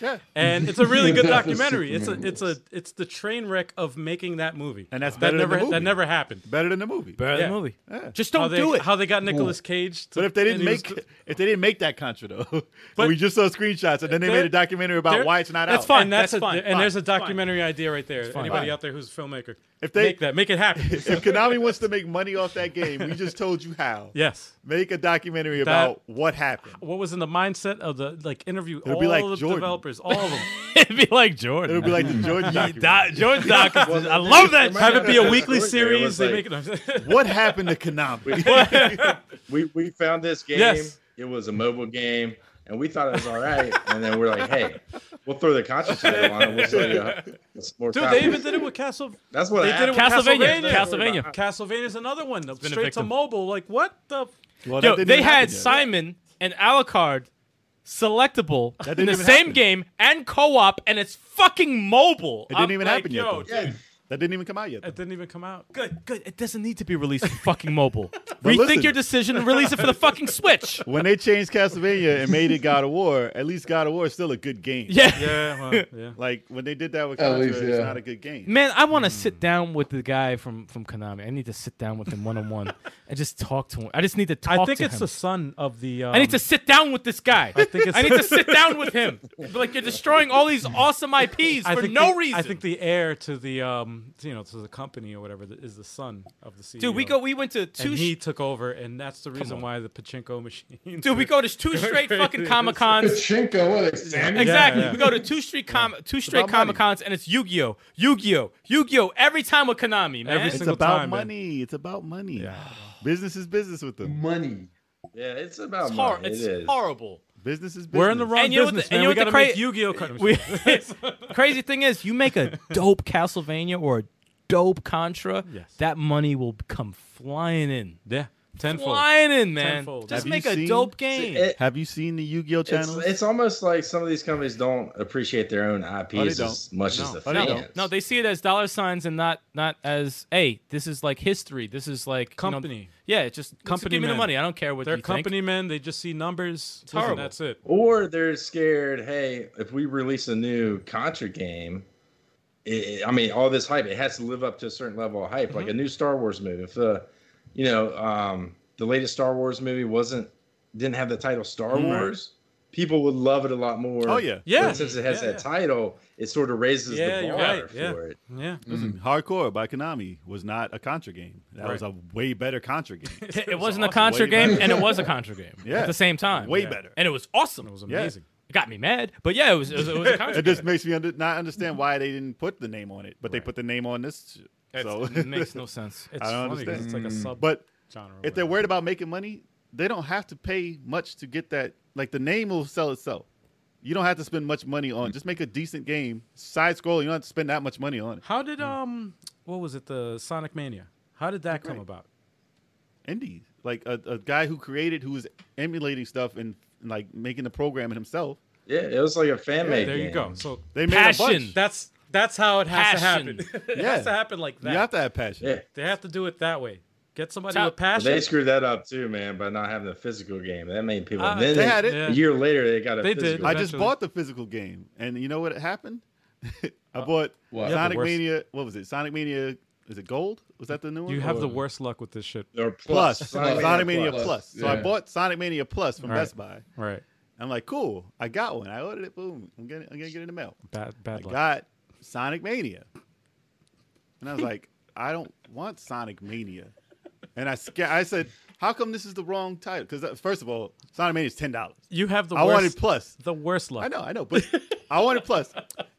Speaker 3: yeah.
Speaker 1: and it's a really
Speaker 4: The
Speaker 1: good
Speaker 4: Death of
Speaker 1: documentary. It's a
Speaker 4: Superman
Speaker 1: it's a it's the train wreck of making that movie,
Speaker 3: And that's
Speaker 1: that
Speaker 3: better than
Speaker 1: never that
Speaker 3: the movie.
Speaker 1: never happened.
Speaker 3: better than the movie.
Speaker 2: Better
Speaker 1: Yeah.
Speaker 2: the movie.
Speaker 3: Yeah.
Speaker 2: Just
Speaker 1: how
Speaker 2: don't
Speaker 1: they,
Speaker 2: do it.
Speaker 1: How they got Nicolas Cage? To,
Speaker 3: But if they didn't
Speaker 1: and he was-
Speaker 3: make if they didn't make that Contra though,
Speaker 1: But-
Speaker 3: but we just saw screenshots and then they
Speaker 1: They're-
Speaker 3: made a documentary about
Speaker 1: they're-
Speaker 3: why it's not
Speaker 2: that's
Speaker 3: out.
Speaker 2: fine.
Speaker 1: and that's,
Speaker 2: That's
Speaker 1: a,
Speaker 2: fine.
Speaker 1: And
Speaker 2: Fine.
Speaker 1: there's a
Speaker 2: It's fine.
Speaker 1: documentary idea right there.
Speaker 2: fine.
Speaker 1: Anybody
Speaker 3: Fine.
Speaker 1: out there who's a filmmaker,
Speaker 3: If they-
Speaker 1: make that, make it happen.
Speaker 3: If Konami wants to make money off that game, we just told you how.
Speaker 1: yes.
Speaker 3: Make a documentary about what happened.
Speaker 1: what was in the mindset of the like interview
Speaker 3: It'll
Speaker 1: all
Speaker 3: be like
Speaker 1: the
Speaker 3: Jordan.
Speaker 1: developers, all of them.
Speaker 2: It'd be like
Speaker 3: It'll
Speaker 2: Jordan.
Speaker 3: be like the Jordan documentary.
Speaker 2: Di- Jordan Doc. is- I love that.
Speaker 5: It might
Speaker 1: Have it
Speaker 5: not
Speaker 1: be a
Speaker 5: have
Speaker 1: weekly
Speaker 5: Jordan there. It
Speaker 1: series.
Speaker 5: was
Speaker 1: They make
Speaker 5: like-
Speaker 1: it.
Speaker 3: What happened to Konami?
Speaker 5: We we found this game.
Speaker 1: Yes.
Speaker 5: It was a mobile game, and we thought it was all right. and then we're like, hey, we'll throw the conscious title on and we'll sell you some more
Speaker 1: Dude,
Speaker 5: copies.
Speaker 1: they even did it with Castle.
Speaker 5: That's what
Speaker 1: They
Speaker 5: I
Speaker 1: did it with
Speaker 5: asked.
Speaker 2: Castlevania.
Speaker 1: Castlevania.
Speaker 2: Castlevania.
Speaker 1: Castlevania's another one.
Speaker 6: been a
Speaker 1: Straight to
Speaker 6: victim.
Speaker 1: mobile. Like what the?
Speaker 3: Well, that
Speaker 2: Yo,
Speaker 3: didn't
Speaker 2: they
Speaker 3: even
Speaker 2: had
Speaker 3: happen yet.
Speaker 2: Simon and Alucard selectable in
Speaker 3: didn't
Speaker 2: the
Speaker 3: even
Speaker 2: same
Speaker 3: happen.
Speaker 2: game and co-op, and it's fucking mobile.
Speaker 3: It didn't
Speaker 2: I'm
Speaker 3: even
Speaker 2: like,
Speaker 3: happen yet.
Speaker 2: yo,
Speaker 3: though. That didn't even come out yet. though.
Speaker 1: It didn't even come out.
Speaker 2: Good, good. It doesn't need to be released for fucking mobile.
Speaker 3: But
Speaker 2: Rethink
Speaker 3: listen-
Speaker 2: your decision and release it for the fucking Switch.
Speaker 3: When they changed Castlevania and made it God of War, at least God of War is still a good game.
Speaker 2: Yeah.
Speaker 1: Yeah, well, yeah.
Speaker 3: Like when they did that with
Speaker 4: At
Speaker 3: Contra,
Speaker 4: least,
Speaker 3: it's
Speaker 4: yeah.
Speaker 3: not a good game.
Speaker 2: Man, I want to
Speaker 1: Hmm.
Speaker 2: sit down with the guy from, from Konami. I need to sit down with him one on one and just talk to him. I just need to talk
Speaker 1: I think
Speaker 2: to
Speaker 1: it's
Speaker 2: him.
Speaker 1: the son of the. Um,
Speaker 2: I need to sit down with this guy. I,
Speaker 1: think it's-
Speaker 2: need to sit down with him. Like you're destroying all these awesome IPs
Speaker 1: I
Speaker 2: for
Speaker 1: think
Speaker 2: no
Speaker 1: the-
Speaker 2: reason.
Speaker 1: I think the heir to the um, you know, to the company or whatever th- is the son of the E CEO.
Speaker 2: Dude, we go. We went to two.
Speaker 1: And
Speaker 2: sh-
Speaker 1: he took over, and that's the reason
Speaker 2: on.
Speaker 1: why the pachinko machine.
Speaker 2: Dude, we go to two straight fucking Comic Cons.
Speaker 4: Pachinko, what are they, Sammy?
Speaker 2: Exactly.
Speaker 1: yeah.
Speaker 2: We go to two straight com- two straight
Speaker 3: about money.
Speaker 2: Comic Cons, and it's Yu Gi Oh, Yu Gi Oh, Yu Gi Oh. Every time with Konami, man.
Speaker 1: Every
Speaker 3: It's
Speaker 1: single
Speaker 3: about
Speaker 1: time, man.
Speaker 3: money. It's about money. Business is business with them.
Speaker 4: Money.
Speaker 5: Yeah, it's about
Speaker 2: it's, hor-
Speaker 5: money.
Speaker 2: it's
Speaker 5: it is.
Speaker 2: horrible.
Speaker 3: Business is business.
Speaker 1: We're in the wrong
Speaker 2: And you know what
Speaker 1: business,
Speaker 2: the-
Speaker 1: man.
Speaker 2: and you
Speaker 1: we
Speaker 2: know what the
Speaker 1: gotta make
Speaker 2: cra-
Speaker 1: Yu-Gi-Oh. Cut
Speaker 2: We- crazy thing is, you make a dope Castlevania or a dope Contra,
Speaker 1: Yes.
Speaker 2: that money will come flying in,
Speaker 1: yeah, tenfold.
Speaker 2: flying in, man.
Speaker 1: Tenfold.
Speaker 3: Have
Speaker 2: Just
Speaker 3: you
Speaker 2: make a
Speaker 3: seen-
Speaker 2: dope game.
Speaker 5: It-
Speaker 3: Have you seen the Yu-Gi-Oh
Speaker 5: it's,
Speaker 3: channel?
Speaker 5: it's almost like some of these companies don't appreciate their own IPs
Speaker 3: don't.
Speaker 5: as much as the
Speaker 3: Oh, they
Speaker 5: fans.
Speaker 3: don't.
Speaker 2: No, they see it as dollar signs and not not as hey, this is like history. This is like you know-
Speaker 1: Company.
Speaker 2: yeah, it's just just
Speaker 1: Company
Speaker 2: give me the
Speaker 1: men.
Speaker 2: money. I don't care what
Speaker 1: They're
Speaker 2: you
Speaker 1: company men. They just see numbers. Listen,
Speaker 2: horrible.
Speaker 1: That's it.
Speaker 5: Or they're scared, hey, if we release a new Contra game, it, it- I mean, all this hype, it has to live up to a certain level of hype, like a new Star Wars movie. If the, you know, um, the latest Star Wars movie wasn't didn't have the title Star Wars, people would love it a lot more.
Speaker 3: Oh, yeah.
Speaker 5: But
Speaker 1: Yeah.
Speaker 5: since it has
Speaker 1: Yeah,
Speaker 5: that title, it sort of raises
Speaker 1: Yeah,
Speaker 5: the
Speaker 1: you're
Speaker 5: bar
Speaker 1: right.
Speaker 5: for
Speaker 1: Yeah.
Speaker 5: it.
Speaker 1: Yeah.
Speaker 5: Mm.
Speaker 3: Listen,
Speaker 4: Mm.
Speaker 3: Hardcore by Konami was not a Contra game. That was a way better Contra game.
Speaker 2: think. It wasn't a
Speaker 1: awesome.
Speaker 2: Contra
Speaker 3: Way
Speaker 2: game
Speaker 3: better.
Speaker 2: and it was a Contra game
Speaker 3: Yeah.
Speaker 2: at the same time.
Speaker 3: Way better.
Speaker 2: And it was awesome. It,
Speaker 1: It was
Speaker 3: Yeah.
Speaker 1: amazing.
Speaker 2: got me mad, but yeah, it was it was, it was a Contra.
Speaker 3: It just makes me under, not understand why they didn't put the name on it, but they put the name on this. shit. So,
Speaker 2: It makes no sense.
Speaker 1: It's
Speaker 3: I don't
Speaker 1: funny 'cause
Speaker 3: understand. Mm.
Speaker 1: it's like a sub
Speaker 3: but
Speaker 1: genre.
Speaker 3: if they're worried about making money, they don't have to pay much to get that. Like the name will sell itself. You don't have to spend much money on. Just make a decent game, side scroll. You don't have to spend that much money on it.
Speaker 1: How did um, what was it? The Sonic Mania. How did that come
Speaker 3: Mm. Great.
Speaker 1: about?
Speaker 3: indie, like a, a guy who created, who was emulating stuff and, and, like making the programming himself.
Speaker 5: Yeah, it was like a fan made.
Speaker 1: There you
Speaker 5: game.
Speaker 1: go. So
Speaker 3: They made a
Speaker 2: Passion.
Speaker 3: bunch.
Speaker 1: that's that's how it has to happen.
Speaker 2: Passion.
Speaker 1: it
Speaker 3: Yeah.
Speaker 1: has to happen like that.
Speaker 3: You have to have passion.
Speaker 5: Yeah.
Speaker 1: They have to do it that way. Get somebody
Speaker 2: Top-
Speaker 1: with passion.
Speaker 5: They screwed that up too, man, by not having a physical game. That made people.
Speaker 1: Uh,
Speaker 5: then
Speaker 3: They had it.
Speaker 1: Yeah.
Speaker 5: a year later, they got a
Speaker 1: They did.
Speaker 5: physical.
Speaker 3: I just
Speaker 1: Eventually.
Speaker 3: bought the physical game, and you know what happened? I bought
Speaker 4: What?
Speaker 1: You have the
Speaker 3: Sonic
Speaker 1: worst-
Speaker 3: Mania. What was it? Sonic Mania. Is it Gold? Was that the new one?
Speaker 1: You have
Speaker 3: Or-
Speaker 1: the worst luck with this shit.
Speaker 5: Or
Speaker 3: Plus,
Speaker 5: plus,
Speaker 3: Sonic, Mania Plus.
Speaker 4: Plus.
Speaker 3: So I
Speaker 4: Yeah.
Speaker 3: bought Sonic Mania Plus from
Speaker 1: All right.
Speaker 3: Best Buy.
Speaker 1: Right.
Speaker 3: I'm like, cool. I got one. I ordered it. Boom. I'm gonna, I'm gonna get it in the mail.
Speaker 1: Bad bad
Speaker 3: I
Speaker 1: luck.
Speaker 3: got Sonic Mania, and I was like, I don't want Sonic Mania. And I sca- I said, how come this is the wrong title? Because first of all, Sonic Mania is ten dollars.
Speaker 1: You have the
Speaker 3: I
Speaker 1: worst
Speaker 3: wanted Plus.
Speaker 1: the worst luck.
Speaker 3: I know, I know, but I wanted Plus.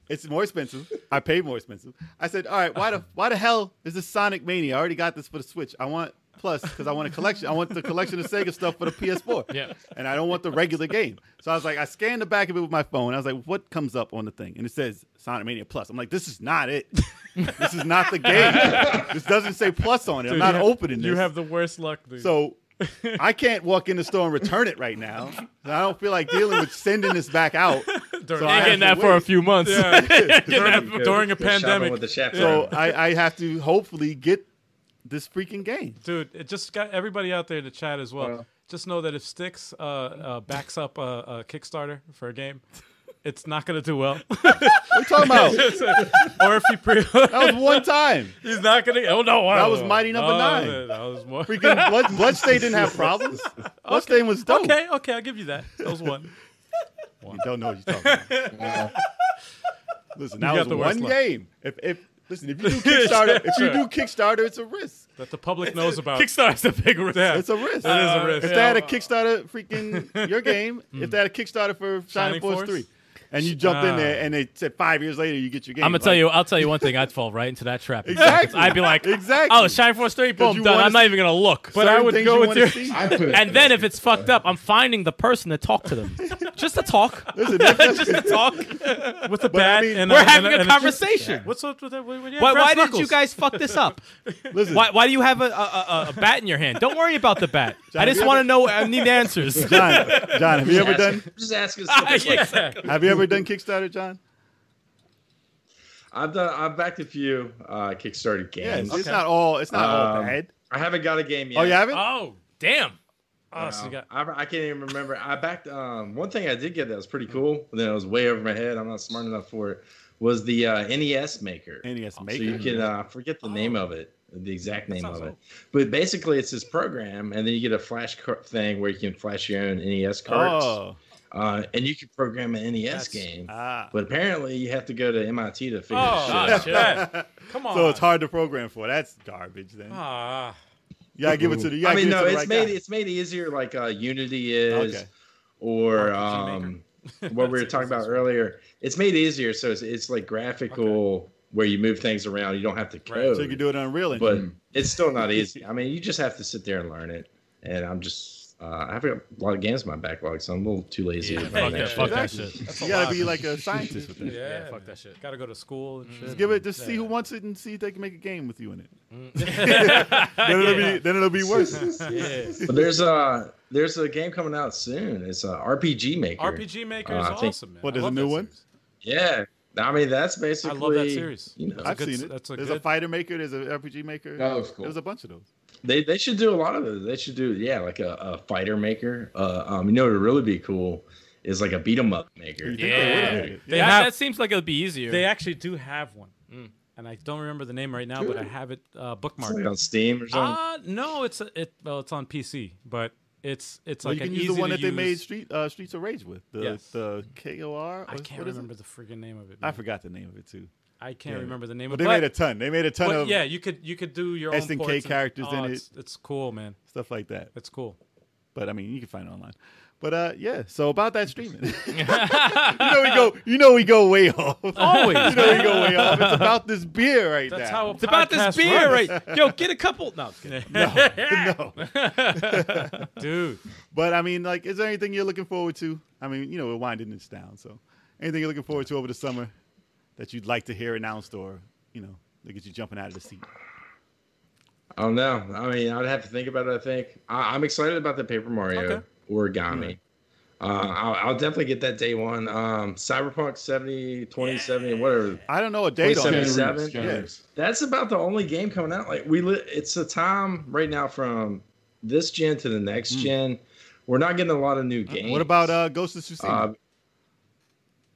Speaker 3: It's more expensive. I paid more expensive. I said, all right, why the why the hell is this Sonic Mania? I already got this for the Switch. I want Plus because I want a collection. I want the collection of Sega stuff for the PS4.
Speaker 2: Yeah.
Speaker 3: And I don't want the regular game. So I was like, I scanned the back of it with my phone. I was like, what comes up on the thing? And it says Sonic Mania Plus. I'm like, this is not it. this is not the game. this doesn't say Plus on it. I'm
Speaker 1: Dude, you
Speaker 3: not
Speaker 1: have-
Speaker 3: opening this.
Speaker 1: You have the worst luck, dude.
Speaker 3: So I can't walk in the store and return it right now. I don't feel like dealing with sending this back out. So I
Speaker 7: Ain't
Speaker 3: have
Speaker 7: getting
Speaker 3: to
Speaker 7: that for a
Speaker 3: wait.
Speaker 7: few months.
Speaker 1: during, during a pandemic.
Speaker 5: with the
Speaker 3: So
Speaker 5: chaperone.
Speaker 3: I, I have to hopefully get this freaking game.
Speaker 1: dude it just got everybody out there in the chat as well
Speaker 4: Well.
Speaker 1: just know that if sticks uh, uh, backs up a, a kickstarter for a game it's not gonna do well
Speaker 3: What are you talking about?
Speaker 1: or if he pre
Speaker 3: That was one time.
Speaker 1: he's not gonna oh no I
Speaker 3: That
Speaker 1: don't
Speaker 3: was
Speaker 1: know.
Speaker 3: Mighty Number
Speaker 1: No,
Speaker 3: Nine.
Speaker 1: no, that was more
Speaker 3: Freaking Blood, Bloodstain didn't have problems. Bloodstain was dope.
Speaker 1: okay okay i'll give you that that was one
Speaker 3: You don't know what you're talking about. Listen, that
Speaker 1: got
Speaker 3: was
Speaker 1: the worst
Speaker 3: one
Speaker 1: luck.
Speaker 3: game. If, if listen, if you do Kickstarter, if you do Kickstarter, it's a risk.
Speaker 1: that the public knows about
Speaker 2: Kickstarter's a big risk.
Speaker 1: Yeah.
Speaker 3: It's a
Speaker 1: It is
Speaker 3: risk.
Speaker 1: a risk. Mm.
Speaker 3: Uh, If they had a Kickstarter, freaking your game. If they had a Kickstarter for Shining
Speaker 1: Shining
Speaker 3: Force,
Speaker 1: Force?
Speaker 3: Three, and you jumped in
Speaker 1: Ah.
Speaker 3: there, and they said five years later you get your game.
Speaker 2: I'm gonna
Speaker 3: Like,
Speaker 2: tell you. I'll tell you one thing. I'd fall right into that trap.
Speaker 3: Exactly.
Speaker 2: I'd be like,
Speaker 3: Exactly.
Speaker 2: Oh, Shine Force Three. Boom.
Speaker 3: you
Speaker 2: Done.
Speaker 3: wanna
Speaker 2: I'm not even gonna look.
Speaker 1: But I
Speaker 3: certain
Speaker 1: would
Speaker 3: things
Speaker 1: go
Speaker 3: you
Speaker 1: with
Speaker 3: wanna
Speaker 1: your-
Speaker 3: see.
Speaker 4: I put it
Speaker 7: And then if it's fucked up, I'm finding the person to talk to them. Just to talk.
Speaker 3: Listen, if-
Speaker 7: Just to talk.
Speaker 1: with the
Speaker 3: But I
Speaker 1: bat
Speaker 3: mean-
Speaker 1: and
Speaker 7: We're
Speaker 1: and
Speaker 7: having a
Speaker 1: and
Speaker 7: conversation.
Speaker 1: what's up with that yeah,
Speaker 7: Why,
Speaker 1: brass
Speaker 7: why did you
Speaker 1: knuckles.
Speaker 7: guys fuck this up?
Speaker 3: listen,
Speaker 7: Why, why do you have a, a, a, a bat in your hand? Don't worry about the bat. I just
Speaker 3: you
Speaker 7: want to
Speaker 3: ever-
Speaker 7: know. I need answers.
Speaker 3: John, John, have you ever
Speaker 5: Just
Speaker 3: done?
Speaker 5: asking- Just asking. stuff like that.
Speaker 7: Exactly.
Speaker 3: Have you ever done Kickstarter, John?
Speaker 5: I've done. I've backed a few uh, Kickstarter
Speaker 3: Yeah, it's,
Speaker 5: games.
Speaker 3: it's not all. It's not all
Speaker 5: Um,
Speaker 3: bad.
Speaker 5: I haven't got a game yet.
Speaker 3: Oh, you haven't?
Speaker 2: Oh, damn.
Speaker 1: oh, so you got
Speaker 5: I, I can't even remember. I backed um, one thing I did get that was
Speaker 1: Mm.
Speaker 5: pretty cool. And then it was way over my head. I'm not smart enough for it. Was the uh, NES Maker.
Speaker 3: NES
Speaker 5: So you
Speaker 3: Maker.
Speaker 5: can uh, forget the name of it, the exact name
Speaker 1: Oh. sounds
Speaker 5: of it.
Speaker 1: cool.
Speaker 5: But basically, it's this program, and then you get a flash car- thing where you can flash your own NES carts,
Speaker 3: Oh,
Speaker 5: uh, and you can program an NES game.
Speaker 3: ah.
Speaker 5: but apparently, you have to go to MIT to figure
Speaker 1: oh
Speaker 5: this shit
Speaker 1: gosh,
Speaker 5: out.
Speaker 1: yeah. come on
Speaker 3: So it's hard to program for. That's garbage. Then
Speaker 2: Oh.
Speaker 1: Ah.
Speaker 3: you gotta give it to the. You gotta
Speaker 5: I mean,
Speaker 3: give it to
Speaker 5: no,
Speaker 3: the
Speaker 5: it's
Speaker 3: right
Speaker 5: made
Speaker 3: guy.
Speaker 5: it's made easier like uh, Unity is,
Speaker 3: Okay.
Speaker 5: or
Speaker 1: RPG
Speaker 5: um, what we were talking about earlier. It's made easier, so it's, it's like graphical where you move things around. You don't have to code.
Speaker 3: So you can do it on Unreal Engine.
Speaker 5: but
Speaker 2: Mm-hmm.
Speaker 5: it's still not easy. I mean, you just have to sit there and learn it. And I'm just, uh, I have a lot of games in my backlog, so I'm a little too lazy. to
Speaker 2: Fuck
Speaker 5: learn
Speaker 2: that.
Speaker 5: that.
Speaker 2: Fuck
Speaker 5: shit.
Speaker 2: that
Speaker 3: Exactly.
Speaker 2: shit.
Speaker 3: you gotta be like a scientist with that.
Speaker 1: yeah,
Speaker 2: Yeah, fuck
Speaker 1: man.
Speaker 2: that shit.
Speaker 1: gotta go to school and shit
Speaker 3: Give it, Mm. just see who
Speaker 1: Yeah.
Speaker 3: wants it and see if they can make a game with you in it. then it'll be, then it'll be worse.
Speaker 5: But there's a there's a game coming out soon. It's a RPG Maker.
Speaker 1: RPG Maker is
Speaker 5: Uh, I think-
Speaker 1: awesome, man.
Speaker 3: What,
Speaker 1: I
Speaker 3: there's a
Speaker 1: love
Speaker 3: new
Speaker 1: that
Speaker 3: one?
Speaker 1: series.
Speaker 5: Yeah. I mean, that's basically.
Speaker 1: series.
Speaker 5: You know,
Speaker 3: I've
Speaker 1: good-
Speaker 3: seen it.
Speaker 1: that's a
Speaker 3: there's a
Speaker 1: good-
Speaker 3: fighter maker. There's a RPG maker.
Speaker 4: That looks cool.
Speaker 3: There's a bunch of those.
Speaker 5: they they should do a lot of it. They should do yeah, like a, a fighter maker. Uh, um, you know, what would really be cool is like a beat 'em up maker.
Speaker 3: You think they would've
Speaker 2: Yeah.
Speaker 3: made it.
Speaker 1: They
Speaker 2: that,
Speaker 1: have-
Speaker 2: that seems like it would be easier.
Speaker 1: They actually do have one,
Speaker 2: Mm.
Speaker 1: and I don't remember the name right now, but I have it uh,
Speaker 5: It's like
Speaker 1: bookmarked.
Speaker 5: on Steam or something.
Speaker 1: Uh, no, it's a, it. Well, it's on PC, but it's it's
Speaker 3: Well,
Speaker 1: like
Speaker 3: you can
Speaker 1: an
Speaker 3: use
Speaker 1: easy
Speaker 3: the one
Speaker 1: to
Speaker 3: that they made
Speaker 1: use-
Speaker 3: Street uh, Streets of Rage with the
Speaker 1: Yes.
Speaker 3: the KOR.
Speaker 1: I
Speaker 3: What-
Speaker 1: can't
Speaker 3: what is it?
Speaker 1: remember the freaking name of it.
Speaker 3: I
Speaker 1: man.
Speaker 3: forgot the name of it too.
Speaker 1: I can't
Speaker 3: yeah.
Speaker 1: remember the name
Speaker 3: But
Speaker 1: of
Speaker 3: they
Speaker 1: it.
Speaker 3: made a ton. They made a ton
Speaker 1: but
Speaker 3: of
Speaker 1: yeah, you could you could do your own
Speaker 3: SNK
Speaker 1: ports and-
Speaker 3: characters in
Speaker 1: oh,
Speaker 3: it.
Speaker 1: It's, it's cool, man.
Speaker 3: stuff like that.
Speaker 1: It's cool.
Speaker 3: But I mean, you can find it online. But uh, yeah. So about that streaming, you know we go, you know we go way off.
Speaker 1: Always.
Speaker 3: you know we go way off. It's about this beer right
Speaker 1: That's
Speaker 3: now.
Speaker 1: how
Speaker 7: It's about this beer, right? Yo, get a couple. No, I'm just kidding.
Speaker 3: no.
Speaker 1: dude.
Speaker 3: But I mean, like, is there anything you're looking forward to? I mean, you know, we're winding this down. So, anything you're looking forward to over the summer that you'd like to hear announced or, you know, that gets you jumping out of the seat?
Speaker 5: I don't know. I mean, I'd have to think about it. I think I, I'm excited about the Paper Mario
Speaker 3: Mm-hmm.
Speaker 1: Okay.
Speaker 5: origami. Uh, I'll, I'll definitely get that day one. Um, Cyberpunk 70, 2070, whatever.
Speaker 3: I don't know a date on
Speaker 5: Seven,
Speaker 3: it.
Speaker 4: Generous,
Speaker 5: seven,
Speaker 4: generous.
Speaker 5: That's about the only game coming out. Like we, li- it's a time right now from this gen to the next gen. We're not getting a lot of new games.
Speaker 3: What about Mm. uh, Ghost of Tsushima?
Speaker 5: Uh,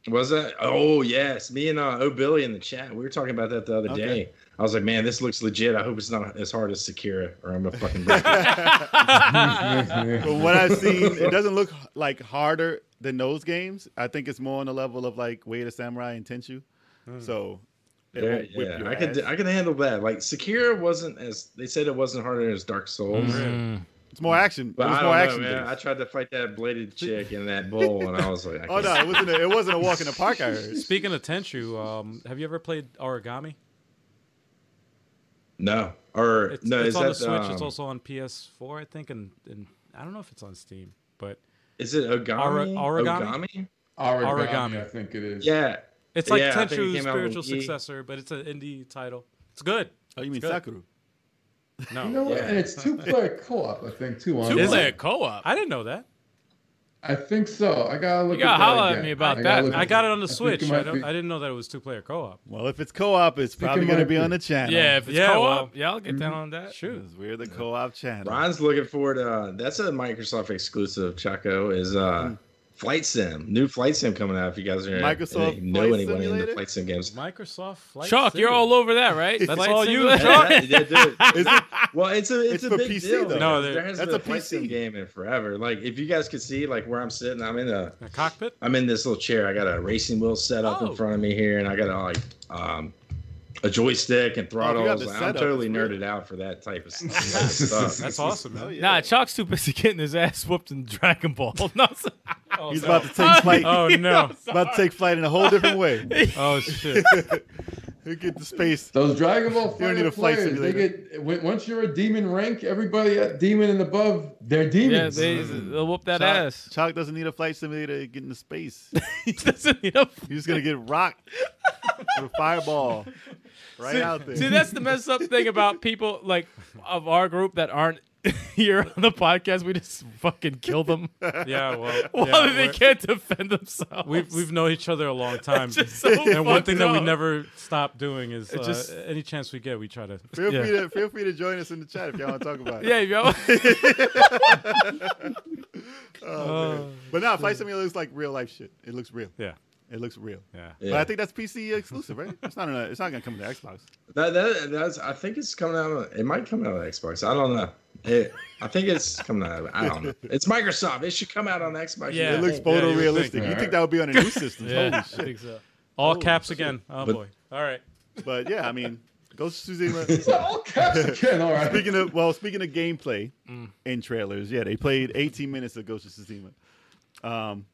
Speaker 5: was that? Oh yes, me and uh, O'Billy in the chat. We were talking about that the other
Speaker 3: Okay.
Speaker 5: day. I was like, man, this looks legit. I hope it's not as hard as Sekiro, or I'm gonna fucking break it.
Speaker 3: But what I've seen, it doesn't look like harder than those games. I think it's more on the level of like Way to Samurai and Tenchu. So it
Speaker 5: There-
Speaker 3: won't whip
Speaker 5: yeah,
Speaker 3: your
Speaker 5: I could
Speaker 3: ass.
Speaker 5: I could handle that. Like Sekiro wasn't as they said it wasn't harder as Dark Souls.
Speaker 1: Mm-hmm.
Speaker 2: Mm.
Speaker 3: It's more action.
Speaker 5: But
Speaker 3: it
Speaker 5: I
Speaker 3: was
Speaker 5: don't
Speaker 3: more
Speaker 5: know,
Speaker 3: action.
Speaker 5: man. I
Speaker 3: based.
Speaker 5: tried to fight that bladed chick in that bowl, and I was like, I
Speaker 3: Oh
Speaker 5: can't.
Speaker 3: no, it wasn't. A, it wasn't a walk in the park. I heard.
Speaker 1: Speaking of Tenchu, um, have you ever played Origami?
Speaker 5: no, or
Speaker 1: It's,
Speaker 5: no,
Speaker 1: it's
Speaker 5: is
Speaker 1: on
Speaker 5: that
Speaker 1: the Switch. it's
Speaker 5: um,
Speaker 1: also on PS4, I think, and, and I don't know if it's on Steam, but
Speaker 5: is it Ogami?
Speaker 1: Ori- origami?
Speaker 5: Ogami?
Speaker 4: Origami,
Speaker 1: Origami.
Speaker 4: I think it is.
Speaker 5: Yeah,
Speaker 1: it's like
Speaker 5: Yeah, I think it
Speaker 1: Tenchu's
Speaker 5: came out on E.
Speaker 1: spiritual
Speaker 5: Wii.
Speaker 1: successor, but it's an indie title. It's good.
Speaker 3: Oh, you mean
Speaker 1: good.
Speaker 3: Sakura?
Speaker 1: No,
Speaker 4: You know what?
Speaker 5: Yeah.
Speaker 4: And it's two player co op, I think, too. on
Speaker 2: Two
Speaker 4: it.
Speaker 2: player co op.
Speaker 1: I didn't know that.
Speaker 4: I think so. I gotta look.
Speaker 2: You gotta
Speaker 4: at that
Speaker 2: holler at
Speaker 4: again.
Speaker 2: me about
Speaker 4: gotta
Speaker 2: that.
Speaker 4: look
Speaker 1: I
Speaker 4: at
Speaker 1: got it on the
Speaker 4: think
Speaker 1: Switch.
Speaker 4: it
Speaker 1: I,
Speaker 4: might
Speaker 1: don't,
Speaker 4: be-
Speaker 1: I didn't know that it was two player co op.
Speaker 3: Well, if it's co-op, it's probably
Speaker 4: it
Speaker 3: going to
Speaker 4: might
Speaker 3: be
Speaker 4: be.
Speaker 3: on the channel.
Speaker 2: Yeah, if it's
Speaker 1: Yeah,
Speaker 2: co
Speaker 1: well, mm-hmm.
Speaker 2: op, yeah, I'll get down on that.
Speaker 1: Shoot.
Speaker 3: Because we're the co-op channel.
Speaker 5: Ryan's looking forward. To, that's a Microsoft exclusive. Chaco is
Speaker 3: Hmm.
Speaker 5: uh, Flight Sim, new Flight Sim coming out. If you guys are
Speaker 3: Microsoft
Speaker 5: if you know
Speaker 3: Flight
Speaker 5: anyone in
Speaker 3: Simulator?
Speaker 5: the Flight Sim games,
Speaker 1: Microsoft Flight
Speaker 2: Chalk, you're
Speaker 1: Simulator.
Speaker 2: all over that, right?
Speaker 1: That's
Speaker 2: Flight
Speaker 1: all you,
Speaker 2: simulator?
Speaker 1: Chalk.
Speaker 5: Yeah, yeah, dude.
Speaker 3: Is it-
Speaker 5: Well, it's a
Speaker 3: It's
Speaker 5: it's, a
Speaker 3: for
Speaker 5: big
Speaker 3: PC
Speaker 5: deal.
Speaker 3: though.
Speaker 1: No,
Speaker 5: there hasn't
Speaker 3: that's
Speaker 5: been
Speaker 3: a
Speaker 5: Flight Sim
Speaker 3: PC.
Speaker 5: game in forever. Like if you guys could see, like where I'm sitting, I'm in a
Speaker 1: A cockpit?
Speaker 5: I'm in this little chair. I got a racing wheel set up
Speaker 1: Oh.
Speaker 5: in front of me here, and I got a, like um, a joystick and
Speaker 3: Oh, you got
Speaker 5: throttles.
Speaker 3: the
Speaker 5: Like, I'm
Speaker 3: setup.
Speaker 5: totally
Speaker 3: It's
Speaker 5: nerded
Speaker 3: weird.
Speaker 5: out for that type of stuff.
Speaker 1: That's awesome, man.
Speaker 3: Oh, yeah.
Speaker 7: Nah, Chalk's too busy getting his ass whooped in Dragon Ball. No, so-
Speaker 1: Oh,
Speaker 3: He's
Speaker 1: no.
Speaker 3: about to take flight.
Speaker 1: Oh, no.
Speaker 3: About to take flight in a whole different way.
Speaker 1: Oh, shit.
Speaker 3: He'll get to space.
Speaker 4: Those Dragon Ball
Speaker 3: don't
Speaker 4: fighter
Speaker 3: need a flight
Speaker 4: players, they get when- once you're a demon rank, everybody at demon and above, they're
Speaker 7: yeah,
Speaker 4: demons.
Speaker 7: they, they'll whoop that
Speaker 3: Chalk-
Speaker 7: ass.
Speaker 3: Chalk doesn't need a flight simulator to get into space.
Speaker 7: he doesn't need a
Speaker 3: He's gonna get rocked with a fireball right out there.
Speaker 7: See, that's the messed up thing about people like of our group that aren't here on the podcast. We just fucking kill them.
Speaker 1: Yeah, well.
Speaker 7: Why
Speaker 1: yeah,
Speaker 7: they
Speaker 1: we're-
Speaker 7: can't defend themselves?
Speaker 1: We've, we've known each other a long time.
Speaker 7: just so
Speaker 1: and one
Speaker 7: fucked
Speaker 1: thing that we
Speaker 7: up.
Speaker 1: never stop doing is uh,
Speaker 7: just-
Speaker 1: any chance we get, we try to.
Speaker 3: feel
Speaker 7: yeah.
Speaker 3: free to feel free to join us in the chat if y'all want to talk about it.
Speaker 7: yeah, yo.
Speaker 3: Oh, man. but now flight simulator looks like real life shit. It looks real.
Speaker 1: Yeah,
Speaker 3: It looks real.
Speaker 1: yeah.
Speaker 5: Yeah.
Speaker 3: But I think that's PC exclusive, right? It's not. Gonna, it's not gonna come to Xbox.
Speaker 5: That, that that's I think it's coming out. on- It might come out on Xbox. I don't know. It, I think it's coming out. I don't know. It's Microsoft. It should come out on Xbox.
Speaker 7: Yeah.
Speaker 3: It looks
Speaker 1: Yeah, you would think
Speaker 3: photorealistic. you
Speaker 4: that.
Speaker 3: think that would be on a new system?
Speaker 7: yeah,
Speaker 3: Holy
Speaker 7: I
Speaker 3: shit!
Speaker 7: think so.
Speaker 1: All
Speaker 3: Oh,
Speaker 1: caps
Speaker 3: shit.
Speaker 1: again. Oh
Speaker 5: But-
Speaker 1: boy. All right.
Speaker 3: But yeah, I mean, Ghost of Tsushima.
Speaker 4: So, all caps again. All right.
Speaker 3: speaking of well, speaking of gameplay and trailers, yeah, they played 18 minutes of Ghost of Tsushima. Um,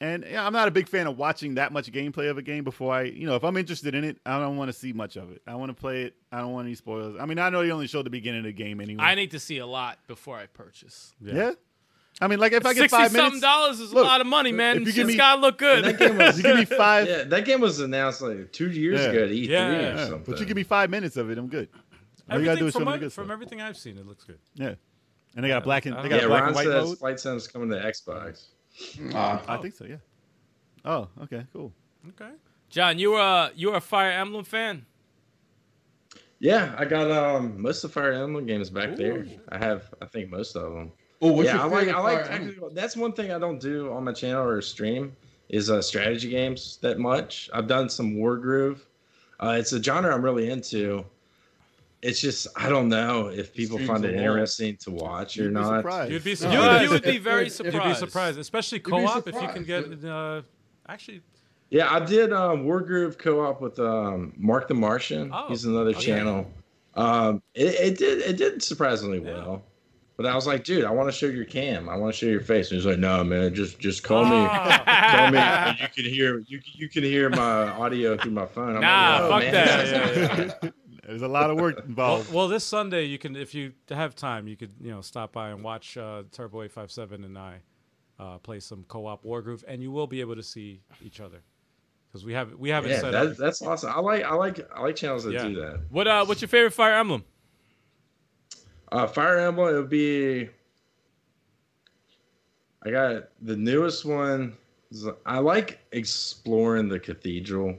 Speaker 3: and yeah, I'm not a big fan of watching that much gameplay of a game before I, you know, if I'm interested in it, I don't want to see much of it. I want to play it. I don't want any spoilers. I mean, I know they only showed the beginning of the game anyway.
Speaker 7: I need to see a lot before I purchase.
Speaker 3: yeah. I mean, like if I get
Speaker 7: Sixty
Speaker 3: five
Speaker 7: something
Speaker 3: minutes,
Speaker 7: dollars is
Speaker 3: Look,
Speaker 7: a lot of money, man.
Speaker 3: if you
Speaker 7: It's
Speaker 3: give me-
Speaker 7: gotta look
Speaker 5: That
Speaker 7: good.
Speaker 5: game was
Speaker 3: you give me five,
Speaker 5: yeah. That game was announced like two years
Speaker 3: Yeah.
Speaker 5: ago at E3
Speaker 1: Yeah.
Speaker 5: or
Speaker 3: yeah,
Speaker 5: something.
Speaker 3: but you give me five minutes of it, I'm good. All you gotta
Speaker 1: Everything
Speaker 3: do is show
Speaker 1: from,
Speaker 3: me the
Speaker 1: my-
Speaker 3: good
Speaker 1: from
Speaker 3: stuff.
Speaker 1: everything I've seen, it looks good.
Speaker 3: Yeah, and they got black and
Speaker 1: I
Speaker 3: they
Speaker 1: don't
Speaker 3: got
Speaker 5: yeah,
Speaker 3: black
Speaker 5: Ron
Speaker 3: and white
Speaker 5: says
Speaker 3: mode.
Speaker 5: Flight Sim's coming to Xbox.
Speaker 4: Ah,
Speaker 3: I think so. Yeah. Oh, okay, cool.
Speaker 1: Okay.
Speaker 7: John, you were uh, you were a Fire Emblem fan.
Speaker 5: Yeah, I got um most of Fire Emblem games back there. I have, I think, most of them.
Speaker 4: oh, what's
Speaker 5: yeah, I
Speaker 4: your
Speaker 5: like,
Speaker 4: favorite
Speaker 5: I like
Speaker 4: part?
Speaker 5: tactical. That's one thing I don't do on my channel or stream is uh, strategy games that much. I've done some War Groove. Uh, it's a genre I'm really into. It's just I don't know if people
Speaker 4: Streams
Speaker 5: find it
Speaker 4: alone.
Speaker 5: interesting to watch or
Speaker 3: You'd be
Speaker 5: not.
Speaker 3: surprised.
Speaker 1: You'd be
Speaker 7: You,
Speaker 1: surprised.
Speaker 7: you would be
Speaker 4: If-
Speaker 7: very
Speaker 4: if- if you
Speaker 7: surprised.
Speaker 1: You'd be surprised, especially
Speaker 4: be
Speaker 1: co-op if you can
Speaker 4: surprised.
Speaker 1: get. Uh, actually,
Speaker 5: Yeah, I did um, War Groove co-op with um, Mark the Martian.
Speaker 1: Oh,
Speaker 5: He's another
Speaker 1: okay.
Speaker 5: channel. Um, it, it did it did surprisingly
Speaker 1: Yeah.
Speaker 5: well. But I was like, dude, I want to show your cam. I want to show your face. And he's like, no, man, just just call
Speaker 1: Ah.
Speaker 5: me. Call me. and You can hear you you can hear my audio through my phone. I'm
Speaker 7: Nah,
Speaker 5: like, "No,
Speaker 7: fuck
Speaker 5: man,
Speaker 7: that."
Speaker 5: this isn't-
Speaker 3: There's a lot of work
Speaker 1: well,
Speaker 3: involved.
Speaker 1: well, this Sunday you can, if you have time, you could you know stop by and watch uh, Turbo Eight Five Seven and I uh, play some co-op War Groove, and you will be able to see each other because we have we haven't
Speaker 5: Yeah,
Speaker 1: set
Speaker 5: that,
Speaker 1: up.
Speaker 5: that's awesome. I like I like I like channels that
Speaker 1: Yeah.
Speaker 5: do that.
Speaker 7: What uh, what's your favorite Fire Emblem?
Speaker 5: Uh, Fire Emblem, it would be. I got the newest one. is- I like exploring the cathedral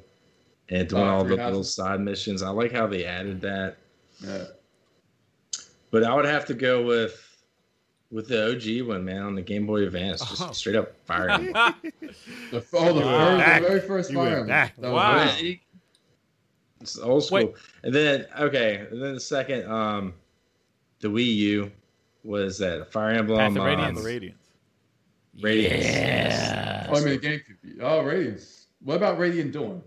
Speaker 5: and doing
Speaker 4: Oh,
Speaker 5: all
Speaker 4: Three
Speaker 5: the little
Speaker 4: Houses?
Speaker 5: side missions. I like how they added that.
Speaker 4: Yeah.
Speaker 5: But I would have to go with with the OG one, man, on the Game Boy Advance. Just
Speaker 8: Oh.
Speaker 5: straight up Fire Emblem.
Speaker 4: The, f-
Speaker 8: You
Speaker 4: oh, the,
Speaker 8: went
Speaker 4: very- the
Speaker 3: back.
Speaker 4: very first
Speaker 3: You went
Speaker 4: Fire Emblem.
Speaker 3: back.
Speaker 4: That was
Speaker 2: Wow.
Speaker 4: great.
Speaker 5: Yeah, you- It's old school.
Speaker 2: Wait.
Speaker 5: And then okay, and then the second, um, the Wii U was that Fire Emblem
Speaker 8: Path of
Speaker 5: um,
Speaker 8: Radiance.
Speaker 3: Radiance.
Speaker 5: Radiance.
Speaker 8: Yeah.
Speaker 4: Oh, I mean, the GameCube. Oh, Radiance. What about Radiant Dawn?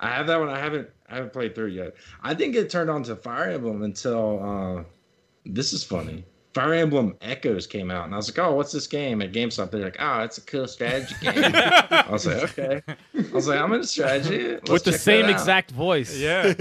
Speaker 5: I have that one. I haven't I haven't played through it yet. I didn't get turned on to Fire Emblem until uh, this is funny. Fire Emblem Echoes came out, and I was like, "Oh, what's this game?" At GameStop, they're like, "Oh, it's a cool strategy game." I was like, "Okay." I was like, "I'm into strategy." Let's
Speaker 2: with the
Speaker 5: check that
Speaker 2: same
Speaker 5: out."
Speaker 2: exact voice.
Speaker 8: Yeah.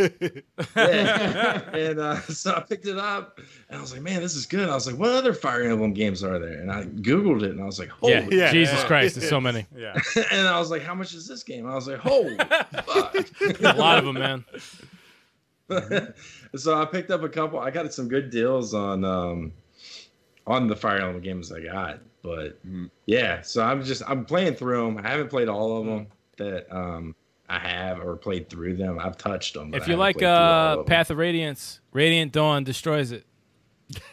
Speaker 5: Yeah. and uh, so I picked it up, and I was like, "Man, this is good." I was like, "What other Fire Emblem games are there?" And I googled it, and I was like, "Holy!"
Speaker 8: yeah.
Speaker 3: yeah.
Speaker 8: Jesus
Speaker 3: Yeah.
Speaker 8: Christ, there's so many.
Speaker 1: Yeah.
Speaker 5: and I was like, "How much is this game?" And I was like, "Holy fuck!"
Speaker 8: A lot of them, man.
Speaker 5: so I picked up a couple. I got some good deals on um on the Fire Emblem games I got, but
Speaker 3: Mm-hmm.
Speaker 4: Mhm.
Speaker 5: yeah. So I'm just I'm playing through them. I haven't played all
Speaker 3: Mm-hmm.
Speaker 5: of them that um I have or played through them. I've touched them. but
Speaker 2: If
Speaker 5: I
Speaker 2: you
Speaker 5: haven't
Speaker 2: like
Speaker 5: played through all
Speaker 2: uh,
Speaker 5: of them.
Speaker 2: Path of Radiance, Radiant Dawn destroys it.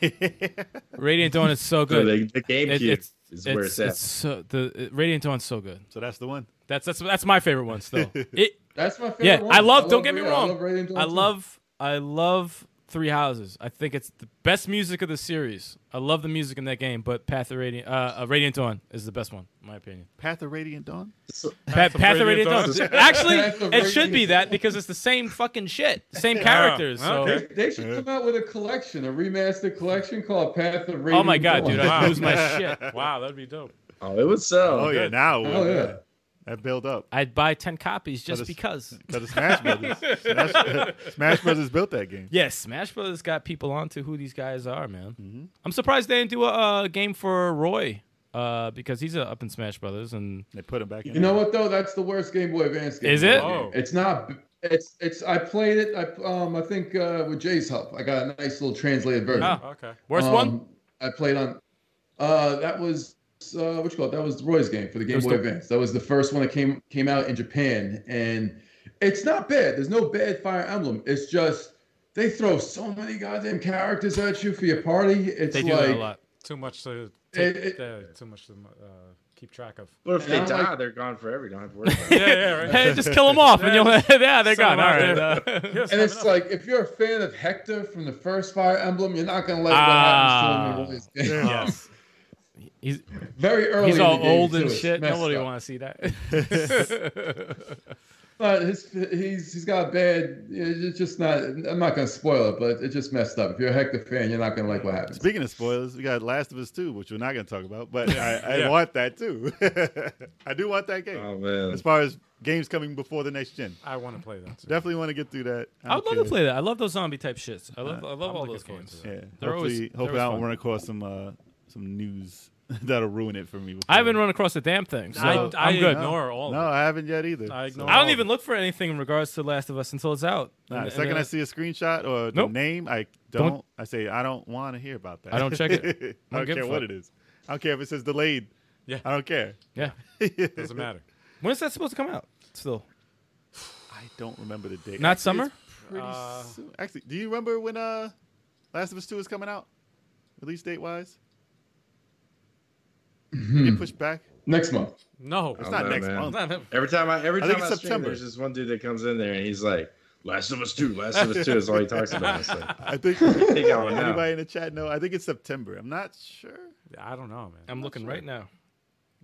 Speaker 2: Radiant Dawn is so
Speaker 5: So
Speaker 2: good.
Speaker 5: the, the GameCube
Speaker 2: It- it's
Speaker 5: is where
Speaker 2: it's,
Speaker 5: it's, at.
Speaker 2: it's so, the it- Radiant Dawn's so good.
Speaker 3: So that's the one.
Speaker 2: That's that's that's my favorite one still. It
Speaker 4: That's my favorite.
Speaker 2: yeah,
Speaker 4: one.
Speaker 2: I love. Don't get me
Speaker 4: Radiant-
Speaker 2: wrong.
Speaker 4: I love Radiant Dawn.
Speaker 2: I
Speaker 4: too.
Speaker 2: love I love Three Houses. I think it's the best music of the series. I love the music in that game, but Path of Radiant uh, uh, Radiant Dawn is the best one, in my opinion.
Speaker 3: Path of Radiant Dawn.
Speaker 2: Path, Path of Radiant Dawn.
Speaker 5: Dawn.
Speaker 2: Actually,
Speaker 4: Path of
Speaker 2: it should be
Speaker 4: Radiant
Speaker 2: that because it's the same fucking shit, same characters. So.
Speaker 4: They, they should come out with a collection, a remastered collection called Path of Radiant.
Speaker 2: Oh my god,
Speaker 4: Dawn.
Speaker 2: dude!
Speaker 8: Wow.
Speaker 2: I lose my shit.
Speaker 1: Wow, that'd be dope.
Speaker 5: Oh, it would sell.
Speaker 3: Oh yeah, now.
Speaker 4: Oh yeah.
Speaker 3: That built up.
Speaker 2: I'd buy ten copies just
Speaker 3: it's-
Speaker 2: because.
Speaker 3: Because of Smash Brothers. Smash, Smash Brothers built that game.
Speaker 2: Yes, Smash Brothers got people onto who these guys are, man. I'm surprised they didn't do a, uh game for Roy uh, because he's uh, up in Smash Brothers, and
Speaker 3: They put him back in.
Speaker 4: You know what though? That's the worst Game Boy Advance game.
Speaker 2: Is it?
Speaker 1: Oh.
Speaker 4: It's not. It's it's. I played it. I um. I think uh, with Jay's help, I got a nice little translated version.
Speaker 2: Ah,
Speaker 1: Okay.
Speaker 2: worst
Speaker 4: Um,
Speaker 2: one.
Speaker 4: I played on. Uh, that was uh, what you call it? That was Roy's game for the Game
Speaker 2: was
Speaker 4: Boy
Speaker 2: the-
Speaker 4: Advance. That was the first one that came came out in Japan, and it's not bad. There's no bad Fire Emblem. It's just they throw so many goddamn characters at you for your party. It's
Speaker 2: They do
Speaker 4: like
Speaker 2: that a lot.
Speaker 1: Too much to
Speaker 4: It-
Speaker 1: take,
Speaker 4: it-
Speaker 1: uh, too much to uh, keep track of.
Speaker 5: But if
Speaker 4: And
Speaker 5: they
Speaker 4: I don't
Speaker 5: die,
Speaker 4: like-
Speaker 5: they're gone forever. You don't have to worry about it.
Speaker 1: Yeah, yeah, right.
Speaker 2: hey, just kill them off, and you'll yeah, they're
Speaker 1: Send
Speaker 2: gone.
Speaker 1: 'em
Speaker 2: All
Speaker 1: out
Speaker 2: right.
Speaker 1: there.
Speaker 2: Uh,
Speaker 1: Yes,
Speaker 4: And
Speaker 1: I'm
Speaker 4: it's
Speaker 1: not-
Speaker 4: like if you're a fan of Hector from the first Fire Emblem, you're not gonna let
Speaker 2: Ah.
Speaker 4: what happens to him in Roy's game.
Speaker 1: yes.
Speaker 2: he's
Speaker 4: Very early.
Speaker 2: he's
Speaker 4: in the
Speaker 2: all
Speaker 4: game,
Speaker 2: old
Speaker 4: too.
Speaker 2: and
Speaker 4: It's
Speaker 2: shit.
Speaker 4: messed
Speaker 2: Nobody
Speaker 4: up.
Speaker 2: want to see that.
Speaker 4: But his he's he's got a bad. It's just not. I'm not gonna spoil it, but it's just messed up. If you're a Hector fan, you're not gonna like what happens.
Speaker 3: Speaking of spoilers, we got Last of Us 2, which we're not going to talk about, but I, I
Speaker 1: Yeah.
Speaker 3: want that too. I do want that game.
Speaker 5: Oh man.
Speaker 3: as far as games coming before the next gen.
Speaker 1: I want to play that. Too.
Speaker 3: Definitely want to get through that.
Speaker 2: I would love to
Speaker 3: care.
Speaker 2: play that. I love those zombie type shits. I love I
Speaker 1: I'm
Speaker 2: love all
Speaker 1: looking
Speaker 2: those
Speaker 1: forward
Speaker 2: games.
Speaker 1: to that.
Speaker 3: Yeah. hopefully,
Speaker 2: They're always- they're
Speaker 3: hopefully
Speaker 2: always
Speaker 3: I don't
Speaker 2: fun.
Speaker 3: run across some uh, some news that'll ruin it for me. Before.
Speaker 2: I haven't run across a damn thing, so
Speaker 1: I,
Speaker 2: I,
Speaker 1: I
Speaker 2: am good.
Speaker 1: ignore all.
Speaker 3: No,
Speaker 1: Of
Speaker 3: I haven't yet either.
Speaker 1: I ignore
Speaker 2: I
Speaker 1: all of
Speaker 2: don't
Speaker 1: it.
Speaker 2: even look for anything in regards to Last of Us until it's out.
Speaker 3: Nah,
Speaker 2: And-
Speaker 3: the
Speaker 2: and
Speaker 3: second
Speaker 2: then
Speaker 3: I see a screenshot or the
Speaker 2: Nope.
Speaker 3: name, I don't,
Speaker 2: Don't-
Speaker 3: I say I don't want to hear about that.
Speaker 2: I don't check it.
Speaker 3: I
Speaker 2: I
Speaker 3: don't
Speaker 2: don't give a
Speaker 3: care what it
Speaker 2: fuck.
Speaker 3: is. I don't care if it says delayed.
Speaker 1: Yeah.
Speaker 3: I don't care.
Speaker 2: Yeah.
Speaker 1: it. Doesn't matter.
Speaker 2: When is that supposed to come out? Still.
Speaker 3: I don't remember the date.
Speaker 2: Not
Speaker 3: Actually,
Speaker 2: summer?
Speaker 3: it's Pretty
Speaker 1: Uh,
Speaker 3: soon. Actually, do you remember when uh, Last of Us Two is coming out? Release date wise, get pushed back.
Speaker 4: Next month.
Speaker 1: No.
Speaker 3: It's
Speaker 5: Oh,
Speaker 3: not
Speaker 5: no,
Speaker 3: next
Speaker 5: man.
Speaker 3: month.
Speaker 5: Every time I every
Speaker 3: I
Speaker 5: time
Speaker 3: think
Speaker 5: I
Speaker 3: it's
Speaker 5: stream,
Speaker 3: September.
Speaker 5: there's this one dude that comes in there and he's like, "Last of Us Two, Last of Us Two is all he talks about." It's like,
Speaker 3: I think
Speaker 5: think I would know.
Speaker 3: anybody in the chat know. I think it's September. I'm not sure.
Speaker 1: I don't know, man.
Speaker 2: I'm looking right now.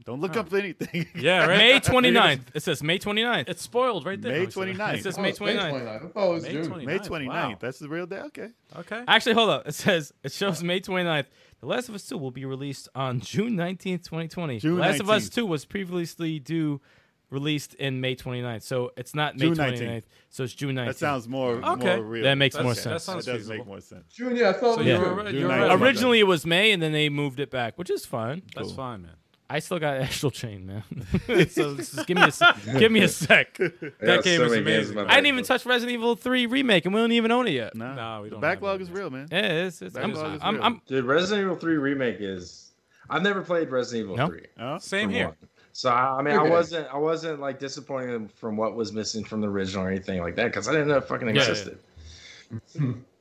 Speaker 3: Don't look up anything.
Speaker 1: Yeah, right.
Speaker 2: May 29th. It says May 29th.
Speaker 1: It's spoiled right there.
Speaker 3: May
Speaker 1: It said-
Speaker 3: 29th.
Speaker 2: It says
Speaker 4: Oh,
Speaker 2: May
Speaker 4: it's May
Speaker 2: 29th.
Speaker 4: 29th. I thought it was
Speaker 1: May
Speaker 4: June.
Speaker 1: 29th.
Speaker 3: May 29th.
Speaker 1: Wow.
Speaker 3: That's the real day. Okay.
Speaker 1: Okay.
Speaker 2: Actually, hold up. It says it shows May 29th. The Last of Us 2 will be released on June 19th, 2020.
Speaker 3: June
Speaker 2: Last of Us
Speaker 3: 19th.
Speaker 2: 2 was previously due released in May 29th. So it's not May
Speaker 3: June
Speaker 2: 29th.
Speaker 3: 19th.
Speaker 2: So it's June 19th.
Speaker 3: That sounds more,
Speaker 1: Okay.
Speaker 3: more real.
Speaker 2: That makes more
Speaker 1: That's-
Speaker 2: sense.
Speaker 1: That
Speaker 3: That
Speaker 1: sounds
Speaker 3: does
Speaker 1: feasible.
Speaker 3: make more sense.
Speaker 4: June. Yeah, I thought.
Speaker 1: So
Speaker 4: it
Speaker 1: you
Speaker 4: was
Speaker 2: Yeah.
Speaker 1: were
Speaker 4: June.
Speaker 1: right.
Speaker 3: June
Speaker 1: you were
Speaker 3: 19th.
Speaker 1: right.
Speaker 2: Originally, it was May, and then they moved it back, which is fine.
Speaker 1: That's
Speaker 3: Cool.
Speaker 1: fine, man.
Speaker 2: I still got astral chain, man. so just give me a s- give me a sec.
Speaker 5: I got
Speaker 1: That game is
Speaker 5: many games
Speaker 1: amazing.
Speaker 5: in my
Speaker 2: I didn't even
Speaker 5: backlog.
Speaker 2: touch Resident Evil 3 remake, and we don't even own it yet.
Speaker 3: Nah.
Speaker 1: No, we
Speaker 3: The
Speaker 1: don't have
Speaker 3: backlog
Speaker 1: that
Speaker 3: is
Speaker 1: yet.
Speaker 3: real, man.
Speaker 2: Yeah, it's, it's,
Speaker 3: That
Speaker 2: I'm,
Speaker 3: is-
Speaker 2: I'm, I'm,
Speaker 5: Dude, Resident Evil Three remake is. I've never played Resident Evil
Speaker 9: No?
Speaker 5: three.
Speaker 3: Oh,
Speaker 1: Same
Speaker 5: for
Speaker 1: here.
Speaker 5: one. So I I mean, I
Speaker 4: Okay.
Speaker 5: wasn't I wasn't like disappointed from what was missing from the original or anything like that because I didn't know it fucking
Speaker 9: yeah.
Speaker 5: existed.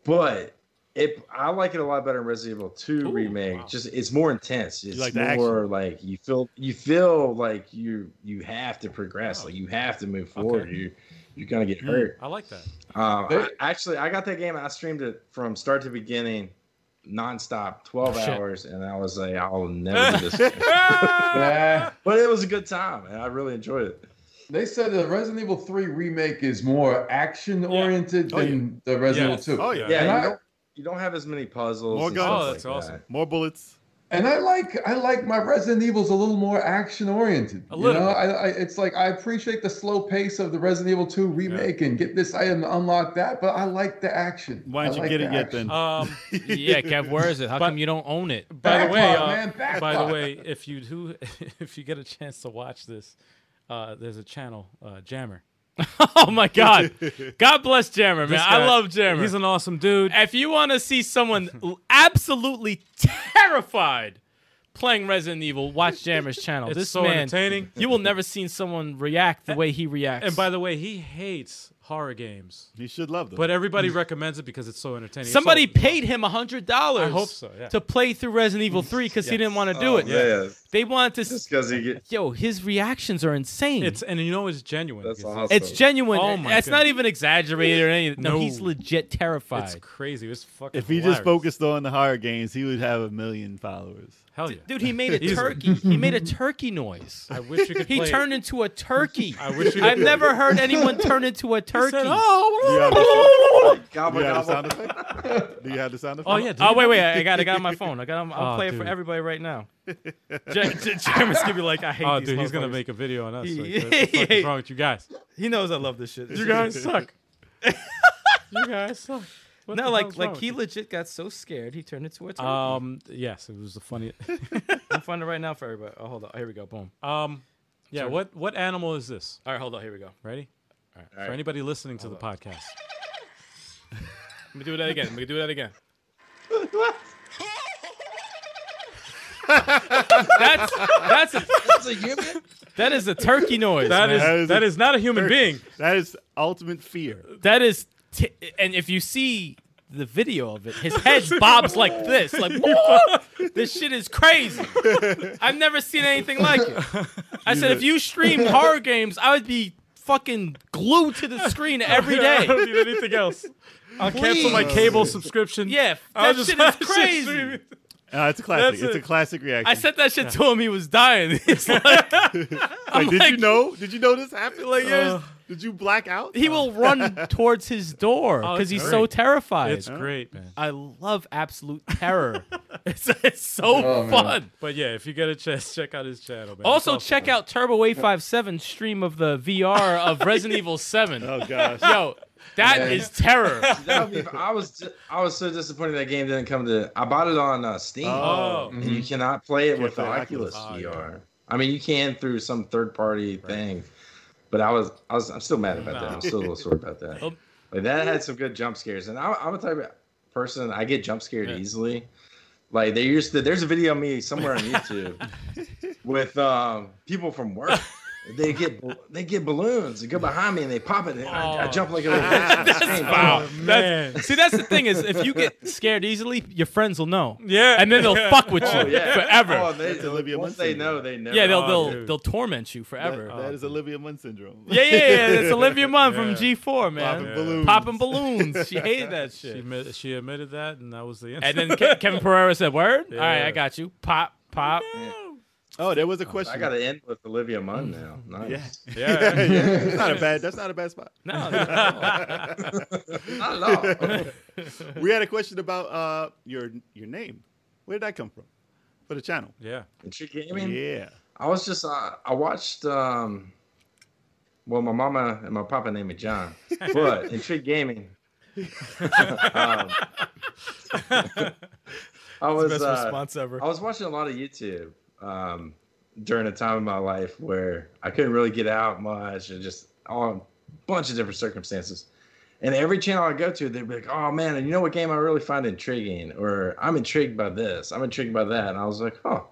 Speaker 5: but it I like it a lot better in Resident Evil Two
Speaker 9: Ooh,
Speaker 5: remake.
Speaker 9: wow.
Speaker 5: Just it's more intense. It's
Speaker 3: like the
Speaker 5: more like you feel you feel like you you have to progress. Like you have to move forward. You you're gonna get
Speaker 3: Mm.
Speaker 5: hurt.
Speaker 1: I like that.
Speaker 5: Um,
Speaker 4: They-
Speaker 5: I- actually, I got that game. I streamed it from start to beginning, nonstop, twelve
Speaker 9: Oh, shit.
Speaker 5: hours, and I was like, I'll never do this. again.
Speaker 4: Yeah.
Speaker 5: But it was a good time, and I really enjoyed it.
Speaker 4: They said the Resident Evil 3 remake is more action oriented
Speaker 3: Oh, yeah.
Speaker 4: than the Resident
Speaker 1: Yes.
Speaker 4: Evil 2.
Speaker 3: oh yeah.
Speaker 5: Yeah,
Speaker 4: And
Speaker 5: you,
Speaker 4: I-
Speaker 5: don't, you don't have as many puzzles.
Speaker 3: More
Speaker 5: and
Speaker 3: guns.
Speaker 5: stuff
Speaker 1: Oh, that's
Speaker 5: like
Speaker 1: awesome.
Speaker 5: that.
Speaker 3: More bullets.
Speaker 4: And I like I like my Resident Evils a little more action oriented.
Speaker 1: A little
Speaker 4: You know, I, I, it's like I appreciate the slow pace of the Resident Evil 2 remake and get this item to unlock that, but I like the action.
Speaker 3: Why
Speaker 4: I
Speaker 3: didn't you
Speaker 4: like
Speaker 3: get
Speaker 4: the
Speaker 3: it yet
Speaker 4: action.
Speaker 3: then?
Speaker 2: Uh,
Speaker 1: Um,
Speaker 2: yeah, Kev, where is it? How
Speaker 1: But-
Speaker 2: come you don't own it?
Speaker 1: by the way,
Speaker 4: Backlog,
Speaker 1: uh,
Speaker 4: man,
Speaker 1: by the
Speaker 4: backlog.
Speaker 1: way, if you do, if you get a chance to watch this, uh, there's a channel, uh, Jammer.
Speaker 2: Oh my God! God bless Jammer, man.
Speaker 1: This
Speaker 2: I
Speaker 1: guy-
Speaker 2: love Jammer.
Speaker 1: He's an awesome dude.
Speaker 2: if you want to see someone l- absolutely terrified playing Resident Evil, watch Jammer's channel.
Speaker 1: It's
Speaker 2: this
Speaker 1: so
Speaker 2: man,
Speaker 1: entertaining.
Speaker 2: you will never seen someone react the way he reacts.
Speaker 1: And by the way, he hates horror games,
Speaker 3: You should love them.
Speaker 1: but everybody recommends it because it's so entertaining. It's so-
Speaker 2: Mm. somebody paid him a hundred dollars.
Speaker 1: I hope so, yeah.
Speaker 2: To play through Resident Evil Three because he didn't want to do
Speaker 5: Oh,
Speaker 2: it.
Speaker 5: Yeah,
Speaker 2: They wanted to. s-
Speaker 5: just because you get
Speaker 2: Yo, his reactions are insane.
Speaker 1: It's and you know it's genuine.
Speaker 5: that's
Speaker 1: because
Speaker 5: awesome.
Speaker 2: It's genuine.
Speaker 1: Oh my
Speaker 2: That's not
Speaker 1: goodness.
Speaker 2: even exaggerated or anything. No,
Speaker 1: No.
Speaker 2: he's legit terrified.
Speaker 1: It's crazy. It's fucking.
Speaker 3: if he
Speaker 1: hilarious.
Speaker 3: just focused on the horror games, he would have a million followers.
Speaker 1: hell yeah,
Speaker 2: Dude, he made a
Speaker 1: Easily.
Speaker 2: turkey. He made a turkey noise.
Speaker 1: I wish you could.
Speaker 2: He
Speaker 1: play it.
Speaker 2: turned into a turkey.
Speaker 1: I wish you
Speaker 2: I've
Speaker 1: could-
Speaker 2: never heard anyone turn into a
Speaker 1: He
Speaker 2: turkey.
Speaker 1: said, "Oh,
Speaker 3: Do you have the, do
Speaker 5: gobble,
Speaker 3: you have the
Speaker 5: gobble.
Speaker 3: sound effect? Do you have the sound effect?
Speaker 1: oh yeah."
Speaker 2: Oh wait, wait! I got, I got it on my phone. I got. it on- I'll
Speaker 1: Oh,
Speaker 2: play it for
Speaker 1: dude.
Speaker 2: everybody right now. Jer- Jer- Jeremy's gonna be like, I hate
Speaker 1: Oh,
Speaker 2: these
Speaker 1: dude, he's gonna
Speaker 2: motherfuckers.
Speaker 1: make a video on us. Like,
Speaker 2: He-
Speaker 1: what the fuck is wrong with you guys?
Speaker 2: He knows I love this shit.
Speaker 1: You guys suck. you guys suck. What
Speaker 2: no,
Speaker 1: the
Speaker 2: like,
Speaker 1: hell's
Speaker 2: like
Speaker 1: wrong
Speaker 2: he
Speaker 1: with
Speaker 2: legit got so scared he turned into a
Speaker 1: you?
Speaker 2: turkey.
Speaker 1: Um. Yes, it was the funniest.
Speaker 2: I'm finding it right now for everybody. Oh, hold on. Here we go. Boom.
Speaker 1: Um. Yeah.
Speaker 2: Sure.
Speaker 1: What What animal is this?
Speaker 2: All right, hold on. Here we go.
Speaker 1: Ready?
Speaker 5: All
Speaker 1: For
Speaker 5: right.
Speaker 1: anybody listening to the podcast,
Speaker 2: Let me do that again. Let me do that again. that's that's a,
Speaker 5: That's a human.
Speaker 2: that is a turkey noise.
Speaker 1: that
Speaker 2: man.
Speaker 1: is
Speaker 3: That is a
Speaker 1: that is not a human
Speaker 3: turkey.
Speaker 1: being.
Speaker 3: That is ultimate fear. Uh,
Speaker 2: That is, t- and if you see the video of it, his head bobs like this, like "Whoa!" this shit is crazy. I've never seen anything like it. I said, if you streamed horror games, I would be fucking glued to the screen every
Speaker 1: I don't
Speaker 2: day.
Speaker 1: need anything else. I'll cancel my
Speaker 2: Please.
Speaker 1: cable subscription.
Speaker 2: Yeah, f-
Speaker 1: I'll
Speaker 2: that
Speaker 1: just
Speaker 2: shit
Speaker 1: watch
Speaker 2: is
Speaker 1: it
Speaker 2: crazy.
Speaker 1: streaming.
Speaker 3: Uh, it's a classic.
Speaker 1: That's
Speaker 3: it's
Speaker 1: it.
Speaker 3: a classic reaction.
Speaker 2: I said that shit to him. He was dying. It's like, I'm
Speaker 3: Like, did you
Speaker 2: like-
Speaker 3: know? Did you know this happened? Like,
Speaker 1: Uh,
Speaker 3: did you black out?
Speaker 2: he will run towards his door
Speaker 1: Oh,
Speaker 2: because
Speaker 1: it's
Speaker 2: he's so
Speaker 1: great.
Speaker 2: terrified.
Speaker 1: It's great, man.
Speaker 2: I love absolute terror. it's, it's so
Speaker 4: Oh, man.
Speaker 2: fun.
Speaker 1: But yeah, if you get a chance, check out his channel. Man.
Speaker 2: Also,
Speaker 1: It's awesome.
Speaker 2: check out Turbo Eight Five Seven stream of the VR of Resident Evil Seven.
Speaker 3: Oh gosh.
Speaker 2: Yo, that
Speaker 4: Yeah.
Speaker 2: is terror.
Speaker 5: That would be- I was ju- I was so disappointed that game didn't come to. I bought it on uh, Steam,
Speaker 1: Oh,
Speaker 5: and
Speaker 4: Mm-hmm.
Speaker 5: you cannot play it
Speaker 3: Can't
Speaker 5: with the
Speaker 3: play
Speaker 5: Oculus,
Speaker 1: Oculus. Oh,
Speaker 5: VR. I mean, you can through some third party thing, but I was I was I'm still mad about that. I'm still a little sore about that.
Speaker 2: Um,
Speaker 5: Like that had some good jump scares, and I, I'm a type of person I get jump scared easily. Like they used to. There's a video of me somewhere on YouTube with um, people from work. They get they get balloons and go behind me and they pop it and I,
Speaker 2: Oh.
Speaker 5: I jump like a little bitch. on the screen.
Speaker 1: Wow,
Speaker 2: That's-
Speaker 1: man.
Speaker 2: See, that's the thing is, if you get scared easily, your friends will know,
Speaker 1: yeah,
Speaker 2: and then they'll fuck with you
Speaker 5: Oh, yeah.
Speaker 2: forever.
Speaker 5: Oh, they,
Speaker 3: That's Olivia
Speaker 5: once
Speaker 3: Munn
Speaker 5: they
Speaker 3: syndrome.
Speaker 5: know, they know.
Speaker 2: yeah, they'll
Speaker 1: Oh,
Speaker 2: they'll
Speaker 1: dude.
Speaker 2: they'll torment you
Speaker 3: That- oh.
Speaker 2: forever.
Speaker 3: that is Olivia Munn syndrome.
Speaker 2: yeah, yeah, yeah. It's Olivia Munn
Speaker 1: Yeah.
Speaker 2: from G Four, man.
Speaker 3: Popping
Speaker 1: Yeah.
Speaker 3: balloons.
Speaker 2: Popping balloons. She hated that
Speaker 1: She,
Speaker 2: shit.
Speaker 1: admit, she admitted that, and that was the end.
Speaker 2: And then Ke- Kevin Pereira said, "Word, all right,
Speaker 1: Yeah.
Speaker 2: I got you. Pop, pop."
Speaker 3: Oh, there was a question.
Speaker 5: I got to end with Olivia Munn now. Nice.
Speaker 1: yeah,
Speaker 3: That's not a bad. That's not a bad spot.
Speaker 2: No, no.
Speaker 5: Not at all.
Speaker 3: We had a question about uh your your name. Where did that come from? For the channel.
Speaker 1: yeah.
Speaker 5: It's your gaming.
Speaker 3: yeah.
Speaker 5: I was just uh, I watched um well my mama and my papa named me John. But Intrigue Gaming. um, I was uh,
Speaker 2: ever.
Speaker 5: I was watching a lot of YouTube um, during a time in my life where I couldn't really get out much and just all a bunch of different circumstances. And every channel I go to, they'd be like, oh man, and you know what game I really find intriguing? Or I'm intrigued by this, I'm intrigued by that. And I was like, oh,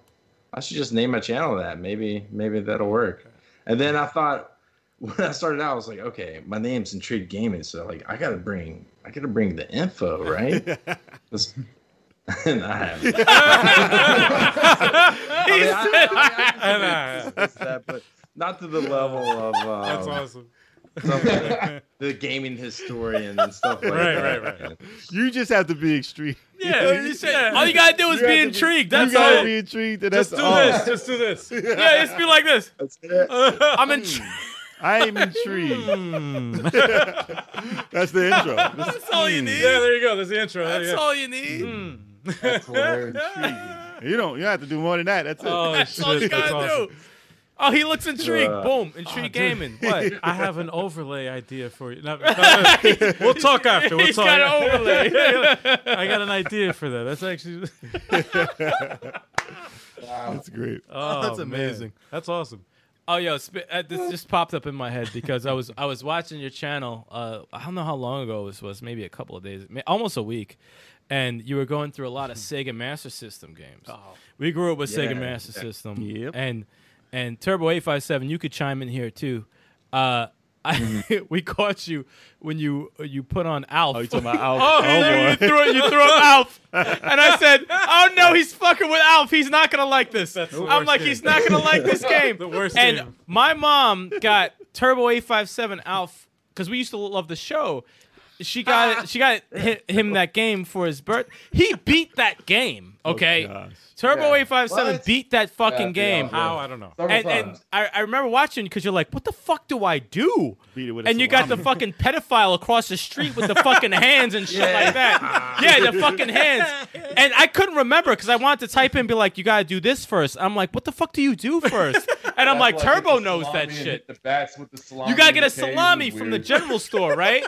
Speaker 5: I should just name my channel that. Maybe maybe that'll work. And then I thought when I started out, I was like, okay, my name's Intrigue Gaming, so like I gotta bring I gotta bring the info, right? Just- and I haven't. I mean, I- I- I-
Speaker 1: And I-
Speaker 5: it's that, but not to the level of um,
Speaker 3: Oh,
Speaker 1: that's awesome.
Speaker 5: some, like, the gaming historian and stuff like
Speaker 1: Right,
Speaker 5: that.
Speaker 1: right, right.
Speaker 3: You just have to be extreme.
Speaker 2: Yeah, you said- all you gotta do is
Speaker 3: You
Speaker 2: be
Speaker 3: have to be-
Speaker 2: intrigued.
Speaker 3: You
Speaker 2: That's
Speaker 3: gotta
Speaker 2: all.
Speaker 3: be intrigued, and
Speaker 1: Just
Speaker 3: that's
Speaker 1: do
Speaker 3: all.
Speaker 1: this. Just do this.
Speaker 2: yeah, just be like this.
Speaker 5: That's it.
Speaker 2: I'm
Speaker 1: Hmm.
Speaker 2: intrigued.
Speaker 3: I am intrigued. that's the intro. That's
Speaker 2: That's all you
Speaker 1: Yeah,
Speaker 2: need.
Speaker 1: there you go. There's the intro. There
Speaker 2: That's
Speaker 1: you go. Hmm.
Speaker 2: all you need.
Speaker 4: That's hilarious.
Speaker 3: You don't. You don't have to do more than that. That's it.
Speaker 1: Oh,
Speaker 2: That's all you
Speaker 1: shit, that's
Speaker 2: gotta
Speaker 1: awesome.
Speaker 2: do. Oh, he looks intrigued.
Speaker 5: Uh,
Speaker 2: Boom, intrigued
Speaker 1: oh,
Speaker 2: gaming. What?
Speaker 1: Ah, I have an overlay idea for you. No, no, we'll talk after. We'll
Speaker 2: He's
Speaker 1: talk.
Speaker 2: got an overlay.
Speaker 1: I got an idea for that. That's actually.
Speaker 3: that's great.
Speaker 1: Oh,
Speaker 2: that's
Speaker 1: man.
Speaker 2: amazing.
Speaker 1: That's awesome.
Speaker 2: Oh, yo, sp- uh, this just popped up in my head because I was I was watching your channel. Uh, I don't know how long ago this was, maybe a couple of days, ma- almost a week, and you were going through a lot of Sega Master System games. We grew up with Sega
Speaker 5: Yeah.
Speaker 2: Master System,
Speaker 3: Oh. Yep.
Speaker 2: and and Turbo Eight Five Seven. You could chime in here too. Uh, I, we caught you when you you put on Alf.
Speaker 3: Mm-hmm. Oh, you talking about Alf?
Speaker 2: Oh, you, you threw it. You threw up Alf, and I said, "Oh no, he's fucking with Alf. He's not gonna like this."
Speaker 1: That's the
Speaker 2: I'm
Speaker 1: worst
Speaker 2: like,
Speaker 1: game.
Speaker 2: "He's not gonna like this game."
Speaker 1: The worst
Speaker 2: and
Speaker 1: game.
Speaker 2: my mom got Turbo Eight Five Seven Alf because we used to love the show. She got it. She got hit him that game for his birth. He beat that game. Okay,
Speaker 3: gosh.
Speaker 2: Turbo
Speaker 4: Yeah.
Speaker 2: Eight Five Seven
Speaker 4: What?
Speaker 2: beat that fucking
Speaker 4: Yeah,
Speaker 2: game.
Speaker 4: yeah.
Speaker 1: How I don't know.
Speaker 4: Several
Speaker 2: And, and
Speaker 4: times.
Speaker 2: I, I remember watching because you're like, what the fuck do I do?
Speaker 3: Beat it with a
Speaker 2: and you got the
Speaker 3: salami.
Speaker 2: fucking pedophile across the street with the fucking hands and shit like that. Yeah, the fucking hands. And I couldn't remember because I wanted to type in and be like, you gotta do this first. I'm like, what the fuck do you do first? And
Speaker 4: That's
Speaker 2: I'm like,
Speaker 4: why I get
Speaker 2: Turbo
Speaker 4: the
Speaker 2: knows
Speaker 4: salami
Speaker 2: that
Speaker 4: and hit
Speaker 2: shit.
Speaker 4: The bats with the salami.
Speaker 2: You gotta
Speaker 4: and
Speaker 2: get a
Speaker 4: the K's is
Speaker 2: salami from the
Speaker 4: weird.
Speaker 2: general store, right?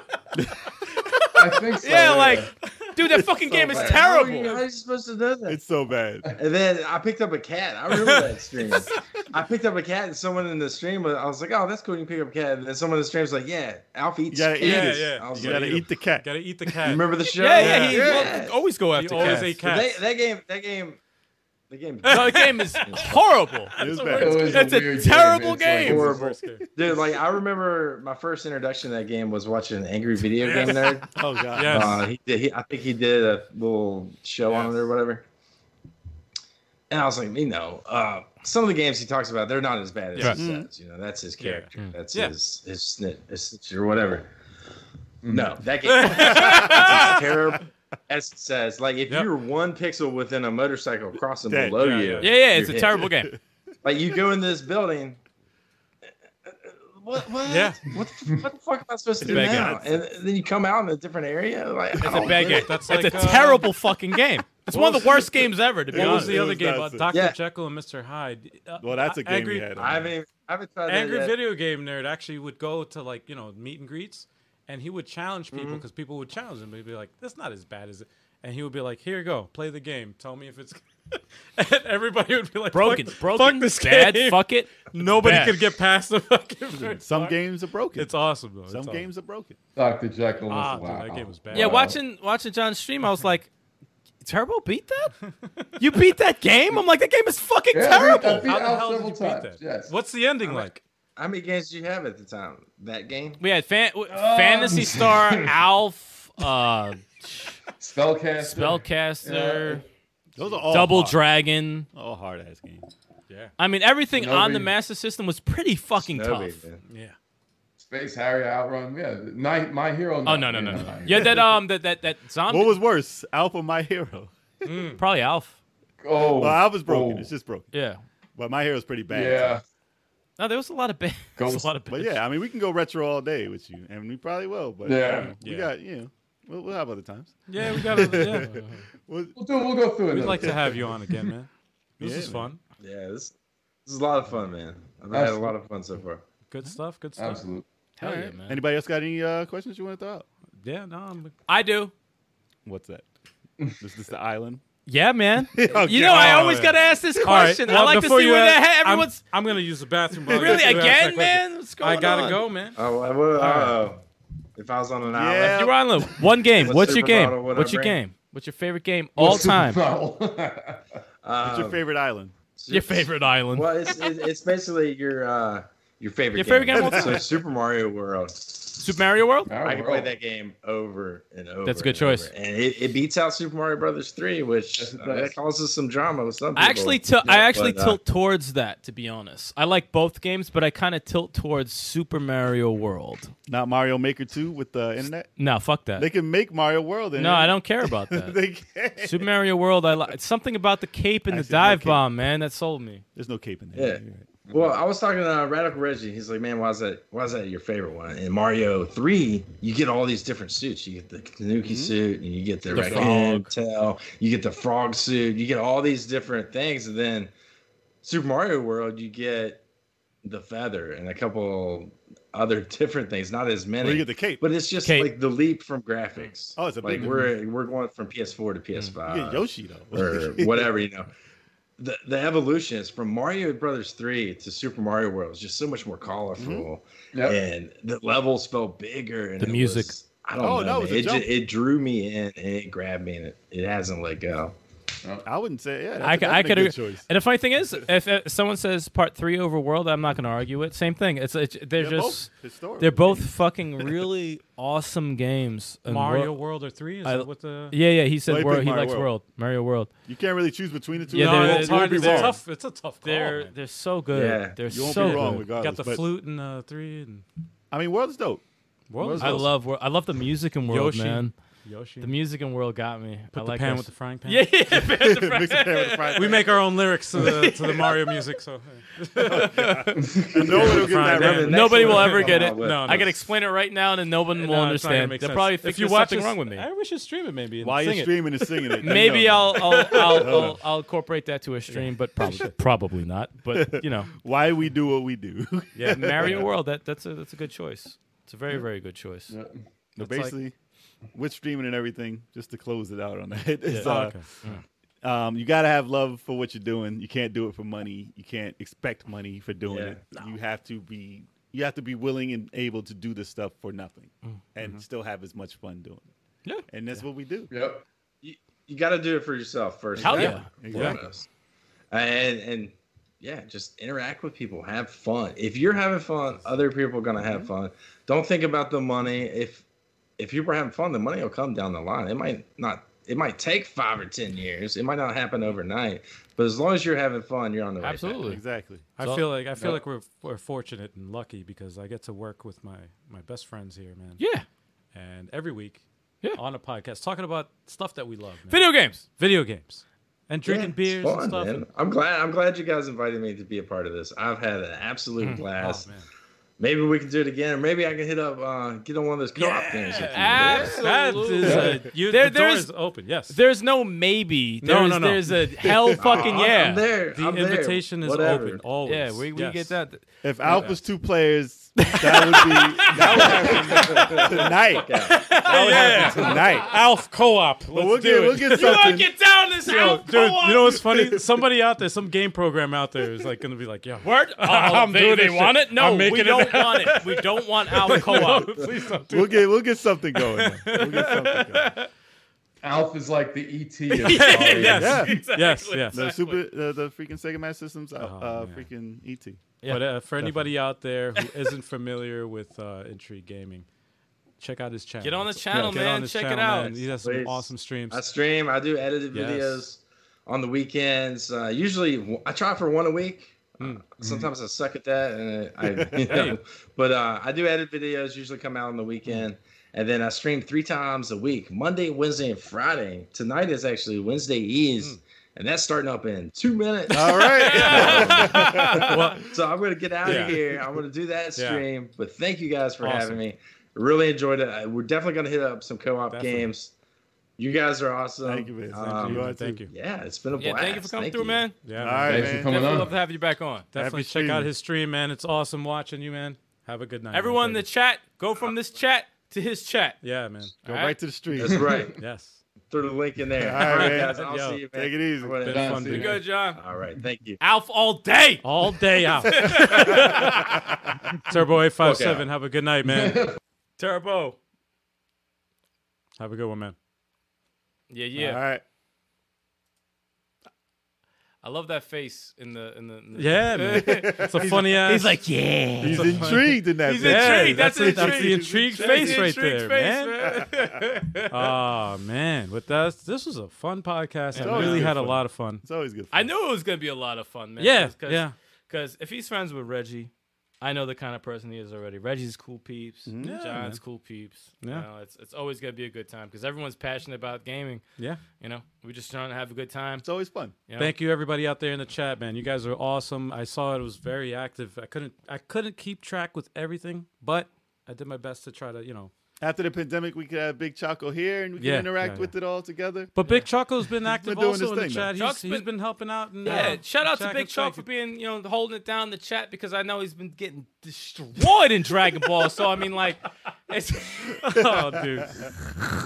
Speaker 4: I think so.
Speaker 2: Yeah, like, dude, that fucking
Speaker 5: So
Speaker 2: game is
Speaker 5: bad. Oh, How are you- How are
Speaker 2: terrible.
Speaker 5: you supposed to do that?
Speaker 3: It's so bad.
Speaker 5: And then I picked up a cat. I remember that stream. I picked up a cat, and someone in the stream, was- I was like, "Oh, that's cool. You pick up a cat." And then someone in the stream was like, "Yeah, Alf
Speaker 3: You
Speaker 5: eats
Speaker 3: gotta eat
Speaker 5: cats."
Speaker 3: it.
Speaker 1: yeah.
Speaker 5: I was
Speaker 3: You
Speaker 5: like,
Speaker 3: gotta eat the cat.
Speaker 1: Gotta eat the
Speaker 5: "You
Speaker 1: cat.
Speaker 5: remember the show?
Speaker 2: Yeah, yeah, he
Speaker 5: Yeah.
Speaker 2: will always go
Speaker 1: You
Speaker 2: after
Speaker 1: always
Speaker 2: cats.
Speaker 1: ate
Speaker 5: But they-
Speaker 1: cats.
Speaker 5: that game. That game. The game.
Speaker 2: No, the game is horrible.
Speaker 3: It was
Speaker 4: It
Speaker 3: bad.
Speaker 4: was
Speaker 2: That's a
Speaker 4: weird
Speaker 2: terrible
Speaker 4: It's Like,
Speaker 2: game.
Speaker 5: horrible. Dude, like I remember my first introduction to that game was watching Angry Video
Speaker 1: Yes.
Speaker 5: Game Nerd.
Speaker 3: Oh god.
Speaker 1: Yes.
Speaker 5: Uh, he did. He, I think he did a little show on it or whatever. And I was like, you know, uh, some of the games he talks about, they're not as bad as
Speaker 1: Yeah.
Speaker 5: he says. You know, that's his character. That's
Speaker 1: Yeah.
Speaker 5: his his snitch, his snitch or whatever.
Speaker 1: Mm.
Speaker 4: Mm-hmm.
Speaker 5: No, that game that's terrible. As it says, like if
Speaker 1: Yep.
Speaker 5: you're one pixel within a motorcycle crossing
Speaker 3: Dead,
Speaker 5: below
Speaker 1: yeah,
Speaker 5: you,
Speaker 1: yeah.
Speaker 2: Yeah, yeah, it's
Speaker 5: you're
Speaker 2: a
Speaker 5: hit.
Speaker 2: terrible game.
Speaker 5: Like you go in this building. What? What?
Speaker 1: Yeah.
Speaker 5: What, the, what the fuck am I supposed
Speaker 2: It's
Speaker 5: to do
Speaker 2: a bad
Speaker 5: now?
Speaker 3: game.
Speaker 5: And then you come out in a different area. Like oh,
Speaker 2: It's a bad game. That's
Speaker 1: That's
Speaker 2: it's
Speaker 1: like,
Speaker 2: a
Speaker 1: uh,
Speaker 2: terrible fucking game. It's one of the worst games ever, to be
Speaker 1: What was
Speaker 2: honest.
Speaker 1: the
Speaker 3: It
Speaker 1: other
Speaker 3: was
Speaker 1: game? Uh,
Speaker 3: nonsense.
Speaker 1: Doctor
Speaker 5: Yeah.
Speaker 1: Jekyll and Mister Hyde. Uh,
Speaker 3: Well, that's a game
Speaker 1: angry,
Speaker 3: we had. on
Speaker 5: I
Speaker 3: there.
Speaker 5: haven't. even- I haven't tried
Speaker 1: Angry
Speaker 5: that yet.
Speaker 1: video game nerd actually would go to like you know meet and greets, and he would challenge people because people would challenge him. He'd be like, "That's not as bad as it," and he would be like, "Here you go, play the game. Tell me if it's." and everybody would be like,
Speaker 2: Broken,
Speaker 1: "Fuck-
Speaker 2: broken,
Speaker 1: fuck this
Speaker 2: bad,
Speaker 1: game."
Speaker 2: fuck it.
Speaker 1: Nobody
Speaker 2: bad.
Speaker 1: could get past the fucking first
Speaker 3: Some
Speaker 1: part.
Speaker 3: games are broken.
Speaker 1: It's awesome though.
Speaker 3: Some
Speaker 1: it's awesome.
Speaker 3: games are broken.
Speaker 4: Dr. Jekyll.
Speaker 1: Ah,
Speaker 4: was
Speaker 1: dude,
Speaker 4: wow.
Speaker 1: that game was bad.
Speaker 2: Yeah,
Speaker 1: Wow.
Speaker 2: watching watching John's stream, I was like, Turbo beat that? You beat that game? I'm like, that game is fucking
Speaker 4: Yeah, I beat- I
Speaker 2: terrible.
Speaker 4: beat-
Speaker 1: How the
Speaker 4: out
Speaker 1: hell did you
Speaker 4: several
Speaker 1: beat
Speaker 4: times,
Speaker 1: that?
Speaker 4: yes.
Speaker 1: What's the ending like?
Speaker 5: How many games did you have at the time? That game?
Speaker 2: We had fan, w- Fantasy Star, Alf, uh,
Speaker 4: Spellcast.
Speaker 2: Spellcaster,
Speaker 3: Those are all
Speaker 2: Double
Speaker 3: hard.
Speaker 2: Dragon.
Speaker 3: All hard ass games.
Speaker 1: Yeah,
Speaker 2: I mean, everything on the
Speaker 4: Shinobi.
Speaker 2: Master System was pretty fucking
Speaker 5: Nobody,
Speaker 2: tough.
Speaker 5: man.
Speaker 1: yeah.
Speaker 4: Space Harry Outrun. Yeah, my, my hero.
Speaker 2: Oh no no
Speaker 4: you
Speaker 2: no
Speaker 4: know,
Speaker 2: no!
Speaker 4: My Hero.
Speaker 2: Yeah, that um that that that zombie
Speaker 3: What was worse, Alpha My Hero?
Speaker 2: probably Alf.
Speaker 4: Oh,
Speaker 3: Well, Alpha's broken.
Speaker 4: oh,
Speaker 3: It's just broken.
Speaker 2: Yeah.
Speaker 3: But My Hero's pretty bad.
Speaker 4: yeah.
Speaker 2: No, there was a lot of bad. there was
Speaker 4: Ghost.
Speaker 2: a lot of
Speaker 3: But
Speaker 2: bad
Speaker 3: yeah, I mean, we can go retro all day with you, and we probably will. But
Speaker 4: Yeah.
Speaker 3: um, we
Speaker 1: Yeah.
Speaker 3: got you know, we'll, we'll have other times.
Speaker 1: Yeah, we got. Yeah.
Speaker 3: We'll,
Speaker 4: We'll do. We'll go through it.
Speaker 1: We'd
Speaker 4: another
Speaker 1: like to
Speaker 4: time.
Speaker 1: have you on again, man. This
Speaker 3: Yeah,
Speaker 1: is
Speaker 3: man.
Speaker 1: fun.
Speaker 5: Yeah, this, this is a lot of fun, man. I've had a lot of fun so far.
Speaker 1: Good stuff. Good stuff.
Speaker 4: Absolutely.
Speaker 2: Hell yeah, man.
Speaker 3: Anybody else got any uh, questions you want to throw out?
Speaker 1: Yeah, no, I'm
Speaker 2: I do.
Speaker 3: What's that? Is this the island?
Speaker 2: Yeah, man.
Speaker 3: Okay.
Speaker 2: You know, I
Speaker 1: Oh,
Speaker 2: always
Speaker 1: yeah.
Speaker 2: got to ask this
Speaker 1: All right,
Speaker 2: question.
Speaker 1: well,
Speaker 2: I like to
Speaker 1: before
Speaker 2: see
Speaker 1: you
Speaker 2: where the
Speaker 1: ask-
Speaker 2: heck
Speaker 1: I'm-
Speaker 2: everyone's.
Speaker 1: I'm, gonna use the bathroom. while you-
Speaker 2: really?
Speaker 1: you ask that
Speaker 2: Again,
Speaker 1: question.
Speaker 2: man? What's going
Speaker 1: I gotta
Speaker 2: on?
Speaker 1: go, man.
Speaker 5: Oh, I would, uh, if I was on an
Speaker 3: Yeah.
Speaker 5: island,
Speaker 2: You're on loop. One game.
Speaker 5: What
Speaker 2: What's your
Speaker 5: supermodel
Speaker 2: game?
Speaker 5: would I
Speaker 2: What's your
Speaker 5: bring?
Speaker 2: game? What's your favorite game all time?
Speaker 4: Well,
Speaker 5: uh,
Speaker 3: What's your favorite island?
Speaker 5: su-
Speaker 10: Your favorite island.
Speaker 5: Well, it's, it- it's basically your uh, your favorite
Speaker 2: Your favorite game of all
Speaker 5: so Super Mario World.
Speaker 2: Super Mario World?
Speaker 4: All
Speaker 5: I
Speaker 4: right,
Speaker 5: can
Speaker 4: we're
Speaker 5: play
Speaker 4: all-
Speaker 5: that game over and over.
Speaker 10: That's a good
Speaker 5: and over.
Speaker 10: choice.
Speaker 5: and it, it beats out Super Mario Brothers three, which
Speaker 4: Yes, it
Speaker 5: uh, that
Speaker 4: does.
Speaker 5: causes some drama with some people.
Speaker 2: I actually til- I actually
Speaker 5: But, uh,
Speaker 2: tilt towards that to be honest. I like both games, but I kind of tilt towards Super Mario World.
Speaker 3: Not Mario Maker 2 with the internet.
Speaker 2: No, fuck that.
Speaker 3: They can make Mario World. In
Speaker 2: No,
Speaker 3: it.
Speaker 2: I don't care about that.
Speaker 3: they can.
Speaker 2: Super Mario World, I like something about the cape and the
Speaker 3: Actually, no
Speaker 2: dive
Speaker 3: cape.
Speaker 2: bomb, man. That sold me.
Speaker 3: There's no cape in there.
Speaker 5: Yeah.
Speaker 3: You're right.
Speaker 5: Well, I was talking to uh, Radical Reggie. He's like, "Man, why is that? Why is that your favorite one?" In Mario Three, you get all these different suits. You get the Kanuki
Speaker 3: Mm-hmm.
Speaker 5: suit, and you get the,
Speaker 10: The
Speaker 5: raccoon
Speaker 10: frog.
Speaker 5: tail. You get the frog suit. You get all these different things, and then Super Mario World, you get the feather and a couple other different things. Not as many,
Speaker 3: Well, you get the cape.
Speaker 5: but it's just
Speaker 2: Cape.
Speaker 5: like the leap from graphics.
Speaker 3: Oh, it's a
Speaker 5: like
Speaker 3: big- Mm.
Speaker 5: we're we're going from PS4 to PS5
Speaker 3: you get Yoshi though.
Speaker 5: or whatever you know the the evolution is from mario brothers 3 to super mario world is just so much more colorful
Speaker 3: Mm-hmm.
Speaker 4: Yep.
Speaker 5: and the levels felt bigger and
Speaker 2: The
Speaker 5: it
Speaker 2: music.
Speaker 5: was- i don't
Speaker 3: Oh,
Speaker 5: know
Speaker 3: no, it was
Speaker 5: man.
Speaker 3: a
Speaker 5: it, ju-
Speaker 3: jump.
Speaker 5: it drew me in and it grabbed me and it, it hasn't let go
Speaker 3: I wouldn't say. Yeah,
Speaker 2: I
Speaker 3: that's,
Speaker 2: could,
Speaker 3: that's
Speaker 2: I
Speaker 3: been
Speaker 2: could.
Speaker 3: a
Speaker 2: agree.
Speaker 3: good choice.
Speaker 2: And the funny thing is, if, if someone says part three over world, I'm not going to argue it. Same thing. It's, it's they're
Speaker 3: They're
Speaker 2: just
Speaker 3: both historical.
Speaker 2: they're both fucking really awesome games. And
Speaker 1: Mario
Speaker 2: Wor-
Speaker 1: World or three? Is
Speaker 2: I-
Speaker 1: that what the?
Speaker 2: yeah, yeah. He said
Speaker 3: Well, he
Speaker 2: world.
Speaker 3: picked
Speaker 2: He
Speaker 3: Mario
Speaker 2: likes world.
Speaker 3: World.
Speaker 2: Mario World.
Speaker 3: You can't really choose between the two.
Speaker 2: Yeah,
Speaker 1: no,
Speaker 2: they're-
Speaker 1: it's
Speaker 2: they're-
Speaker 1: hard.
Speaker 3: be
Speaker 1: It's
Speaker 3: wrong.
Speaker 1: a tough. It's a tough call.
Speaker 2: They're
Speaker 1: Oh, man.
Speaker 2: they're so good.
Speaker 5: Yeah.
Speaker 2: They're
Speaker 3: You won't
Speaker 2: so
Speaker 3: be wrong
Speaker 2: good.
Speaker 1: got
Speaker 3: regardless.
Speaker 1: the
Speaker 3: but,
Speaker 1: flute and uh, three and
Speaker 3: I mean, World's dope.
Speaker 1: World.
Speaker 2: I love Wor- I love the music in world,
Speaker 1: Yoshi.
Speaker 2: man.
Speaker 1: Yoshi.
Speaker 2: The music in world got me.
Speaker 1: Put
Speaker 2: I
Speaker 1: the
Speaker 2: like
Speaker 1: pan
Speaker 2: those-
Speaker 1: with the frying pan.
Speaker 2: Yeah, yeah. pan with the
Speaker 3: Mix it
Speaker 2: fry-
Speaker 3: there with the fried
Speaker 1: We
Speaker 3: chicken.
Speaker 1: make our own lyrics to the, to the Mario music, so
Speaker 3: no one will get
Speaker 1: fried
Speaker 3: that
Speaker 1: chicken.
Speaker 3: reference.
Speaker 2: Nobody will
Speaker 5: one.
Speaker 2: ever get
Speaker 5: No,
Speaker 2: it.
Speaker 5: no,
Speaker 2: I can explain it right now, and no one
Speaker 1: No,
Speaker 2: will
Speaker 1: it's not gonna
Speaker 2: understand.
Speaker 1: make
Speaker 2: They'll
Speaker 1: sense.
Speaker 2: probably think
Speaker 1: if you
Speaker 2: there's
Speaker 1: watch
Speaker 2: something
Speaker 1: this-
Speaker 2: wrong with me.
Speaker 1: I wish you stream it maybe. and
Speaker 3: While you're
Speaker 1: sing it.
Speaker 3: streaming and singing it,
Speaker 2: Maybe
Speaker 3: you know.
Speaker 2: I'll I'll, I'll, I'll I'll incorporate that to a stream, but probably probably not. But you know,
Speaker 3: Why we do what we do.
Speaker 1: Yeah,
Speaker 2: Mario World that that's a that's a good choice. It's a very very good choice.
Speaker 3: No,
Speaker 2: It's like-
Speaker 3: basically, with streaming and everything, just to close it out on that, is,
Speaker 1: Oh,
Speaker 3: uh,
Speaker 1: okay.
Speaker 2: Mm.
Speaker 3: um, you got to have love for what you're doing. You can't do it for money. You can't expect money for doing
Speaker 5: Yeah.
Speaker 3: it. You have to be you have to be willing and able to do this stuff for nothing and still have as much fun doing it.
Speaker 2: Mm. Mm-hmm. Yeah.
Speaker 3: And that's what we do.
Speaker 4: Yep.
Speaker 5: you, you got to do it for yourself first
Speaker 2: Hell
Speaker 5: and
Speaker 2: yeah.
Speaker 3: Exactly.
Speaker 5: foremost. and and yeah just interact with people have fun if you're having fun other people are going to have
Speaker 1: Mm-hmm.
Speaker 5: fun don't think about the money if if people are having fun the money will come down the line it might not it might take five or ten years it might not happen overnight but as long as you're having fun you're on the right path.
Speaker 10: Absolutely.
Speaker 3: Exactly.
Speaker 1: I
Speaker 10: So-
Speaker 1: feel like I feel like we're we're fortunate and lucky because I get to work with my my best friends here, man.
Speaker 2: Yeah,
Speaker 1: And every week,
Speaker 2: Yeah.
Speaker 1: on a podcast talking about stuff that we love, man.
Speaker 2: video games.
Speaker 1: video games, and drinking
Speaker 5: Yeah, it's
Speaker 1: beers
Speaker 5: fun,
Speaker 1: and stuff.
Speaker 5: man.
Speaker 1: and-
Speaker 5: I'm glad I'm glad you guys invited me to be a part of this. I've had an absolute blast.
Speaker 1: oh, man.
Speaker 5: Maybe we can do it again, or maybe I can hit up uh, get on one of those co-op things. with you.
Speaker 1: That
Speaker 2: Absolutely.
Speaker 1: is a, you,
Speaker 2: There-
Speaker 1: the door
Speaker 2: there's-
Speaker 1: is open. Yes,
Speaker 2: There's no maybe.
Speaker 1: No,
Speaker 2: There's,
Speaker 1: no, no.
Speaker 2: There's a hell fucking
Speaker 5: I'm- I'm
Speaker 2: yeah.
Speaker 5: there.
Speaker 1: the
Speaker 5: I'm there.
Speaker 1: invitation is
Speaker 5: Whatever.
Speaker 1: open always.
Speaker 2: Yeah, we, we
Speaker 1: Yes.
Speaker 2: get that.
Speaker 3: If Alpha's two players, that would be that would happen tonight. That would happen tonight.
Speaker 1: Alf co-op. Let's
Speaker 3: But we'll
Speaker 1: do
Speaker 3: get
Speaker 1: it.
Speaker 3: we'll get
Speaker 2: You wanna
Speaker 3: something.
Speaker 2: get down this
Speaker 1: Yo,
Speaker 2: house?
Speaker 1: dude, you know what's funny? Somebody out there, some game program out there is like gonna be like, "Yo,
Speaker 2: Word? Oh,
Speaker 1: I'm
Speaker 2: they,
Speaker 1: doing
Speaker 2: they
Speaker 1: this
Speaker 2: want
Speaker 1: shit.
Speaker 2: it? No,
Speaker 1: I'm
Speaker 2: we
Speaker 1: making it
Speaker 2: don't want it. We don't want our co-op.
Speaker 1: please don't do
Speaker 3: We'll get we'll get something going. man. We'll get something going.
Speaker 4: Alf is like the ET. Of
Speaker 1: Yes.
Speaker 3: Yeah.
Speaker 2: Exactly. Oh,
Speaker 1: Yes, yes.
Speaker 3: The super the, the freaking Sega Master Systems uh, uh
Speaker 1: man.
Speaker 3: freaking ET.
Speaker 2: Yeah.
Speaker 1: But uh, for anybody out there who isn't familiar with uh, Intrigue Gaming, check out his channel.
Speaker 2: Get on the
Speaker 1: It's-
Speaker 2: channel,
Speaker 1: get on
Speaker 2: man.
Speaker 1: his
Speaker 2: Check it
Speaker 1: channel,
Speaker 2: out.
Speaker 1: man. He has some
Speaker 5: Please.
Speaker 1: awesome streams.
Speaker 5: I stream. I do edited
Speaker 1: Yes.
Speaker 5: videos on the weekends. Uh, usually, w- I try for one a week.
Speaker 1: Hmm.
Speaker 5: Uh, sometimes I suck at that, and I, you know, but uh, I do edit videos. Usually, come out on the weekend, and then I stream three times a week: Monday, Wednesday, and Friday. Tonight is actually Wednesday
Speaker 1: Hmm.
Speaker 5: Ease, and that's starting up in two minutes.
Speaker 3: All right.
Speaker 1: well,
Speaker 5: so I'm gonna get out
Speaker 1: Yeah.
Speaker 5: of here. I'm gonna do that
Speaker 1: Yeah.
Speaker 5: stream. But thank you guys for
Speaker 1: Awesome.
Speaker 5: having me. Really enjoyed it. I- We're definitely gonna hit up some co-op
Speaker 1: Definitely.
Speaker 5: games. You guys are awesome.
Speaker 3: Thank you, man. Thank
Speaker 5: Um,
Speaker 3: you.
Speaker 1: man, thank you.
Speaker 5: Yeah, it's been a
Speaker 2: Yeah,
Speaker 5: blast.
Speaker 2: thank you for coming through, man.
Speaker 1: Yeah,
Speaker 3: All
Speaker 1: man.
Speaker 3: right,
Speaker 4: Thanks for
Speaker 3: man.
Speaker 4: coming
Speaker 2: Definitely
Speaker 4: on.
Speaker 2: love to have you back on.
Speaker 1: Definitely
Speaker 3: Happy
Speaker 1: check out
Speaker 3: streaming.
Speaker 1: his stream, man. It's awesome watching you, man. Have a good night. man.
Speaker 2: Everyone in the
Speaker 1: Thank
Speaker 2: chat, go from this chat to his chat.
Speaker 1: you. yeah, man.
Speaker 3: Go
Speaker 2: All
Speaker 3: right.
Speaker 2: right.
Speaker 3: to the street.
Speaker 5: That's right.
Speaker 1: Yes.
Speaker 5: through the link in there.
Speaker 3: All right, man.
Speaker 5: guys. I'll
Speaker 1: Yo,
Speaker 5: see you, man.
Speaker 3: Take it easy.
Speaker 5: I'm gonna-
Speaker 1: Been
Speaker 4: Done.
Speaker 1: fun
Speaker 4: See
Speaker 1: being
Speaker 4: you
Speaker 1: here.
Speaker 2: Good, John.
Speaker 5: All right. Thank you.
Speaker 2: Alf all day.
Speaker 1: all day out. Turbo eight five seven. Have a good night, man.
Speaker 2: Turbo.
Speaker 1: Have a good one, man.
Speaker 2: Yeah, yeah.
Speaker 3: All right.
Speaker 2: I love that face in the in the. In the
Speaker 1: Yeah, man. It's a funny ass.
Speaker 7: He's like, yeah.
Speaker 3: He's intrigued in that.
Speaker 7: He's
Speaker 3: bit.
Speaker 1: yeah,
Speaker 7: intrigued.
Speaker 1: That's,
Speaker 7: That's
Speaker 1: it. that's the
Speaker 7: intrigued.
Speaker 1: intrigued
Speaker 7: That's
Speaker 1: face
Speaker 7: the
Speaker 1: right
Speaker 7: intrigued
Speaker 1: there,
Speaker 7: face,
Speaker 1: man. oh man, with that, this was a fun podcast. I
Speaker 3: always
Speaker 1: really
Speaker 3: good
Speaker 1: had a
Speaker 3: fun.
Speaker 1: lot of fun.
Speaker 3: It's always good.
Speaker 2: I
Speaker 3: fun.
Speaker 2: knew it was gonna be a lot of fun, man.
Speaker 1: Yeah,
Speaker 2: Cause, 'cause-
Speaker 1: yeah,
Speaker 2: 'cause if he's friends with Reggie, I know the kind of person he is already. Reggie's cool peeps.
Speaker 1: Mm-hmm. Yeah,
Speaker 2: John's
Speaker 1: man.
Speaker 2: cool peeps.
Speaker 1: Yeah.
Speaker 2: You know, it's it's always gonna be a good time because everyone's passionate about gaming.
Speaker 1: yeah.
Speaker 2: You know, we're just trying to have a good time.
Speaker 3: It's always fun.
Speaker 2: You know?
Speaker 1: Thank you everybody out there in the chat, man. You guys are awesome. I saw it was very active. I couldn't I couldn't keep track with everything, but I did my best to try to, you know.
Speaker 3: After the pandemic, we could have Big Choco here, and we can
Speaker 1: Yeah,
Speaker 3: interact
Speaker 1: yeah,
Speaker 3: with it all together.
Speaker 1: But Big Choco's been active
Speaker 3: doing
Speaker 1: also
Speaker 3: his
Speaker 1: in the
Speaker 3: thing,
Speaker 1: chat.
Speaker 3: man.
Speaker 1: He's,
Speaker 2: Chuck's
Speaker 1: he's
Speaker 2: been-
Speaker 1: been helping out. And,
Speaker 2: Yeah,
Speaker 1: uh,
Speaker 2: shout out to
Speaker 1: Chuck
Speaker 2: Big
Speaker 1: looks
Speaker 2: Chalk
Speaker 1: like
Speaker 2: for being, you know, holding it down in the chat because I know he's been getting destroyed in Dragon Ball. So I mean, like, it's,
Speaker 1: oh, dude,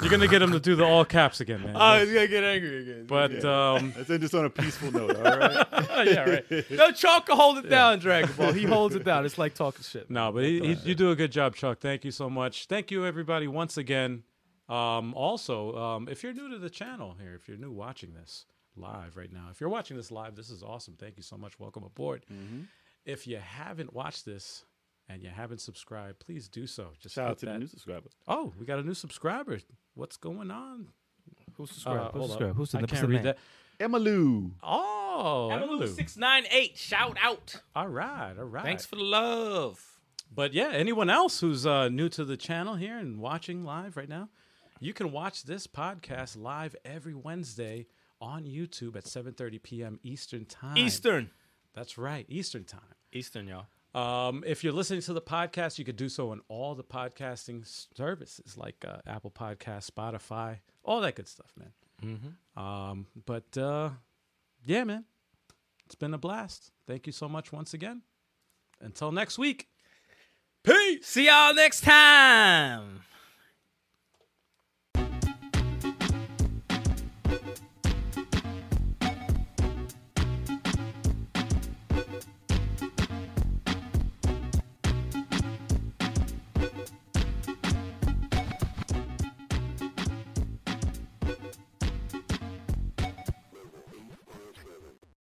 Speaker 1: you're gonna get him to do the all caps again, man.
Speaker 2: oh, he's gonna get angry again.
Speaker 1: but
Speaker 3: uh,
Speaker 1: um,
Speaker 3: Let's end this on a peaceful note. All right.
Speaker 2: yeah, right. No, Chalk can hold it down in Dragon Ball. He holds it down. It's like talking shit.
Speaker 1: No, but he, he, you do a good job, Chuck. Thank you so much. Thank you, everybody, once again. Um, also, um, if you're new to the channel here, if you're new watching this live right now, if you're watching this live, this is awesome. Thank you so much. Welcome aboard.
Speaker 2: Mm-hmm.
Speaker 1: If you haven't watched this and you haven't subscribed, please do so. Just
Speaker 3: Shout
Speaker 1: hit
Speaker 3: out to
Speaker 1: that-
Speaker 3: the new subscriber.
Speaker 1: Oh, we got a new subscriber. What's going on?
Speaker 2: Who's
Speaker 1: Uh,
Speaker 2: subscribed?
Speaker 1: hold up.
Speaker 7: subscribed? Who's the-
Speaker 1: I
Speaker 7: what's
Speaker 1: can't
Speaker 7: the
Speaker 1: read
Speaker 7: name?
Speaker 1: that.
Speaker 3: Emmylou.
Speaker 1: Oh, Emily.
Speaker 7: six nine eight. Shout out.
Speaker 1: All right, all right.
Speaker 2: Thanks for the love.
Speaker 1: But yeah, anyone else who's uh, new to the channel here and watching live right now, you can watch this podcast live every Wednesday on YouTube at 7:30 p.m. Eastern Time.
Speaker 2: Eastern.
Speaker 1: That's right, Eastern Time.
Speaker 2: Eastern, y'all.
Speaker 1: Um, if you're listening to the podcast, you could do so on all the podcasting services like uh, Apple Podcasts, Spotify, all that good stuff, man. Um, but uh, yeah, man, it's been a blast. Thank you so much once again. Until next week. Peace.
Speaker 7: See y'all next time.